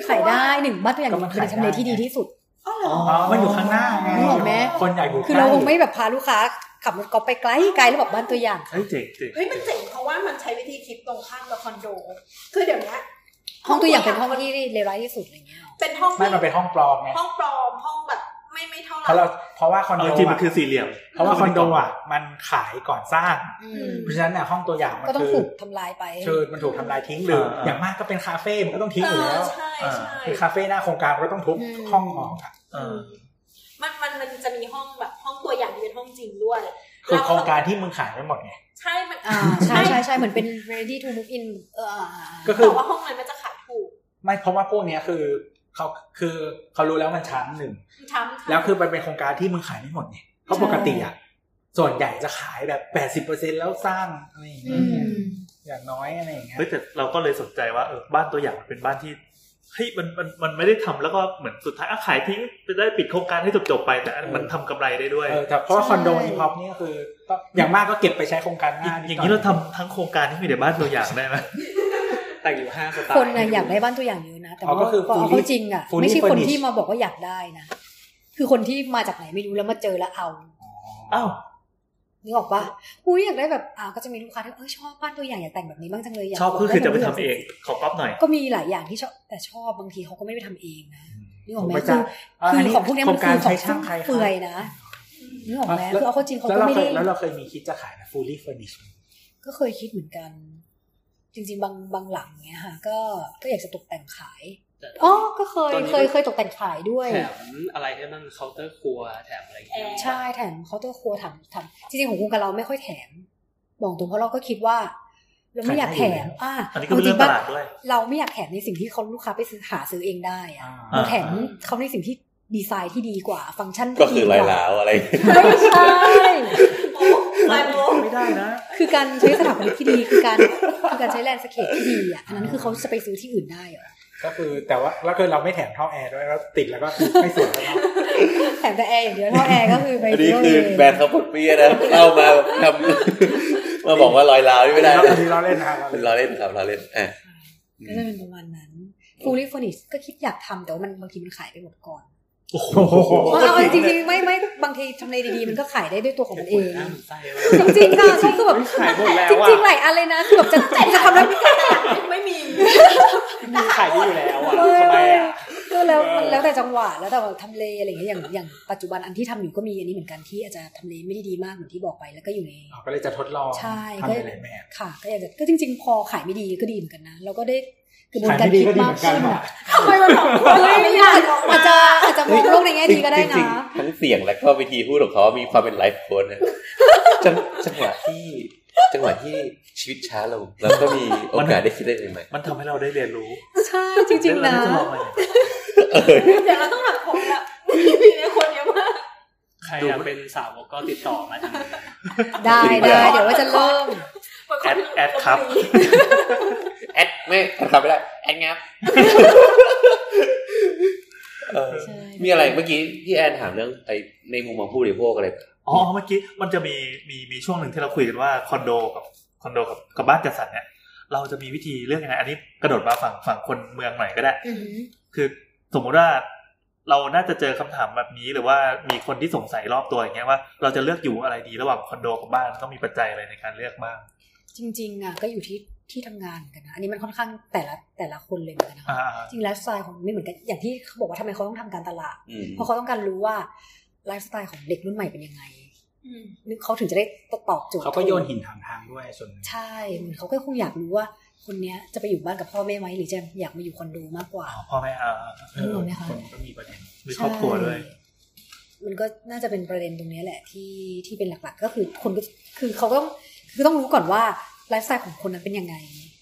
G: ขายได้หนึ่งบ้านตัวอย่าง
C: ก็มัน
G: คือ
C: ขาย
G: ทำเลที่ดี
C: ได้
G: ที่สุด
H: อ๋อเหรอ
C: อ๋อมันอยู่ข้างหน้าไง
G: นึกออกไหม
C: คนใหญ่อยู่
G: คือเราคง
C: ใกล้
G: ไม่แบบพาลูกค้าขับรถกอล์ฟไปไกลไกลแล้วแบบบ้านตัวอย่าง
B: เฮ้ยเจ๋งเจ๋ง
H: เฮ้ยมันเจ๋งเพราะว่ามันใช้วิธีคิดตรงข้ามกับคอนโด คือเดี๋ยวเนี้ย
G: ห้องตัวอย่างเป็นห้องที่เลวร้ายที่สุดอะไรเงี้ย
H: เป็นห้อง
C: ไม่
H: ที่
C: มันเป็นห้องปลอมไง
H: ห้องปลอมห้องแบบไม่ไม่เท่าไห
C: เพราะ
H: ร่
C: เราเพราะว่าคอน
B: เอา
C: โด
B: จริงมัน
C: อะ
B: คือสี่เหลี่ยม
C: เพราะว่าคอนโดอ่ะมันขายก่อนสร้าง
G: อืม
C: เพราะฉะนั้นเนี่ยห้องตัวอย่างมัน
G: ก็ต้อง
C: คือ
G: ถูกทำลายไป
C: เชิญมันถูกทำลายทิ้งหรืออย่างมากก็เป็นคาเฟ่มันก็ต้องทิ้ง
H: เอ
C: อยู่
H: อ
C: แล้ว
H: ใช่ใช่
C: คือคาเฟ่หน้าโครงการมันก็ต้องทุบ
G: อืม
C: ห้องออกอะ
B: เออ
H: มันมันมันจะมีห้องแบบห้องตัวอย่างที่เป็นห้องจริงด้วย
C: คือ
H: แล้ว
C: โครงการที่มึงขายไปหมดไง
H: ใช่มัน
G: อ่าใช่ใช่ใช่เหมือนเป็น ready to move in เอออ่าอ่า
C: ก็คือ
H: แต่ว่าห้องนั้นมันจะขายถูก
C: ไม่เพราะว่าพวกเนี้ยคือเขาคือเขารู้แล้วมันชั้นหนึ่ง
H: ช้ำ
C: แล้วคือมันเป็นโครงการที่มึงขายไม่หมดไงเพราะปกติอ่ะส่วนใหญ่จะขายแบบแปดสิบเปอร์เซ็นแล้วสร้างอะไรอย่าง
G: อื
C: เงี้ย
G: ม
C: อย่างน้อยอะไรอย่างเงี้ย
B: เฮ้ยแต่เราก็เลยสนใจว่าเออบ้านตัวอย่างมันเป็นบ้านที่เฮ้ยมันมันมันไม่ได้ทำแล้วก็เหมือนสุดท้ายอ่ะขายทิ้งไปได้ปิดโครงการให้จบจบๆไปแต่อันมันทำกำไรได้ด้วย
C: เออแต่เพราะว่าคอนโดอีพอปนี่ก็คือก็อย่างมากก็เก็บไปใช้โครงการห
B: อย่า
C: น้าง ดห
B: อย่างนี้เราทำทั้งโครงการที่มีแต่บ้านตัวอย่างได้ไหม
C: แต่งอยู่ห้าสไตล์
G: คนน่ะอยากได้บ้านตัวอย่างเยอะนะ แต่
C: อ๋อก็
G: ว่า
C: คือ
G: พอเอา
C: fully-
G: เข้าจริงอ่ะ
C: fully
G: ไม่ใช่คน
C: furnished
G: ที่มาบอกว่าอยากได้นะ คือคนที่มาจากไหนไม่รู้แล้วมาเจอแล้วเอา
B: อ้าว
G: นึกออกปะอุ้ยอยากได้แบบอ่าก็จะมีลูกค้าที่เออชอบบ้านตัวอย่างอยากแต่งแบบนี้บ้างจังเลยอยาก
B: ชอบก็คือจะไปทำเอง
G: แบบ
B: ขอก๊อปหน่อย
G: ก็มีหลายอย่างที่ชอบแต่ชอบบางทีเขาก็ไม่ได้ทำเองนะนึกออกไหม
C: ไป
G: คื
C: จ้ะ
G: อ
C: เา
G: คือน
C: นี้
G: ของพวกเนี้ย
C: โคร
G: มัน
C: ง
G: คื
C: การ
G: อข
C: ใช้
G: องฟุ่
C: ช่า
G: ม
C: งใคร
G: เฟือยนะนึกออกไหมคือเอาเข้าจริงเขา
C: แล้ว
G: ก็
C: เรา
G: ไม่
C: เค
G: ได้
C: ยแล้วเราเคยมีคิดจะขายแบบ fully furnished
G: ก็เคยคิดเหมือนกัน จริง ๆ บางบางหลังเนี้ยค่ะ ก็ก็อยากจะตกแต่งขายอ๋อก็เคย
F: ตอนนี้
G: เคยเคยตกแต่งขายด้วย
F: แถมอะไรให้บ้างเคาน์เตอร์ครัวแถมอะไรอย่างเงี้ย
G: ใช่แถมเคาน์เตอร์ครัวแถมแถมจริงๆของคุณกับเราไม่ค่อยแถม บอกตรงเพราะเราก็คิดว่า เราไม่อยากแถมอ่ะ
B: อันนี้ก็เป็นเรื่องต
G: ๆ
B: ลาดด้วย
G: เราไม่อยากแถมในสิ่งที่เขาลูกค้าไปซื้อหาซื้อเองได้อะ
B: อ่า
G: เราแถมเขาในสิ่งที่ดีไซน์ที่ดีกว่า ฟังก์ชันที่
D: ก็คือลาย
G: ดีว่า
D: ล้าวอะไร
G: ไม่ใช่
H: โอ้ลายโม
B: ไม่ได้นะ
G: คือการใช้สถาปนิกที่ดีคือการคือการใช้แลนด์สเคปที่ดีอ่ะอันนั้นคือเขาจะไปซื้อที่อื่นได้เหรอ
C: ก็คือแต่ว่าแล้วคือเราไม่แถมท่อแอร์ด้วยแล้วติดแล้วก็ไม่สวย แล้ว
G: แถมแต่แอร์อย่างเดียวเท่าแอร์ก็คือไป
D: อัน
G: ซื้
D: นี้
G: อเอา
D: คือ
G: เอง
D: แบรนด์เขาปลดเปรี้ยนะเล่ามาทำ มาบอกว่าลอยล้าวนี่ไม่ได้
C: อัน
D: นะ
C: นี้เราเล่นนะครับ
D: เป็นล้อเล่นครับล้อเล่นอ่ะ
G: ก็จะเป็นประมาณนั้นฟูลิฟอนิชก็คิดอยากทำแต่ว่ามันบางทีมันขายไปหมดก่อน
C: โอ้โห
G: เอาเอาจริงจริงๆไม่ไม่บางทีทำเลดีๆมันก็ขายได้ด้วยตัวของมันเอง
F: น้ำไส้ว่า
G: จริงๆค่ะใช่คือแบบ
F: ขายหมดแล้ว
G: จ
F: อะ
G: ริงๆหลายอันเลยนะคือแบบจะจะจะทำแล้ว
H: ไม่มี
F: มันขายได้อยู่แล้วอ่ะ
G: เออ
F: ทำไมอ่ะ
G: ก็แล้วมันแล้วแต่จังหวะแล้วแต่ทำเลอะไรอย่างเงี้ยอย่างอย่างปัจจุบันอันที่ทำอยู่ก็มีอันนี้เหมือนกันที่อาจจะทำเลไม่ได้ดีมากเหมือนที่บอกไปแล้วก็อยู่ใน
C: ก็เลยจะทดลอง
G: ใช่
C: ทำ
G: ก็
C: ไปหลายแบบ
G: ค่ะก็อยากจะก็จริง ๆ พอขายไม่ดีก็ดีเหมือนกันนะเราก็ได้กระบวน
C: ขาย
G: การ
C: ไม่ดี
G: คิด
C: ก็ดี
G: มาก
C: เหมือนกัน
G: ขึ้น
C: ว่ะ
G: อะทำไมมันแบบไม่ได้อาจจะอาจจะมองโลกในแง่ดีก็ได้
D: จริ
G: นะ
D: งๆทั้งเสียงและก็วิธีพูดของเขามีความเป็นไลฟ์โค้ดนะจังจังหวะที่จังหวะที่ชีวิตช้าลงแล้วก็มีโอกาสได้คิดได้ใหม่
B: มันทำให้เราได้เรียนรู้
G: ใช่จริง ๆ นะ
B: แล้วเาได้ทดลองอะไร
D: ๆเออ
H: เดี๋ยวเราต้องหลับผมละมีในคนเยอะมาก
F: ใครอยากเป็นสาวกก็ติดต่อมาทางนี้
G: ได้ได้เดี๋ยวว่าจะเริ่ม
H: เหมืนค
B: แอน ดแอดครับ
D: แอดไม่ทำไม่ได้แอดงับเออ
G: ใช่
D: มีอะไรเมื่อกี้ที่แอนถามเรื่องไอในมุมมองผู้บริโภคอะไร
B: อ๋อเมื่อกี้มันจะมีมีมีช่วงหนึ่งที่เราคุยกันว่าคอนโดกับคอนโดกับกับบ้านจัดสรรเนี่ยเราจะมีวิธีเลือกยังไงอันนี้กระโดดมาฝั่งฝั่งคนเมืองหน่อยก็ได้
G: อือหือ
B: คือสมมุติว่าเราน่าจะเจอคำถามแบบนี้หรือว่ามีคนที่สงสัยรอบตัวอย่างเงี้ยว่าเราจะเลือกอยู่อะไรดีระหว่างคอนโดกับบ้านต้องมีปัจจัยอะไรในการเลือกบ้าง
G: จริง ๆอะก็อยู่ที่ที่ทำงานเหมือนกันนะอันนี้มันค่อนข้างแต่ละแต่ละคนเลยเหมือนกันนะคะ
B: อ่า
G: จริงไลฟ์สไตล์ของไม่เหมือนกันอย่างที่เขาบอกว่าทำไมเขาต้องทำการตลาด
D: อืม
G: เพราะเขาต้องการรู้ว่าไลฟ์สไตล์ของเด็กรุ่นใหม่เป็นยังไง
H: อืม
G: นึกเขาถึงจะได้ตอบโจทย์
C: เขาก็โยนหินถามทางด้วยส่วนหนึ่ง
G: ใช่เหมือนเขาก็คงอยากรู้ว่า คนเนี้ยจะไปอยู่บ้านกับพ่อแม่ไหมหรือจะอยากมาอยู่คอนโดมากกว่า
B: ๆพ่อแม่อ่า
G: เออไหมคะ
C: คนก็มีประเด็น
B: มีครอบครัวด้วย
G: ใช่มันก็น่าจะเป็นประเด็นตรงเนี้ยแหละที่ที่เป็นหลักๆ ก็คือคนก็คือเขาก็ต้องคือต้องรู้ก่อนว่าไลฟ์สไตล์ของคนนั้นเป็นยังไง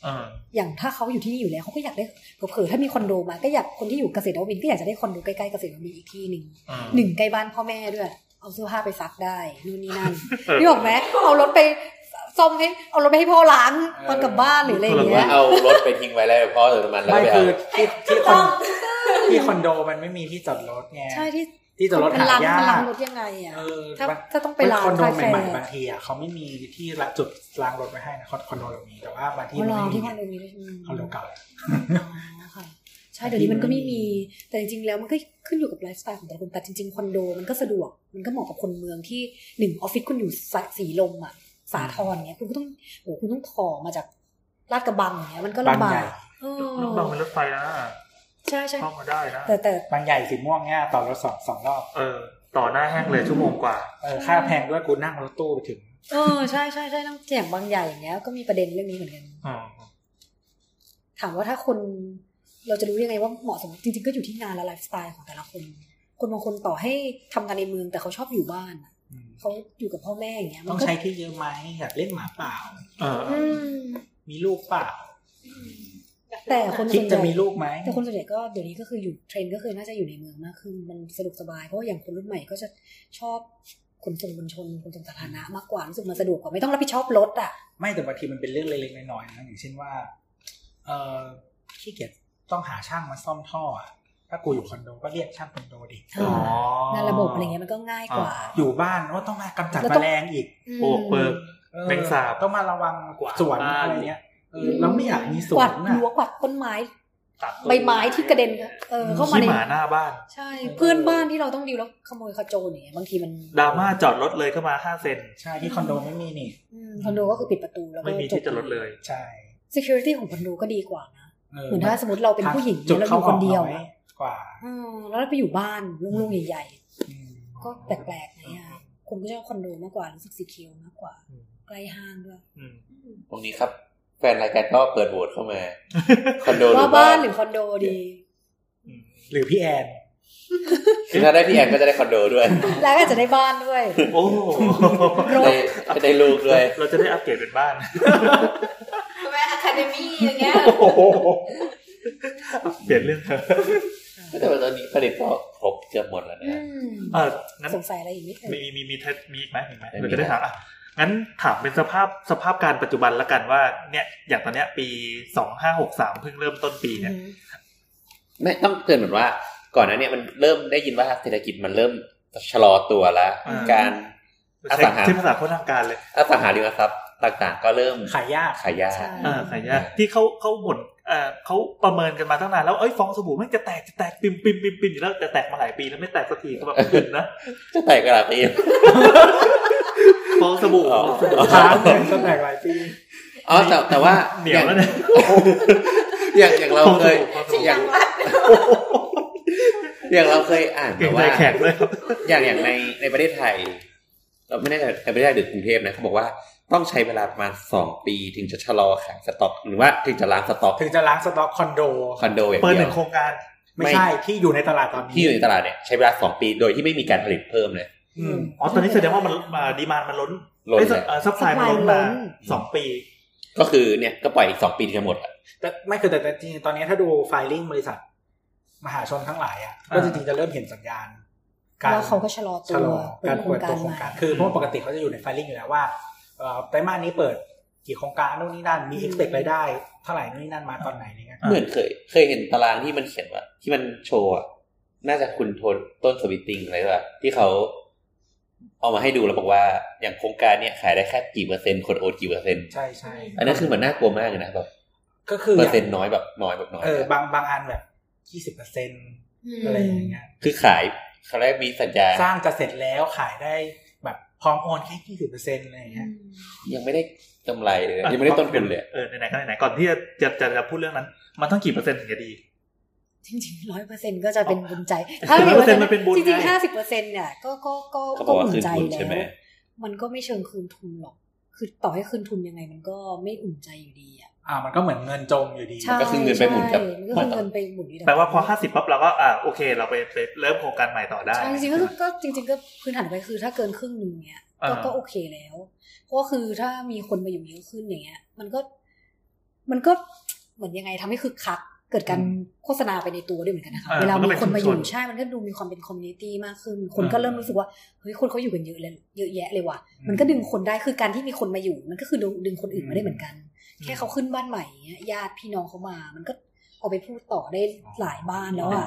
B: เออ
G: อย่างถ้าเขาอยู่ที่นี่อยู่แล้วเขาก็อยากได้เผลอๆถ้ามีคอนโดมาก็อยากคนที่อยู่เกษตรนวมินทร์ก็อยากจะได้คอนโดใกล้ๆเกษตรนวมินทร์อีกที่หนึ่ง
B: เออ
G: หนึ่งใกล้บ้านพ่อแม่ด้วย เอาเสื้อผ้าไปซักได้นู่นนี่นั่น
B: เออ
G: นี่บอกไหมเอารถไปซ่อมให้เอารถไปให้พ่อล้างตอนกลับบ้านหรืออะไรอย่าง
D: หรือ
G: เงี้ย
D: ว่าเอารถไปทิ้งไว้แล้วพ่อเติมน้ำมันแล้ว
C: ไม่
D: ก็ไป
C: คื
D: เอา
C: อที่ที่คอนที่คอนโดมันไม่มีที่จอดรถไง
G: ใช่ที่
C: ที่จอดรถ
G: เป็น
C: หา
G: ล้าง
C: ยา
G: มันล้าง
C: ก
G: รถยังไงอ่ะ
C: เออ
G: ถ้า
C: มัน
G: ถ้าต้องไป
C: มัน
G: ล้าง
C: คอนโด
G: คา
C: ให
G: แฟ
C: ม่ๆบางทีอ่ะเขาไม่มีที่ละจุดล้างรถไว้ให้นะคอนคอนโดเรามีแต่ว่าบางที่
G: เขา
C: มัน
G: ล้าง
C: ไม่มี
G: ที่คอนโดนี้ด้วย
C: คอนโด
G: ม
C: เก่า
G: อ๋อค่ะใช่เดี๋ยวนี้มันก็ไม่มี แต่จริงๆ แล้วมันก็ขึ้นอยู่กับไลฟ์สไตล์ของแต่ละคนแต่จริงๆ คอนโดมันก็สะดวก มันก็เหมาะกับคนเมืองที่หนึ่งออฟฟิศคุณอยู่สะสีลมอ่ะ สาทรเนี้ยคุณก็ต้องโอ้โหคุณต้องถอมาจากลาดกระบังอย่างเนี้ยมันก็ลำ
C: บาง
G: บา
C: ใหญ่
G: กเออ
B: ลูกบังเป็นรถไฟนะ
G: ใช่ใช่
B: เข้ามาได้นะ
G: แต่แต่
C: บางใหญ่สีม่วงเนี่ยต่อรถสองสองรอบ
B: เออ ต่อหน้าแห้งเลยชั่วโมงกว่า
C: เออค่าแพงด้วยกูนั่งรถตู้ไปถึง
G: เออใช่ใช่ใช่ต้องอย่างบางใหญ่อย่างเงี้ยก็มีประเด็นเรื่องนี้เหมือนกัน
B: อืม
G: ถามว่าถ้าคนเราจะรู้ยังไงว่าเหมาะสมจริงๆ ก็อยู่ที่งานและไลฟ์สไตล์ของแต่ละคน คนบางคนต่อให้ทำงานในเมืองแต่เขาชอบอยู่บ้านอะ
C: อืม
G: เขาอยู่กับพ่อแม่อย่างเงี้ยมั
C: ต้อนง
G: ก็
C: ใช้ที่เยอะไหมอยากเล่นหมาเปล่า
B: เออ
G: อืม
C: มีลูกเปล่า
G: แต่คน
C: คิด
G: ส่วนให
C: จะ
G: ญ่
C: มีลูกไหม
G: แต่คนส่วนใหญ่ก็เดี๋ยวนี้ก็คืออยู่เทรนด์ก็คือน่าจะอยู่ในเมืองมากขึ้นมันสะดวกสบายเพราะว่าอย่างคนรุ่นใหม่ก็จะชอบขนส่งมวลชนขนส่งสาธารณะมากกว่ารู้สึกมันสะดวกกว่าไม่ต้องรับผิดชอบรถอ่ะ
C: ไม่แต่บางทีมันเป็นเรื่องเล็กๆน้อยๆนะอย่างเช่นว่า เออขี้เกียจต้องหาช่างมาซ่อมท่ออะถ้ากูอยู่คอนโดก็เรียกช่างคอนโดดิ
G: เอองานระบบอะไรเงี้ยมันก็ง่ายกว่า
C: อยู่บ้านว่าต้องมากำจัด
G: แล้ว
C: แม
G: ต้อง
C: ลงอีก
G: ม
B: โอกเปิก
C: ออ
B: แมงสาบ
C: ต้องมาระวังกว่าดสวน
B: บ้าน
C: อะไรเนี้ยเออเราไม่อยากมีส
G: ก
C: ว
G: วาน ด
C: น่ะ
G: รั้วกวาดต้นไม้
B: ตัดต้น
G: ใบไม้ที่กระเด็นเออเข้ามา
B: ขี้
G: ใน
B: หมาหน้าบ้าน
G: ใช่เพื่อนบ้านที่เราต้องดิวแล้วขโมยขโจรอย่างเงี้ยบางทีมัน
B: ดราม่าจอดรถเลยเข้ามาห้าเซน
C: ใช่ที่คอนโดไม่มีนี่
G: อืมคอนโดก็คือปิดประตูแล้วก็
B: ไม่มีที่จอดรถเลย
C: ใช่
G: security ของคอนโดก็ดีกว่านะ
C: เ
G: เหมือนถ้าสมมติเราเป็นผู้หญิง
C: จุด
G: แล้วอ
C: เข้า
G: ยู่
C: อ
G: ค
C: อน ก
G: เดียว
C: น้อยกว่า
G: อืมแล้วเราไปอยู่บ้านโล่งๆใหญ่
C: อืม
G: ๆ ก็แปลกๆนะเนี่ยคนก็ชอบคอนโดมากกว่ารู้สึกสีเขียวมากกว่า
B: อืม
G: ใกล้ห้างด้วย
B: อืม
D: ตรงนี้ครับ แฟนรายการก็เปิดโหวตเข้ามาคอนโดหรื
G: ว่า
D: อ
G: บ้า
D: บ้าน น
G: หรือคอนโดดี
C: หรือพี่แอน
D: คือถ้าได้พี่แอนก็จะได้คอนโดด้วย
G: แล้วก็อาจจะได้บ้านด้วย
B: โอ้โห
D: ได้จะได้ลูกด้วย
B: เราจะได้อัปเกรดเป็น บ้าน
E: ใช่ไหมอะคาเดมี่อย่างเงี้ย
B: โอ้โหเปลี่ยนเรื่องเถอะ
D: แต่ว่าตอนนี้ผลิตก็ครบเกือบหมดแล้ว
G: อื
D: นะ
G: ม
B: เอองั้น
G: สงสัยอะไรอีกนิดเอ่
B: มี
G: ย
B: มีมีมีเทสมีอีกไหมมีอีกไหม
D: ไม่มี
B: เราจะได้ถามอ่ะงั้นถามเป็นสภาพสภาพการปัจจุบันละกันว่า เนี่ย อย่างตอนเนี้ยปีสองห้าหกสามเพิ่งเริ่มต้นปีเนี่ย
G: อืม
D: ไม่ต้องเตือนเหมือนว่า ก่อนหน้าเนี้มันเริ่มได้ยินว่าเศรษฐกิจมันเริ่มชะลอตัวแล้ว
B: อ่า
D: การ อสังหา
B: ใช้ภาษาโคตรทางการเลย
D: อสังหาริมทรัพย์ต่างๆ ก็เริ่ม
C: ขายยาก
D: ขายยาก
G: ใช่
B: อ่าใครยะที่เขาเขาบ่นเอ่อเขาประเมินกันมาตั้งนานแล้วเอ้ยฟองสบู่แมันจะแตกจะแตกปิมปิมปิมปิมอยู่แล้วแต่แตกมาหลายปีแล้วไม่แตกสักทีก็แบบขึ้นนะ
D: จะแตกกระดาษเอง
B: ฟองสบู่
D: อ๋อ
C: ค้างเลยตั้งแต่หลายปี
D: อ๋อแต่แต่ว่า
B: เหนียวแล้วเนี่ย
D: อย่างอย่างอย่างเรา
B: ฟอง
D: เค
B: ส
D: ย
B: บู่ฟองสบู่
D: อย่างอย่างเราเคยอ่าน
B: เก่ใจ
D: มางว่า
B: แขกเลยครับ
D: อย่างอย่างในในประเทศไทย เราไม่แน่ใจในประเทศไทยหรือกรุงเทพนะเขาบอกว่าต้องใช้เวลาประมาณสองปีถึงจะชะลอขายสต็อก หรือว่าถึงจะล้างสต็อก
C: ถึงจะล้างสต็อกคอนโด
D: คอนโดอย่าง
B: เปิดห
D: เดีย
B: นึ่
D: ว
B: งโครงการ
C: ไม่
D: ไม่
C: ใช่ที่อยู่ในตลาดตอน
D: ที่
C: นี้
D: อยู่ในตลาดเนี่ยใช้เวลาสองปีโดยที่ไม่มีการผลิตเพิ่มเลย
C: อืม
B: อ๋อ ตอนนี้แสดงว่ามันมาดีมานมันล้น
D: ล้น
B: เอ้ย
D: เลย
B: ซัพพลายมันล้นมา
G: ล้น
B: สองปี
D: ก็คือเนี่ยก็ปล่อยอีกสองปีถึงจะหมดอะ
C: แต่ไม่คือแต่แต่จริงๆตอนนี้ถ้าดูไฟลิ่งบริษัท มหาชนทั้งหลายอ่ะก็จริงๆจะเริ่มเห็นสัญญาณ
G: แล้วเขาก็ชะลอตั
C: ชะ
G: ว
C: ลอการเปิดตัว
G: โค
C: โคร
G: รง ง
C: กา
G: การ รใหม่
C: คือเพราะว่าปกติเขาจะอยู่ในไฟลิ่งอยู่แล้วว่าเอ่อไตรมาสนี้เปิดกี่โครงการนู่นนี่นั่น มี expect รายได้เท่าไหร่นู่นนี่นั่นมาตอนไหนอะไรเงี้ย
B: อ่ะ
D: เหมือนเคย เคยเห็นตารางที่มันเขียนว่า ที่มันโชว์อะน่าจะคุณโทนต้นสวิตติงอะไรแบบที่เขาเอามาให้ดูแล้วบอกว่าอย่างโครงการเนี้ยขายได้แค่กี่เปอร์เซ็นต์คนโอนกี่เปอร์เซ็นต์
C: ใช่ใช่
D: อันนั้นคือมันน่ากลัวมากเลยนะแบบ
C: ก็คือ
D: เปอร์เซ็นต์น้อยแบบน้อยแบบน้อย
C: เออบางบางอันแบบยี่สิบเปอร์เซ็นอะไรอย่างเงี้ย
D: คือขายเขาแรกมีสัญญา
C: สร้างจะเสร็จแล้วขายได้แบบพร้อมโอนแค่ยี่สิบเปอร์เซ็นอะไรอย่างเงี้ย
D: ยังไม่ได้กำไรเลยนะยังไม่ได้ต้นทุนเลย
B: เออ ไหนๆก็ไหนๆก่อนที่จะจะจะจะพูดเรื่องนั้น มันต้องกี่เปอร์เซ็นต์ถึงจะดี
G: จริงๆร้อยเปอร์เซ็นต์ก็จะเป็นบุญใจ
B: 100%มันเป็นบุญ
G: จริง
B: ไง
G: ๆห้าสิบเปอร์เซ็นต์เนี่ยก็ก็ก็
D: เขาบ
G: ก็
D: อกว่า
G: อุ่น
D: คืน
G: ใจ
D: ทุน
G: แล้
D: ใช่ไหม
G: ว มันก็ไม่เชิงคืนทุนหรอก คือต่อให้คืนทุนยังไงมันก็ไม่อุ่นใจอยู่ดีอ่ะ
C: อ่ามันก็เหมือนเงินจมอยู่ดี
G: ใช่
D: ก็คือเงินไปหมุนกับ
G: ใช่มันก็คือเงินไปหมุนอยู่ดี
B: แปลว่าพอห้าสิบปั๊บเราก็อ่าโอเค เราไปไปเริ่มโครงการใหม่ต่อได้
G: ใช่จริงๆก็ก็จริง ๆ ก็พื้นฐานไปคือถ้าเกินครึ่งหนึ่งเนี้ยก็
B: อ่า
G: ก็โอเคแล้ว เพราะว่าคือถ้ามีคนมาอยู่เยอะขึ้นอย่างเงี้ย มันก็ มันก็เหมือนยังไงทำให้คึกคัก เกิดการโฆษณาไปในตัวด้วยเหมือนกันนะคะ
B: เออ
G: เวลา
B: มันก็
G: มีคน
B: เป็น
G: มาอ
B: ชุ
G: ยู่
B: มชน
G: ใช่มันก็ดูมีความเป็นคอมมูนิตี้มากขึ้น คนก็เริ่มรู้สึกว่าเฮ้ยคนเขาอยู่กันเยอะเลยเยอะแยะเลยว่ะมันก็ดึงคนได้คือการที่มีคนมาอยู่ มันก็คือดึงดึงคนอื่นมาได้เหมือนกัน แค่เขาขึ้นบ้านใหม่อย่างเงี้ยญาติพี่น้องเขามา มันก็เอาไปพูดต่อได้หลายบ้านแล้วอ่ะ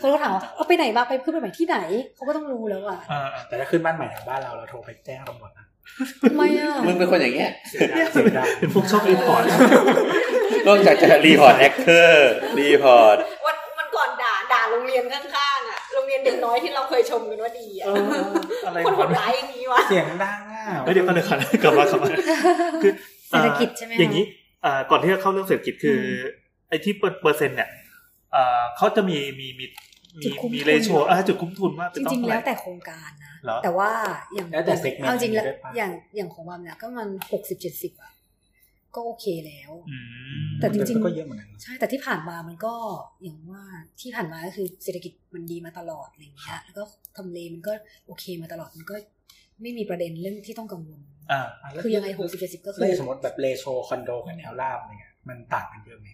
G: คนก็ถามว่าเอาไปไหนมาไปเพื่อนไปใหม่ที่ไหนเขาก็ต้องรู้แล้วอ่ะ
B: อ่า
C: แต่ถ้าขึ้นบ้านใหม่แถวบ้านเราเราโทรไปแจ้งตำรวจนะ
G: ทำไมอ่ะ
D: มึงเป็นคนอย่างเงี้ย
C: เสียงดัง
B: เป็นพวกชอบรีพอร์ต
D: นอกจากจะรีพอร์ตแอคเตอร์รีพอร์ต
E: วันวันก่อนด่าด่าโรงเรียนข้างๆอ่ะโรงเรียนเด็กน้อยที่เราเคยชมกันว่าดีอ่ะ
B: อะไร
E: คนโห
B: วะ
E: ดร้ายอย่างนี้วะ
C: เสียงดังอ่ะ
B: เอ้ยเดี๋ยวก่อนเดี๋ยวก่อน กลับมากลับมาคือ
G: เศรษฐกิจใช่ไหมคะ
B: อย่างนี้อ่าก่อนที่จะเข้าเรื่องเศรษฐกิจคืออไอ้ที่เปอร์เปอร์เซ็นต์เนี่ยอ่าเขาจะมีมีมีมีมีเลโชอ่าจุดคุ้มทุนว่า
G: จ
B: จะต้อง
G: ริง ๆ
B: เท่าไห
G: แล้
B: ร่
G: วแต่โครงการนะ
B: เหรอ
G: แต่ว่าอย่าง
C: แล้วแต่เซกเมนต์
G: เอาจริงแล้ว
C: นี้ด้วยปะ
G: อย่างอย่างของวามเนี่ยก็มันหกสิบเจ็ดสิบอะก็โอเคแล้ว
B: อืม
G: แต่จริงๆ
C: ก็เยอะเหมือนกันนะ
G: ใช่แต่ที่ผ่านมามันก็อย่างว่าที่ผ่านมาก็คือเศรษฐกิจมันดีมาตลอดอะไรอย่างเงี้ยแล้วก็ทำเลมันก็โอเคมาตลอดมันก็ไม่มีประเด็นเรื่องที่ต้องกังวล
B: อ่า
C: ะแล้ว
G: คือยังไงหกสิบเจ็ดสิบก็คือ
C: แล้วสมมติแบบเลโชคอนโดกับแนวราบอะไรเงี้ยมันต่างกันเยอะไหม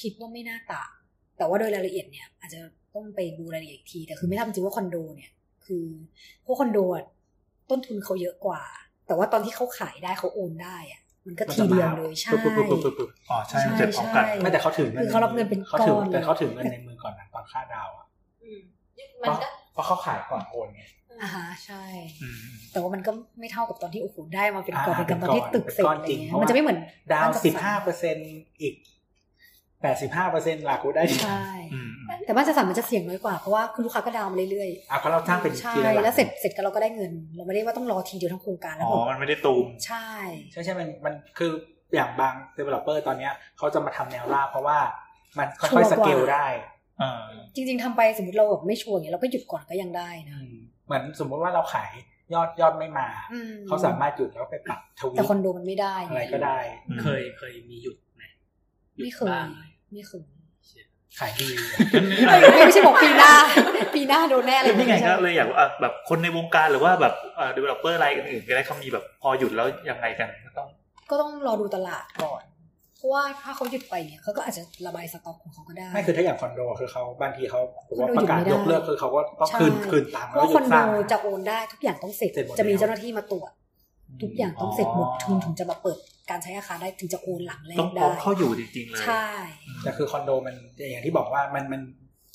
G: คิดว่าไม่น่าต่างแต่ว่าโดยรายละเอียดเนี่ย อาจจะต้องไปดูรายละเอียดอีกที แต่คือไม่ทราบจริงว่าคอนโดเนี่ยคือพวกคอนโดอะต้นทุนเขาเยอะกว่า แต่ว่าตอนที่เขาขายได้เขาโอนได้อะมันก็ทีเดียวเลยใช่
C: ปึ๊บปึ๊บปึ๊บปึ๊บปึ๊บ
B: อ๋อใช่มันเสร็จพร้อมกัน
C: ไม่แต่เขาถือเงิน
G: คือเขารับเงินเป็น
C: ขาถื
G: ก้อนเลย
C: แต่เขาถือเงินในมือก่อนนะตอนค่าดาวอ่ะ
E: อืมมันก็
C: เพราะเขาขายก่อนโอนไง
G: อ่าฮะใช่
B: อืม
G: แต่ว่ามันก็ไม่เท่ากับตอนที่โอ้โหได้มาเป็นกอบ
C: อ่า
G: เป็นกำตอนที่ตึกเสร็จอะไร
C: เป็นก้อนจริง
G: เงี้ย
C: เพราะว่า
G: มัน
C: มั
G: จะไม่เหมือน
C: ดาว
G: บ้นจัด
C: สิบห้าเปอร์เซ็นอีกแปดสิบห้าเปอร์เซ็นหลักกูได้ดี
G: ใช่
B: อืมอืม
G: แต่บ้านจัดสรรมันจะเสี่ยงน้อยกว่าเพราะว่าคุณลูกค้าก็ดาวน์มาเรื่อย
C: อ่ะเพราะเราสร้างเป็น
G: ๆใช่
C: ทีละหลัก
G: แล้วเสร็จเสร็จก็เราก็ได้เงิน เราไม่ได้ว่าต้องรอทีเดียวทั้งโครงการแล้ว
B: อ๋
G: ผ
B: อ
G: ม
B: มันไม่ได้ตูม
G: ใช่
C: ใช่ใช่มันมันคืออย่างบาง developer ตอนเนี้ยเขาจะมาทำแนวราบเพราะว่ามันค่อยๆสเกลได้
B: อ่า
G: จริง ๆทำไปสมมติเราแบบไม่ชัวร์อย่างเงี้ยเราก็หยุดก่อนก็ยังได้นะ
C: เหมือนสมมุติว่าเราขายยอดยอดไม่มา
G: อืม
C: เขาสามารถหยุดแล้วไปปรับทวี
G: แต่
C: ต
G: คอนโดมันไม่ได้ง
C: อะไรก็ได้
F: เคยเคยมีหยุดไหมหยุด
G: ไม่เคย
F: บ้างไหม
G: ไม่เคย
C: ขายทีวี
G: ไม่ใช่บอกปีหน้า ปีหน้าโดนแน่เลย
B: นี่ไงก็
G: ม่ใช่
B: เลยอยากว่าอ่ะแบบคนในวงการหรือว่าแบบเอ่อ developer รายอื่นๆก็ได้เขามีแบบพอหยุดแล้วยังไงกันก็ต้อง
G: ก็ต้องรอดูตลาดก่อนเพราะว่าถ้าเขาหยุดไปเนี่ยเขาก็อาจจะระบายสต็อกของเขาก็ได้
C: ไม่คือถ้าอย่างคอนโดคือเขาบางทีเขาผมว่า
G: คอนโด
C: ประกาศ
G: หยุดไม่ได้
C: ยกเลิกคือเขาก็ต้อง
G: ใช่
C: คืนคืนตาม
G: เพ
C: แล้
G: ราะ
C: ว
G: ว่าค
C: หยุ
G: อน
C: ดส
G: โด
C: ร้าง
G: จะโอนได้ทุกอย่างต้องเสร็จ
C: เสร็จหมด
G: จะมี
C: แล้ว
G: เจ้าหน้าที่มาตรวจ ทุกอย่างต้องเสร็จหมดทุนถึงจะมาเปิดการใช้อาคารได้ถึงจะโอนหลังแร
B: ต้อก งพร้
G: ได้
B: อมเข้าอยู่จริงๆเลย
G: ใช่
C: แต่คือคอนโดมันอย่างที่บอกว่ามันมัน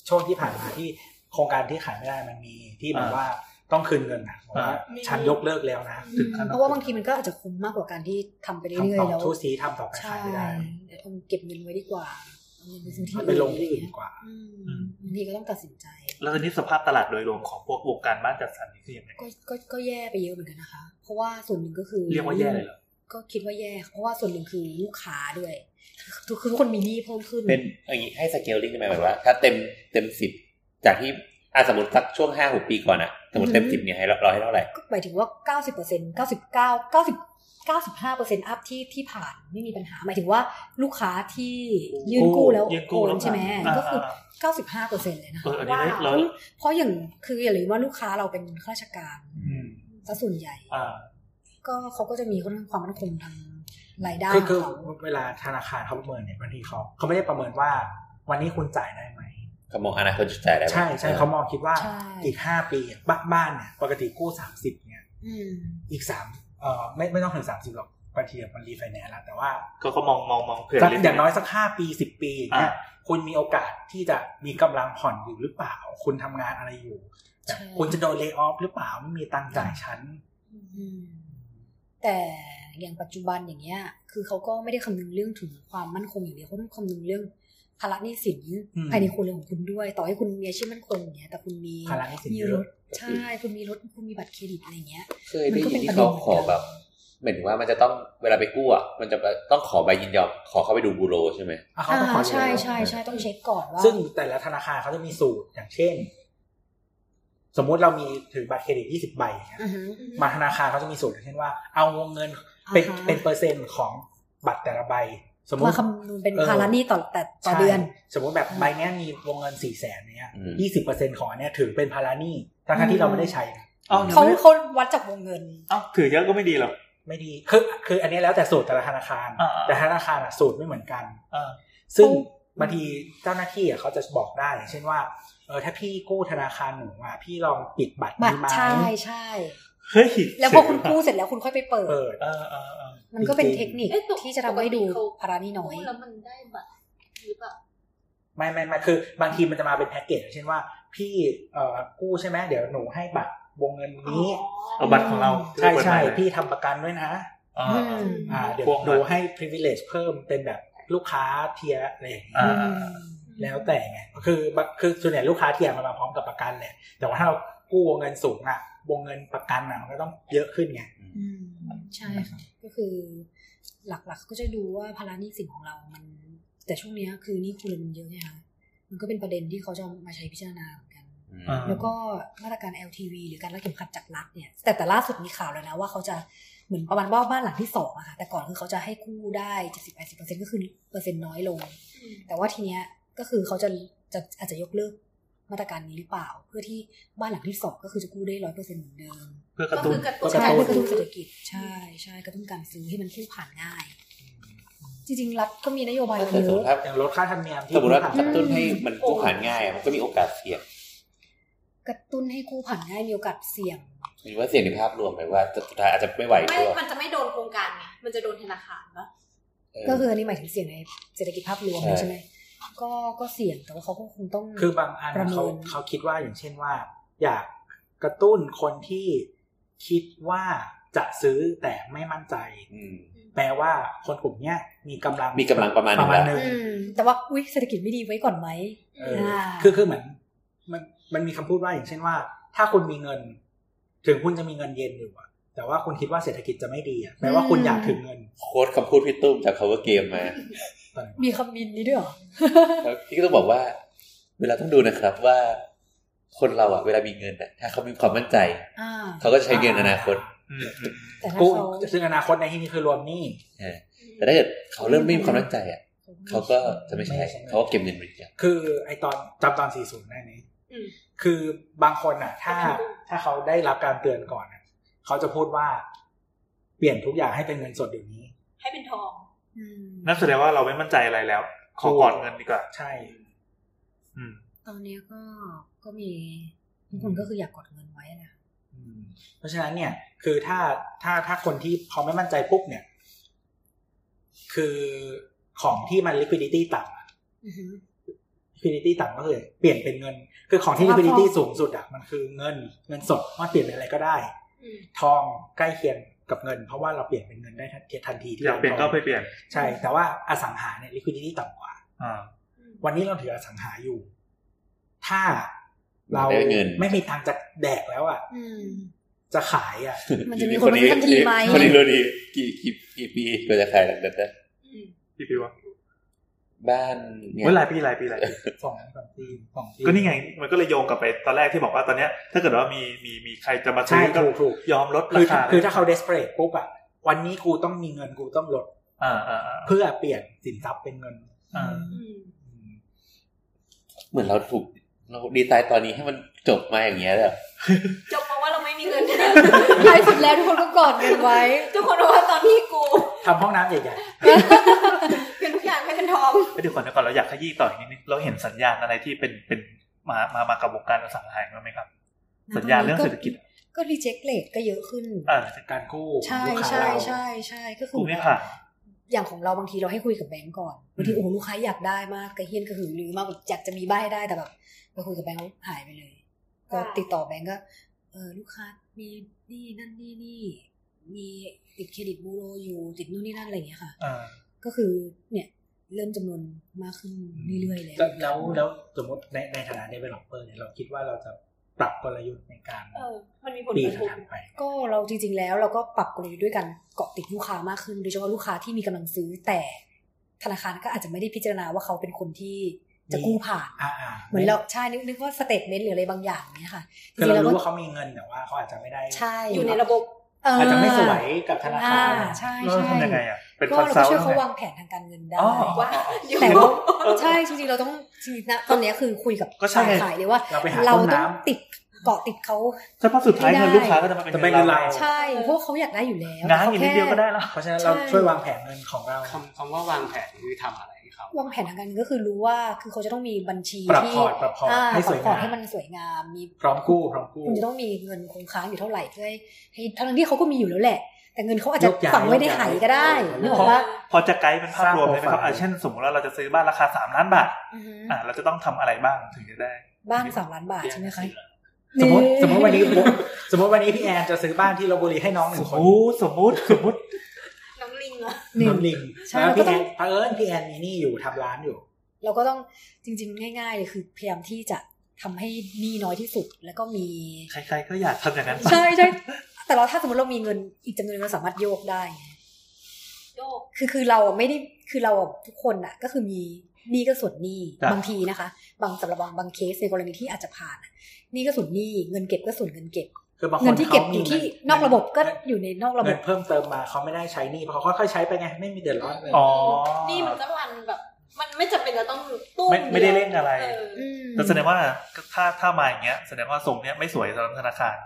C: ช่วงที่ผ่านมาที่โครงการที่ขายไม่ได้มันมีที่แบบ
B: อ่า
C: ว่าต้องคืนเงินนะบอกว่า
B: อ่
C: ฉันยกเลิกแล้วนะ
B: ถึงขั้น
G: เพราะว่าบางทีมันก็อาจจะคุ้มมากกว่าการที่ทำไปเรื่อย
C: ทำต่อ
G: ๆแล้ว
C: ทุซีทำต่อไป
G: ใช่
C: ขายไม่ได้
G: เอาเก็บเงินไว้ดีกว่าเอาเงินไปซื้อที่
C: มันไปลงที่อื่นดีกว่า
G: อืมบางทีก็ต้องตัดสินใจ
B: แล้วตอนนี้สภาพตลาดโดยรวมของพวกวงการบ้านจัดสรรนี่คือยังไง
G: ก็ก็ก็แย่ไปเยอะเหมือนกันนะคะ เพราะว่าส่วนหนึ่งก็คือ
B: เรียกว่าแย่เลยเหรอ
G: ก็คิดว่าแย่เพราะว่าส่วนหนึ่งคือลูกค้าด้วยทุกคือทุกคนมีหนี้เพิ่มขึ้น
D: เป็นอย่างนี้ให้สเกลลิงได้ไหมหมายว่า ถ้าเต็มเต็มสิบจากที่อ่ะสมมติสักช่วงห้าหกปีก่อนอะสมมติเต็มสิบเนี่ยให้เราเราให้เท่าไหร่
G: ก็หมายถึงว่า 90% 99 90 95%อัพที่ที่ผ่านไม่มีปัญหา หมายถึงว่าลูกค้าที่ยืนกู้แล้ว
B: ยืน
G: โอ
B: กู้แล้ว
G: นใช่ไหม
B: อ่า
G: ก็คือ
B: า
G: 95%เลยนะ
B: เอออันนี้เรา
G: เพราะอย่างคืออย่าลืมว่าลูกค้าเราเป็นข้าราชการ
B: อืม
G: ซะส่วนใหญ่
B: อ่า
G: ก็เขาก็จะมีค่อนข้างความมั่นคงทางรายได้
C: คือ
G: ข
C: คือ
G: องเขา
C: เวลาธนาคารเขาประเมินเนี่ยบางทีเขาเขาไม่ได้ประเมินว่า วันนี้คุณจ่ายได้ไหม
D: เขามองอนาคตจะจ่ายได้ไหม
C: ใช่ใช่เขามองคิดว่า
G: ใช่
C: อีกห้าปีอะบ้านบ้านเนี่ยปกติกู้สามสิบเนี่ย
G: อืม
C: อีกสามเอ่อไม่ไม่ต้องถึงสามสิบหรอกบางทีอะมันรีไฟแนนซ์แล้วแต่ว่า
B: ก็เขามองมองมองเผื่อ
C: สัก
B: เรื่
C: อย่างน้อยสักห้าปีสิบปีเนี่ย
B: อ่ะ
C: คุณมีโอกาสที่จะมีกำลังผ่อนอยู่หรือเปล่า คุณทำงานอะไรอยู่แบบคุณจะโดนเล y o ออฟหรือเปล่าไม่มีตังค์จ่ายชั้น
G: อืมแต่อย่างปัจจุบันอย่างเงี้ย คือเขาก็ไม่ได้คำนึงเรื่องถึงความมั่นคงอย่างเดียวเขาต้องคำนึงเรื่องภาระหนี้สิน
C: อืม
G: ภายในครัวเรือนของคุณด้วย ต่อให้คุณมีอาชีพมั่นคงอย่างเงี้ยแต่คุณมี
C: ภาระหนี้สิน
G: มี
C: เย
G: ร
C: อะ
G: ถใช่คุณมีรถคุณมีบัตรเครดิตอะไรเงี้ย
D: เคยได้ยินที่เขาขอแบบเหมือนว่ามันจะต้องเวลาไปกู้อะมันจะต้องขอใบยินยอมขอเข้าไปดูบูโรใช่ไหม
C: อ่ะเขา
G: อ่า
C: ต้องขอ
G: ใช่
C: เยอะ
G: ใช่ใช่ต้องเช็คก่อนว่า
C: ซึ่งแต่ละธนาคารเขาจะมีสูตรอย่างเช่น สมมุติเรามีถือบัตรเครดิต 20 ใบอย่างเงี้ย
G: อือฮึ
C: บางธนาคารเขาจะมีสูตรอย่างเช่นว่า เอาวงเงินเป็น
G: อ่าฮะ
C: เป็นเปอร์เซ็นต์ของบัตรแต่ละใบ สมม
G: มา
C: ติ
G: คำนวณเป็น
C: เออ
G: ภาระหนี้ต่อแต่ต่อ
C: ใช่
G: เดือน
C: สมมติแบบใบเนี้ยมีวงเงิน 4 0 0แสนเนี้ย
D: อืม
C: 20เปอร์เซ็นต์ของอันเนี้ยถือเป็นภาระหนี้ทั้งๆ
G: อื
C: ที่
G: ม
C: เราไม่ได้ใช้นะ
B: อ๋อ
G: เขา
B: ไม่
G: เขาวัดจากวงเงิน
B: เอ้าถือเยอะก็ไม่ดีหรอก
C: ไม่ดีคือคืออันเนี้ยแล้วแต่สูตรแต่ละธนาคาร
B: อ่าๆ
C: แต่ธนาคารอะสูตรไม่เหมือนกัน
B: อ่า
C: ซึ่ง บางทีเจ้าหน้าที่อ่ะเขาจะบอกได้อย่างเช่นว่าเออถ้าพี่กู้ธนาคารหนูอ่ะพี่ลองปิดบัตร
G: บัต
C: นี้
G: ร
C: ไหม
G: ใช่ใช่
B: เฮ้ย
G: แล้วพอคุณกู้เสร็จแล้วคุณค่อยไปเปิด
C: เปิด
B: เออเออเออ
G: มันก็เป็นเทคนิค
E: เอ๊ะตก
G: ที่จะทำให้ดู
E: ปกติเขา
G: ภาระหนี่น้อย
E: พูดแล้วมันได้บัตรหรือเปล่า
C: ไม่ไม่ไม่คือบางทีมันจะมาเป็นแพ็กเกจอย่างเช่นว่า พี่เอ่อกู้ใช่ไหมเดี๋ยวหนูให้บัตรวงเงิน
E: อ๋อ
C: นี้
B: เอาบัตรของเรา
C: ใช่ใช่
B: เปิดมา
C: พี่ทำประกันด้วยนะ
B: อ่า
G: อืม
C: อ่าเดี๋ยว
B: พวกมัน
C: ดูให้ privilege เพิ่มเป็นแบบลูกค้าเทียร์อะไรอย่างเงี้ย
B: อ่า
C: แล้วแต่ไงคือบางคือส่วนใหญ่ลูกค้าเทียร์มันมาพร้อมกับประกันแหละ แต่ว่าถ้าเรากู้วงเงินสูงอะวงเงินประกันอะมันก็ต้องเยอะขึ้นไง
G: อืมใช่ค่ะก็คือ หลักๆ ก็จะดูว่าภาระหนี้สินของเรา มัน แต่ช่วงเนี้ยคือหนี้ครัวเรือนมันเยอะไงคะมันก็เป็นประเด็นที่เขาจะเอามาใช้พิจารณาเหมือนกัน
B: อ่า
G: แล้วก็มาตรการ LTV หรือการรัดเข็มขัดจากรัฐเนี่ย แต่แต่ล่าสุดมีข่าวแล้วนะว่าเขาจะเหมือนประมาณว่าบ้านหลังที่สองอะค่ะแต่ก่อนคือเขาจะให้กู้ได้เจ็ดสิบแปดสิบเปอร์เซ็นต์ก็คือเปอร์เซ็นต์น้อยลง แต่ว่าทีเนี้ยก็คือเขาจะจะอาจจะยกเลิกมาตรการนี้หรือเปล่า เพื่อที่บ้านหลังที่สองก็คือจะกู้ได้ร้อยเปอร์เซ็นต์เหมือนเดิม
B: เพื่อกระตุ้น
E: ก็คือกระตุ้น
G: ใช่เพื่อกระตุ้นเศรษฐกิจใช่ใช่กระตุ้นการซื้อให้มันคู่ผ่านง่าย จริงๆรัฐก็มีนโยบาย
D: ถ้า
G: เย
D: เกิดสมม
G: อะ
D: ติถ้า
C: อย่างลดค่าธรรมเนียมที่
D: สมมติว่า
C: ผ่าน
D: กระตุ้นให้มันกู้ผ่านง่ายอะมันก็มีโอกาสเสี่ยง
G: กระตุ้นให้คู่ผ่านง่ายมีโอกาสเสี่ยง
D: หรือว่าเสี่ยงในภาพรวมไหมว่าสุดท้ายอาจจะไม่ไหว
E: ไม่
D: ด้วย
E: มันจะไม่โดนโครงการไงมันจะโดนธนาคารปะ
D: เออ
G: ก็คืออันนี้หมายถึงเสี่ยงในเศรษฐกิจภาพรวม
D: ใช่
G: ใช่ไหมก็ก็เสี่ยงแต่ว่าเขาก็คงต้อง
C: คือบางอัน
G: ประเมิน
C: เขาเขาคิดว่าอย่างเช่นว่า อยากกระตุ้นคนที่คิดว่าจะซื้อแต่ไม่มั่นใจ
D: ม
C: แปลว่าคนกลุ่มเนี้ยมีกำลัง
D: มีกำลังประมาณหนึ่ง
C: หนึ่ง
G: อืมแต่ว่าอุ้ยเศรษฐกิจไม่ดีไว้ก่อนไหม
C: เออ
G: อ่า
C: คือคือเหมือนมันมันมีคำพูดว่าอย่างเช่นว่า ถ้าคุณมีเงิน ถึงคุณจะมีเงินเย็นอยู่อะแต่ว่าคุณคิดว่าเศรษฐกิจจะไม่ดีอะแปลว่าคุณอยากถึงเงิน
D: โค้ดคำพูดพี่ตุ้มจาก cover game มา
C: ตอนนั้น
G: มีคำมินนี้ด้วยเหรอ
D: แล้วพี่ก็ต้องบอกว่า เวลาต้องดูนะครับว่า คนเราอ่ะเวลามีเงินอ่ะถ้าเขามีความมั่นใจ
G: อ่า
D: เขาก็จะใช้เงินอนาคต
B: อืมอืม
G: แต่ถ้า
C: กู้
G: เขา
C: ซึ่งอนาคตในที่นี้คือรวมหนี้
D: เออแต่ถ้าเกิดเขาเริ่มไม่มีความมั่นใจอ่ะเขาก็จะไม่ใช้
C: ไม่ใช่
D: เขาก็เก็บเงินไว้อย่างเดียว
C: คือไอตอนจำตอน40ได้ไหม
E: อืม
C: คือบางคนอ่ะ ถ้าถ้าเขาได้รับการเตือนก่อนอะเขาจะพูดว่า เปลี่ยนทุกอย่างให้เป็นเงินสดเดี๋ยวนี้
E: ให้เป็นทอง
G: อืม
B: นั่นแสดงว่าเราไม่มั่นใจอะไรแล้ว ขอกอดเงินดีกว่า
C: ใช่
B: อืม
G: ตอนเนี้ยก็ก็มีบางคนก็คืออยากกดเงินไว้นะ
C: อืมเพราะฉะนั้นเนี่ย คือถ้าถ้าถ้าคนที่พอไม่มั่นใจปุ๊บเนี่ย คือของที่มัน liquidity ต่ำอะ
G: อือหือ
C: liquidity ต่ำก็คือเปลี่ยนเป็นเงิน คือของที่ liquidity
G: ครับ
C: สูงสุดอะมันคือเงิน เงินสดว่าเปลี่ยนเป็นอะไรก็ได้
E: อืม
C: ทองใกล้เคียงกับเงิน เพราะว่าเราเปลี่ยนเป็นเงินได้ทันทันทีที่
B: อยากเปลี่ยนก็ไปเปลี่ยน
C: ใช่ แต่ว่าอสังหาเนี่ย liquidity ต่ำกว่า
B: อ่า
C: วันนี้เราถืออสังหาอยู่ ถ้าเรา
D: ได้เงิน
C: ไม่มีทางจะแดกแล้วอะ
G: อืม
C: จะขาย อะ
G: มันจะมีคนมาซื้อทันทีไหม
D: คนนี้รู้ดีกี่กี่กี่ปีก็จะขายหลังนั้นนะ
E: อืม
B: พี่พี่ว่า
D: บ้านเนี่ย
B: เมื่อหลายปีหลายปีหลายปี
C: สองสามปีสองปี
B: ก็นี่ไง มันก็เลยโยงกลับไปตอนแรกที่บอกว่าตอนเนี้ย ถ้าเกิดว่ามีมีมีใครจะมาซื้
C: ใช่
B: อก็
C: ถูกถูก
B: ยอมลด
C: คื
B: ราคา
C: อถ้าคือถ้าเขา desperate ปุ๊บอะวันนี้กูต้องมีเงินกูต้องลด
B: อ่าอ่าอ่า
C: เพื่อเปลี่ยนสินทรัพย์เป็นเงิน
B: อ่า
E: อืม
C: อืม
D: เหมือนเราถูกเราดีไซน์ตอนนี้ให้มันจบมาอย่างเงี้ยเลยเหรอ
E: จบเพราะว่าเราไม่มีเงิน
G: ท้ายสุดแล้วทุกคนก็กดเงินไว้
E: ทุกคนรู้ว่าตอนที่กู
C: ทำห้องน้ำใหญ่
E: เป็นทุกอย่างให้เป็นทอง
B: เดี๋ยวก่อนเดี๋ยวก่อนเราอยากขยี้ต่ออีกนิดนึงเราเห็นสัญญาณอะไรที่เป็นเป็นมามามากับวงการอสังหาริมทรัพย์ไหมครับ สัญญาณเรื่องเศรษฐกิจ
G: ก็รีเจ็คเลทก็เยอะขึ้น
B: อ่า
C: ๆการกู้
G: ใช่
C: ลูกค้า
G: ใช่
C: เรา
G: ใช่ใช่ก็คื
B: กู
G: อ
B: ไม่ผ่าน
G: อย่างของเราบางทีเราให้คุยกับแบงก์ก่อนบางที
B: อืม
G: โอ้โหลูกค้าอยากได้มากกระเฮียนกระหือรือมากแบบอยากจะมีบ้านให้ได้แต่แบบไปคุยกับแบงก์แล้วหายไปเลย ก็
E: ค่ะ
G: ติดต่อแบงก์ก็เออลูกค้ามีนี่นั่นนี่นี่มีติดเครดิตบูโรอยู่ติดนู่นนี่นั่นอะไรอย่างเงี้ยค่ะ
B: อ่า
G: ก็คือเนี่ยเริ่มจำนวนมากขึ้นเรื่อยๆเลย
C: แล้วแล้วแล้วสมมติในในฐานะ developer เนี่ยเราคิดว่าเราจะปรับกลยุทธ์ในการ
E: เออ มันมีผล
C: ปีน
E: กระทบ
C: ถัดไป
G: ก็เราจริง ๆ แล้วเราก็ปรับกลยุทธ์ด้วยกันเกาะติดลูกค้ามากขึ้นโดยเฉพาะลูกค้าที่มีกำลังซื้อแต่ธนาคารก็อาจจะไม่ได้พิจารณาว่าเขาเป็นคนที่จะ
C: มี
G: กู้ผ่าน
C: อ่าอ่า
G: เหมือนเราใช่นึกนึกว่าสเตทเมนต์หรืออะไรบางอย่างเนี่ยค่ะจ
C: คือ
G: ริ
C: เรา
G: งๆเราก็
C: รู้ว่าเขามีเงินแต่ว่าเขาอาจจะไม่ได้
G: ใช่
E: อยู่ในระบบ
G: เอา
C: จจะไม่สวยกับธนาคา
G: อ่าร ใช่
B: เรา
G: ใช่
B: ทำยังไงอ่ะ เป็น
G: ก็
B: คอน
G: เรา
B: ซั
G: ก็
B: ลท์
G: ช่วยเขา
B: ใช่ไหม
G: วางแผนทางการเงินได้
B: อ๋อ
E: ว่าอยู่
G: แต่ว่าใช่จริงๆเราต้องจริงๆนะตอนเนี้ยคือคุยกับ
B: ก็ใช่
G: สายขายเลยว่า
C: เราไปหา
G: เราต้อ
C: ต้น
G: ง
C: น้ำ
G: ติดเกาะติดเขา
B: ใช่เพราะสุดท้ายเงิน
G: ไม่ได้
B: ลูกค้าก็จะมาเป็น
C: จะเป็นเงินเรา
G: ใช่เพราะว่าเขาอยากได้อยู่แล้ว
B: ง้าง
G: เขา
B: อีกนิ
G: แค่
B: ดเดียวก็ได้แล้ว
C: เพราะฉะนั้นเรา
G: ใช่
C: ช่วยวางแผนเงินของเรา
F: คำคำว่าวางแผนคือทำอะไรให้ เขา
G: วางแผนทางการเงินก็คือรู้ว่าคือเขาจะต้องมีบัญชี
C: ปรับ
G: ที่
C: พอร์ตปรับพอร์ต
G: า
C: ให้สวย
G: ปรับพองร์ต
C: าม
G: ให้มันสวยงามมี
C: พร้อมกู้พร้อมกู้
G: คุณจะต้องมีเงินคงค้างอยู่เท่าไหร่เพื่อให้ให้ทั้งที่เขาก็มีอยู่แล้วแหละ แต่เงินเขาอาจจะ
C: ยกย้าย
G: ฝังไว้ใน
C: ยกย้าย
G: หายก็ได้
C: เออ
G: นึกออกว่า
B: พอจะไกด์เป็นภาพรวมเลยไหมครับ
C: สร้างโปรไฟล์
B: อ่ะเช่นสมมติว่าเราจะซื้อบ้านราคาสามล้านบาทอ่ะเราจะต้องทำอะไรบ้างถึงจะได้
G: บ้านสามล้านบาทใช่ไหมคะ
C: สมมติ
G: นี่
C: สมมติวันนี้ผมสมมติวันนี้พี่แอนจะซื้อบ้านที่ลบบุรีให้น้องหนึ่งคน
B: โอ้สมมติสมมติ
E: น้องลิงเหรอ
G: นี่
C: น้องลิง
G: ใช่
C: แล้วพี่
G: เราก็ต้
C: แอ
G: อง
C: นเผอิญพี่แอนมีหนี่อยู่ทำร้านอยู่
G: เราก็ต้องจริง ๆ ง่าย ๆ เลยคือพยายามที่จะทำให้หนี้น้อยที่สุดแล้วก็มี
B: ใครๆก็อยากทำอย่างนั้นปะ
G: ใช่ใช่แต่เราถ้าสมมติเรามีเงินอีกจำนวนนึงเราสามารถโยกได้ไง
E: โยก
G: คือคือเราอะไม่ได้คือเราอะทุกคนอ่ะ ก็คือมีหนี้ก็ส่วนหนี้บางทีนะคะ บางสำหรับบางบางเคสในกรณีที่อาจจะผ่านอะหนี้ก็ส่วนหนี้เงินเก็บก็ส่วนเงินเก็บ
C: คือบางคน
G: เงินที่เก็บ
C: ขา
G: อ
C: มี
G: ยู่
C: งิ
G: ที่นอกระบบก็อยู่ในนอกระบ
C: เงิ
G: บ
C: นเพิ่มเติมมาเขาไม่ได้ใช้หนี่เพราะเขาค่อยๆใช้ไปไงไม่มีเดือดร้อนเลย
B: อ๋อ
E: นี่มันก็รันแบบ มันไม่จำเป็นจะต้องตู้
B: ไม่ไม่ได้เล่นอะไร
E: เออ
G: อืม
B: แต่แสดงว่าถ้าถ้ามาอย่างเงี้ยแสดงว่าทรงเนี้ยไม่สวยสำหรับธนาคาร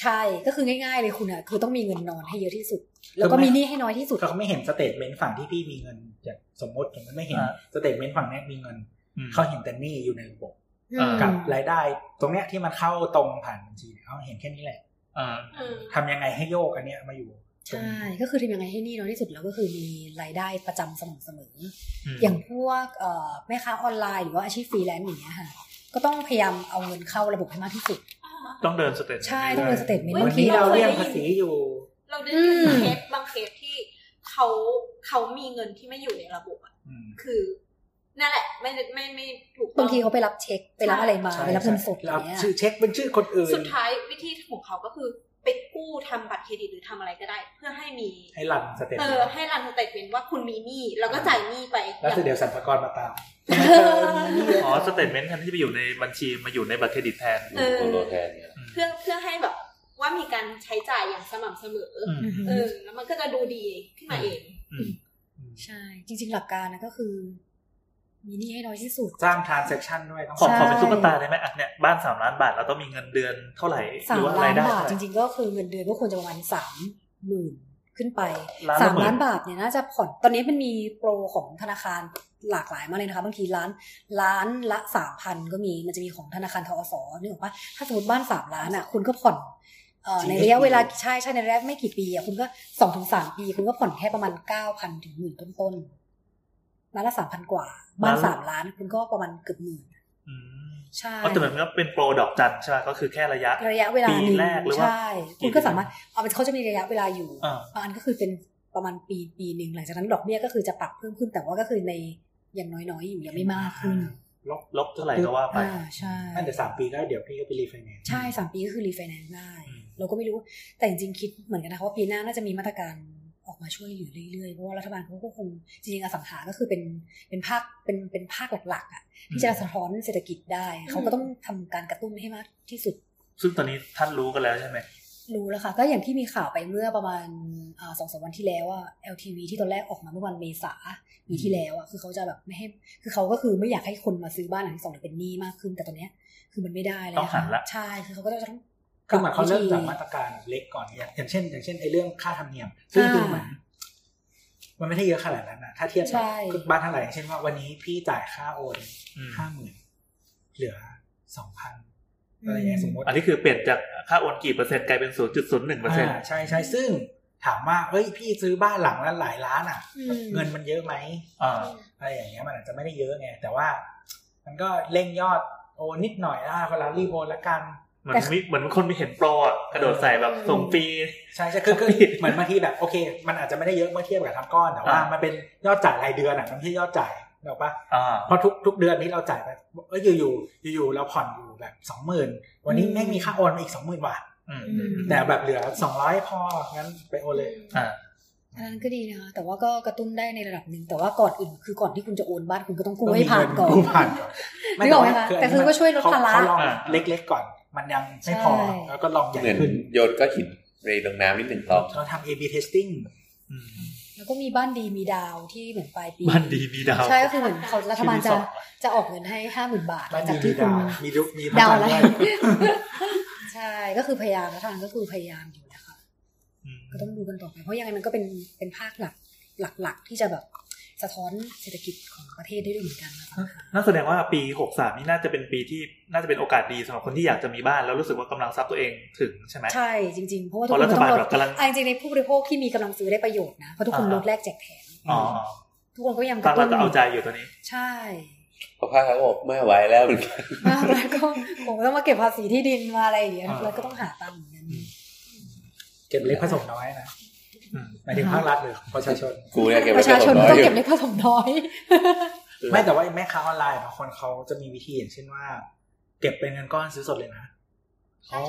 G: ใช่ก็คือง่าย ๆ เลยคุณอ่ะคือต้องมีเงินนอนให้เยอะที่สุด แล้วก็มีหนี้ให้น้อยที่สุด
C: เขาไม่เห็นสเตทเมนต์ฝั่งที่พี่มีเงินอย่างสมมติผมไม่เห็น
B: อ่า
C: สเตทเมนต์ฝั่งเนี้ยมีเงิน
B: อืม
C: เขาเห็นแต่หนี่อยู่ในระบบ
B: เอ่อ ม
C: กับรายได้ ตรงเนี้ยที่มันเข้าตรงผ่านบัญชีเนี่ยเขาเห็นแค่นี้แหละ
B: อ่า
E: อืม
C: ทำยังไงให้โยกอันเนี้ยมาอยู่ตรง
G: ใช่
C: นี้
G: ก็คือทำยังไงให้หนี่น้อยที่สุดแล้วก็คือมีรายได้ประจำสม่ำเสมอ
B: ม
G: อย่างพวกเอ่อแม่ค้าออนไลน์หรือว่าอาชีพฟรีแลนซ์อย่างเงี้ยค่ะก็ต้องพยายามเอาเงินเข้าระบบให้มากที่สุด
B: ต้องเดินสเตท
G: ใช่ ต้องเป็นสเตทเมนต์
C: วั
G: บาน งที
C: นี้
G: เรา
C: เรา
G: เรี
C: เลี่
G: ย
C: ย
G: ก
C: งภาษีอยู่
E: เราได้
G: อื
E: ยิน
G: ม
E: เคสบางเคสที่เขาเขามีเงินที่ไม่อยู่ในระบบอะ
C: อืม
E: คือนั่นแหละ ไม่ได้ไม่ไม่ถูกต้อง
G: บางทีเขาไปรับเช็คไปรับอะไรมา
C: ใช่
G: ไปรับเงินสดอ
C: รับ
G: ย่างเงี้ย
C: ชื่อเช็คเป็นชื่อคนอื่น
E: สุดท้ายวิธีของเขาก็คือไปกู้ทำบัตรเครดิตหรือทำอะไรก็ได้ เพื่อให้มี
C: ให้หลังสเตท
E: เอ
C: เมน
E: อ
C: ต์
E: ให้รันสเตทเมนต์ว่าคุณมีหนี้แล้วก็จ่ายหนี้ไป
C: แล้ว
E: อย่าง
C: เดี๋ยวสรรพากรมาตามทำไมเธอมีหนี้เยอะ
B: อ๋อสเตทเมนต์แทนที่จะไปอยู่ในบัญชีมาอยู่ในบัตรเครดิตแทน
D: โอ้โหแทนเนี่ย
E: เพื่อเพื่อให้แบบว่ามีการใช้จ่ายอย่างสม่ำเสมออ
B: อืม
G: อือฮึ
E: เออ แล้วมันก็จะดูดีขึ้นมาเอง
B: อืม
G: ใช่ จริง ๆ หลักการนะก็คือ มีหนี้ให้น้อยที่สุด
C: สร้างทรานเซ็คชันด้วยต้อง
B: ขอ
G: ใช่
B: ขอเป็นตุ๊กตาได้ไหมอ่ะเนี่ยบ้านสามล้านบาทเราต้องมีเงินเดือนเท่าไหร่ห
G: สา
B: รื
G: ม
B: อ
G: ล้าร
B: ว่าาย
G: น
B: ได้
G: บาท
B: เท่า
G: จ
B: ไหร่
G: ริง ๆ ก็คือเงินเดือนก็ควรจะประมาณสามหมื่นขึ้นไป
B: ล้านละ
G: สาม
B: หมื่น
G: ล้านบาทเนี่ยน่าจะผ่อนตอนนี้มันมีโปรของธนาคารหลากหลายมากเลยนะคะบางทีล้านล้านละสามพันก็มีมันจะมีของธนาคารทอสนึกออกปะถ้าสมมติบ้านสามล้านอ่ะ คุณก็ผ่อนเอ่อในระยะเวลาใช่ใช่ในระยะไม่กี่ปีอ่ะคุณก็สองถึงสามปี คุณก็ผ่อนแค่ประมาณเก้าพันถึงหมื่นต้นๆล้านละสามพันกว่า บ้าน
B: ล้านละ
G: สามล้าน คุณก็ประมาณเกือบหมื่น
B: อืม
G: ใช่
B: อ๋อแต่เหมือนก็เป็นโปรดอกจันใช่ไหมก็คือแค่ระยะ
G: ระยะเวลา
B: ปี
G: หนึ่ง
B: แรกหรือว่า
G: ใช่
B: กี่
G: คุณก็
B: เดือน
G: สามารถ เอาเป็นเขาจะมีระยะเวลาอยู่
B: อ่า
G: บางอันก็คือเป็นประมาณปีปีหนึ่งหลังจากนั้นดอกเบี้ยก็คือจะปรับเพิ่มขึ้นแต่ว่าก็คือในอย่างน้อยๆอยู่ยังไม่มากขึ้น
C: ลบ
B: ลบเท่าไหร่ก็ว่าไป
G: อ่าใช่
C: นั่นเดี๋ยวสามปีแล้วเดี๋ยวพี่ก็ไปรีไฟแนนซ์
G: ใช่สามปีก็คือรีไฟแนนซ์ได้
B: อืม
G: เราก็ไม่รู้แต่จริงๆคิดเหมือนกันนะคะว่าปีหน้าน่าจะมีมาตรการออกมาช่วยอยู่เรื่อยๆเพราะว่ารัฐบาลเขาก็คงจริงๆอสังหาก็คือเป็นเป็นภาคเป็นเป็นภาคหลักๆอ่ะที่จะสะท้อนเศรษฐกิจได้เขาก็ต้องทำการกระตุ้นให้มากที่สุด
B: ซึ่งตอนนี้ท่านรู้กันแล้วใช่ไหม
G: รู้แล้วค่ะ ก็อย่างที่มีข่าวไปเมื่อประมาณอ่าสองสามวันที่แล้วว่า LTV ที่ตอนแรกออกมาเมื่อวันเมษาปีที่แล้วอ่ะคือเขาจะแบบไม่ให้คือเขาก็คือไม่อยากให้คนมาซื้อบ้านหลังที่สองหรือเป็นหนี้มากขึ้น แต่ตอนเนี้ยคือมันไม่ได้แล้ว
B: ต้องหันละ
G: ใช่คือเขาก็จะต้อง
C: คือเหมือนเขาเริ่มจาก
G: ป
C: มา
G: บวิธี
C: ตรการเล็กก่อนอย่างอย่างเช่น อย่างเช่นไอ้เรื่องค่าธรรมเนียมซึ่งดูเหมือนมันไม่ได้เยอะขนาดนั้นนะถ้าเทียบกั
G: ใช่
C: บบ้านเท่าไหร่อย่างเช่นว่าวันนี้พี่จ่ายค่าโอน
B: อืม
C: ห้าหมื่นเหลือสองพันอะไรอย่างเงี้ยสมมติ
B: อันนี้คือเปลี่ยนจากค่าโอนกี่เปอร์เซ็นต์กลายเป็นศูนย์จุดศูนย์หนึ่งเปอร์เซ็นต์
C: อ่าใช่ใช่ซึ่งถามว่าเอ้ยพี่ซื้อบ้านหลังละหลายล้านอ่ะ
G: อืม
C: เงินมันเยอะไหม
B: อ่า
C: อะไรอย่างเงี้ยมันอาจจะไม่ได้เยอะไงแต่ว่า มันก็เร่งยอดโอนนิดหน่อยอ่ะคนเรารีบโอนละกัน
B: เหมือนมีเหมือนคนมีเห็นโปรอ่ะกระโดดใส่แบบส่งฟรี
C: ใช่ใช่คือ คือเหมือนบางทีแบบโอเค มันอาจจะไม่ได้เยอะเมื่อเทียบกับทั้งก้อนแต่ว่า
B: อ่ามั
C: มันเป็นยอดจ่ายรายเดือนอ่ะมันไม่ใช่ยอดจ่ายเนกอะปะ
B: อ่า
C: เพราะทุกทุกเดือนที่เราจ่ายไปเอยอยู่อยู่อยู่อยู่เราผ่อนอยู่แบบสองหมื่นวันนี้แม่งมีค่าโอนมาอีกสองหมื่นบาท
B: อืม
C: แต่แบบเหลือสองร้อยพองั้นไปโอนเลย
B: อ่า
G: อันนั้นก็ดีนะคะแต่ว่าก็กระตุ้นได้ในระดับหนึ่งแต่ว่าก่อนอื่นคือก่อนที่คุณจะโอนบ้านคุณก็ต้องกู้ให้ผ่านก่อน
C: กู้ผ่านก่อน
G: นึกออกไหมคะแต่คือก็ช่วยลดภาระ
C: เขลอง
B: อ่า
C: เล็กๆก่อน มันยังไม่พอ
G: ใช่
C: แล้วก็ลองใหญ่
D: เหมือน
C: ขึ้น
D: โยนก็หินในลงน้ำนิดหนึ่งรอบ
C: เราทำ A/B testing
B: อืม
G: แล้วก็มีบ้านดีมีดาวที่เหมือนปลายปี
B: บ้านดีมีดาว
G: ใช่ก็คือเหมือนเขารัฐบาล
B: ชี
G: จะ
B: วิตสองอ่
G: จะออกเงินให้ห้าหมื่นบาทหลั
C: บ้าน
G: งจาก
C: ดีมี
G: ที่คุ
C: ดา
G: ณ
C: วมีดุมีพ
G: ดาว
C: จัน
G: อะ
C: ท
G: ไร
C: ร์ด้วย
G: ใช่ ก็คือพยายามรัฐบาลก็คือพยายามอยู่นะคะ
B: อืม
G: ก็ต้องดูกันต่อไป เพราะยังไงมันก็เป็นเป็นภาคหลักหลัก ๆ ที่จะแบบ สะท้อนเศรษฐกิจของประเทศได้ด้วยเหมือนกันนะคะ
B: นั่นแสดงว่าปี 63 นี่น่าจะเป็นปีที่น่าจะเป็นโอกาสดีสำหรับคนที่อยากจะมีบ้าน แล้วรู้สึกว่ากำลังทรัพย์ตัวเองถึงใช่ไหม
G: ใช่จริง ๆ เพราะว่า
B: เพ
G: ทุก
B: ราะ
G: คนต้อบ
B: รัฐาง ล
G: ลด
B: แบบกำลัง
G: อ่ะจริงๆในผู้บริโภคที่มีกำลังซื้อได้ประโยชน์นะเพราะทุกคน
B: อ่า
G: ลดแลกแจกแถม
B: อ๋อ
G: ทุกคนก็ยังก
B: ตั้
G: ระ
B: ง
G: ตุ้น
B: เราจะเอาใจอยู่ตัวนี้
G: ใช่
D: เพราะภาคเขาก็บอกไม่ไหวแล้ว เหมือนกัน
G: แล้วก็ผมต้องมาเก็บภาษีที่ดินมาอะไรอย่างเงี้ยแล้วก็ต้องหาตังค์เหมือนกัน
C: เก็บเล็กผสมน้อยนะ
B: อืม
C: หมายถึงภาครัฐหรือประชาชน
D: กูเนี่ยเก็
G: ป
D: บไว้
G: ระชาชน
D: ร้
G: ต้อง
D: ยู่
G: เก็บเล็กผสมน้อย
C: ไม่แต่ว่าแม่ค้าออนไลน์บางคนเขาจะมีวิธีอย่างเช่นว่า เก็บเป็นเงินก้อนซื้อสดเลยนะ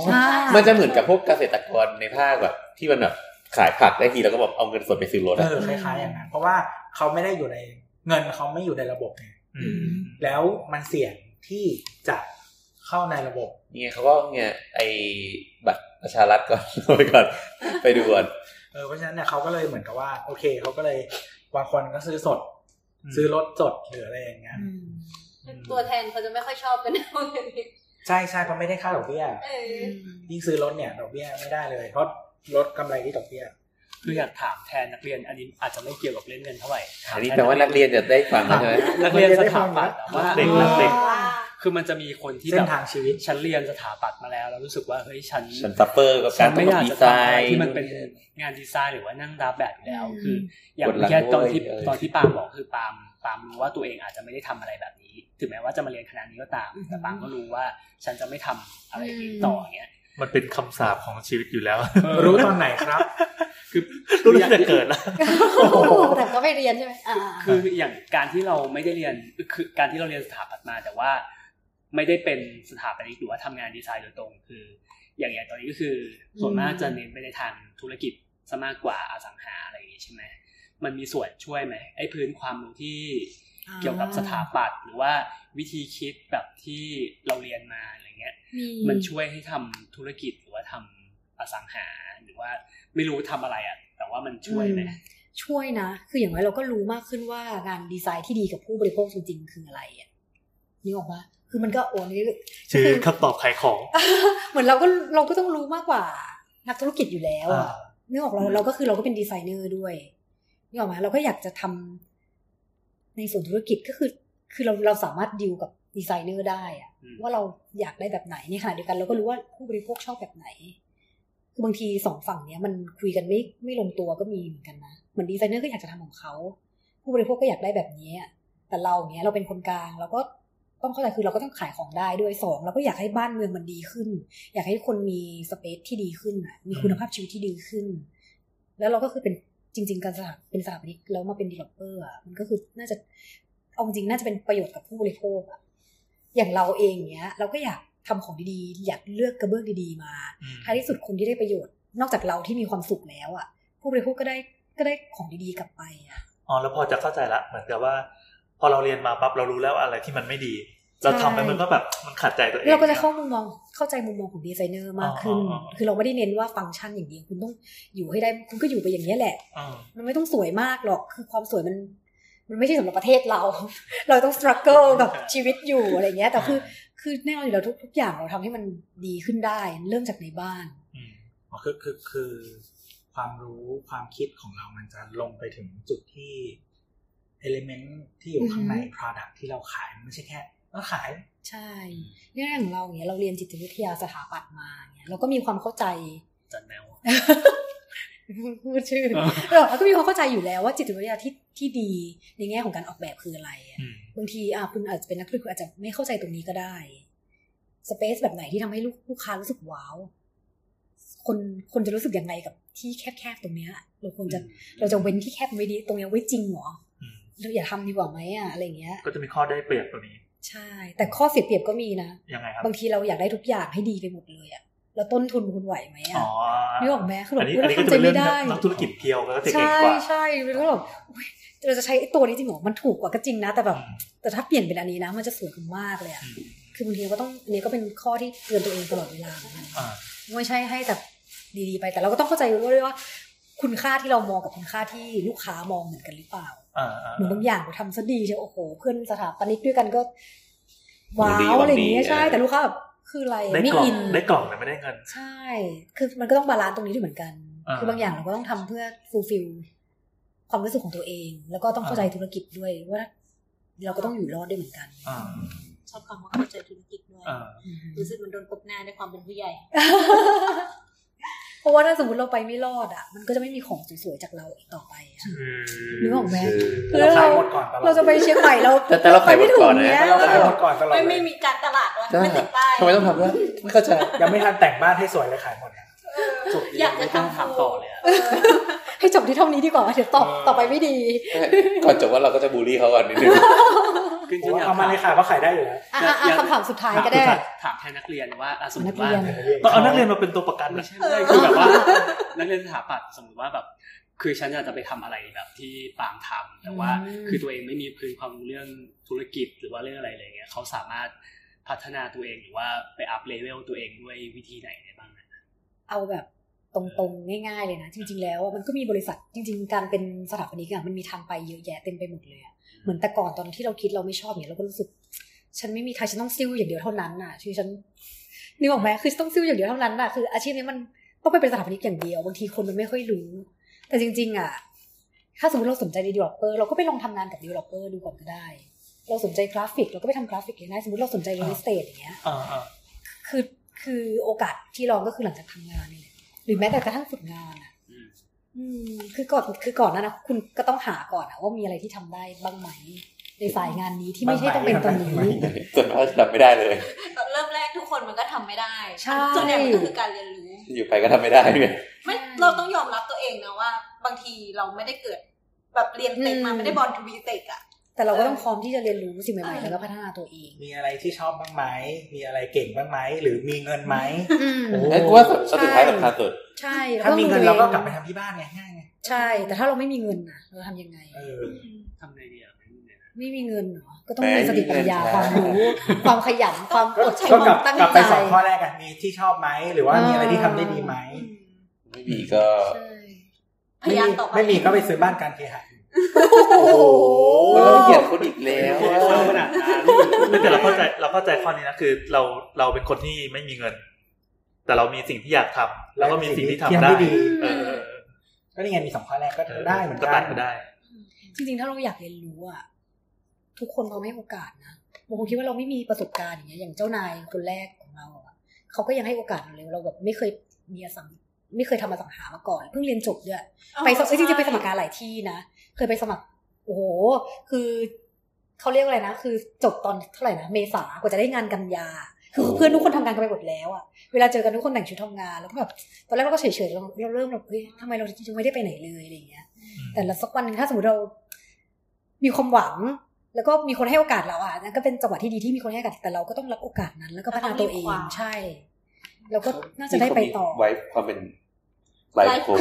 G: ใช่
D: มันจะเหมือนกับพวกเกษตรกรในภาคแบบที่มันแบบขายผักได้ทีแล้วก็แบบเอาเงินสดไปซื้อรถ
C: เอ
D: อะ
C: อคล้ายๆอย่างนั้นเพราะว่าเขาไม่ได้อยู่ในเงินเขาไม่อยู่ในระบบไง
B: อืม
C: แล้วมันเสี่ยงที่จะเข้าในระบบ
D: นี่ไงเขาก็เนี่ยไอ้บัตรประชารัฐก่อนเอาไปก่อน ไปดูก่อน
C: เออเพราะฉะนั้นเนี่ยเขาก็เลยเหมือนกับว่า โอเคเขาก็เลยบางคนก็ซื้อสด
B: อืม
C: ซื้อรถสดหรืออะไรอย่างเงี้ย
E: ตัวแทนเขาจะไม่ค่อยชอบกันนะ พวกนี้
C: ใช่ใช่เพราะไม่ได้ค่าดอกเบี้ย
E: เออ
C: ยิ่งซื้อรถเนี่ยดอกเบี้ยไม่ได้เลยเพราะรถกำไรที่ดอกเบี้ย
F: คืออยากถามแทนนักเรียนอันนี้อาจจะไม่เกี่ยวกับเรื่องเงินเท่าไหร่ถม
D: อันนี้แปลว่านักเรียนจะได้ฟังแล้วใช่ไหม
F: นักเรียนสถาปัตย์อะว่า
B: เด็กนักเรียน
E: ว่า
F: คือมันจะมีคนที่
C: เส้
F: แบ
C: น
F: บ
C: ทางชีวิต
F: ฉันเรียนสถาปัตย์มาแล้วแล้วรู้สึกว่าเฮ้ยฉัน
D: ฉันซัพเปอร์กับกา
F: ฉั
D: ร
F: น
D: ต้อ
F: ไม่
D: ง
F: อยาก
D: ดี
F: จะ
D: ไซ
F: ทำอะไร
D: น์
F: ที่มันเป็นงานดีไซน์หรือว่านั่งรับแบบอยู่แล้ว คือ อย่าง
D: กดหลัง
F: แค่ตอนที่
D: ด้วย
F: ตอนที่ปาล์มบอกคือปาล์มปาล์มรู้ว่าตัวเองอาจจะไม่ได้ทำอะไรแบบนี้ ถึงแม้ว่าจะมาเรียนคณะนี้ก็ตาม แต่ปาล์มก็รู้ว่าฉันจะไม่ทำอะไรเองต่ออย่างเงี้ย
B: มันเป็นคำสาปของชีวิตอยู่แล้ว
C: รู้ตอนไหนครับ
F: คือ
B: รู้ตั้งแต่เกิดแล้ว
G: แต่ก็ไม่เรียนใช่ไหมอ่า
F: คืออย่างการที่เราไม่ได้เรียนคือการที่เราเรียนสถาปัตย์มา แต่ว่าไม่ได้เป็นสถาปนิกหรือว่าทำงานดีไซน์โดยตรง คือ อย่างอย่างตอนนี้ก็คือส่วนมากจะเน้นไปในทางธุรกิจซะมากกว่าอสังหาอะไรอย่างงี้ใช่ไหมมันมีส่วนช่วยไหมไอ้พื้นความรู้ที่ เกี่ยวกับสถาปัตย์หรือว่าวิธีคิดแบบที่เราเรียนมาอะไรเงี้ย มันช่วยให้ทำธุรกิจหรือว่าทำอสังหา หรือว่าไม่รู้ทำอะไรอ่ะ แต่ว่ามันช่วยไหม
G: ช่วยนะ คืออย่างไรเราก็รู้มากขึ้นว่างานดีไซน์ที่ดีกับผู้บริโภคจริง ๆ คืออะไรอ่ะนึกออกปะคือมันก็โอนเรื่อย
B: ชื่อคำตอบขายของ
G: เหมือนเราก็เราก็ต้องรู้มากกว่านักธุรกิจอยู่แล้วอะ
B: อ่า
G: นึกออกเราเราก็คือเราก็เป็นดีไซเนอร์ด้วยนึกออกไหมเราก็อยากจะทำในส่วนธุรกิจก็คือ คือเราเราสามารถดีลกับดีไซเนอร์ได้อะ
F: อืม
G: ว่าเราอยากได้แบบไหนเนี่ยค่ะเดียวกันเราก็รู้ว่าผู้บริโภคชอบแบบไหน คือบางทีสองฝั่งเนี้ยมันคุยกันไม่ไม่ลงตัวก็มีเหมือนกันนะเหมือนดีไซเนอร์ก็อยากจะทำของเขา ผู้บริโภคก็อยากได้แบบนี้อะแต่เราเนี้ยเราเป็นคนกลางเราก็ต้องเข้าใจคือเราก็ต้องขายของได้ด้วยสองเราก็อยากให้บ้านเมืองมันดีขึ้น อยากให้คนมีสเปซที่ดีขึ้นอะมีคุณภาพชีวิตที่ดีขึ้น แล้วเราก็คือเป็นจริง ๆ การสถาเป็นสถาปนิกแล้วมาเป็นดีลอปเปอร์อะมันก็คือน่าจะเอาจริงน่าจะเป็นประโยชน์กับผู้บริโภคอะอย่างเราเองเนี้ย เราก็อยากทำของดีๆ อยากเลือกกระเบื้องดีๆมา ท้ายที่สุดคนที่ได้ประโยชน์ นอกจากเราที่มีความสุขแล้วอ่ะ ผู้บริโภคก็ได้ก็ได้ของดีๆกลับไปอ่ะ
B: อ๋อแล้วพอจะเข้าใจละเหมือนกับว่า พอเราเรียนมาปั๊บเรารู้แล้วอะไรที่มันไม่ดี เราทำไปมันก็แบบมันขัดใจตัวเอง
G: เราก็จะเข้ามุมมองเข้าใจมุมมองของดีไซเนอร์มากขึ้น
B: อ๋ออ๋ออ๋อ
G: คือเราไม่ได้เน้นว่าฟังก์ชันอย่างเดียวคุณต้องอยู่ให้ได้คุณก็อยู่ไปอย่างนี้ยแหละ
B: อืม
G: มันไม่ต้องสวยมากหรอกคือความสวยมัน มันไม่ใช่สำหรับประเทศเรา เราต้องสครัลเกิลกับชีวิตอยู่อะไรเงี้ยแต่คือคือแน่นอนอยู่แล้วทุกทุกอย่างเราทำให้มันดีขึ้นได้ เริ่มจากในบ้าน
B: อืม
C: อ๋อคือคือคือความรู้ความคิดของเรามันจะลงไปถึงจุดที่เอลิเมนต์ที่อยู่ข้างใน
G: อือฮึ
C: Product ที่เราขายมันไม่ใช่แค่เราขาย
G: ใช่เนี่ยอย่างเราเนี่ยเราเรียนจิตวิทยาสถาปัตย์มาเนี่ยเราก็มีความเข้าใจ
F: จันแนว
G: พูดชื่อ
F: เออ
G: เราก็มีความเข้าใจอยู่แล้วว่าจิตวิทยาที่ที่ดีในแง่ของการออกแบบคืออะไรอะ
B: อืม
G: บางทีอ่ะคุณอาจจะเป็นนักธุรกิจคุณอาจจะไม่เข้าใจตรงนี้ก็ได้ สเปซแบบไหนที่ทำให้ลูกลูกค้ารู้สึกว้าว คนคนจะรู้สึกยังไงกับที่แคบๆตรงเนี้ยเราควรจะเราจะเว้นที่แคบไว้ดีตรงเนี้ยไว้จริงเหรอ
B: อืม
G: เราอย่าทำดีกว่าไหมอะอะไรอย่างเงี้ย
B: ก็จะมีข้อได้เปรียบตัวนี้
G: ใช่ แต่ข้อเสียเปรียบก็มีนะ
B: ยังไงครับ
G: บางทีเราอยากได้ทุกอย่างให้ดีไปหมดเลยอะแล้วต้นทุนคุณไหวไหม
B: อ๋
G: อะ
B: อ
G: นึกออกไหมคือแบบ
B: อันนี้
G: อุ๊ย
B: อันนี้
G: เรา
B: ก็จะ
G: ทำใจไม่
B: เป็นเรื่อง
G: ได้
B: นักธุรกิจเพียวแล้วก็จะเก่ง
G: ใช่
B: กว่า
G: ใช่แล้วก็แบบอุ๊ยเราจะใช้ไอ้ตัวนี้จริงเหรอมันถูกกว่าก็จริงนะ แต่แบบ
B: อืม
G: แต่ถ้าเปลี่ยนเป็นอันนี้นะ มันจะสวยกว่ามากเลยอะ
B: อืม
G: คือบางทีเราก็ต้องอันนี้ก็เป็นข้อที่เตือนตัวเองตลอดเวลาเหมือนกัน
B: อ่า
G: ไม่ใช่ให้แต่ดีๆไป แต่เราก็ต้องเข้าใจด้วยว่า คุณค่าที่เรามองกับคุณค่าที่ลูกค้ามองเหมือนกันหรือเปล่า
B: อ่าอ่า
G: เหมือนบางอย่างเราทำซะดีใช่โอ้โห เพื่อนสถาปนิกด้วยกันก็ว้าวอะไรอย่างเงี้ยใช่แต่ลูกค้าแบบคืออะไร
B: ได้
G: ไม่
B: กล่อง
G: อิน
B: ได้กล่องแต่ไม่ได้เงิน
G: ใช่ คือมันก็ต้องบาลานซ์ตรงนี้ด้วยเหมือนกัน
B: อ่า
G: คือบางอย่างเราก็ต้องทำเพื่อฟูลฟิล
H: ความรู้สึกของตัวเอง แล้วก็ต้องเข้าใจธุรกิจด้วยว่า เราก็ต้องอยู่รอดด้วยเหมือนกัน
B: อ่า
E: ชอบคำว่าเข้าใจธุรกิจด้วย
B: อ่า
H: อืม
E: รู้สึกเหมันโดนกบหน้าในความเป็นผู้ใหญ่
H: เพราะว่าถ้าสมมติเราไปไม่รอดอ่ะ มันก็จะไม่มีของสวยๆจากเราอีกต่อไปอะ นึกออกไหม
D: เออ
C: เราขายหมดก่อนตลอด
H: เราจะไปเชียงใหม่เรา
D: แต่แต่เราขายหมดก่อนนะ
H: ไปไม่ถึงเย
C: เราขายหมดก่อนตลอด
E: ไม่
C: เล
E: ไม่
C: ย
E: มีการตลาดวะไม่ติดป้าย
D: ทำไมต้องทำด้วยไม่เข้าใจ
C: ยังไม่ทันแต่งบ้านให้สวยเลยขายหมดอะ
F: จบ
E: อยากจะ
F: ไม่ต้อง
E: ทำ
F: ถามต่อเลยอะ
H: ให้จบที่เท่านี้ดีกว่าเดี๋ยวตอบต่อไปไม่ดี
D: ก่อนจบว่าเราก็จะบูลลี่เขาก่อนนิดนึง
F: ขึ้น
C: โอ้
F: ชื่ออยาก
C: เอามาเลยค่ะเพราะขายได้อยู่แล้ว
H: อ่ะอ่ะอ่ะคำถามสุดท้ายก็ได้
F: ถามแทนนักเรียนว่าอ่ะสมม
H: นัก
F: ติว่า
H: เรียน
B: ต้องเอานักเรียนมาเป็นตัวประกัน
F: ไม่
B: นะ
F: ใช่ไม่ ได้คือแบบว่า นักเรียนสถาปัตย์สมมติว่าแบบ คือฉันอยากจะไปทำอะไรแบบที่ปาล์มทำแต่ว่า
H: อืม
F: คือตัวเองไม่มีพื้นความรู้เรื่องธุรกิจหรือว่าเรื่องอะไรเลยเงี้ยเขาสามารถพัฒนาตัวเองหรือว่าไปอัพเลเวลตัวเองด้วยวิธีไหนได้บ้างนะ
H: เอาแบบตรงๆง่ายๆเลยนะ จริง ๆ แล้วอะมันก็มีบริษัทจริง ๆ การเป็นสถาปนิกอะมันมีทางไปเยอะแยะเต็มไปหมดเลยอะเหมือนแต่ก่อนตอนที่เราคิดเราไม่ชอบเนี่ยเราก็รู้สึก ฉันไม่มีทางฉันต้องซิ่วอย่างเดียวเท่านั้นน่ะชื่อฉันนึกออกไหมคือต้องซิ่วอย่างเดียวเท่านั้นน่ะคืออาชีพนี้มันต้องไปเป็นสถาปนิกอย่างเดียวบางทีคนมันไม่ค่อยรู้ แต่จริง ๆอะถ้าสมมติเราสนใจดีเวลลอปเปอร์เราก็ไปลองทำงานกับดีเวลลอปเปอร์ดูก่อนก็ได้ เราสนใจกราฟิกเราก็ไปทำกราฟิกเองได้สมมติเราสนใจรีสเตทอย่างเงี้ย
B: อ่าอ่า
H: คือคือโอกาสที่ลองก็คือหลังจากทำงานนี่แหละหรือแม้แต่กระทั่งฝึกงานอ่ะ
F: อืม
H: อืมคือก่อนคือก่อนหนะนะคุณก็ต้องหาก่อนอะว่ามีอะไรที่ทำได้บ้างไหม ในสายงานนี้ที่ไม่ใช่ต้องเป็นตรงนี้
D: ส่วนมากทำไม่ได้เลย
E: แบบเริ่มแรกทุกคนมันก็ทำไม่ได้
H: ใช่
E: ส่วนใหญ่มันก็คือการเรียนรู้
D: อยู่ไปก็ทำไม่ได้เนี่ย
E: ไม่เราต้องยอมรับตัวเองนะว่า บางทีเราไม่ได้เกิด แบบเรียนเตะมา
H: อืม
E: ไม่ได้บอลทวีเตะอะ
H: แต่เราก็ต้องพร้อมที่จะเรียนรู้สิ่งใหม่
E: เอ
H: ๆ
E: อ
H: แล้วก็พัฒนาตัวเอง
C: มีอะไรที่ชอบบ้างไหมมีอะไรเก่งบ้างไหมหรือมีเงินไหม
H: อืม
C: โอ้
D: งั้นกูว่าสุดสุดท้ายสำคัญสุด
H: ใช่แล้ว
C: ถ้ามีเงิน
H: ดู
C: เราก็
H: อง
C: กลับไปทำที่บ้านไงง่ายไง
H: ใช่ แต่ถ้าเราไม่มีเงินน่ะเราทำยังไง
C: เออ
F: ทำไงดีอ่ะไม่รู้เนี่ยนะ
H: ไม่มีเงินเหรอก็ต้อง
D: แหม
H: มีสติปัญญา
D: มี
H: ความ
D: เงิน
H: รู้ความขยันความ
C: ก็
H: อดทน
C: ก็ก
H: ค
C: ลั
H: วา
C: บ
H: มตั้ง
C: กลับ
H: ใจ
C: ไปสองข้อแรกอะมีที่ชอบไหมหรือว่ามีอะไรที่ทำได้ดีไหม
D: ไม่มีก็
H: ใช่
E: พยายามต่อไป
C: ไม่มีก็ไปซื้อบ้านการเคหะ
H: โอ้โห
D: มันต้องเหยียดคนอีกแล้ว
F: ไม่
D: อะ
F: ได้เข้าขนาดนั้น
B: แต่เราเข้าใจเราเข้าใจข้อนี้นะคือเราเราเป็นคนที่ไม่มีเงิน แต่เรามีสิ่งที่อยากทำแล้วก็มีสิ่งที่ทำได้
C: ดี
B: เออเออ
C: ก็นี่ไงมีสองข้อแรกก็
B: เออ
C: ได้เหมือน
B: ก็
C: กั
B: ตั
C: น
B: ดก็ได้
H: จริงๆ ถ้าเราอยากเรียนรู้อะทุกคนเขาให้โอกาสนะบางคนคิดว่าเราไม่มีประสบการณ์อย่างเงี้ยอย่างเจ้านายคนแรกของเราอะเขาก็ยังให้โอกาสเราเลยเราแบบไม่เคยมีอสังไม่เคยทำอสังหามาก่อน เพิ่งเรียนจบด้วยไปสมัครเอ้ยจริงๆไปสมัครงานหลายที่นะเคยไปสมัคร โอ้โห คือเขาเรียกว่าอะไรนะคือจบตอนเท่าไหร่นะเมษากว่าจะได้งานกันยา คือเพื่อนทุกคนทำงานกันไปหมดแล้วอะเวลาเจอกันทุกคนแต่งชุดทำงานแล้วก็แบบตอนแรกเราก็เฉยๆเราเราเริ่มแบบเฮ้ยทำไมเราจึงไม่ได้ไปไหนเลยอะไรอย่างเงี้ย แต่ละสักวันหนึ่งถ้าสมมติเรา มีความหวัง แล้วก็มีคนให้โอกาสเราอ่ะนั่นก็เป็นจังหวะที่ดีที่มีคนให้โอกาสแต่เราก็ต้องรับโอกาสนั้น แล้วก็พัฒนาตัวเองใช่ แล้วก็น่าจะได้ไปต่อ
D: ไว้ความเป็นไลฟ์โค้ด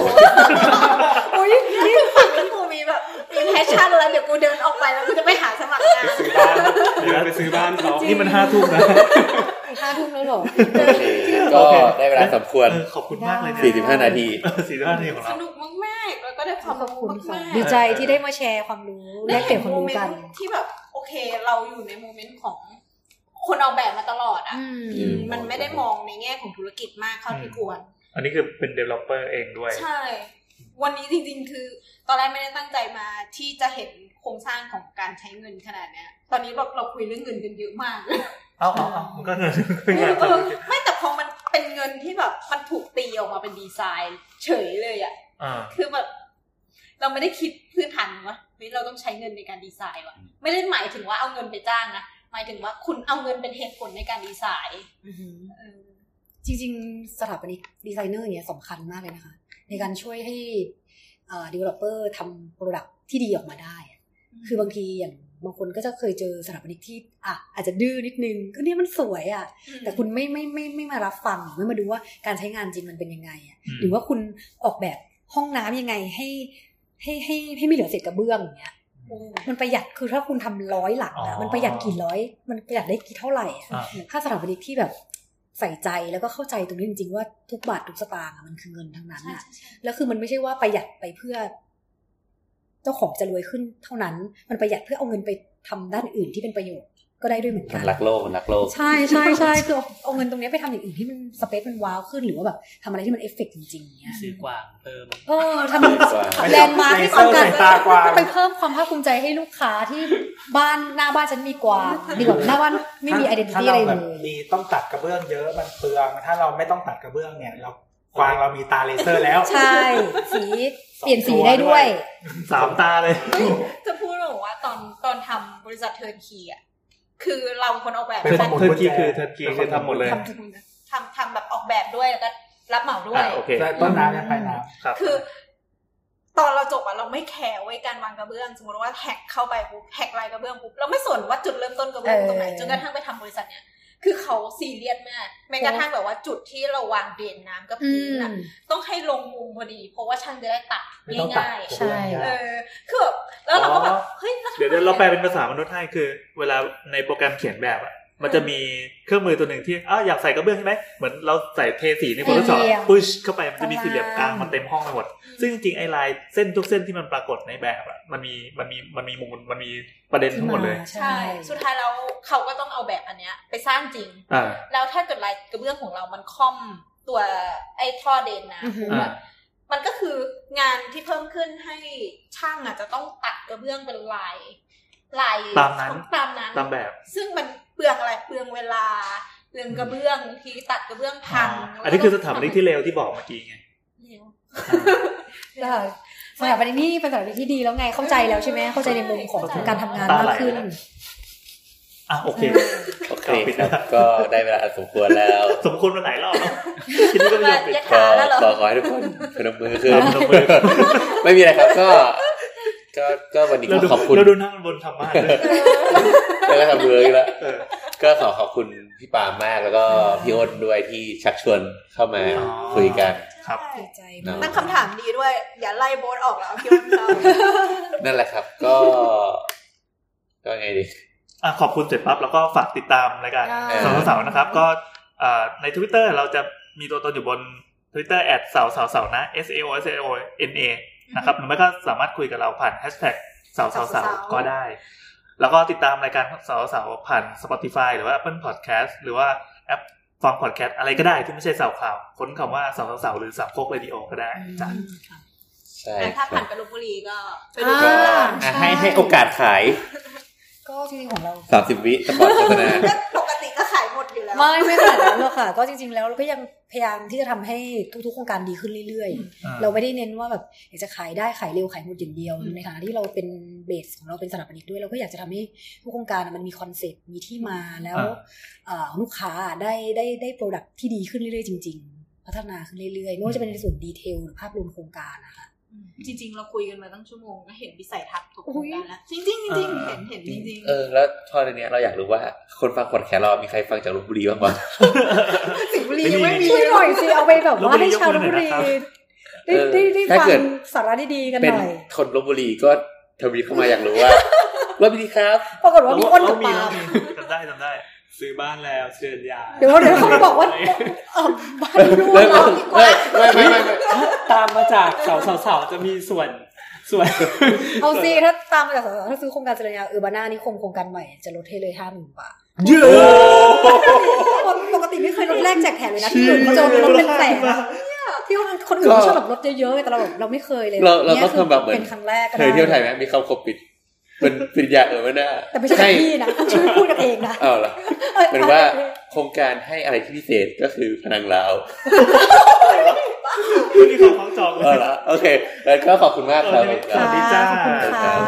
H: อุ้ยนี่
E: ฝั่งนี้กูมีแบบมีแพชชั่นแล้วเดี๋ยวกูเดินออกไปแล้วกูจะไปหาสมัครงาน
C: ซื้อบ้าน
B: เดี๋ยวไปซื้อบ้านเขานี่มัน
H: จริง
B: ห้าทุ่มนะ
H: ห้าทุ่มแล้วเหรอ
D: โอเคก็ได้เวลาสมควร
B: เออขอบคุณมากเลย
H: ได้
B: เย
D: 45 นาที
B: สี่สิบห้านาทีของ
E: ส
B: เรา
E: นุกมากๆแล้วก็ได้ความ
H: ขอบ
E: รู้
H: คุณค่ะ
E: มาก
H: ดี
E: ๆ
H: ใจที่ได้มาแชร์ความรู้แลกเปลี่ยนความรู้กัน
E: ได้เห็โมเมต์ที่แบบโอเคเราอยู่ในโมเมนต์ของ คนออกแบบมาตลอดอ่ะ
H: อืม
E: อืมมันไม่ได้มองในแง่ของธุรกิจมากเท่าที่ควร
B: อันนี้คือเป็น developer เองด้วย
E: ใช่ วันนี้จริงๆ คือ ตอนแรกไม่ได้ตั้งใจมาที่จะเห็นโครงสร้างของการใช้เงินขนาดเนี้ย ตอนนี้แบบเราคุยเรื่องเงินกันเยอะมาก
B: เอาเอาเอามันก็เงินเป็นงาน
E: เออไม่แต่พอมันเป็นเงินที่แบบมันถูกตีออกมาเป็นดีไซน์เฉยเลยอ่ะ
B: อ่า
E: คือแบบเราไม่ได้คิดพื้นฐานว่าเฮ้ยเราต้องใช้เงินในการดีไซน์ว่ะ ไม่ได้หมายถึงว่าเอาเงินไปจ้างนะ หมายถึงว่าคุณเอาเงินเป็นเหตุผลในการดีไซน์เออ
H: จริงๆ สถาปนิกดีไซเนอร์เนี่ยสำคัญมากเลยนะคะ ในการช่วยให้เอ่อ developer ทำโปรดักที่ดีออกมาได้อะคือบางทีอย่างบางคนก็จะเคยเจอสถาปนิกที่อ่ะอาจจะดื้อนิดนึงก็เนี่ยมันสวยอ่ะ แต่คุณไม่ไม่ไม่ไม่ไม่มารับฟังไม่มาดูว่าการใช้งานจริงมันเป็นยังไงอ่ะหรือว่าคุณออกแบบห้องน้ำยังไงให้ ให้ให้ให้ไม่เหลือเศษกระเบื้องอย่างเงี้ย
E: โอ้
H: มันประหยัดคือถ้าคุณทำร้อยหลังนะมันประหยัดกี่ร้อย มันประหยัดได้กี่เท่าไหร่อะ
B: อ่า
H: ถ้าสถาปนิกที่แบบใส่ใจแล้วก็เข้าใจตรงนี้จริงๆว่าทุกบาททุกสตางค์อะมันคือเงินทั้งนั้นอะแล้วคือมันไม่ใช่ว่าประหยัดไปเพื่อ เจ้าของจะรวยขึ้นเท่านั้น มันประหยัดเพื่อเอาเงินไปทำด้านอื่นที่เป็นประโยชน์ ก็ได้ด้วยเหมือนกั
D: มัน นรักโลกมันรักโลก
H: ใช่ ใช่ใช่คือเอาเอาเงินตรงเนี้ยไปทำอย่างอื่นที่มันสเปซมันว้าวขึ้นหรือว่าแบบทำอะไรที่มันเอฟเฟกต์จริงๆเนี้ย
F: ซื้อกวางเพิ่ม
H: เออทำแลนด์มาร์ค
C: เล
H: ที่
C: เซ
H: ต้
C: อ
H: อง
C: ร์
H: การ
C: สายตากวาง
H: ไปเพิ่มความภาคภูมิใจให้ลูกค้าที่บ้านหน้าบ้านฉันมีกวางดีกว่าหน้าบ้านไม่มีไอเดนติ
C: ถ้า
H: ตี้
C: เรา
H: อะไร
C: แบ
H: เล
C: บ
H: ย
C: มีต้องตัดกระเบื้องเยอะมันเปลือง ถ้าเราไม่ต้องตัดกระเบื้องเนี่ย เรากวางเรามีตาเลเซอร์แล้ว
H: ใช่สีเปลี่ยนสีได้ด้วย
B: สามตาเลย
E: จะพูดบอกว่าตอนตอนทำบริษัทเทิร์นคีอ่ะคือเราเป็นคนออกแบบ
C: เป็
B: เธ
C: น
B: อ
C: คนหมุ
B: เธอ
C: นกุญ
B: กี้
C: แจ
B: คือเธอกี้คือทำหมดเลย
E: ทำทุกอย่างทำทำแบบออกแบบด้วยแล้วก็รับเหมาด้วย
B: อ่ะโอเค
C: และต้นน้ำเนี่ยปลายน้
B: ครับ
E: คือ ตอนเราจบอะเราไม่แคร์ไว้ยการวางกระเบื้อง สมมติว่าแฮกเข้าไปปุ๊บแฮกลายกระเบื้องปุ๊บเราไม่สนว่าจุดเริ่มต้นกระเบื้องตรงไหน
H: เออ
E: จนกระทั่งไปทำบริษัทเนี้ยคือเขาซีเรียสมากแม้กระทั่งแบบว่าจุดที่เราวางเบรนน้ำกับ
H: อื
E: พื้น
H: ม
E: อะต้องให้ลงมุมพอดี เพราะว่าช่างจะได้ตัด
C: ำไม่ต้องตัด
E: ง่าย
C: กระเบื้อง
H: ใช่
E: ๆ
C: ยาก
E: เออคือแบบแล้วเราก็แบบ
B: อ๋อ
E: เฮ้ยแล้วทำไม
B: เดี๋ยวเดี๋ยวเราแปลเป็นภาษามนุษย์ให้คือ เวลาในโปรแกรมเขียนแบบอ่ะมันจะมีเครื่องมือตัวหนึ่งที่อ้าวอยากใส่กระเบื้องใช่ไหมเหมือนเราใส่เทสีในคนทดสอบ
H: เหลี่ยม
B: ปุ๊ชเข้าไปมันจะมีสี่เหลี่ยมกลางมันเต็มห้องไปหมด ซึ่งจริงๆไอ้ลายเส้นทุกเส้นที่มันปรากฏในแบบอ่ะมันมีมันมีมันมีมูลมันมีประเด็นทั้งหมดเลย
H: ใช่
E: ใช่ สุดท้ายเราเขาก็ต้องเอาแบบอันเนี้ย ไปสร้างจริง
B: อ่า
E: แล้วถ้าเกิดลายกระเบื้องของเรามันค่อมตัวไอ้ท่อเดนนะ
H: อือหือ
B: อ่า
E: มันก็คืองานที่เพิ่มขึ้นให้ช่างอาจจะต้องตัดกระเบื้องเป็นลายลาย
B: ตามนั้น
E: ตามนั้น
B: ตามแบบ
E: ซึ่งมันเปลืองอะไรเปลืองเวลาเปลืองกระเบื้องบางทีตัดกระเบื้องพัง
B: อันนี้คือสถาปนิกที่เลวที่บอกเมื่อกี้ไง
E: เร็ว
H: แล้วสถาปนิกนี่เป็นสถาปนิกที่ดีแล้วไงเข้าใจแล้วใช่ไหมเข้าใจในมุมของการทำงานมากขึ้น
B: อ่ะโอเค
D: โอเค
B: เอาปิด
D: ครับ
B: นะ
D: ก็ได้เวลาอันสมควรแล้ว
B: สมควรมาหลายรอบแล้วคิดว่าก็ไม่ยอมปิด
E: อย่า
D: ก็
E: ถามแล้วเหรอ
D: ขอขอให้ทุกคนพนมมือขึ้น
B: อ่ะพนมมือ
D: ไม่มีอะไรครับก็ ก็ก็วันนี้
B: เรา
D: ก็
B: ดู
D: ขอบคุณ
B: เราดูนั่งบนธรรมะเลย
D: แล้วก็ทำมืออีกแล้ว
B: เออ
D: ก็ขอขอบคุณพี่ปามมากแล้วก็พี่อ้นด้วยที่ชักชวนเข้ามา
B: อ๋อ
D: คุยกัน
B: ครับ
H: ดีใจ
D: เนอะ
I: ตั้งคำถามดีด้วย อย่าไล่โบสออกแล้วเอาคิวเรา
D: นั่นแหละครับ ก็ ก็ไงดี
B: อ่ะขอบคุณเสร็จปั๊บแล้วก็ฝากติดตามรายการ
D: เออ
B: สาวสาวๆนะครับ ก็เอ่อใน Twitter เราจะมีตัวตนอยู่บน Twitter แอดสาวสาวสาวนะ S A O S A O N A นะครับหรือไม่ก็สามารถคุยกับเราผ่านแฮชแท็กสาวสาวสาวก็ได้ แล้วก็ติดตามรายการสาวสาวผ่าน Spotify หรือว่า Apple Podcast หรือว่าแอปฟังพอดแคสต์อะไรก็ได้ที่ไม่ใช่สาวข่าวค้นคำว่าสาวสาวๆหรือสามโคกเรดิโอก็ได้จ้ะ
D: ใช่
E: แต่
D: ครั
E: ถ้า
D: บ
E: ผ่านไปลพบุรีก็ไปดู
H: อ่า
D: ก็อ่ะให้ให้โอกาสขาย
H: ก็จริงๆของเรา
D: สามสิบวิสปอร์ตโฆษณา
I: ก็ปกติก็ขายหมดอยู่แล้ว
H: ไม่ไม่ขนาดนั้นหร อกค่ะ ก็จริงๆแล้วเราก็ยังพยายามที่จะทำให้ทุกๆโครงการดีขึ้นเรื่อย
B: อ่า
H: ๆ เราไม่ได้เน้นว่าแบบอยากจะขายได้ขายเร็วขายหมดอย่างเดียว ในฐานะที่เราเป็นเบสของเราเป็นสถาปนิกด้วยเราก็อยากจะทำให้ทุกโครงการมันมีคอนเซ็ปต์มีที่มาแล้ว
B: อ่า
H: เอ่อลูกค้าได้ได้ได้โปรดักที่ดีขึ้นเรื่อยๆจริง ๆ พัฒนาขึ้นเรื่อยๆไม่ว่าจะเป็นในส่วนดีเทลหรือภาพรวมโครงการนะคะ
E: จริง ๆ เราคุยกันมาตั้งชั่วโมงก็เห็นวิสัยทัศน์ของโค
H: อุ๊
E: รง
H: ย
E: การแล้วจริงๆจริงๆเห็นเห็นจริง
D: เออแล้วพอในเนี้ยเราอยากรู้ว่าคนฟังพอดแคสต์เรามีใครฟังจากลบบุรีบ้างปะ
H: สิงห์บุรี
B: ไม่มี
H: ไม่มีช่วยหน่อยสิเอาไปแบบว่า
B: ลพบุรี
H: ให้ชาวล
B: ย
H: พ
B: ก
H: บุ
B: มือหน่อย
H: รี
B: นะค
H: ได้ได้ได้
B: รับ
D: เออถ้า
H: ฟัง
D: เกิด
H: สาระดีๆกัน
D: เป็
H: ห
D: น
H: น่อย
D: คนลบบุรีก็ทวีตเข้ามาอยากรู้ว่า ลบบุรีครับ
H: ปรากฏว่ามีอ้นกับปาล์ม
B: จำได้จำได้ซื้อบ้านแล้วเชิญยา
H: เดี๋ยวเดี๋ยวเขาบอกว่าเออบ้านนู่นเราดีกว่า
D: ไม่ไม่ไม่ไม่ไม่
F: ตามมาจากสาวสาวๆๆจะมีส่วนส่วน
H: เอาซิถ้าตามมาจากสาวๆถ้าซื้อโครงการเจริญยาเออร์บาน่านี่คงโครงการใหม่จะลดให้เลยห้าหมื่นบาท
B: เยอะ
H: ปกติไม่เคยลดแรกแจกแถมเลยนะที่อื่นเขาจะลดเป็นแสนที่คนอื่นเขาชอบแบบลดเยอะๆแต่เราแบบเราไม่เคยเลย
D: เราเราก็
H: นี่ย
D: ทำแบบเหมือน
H: เป็นครั้งแรกก็
D: เคยเที่ยวไทยไหมมีคำคมปิดเป็นปริญญาเออไม่น่า
H: แต่ไม่ใช่จากพี่นะ ช่วยพูดกันเองนะ
D: เอาล่ะ
H: อ้ย
D: เป็นว่าโครงการให้อะไรที่พิเศษก็คือพนังลาว
B: ที่เขาของจองเล
D: เอา
B: ย
D: ละโอเคแล้วก็ขอบคุณมากครับ
B: เออได้
H: ค่ะ
B: สวัสดีจ้า
H: ขอบคุณค่ะ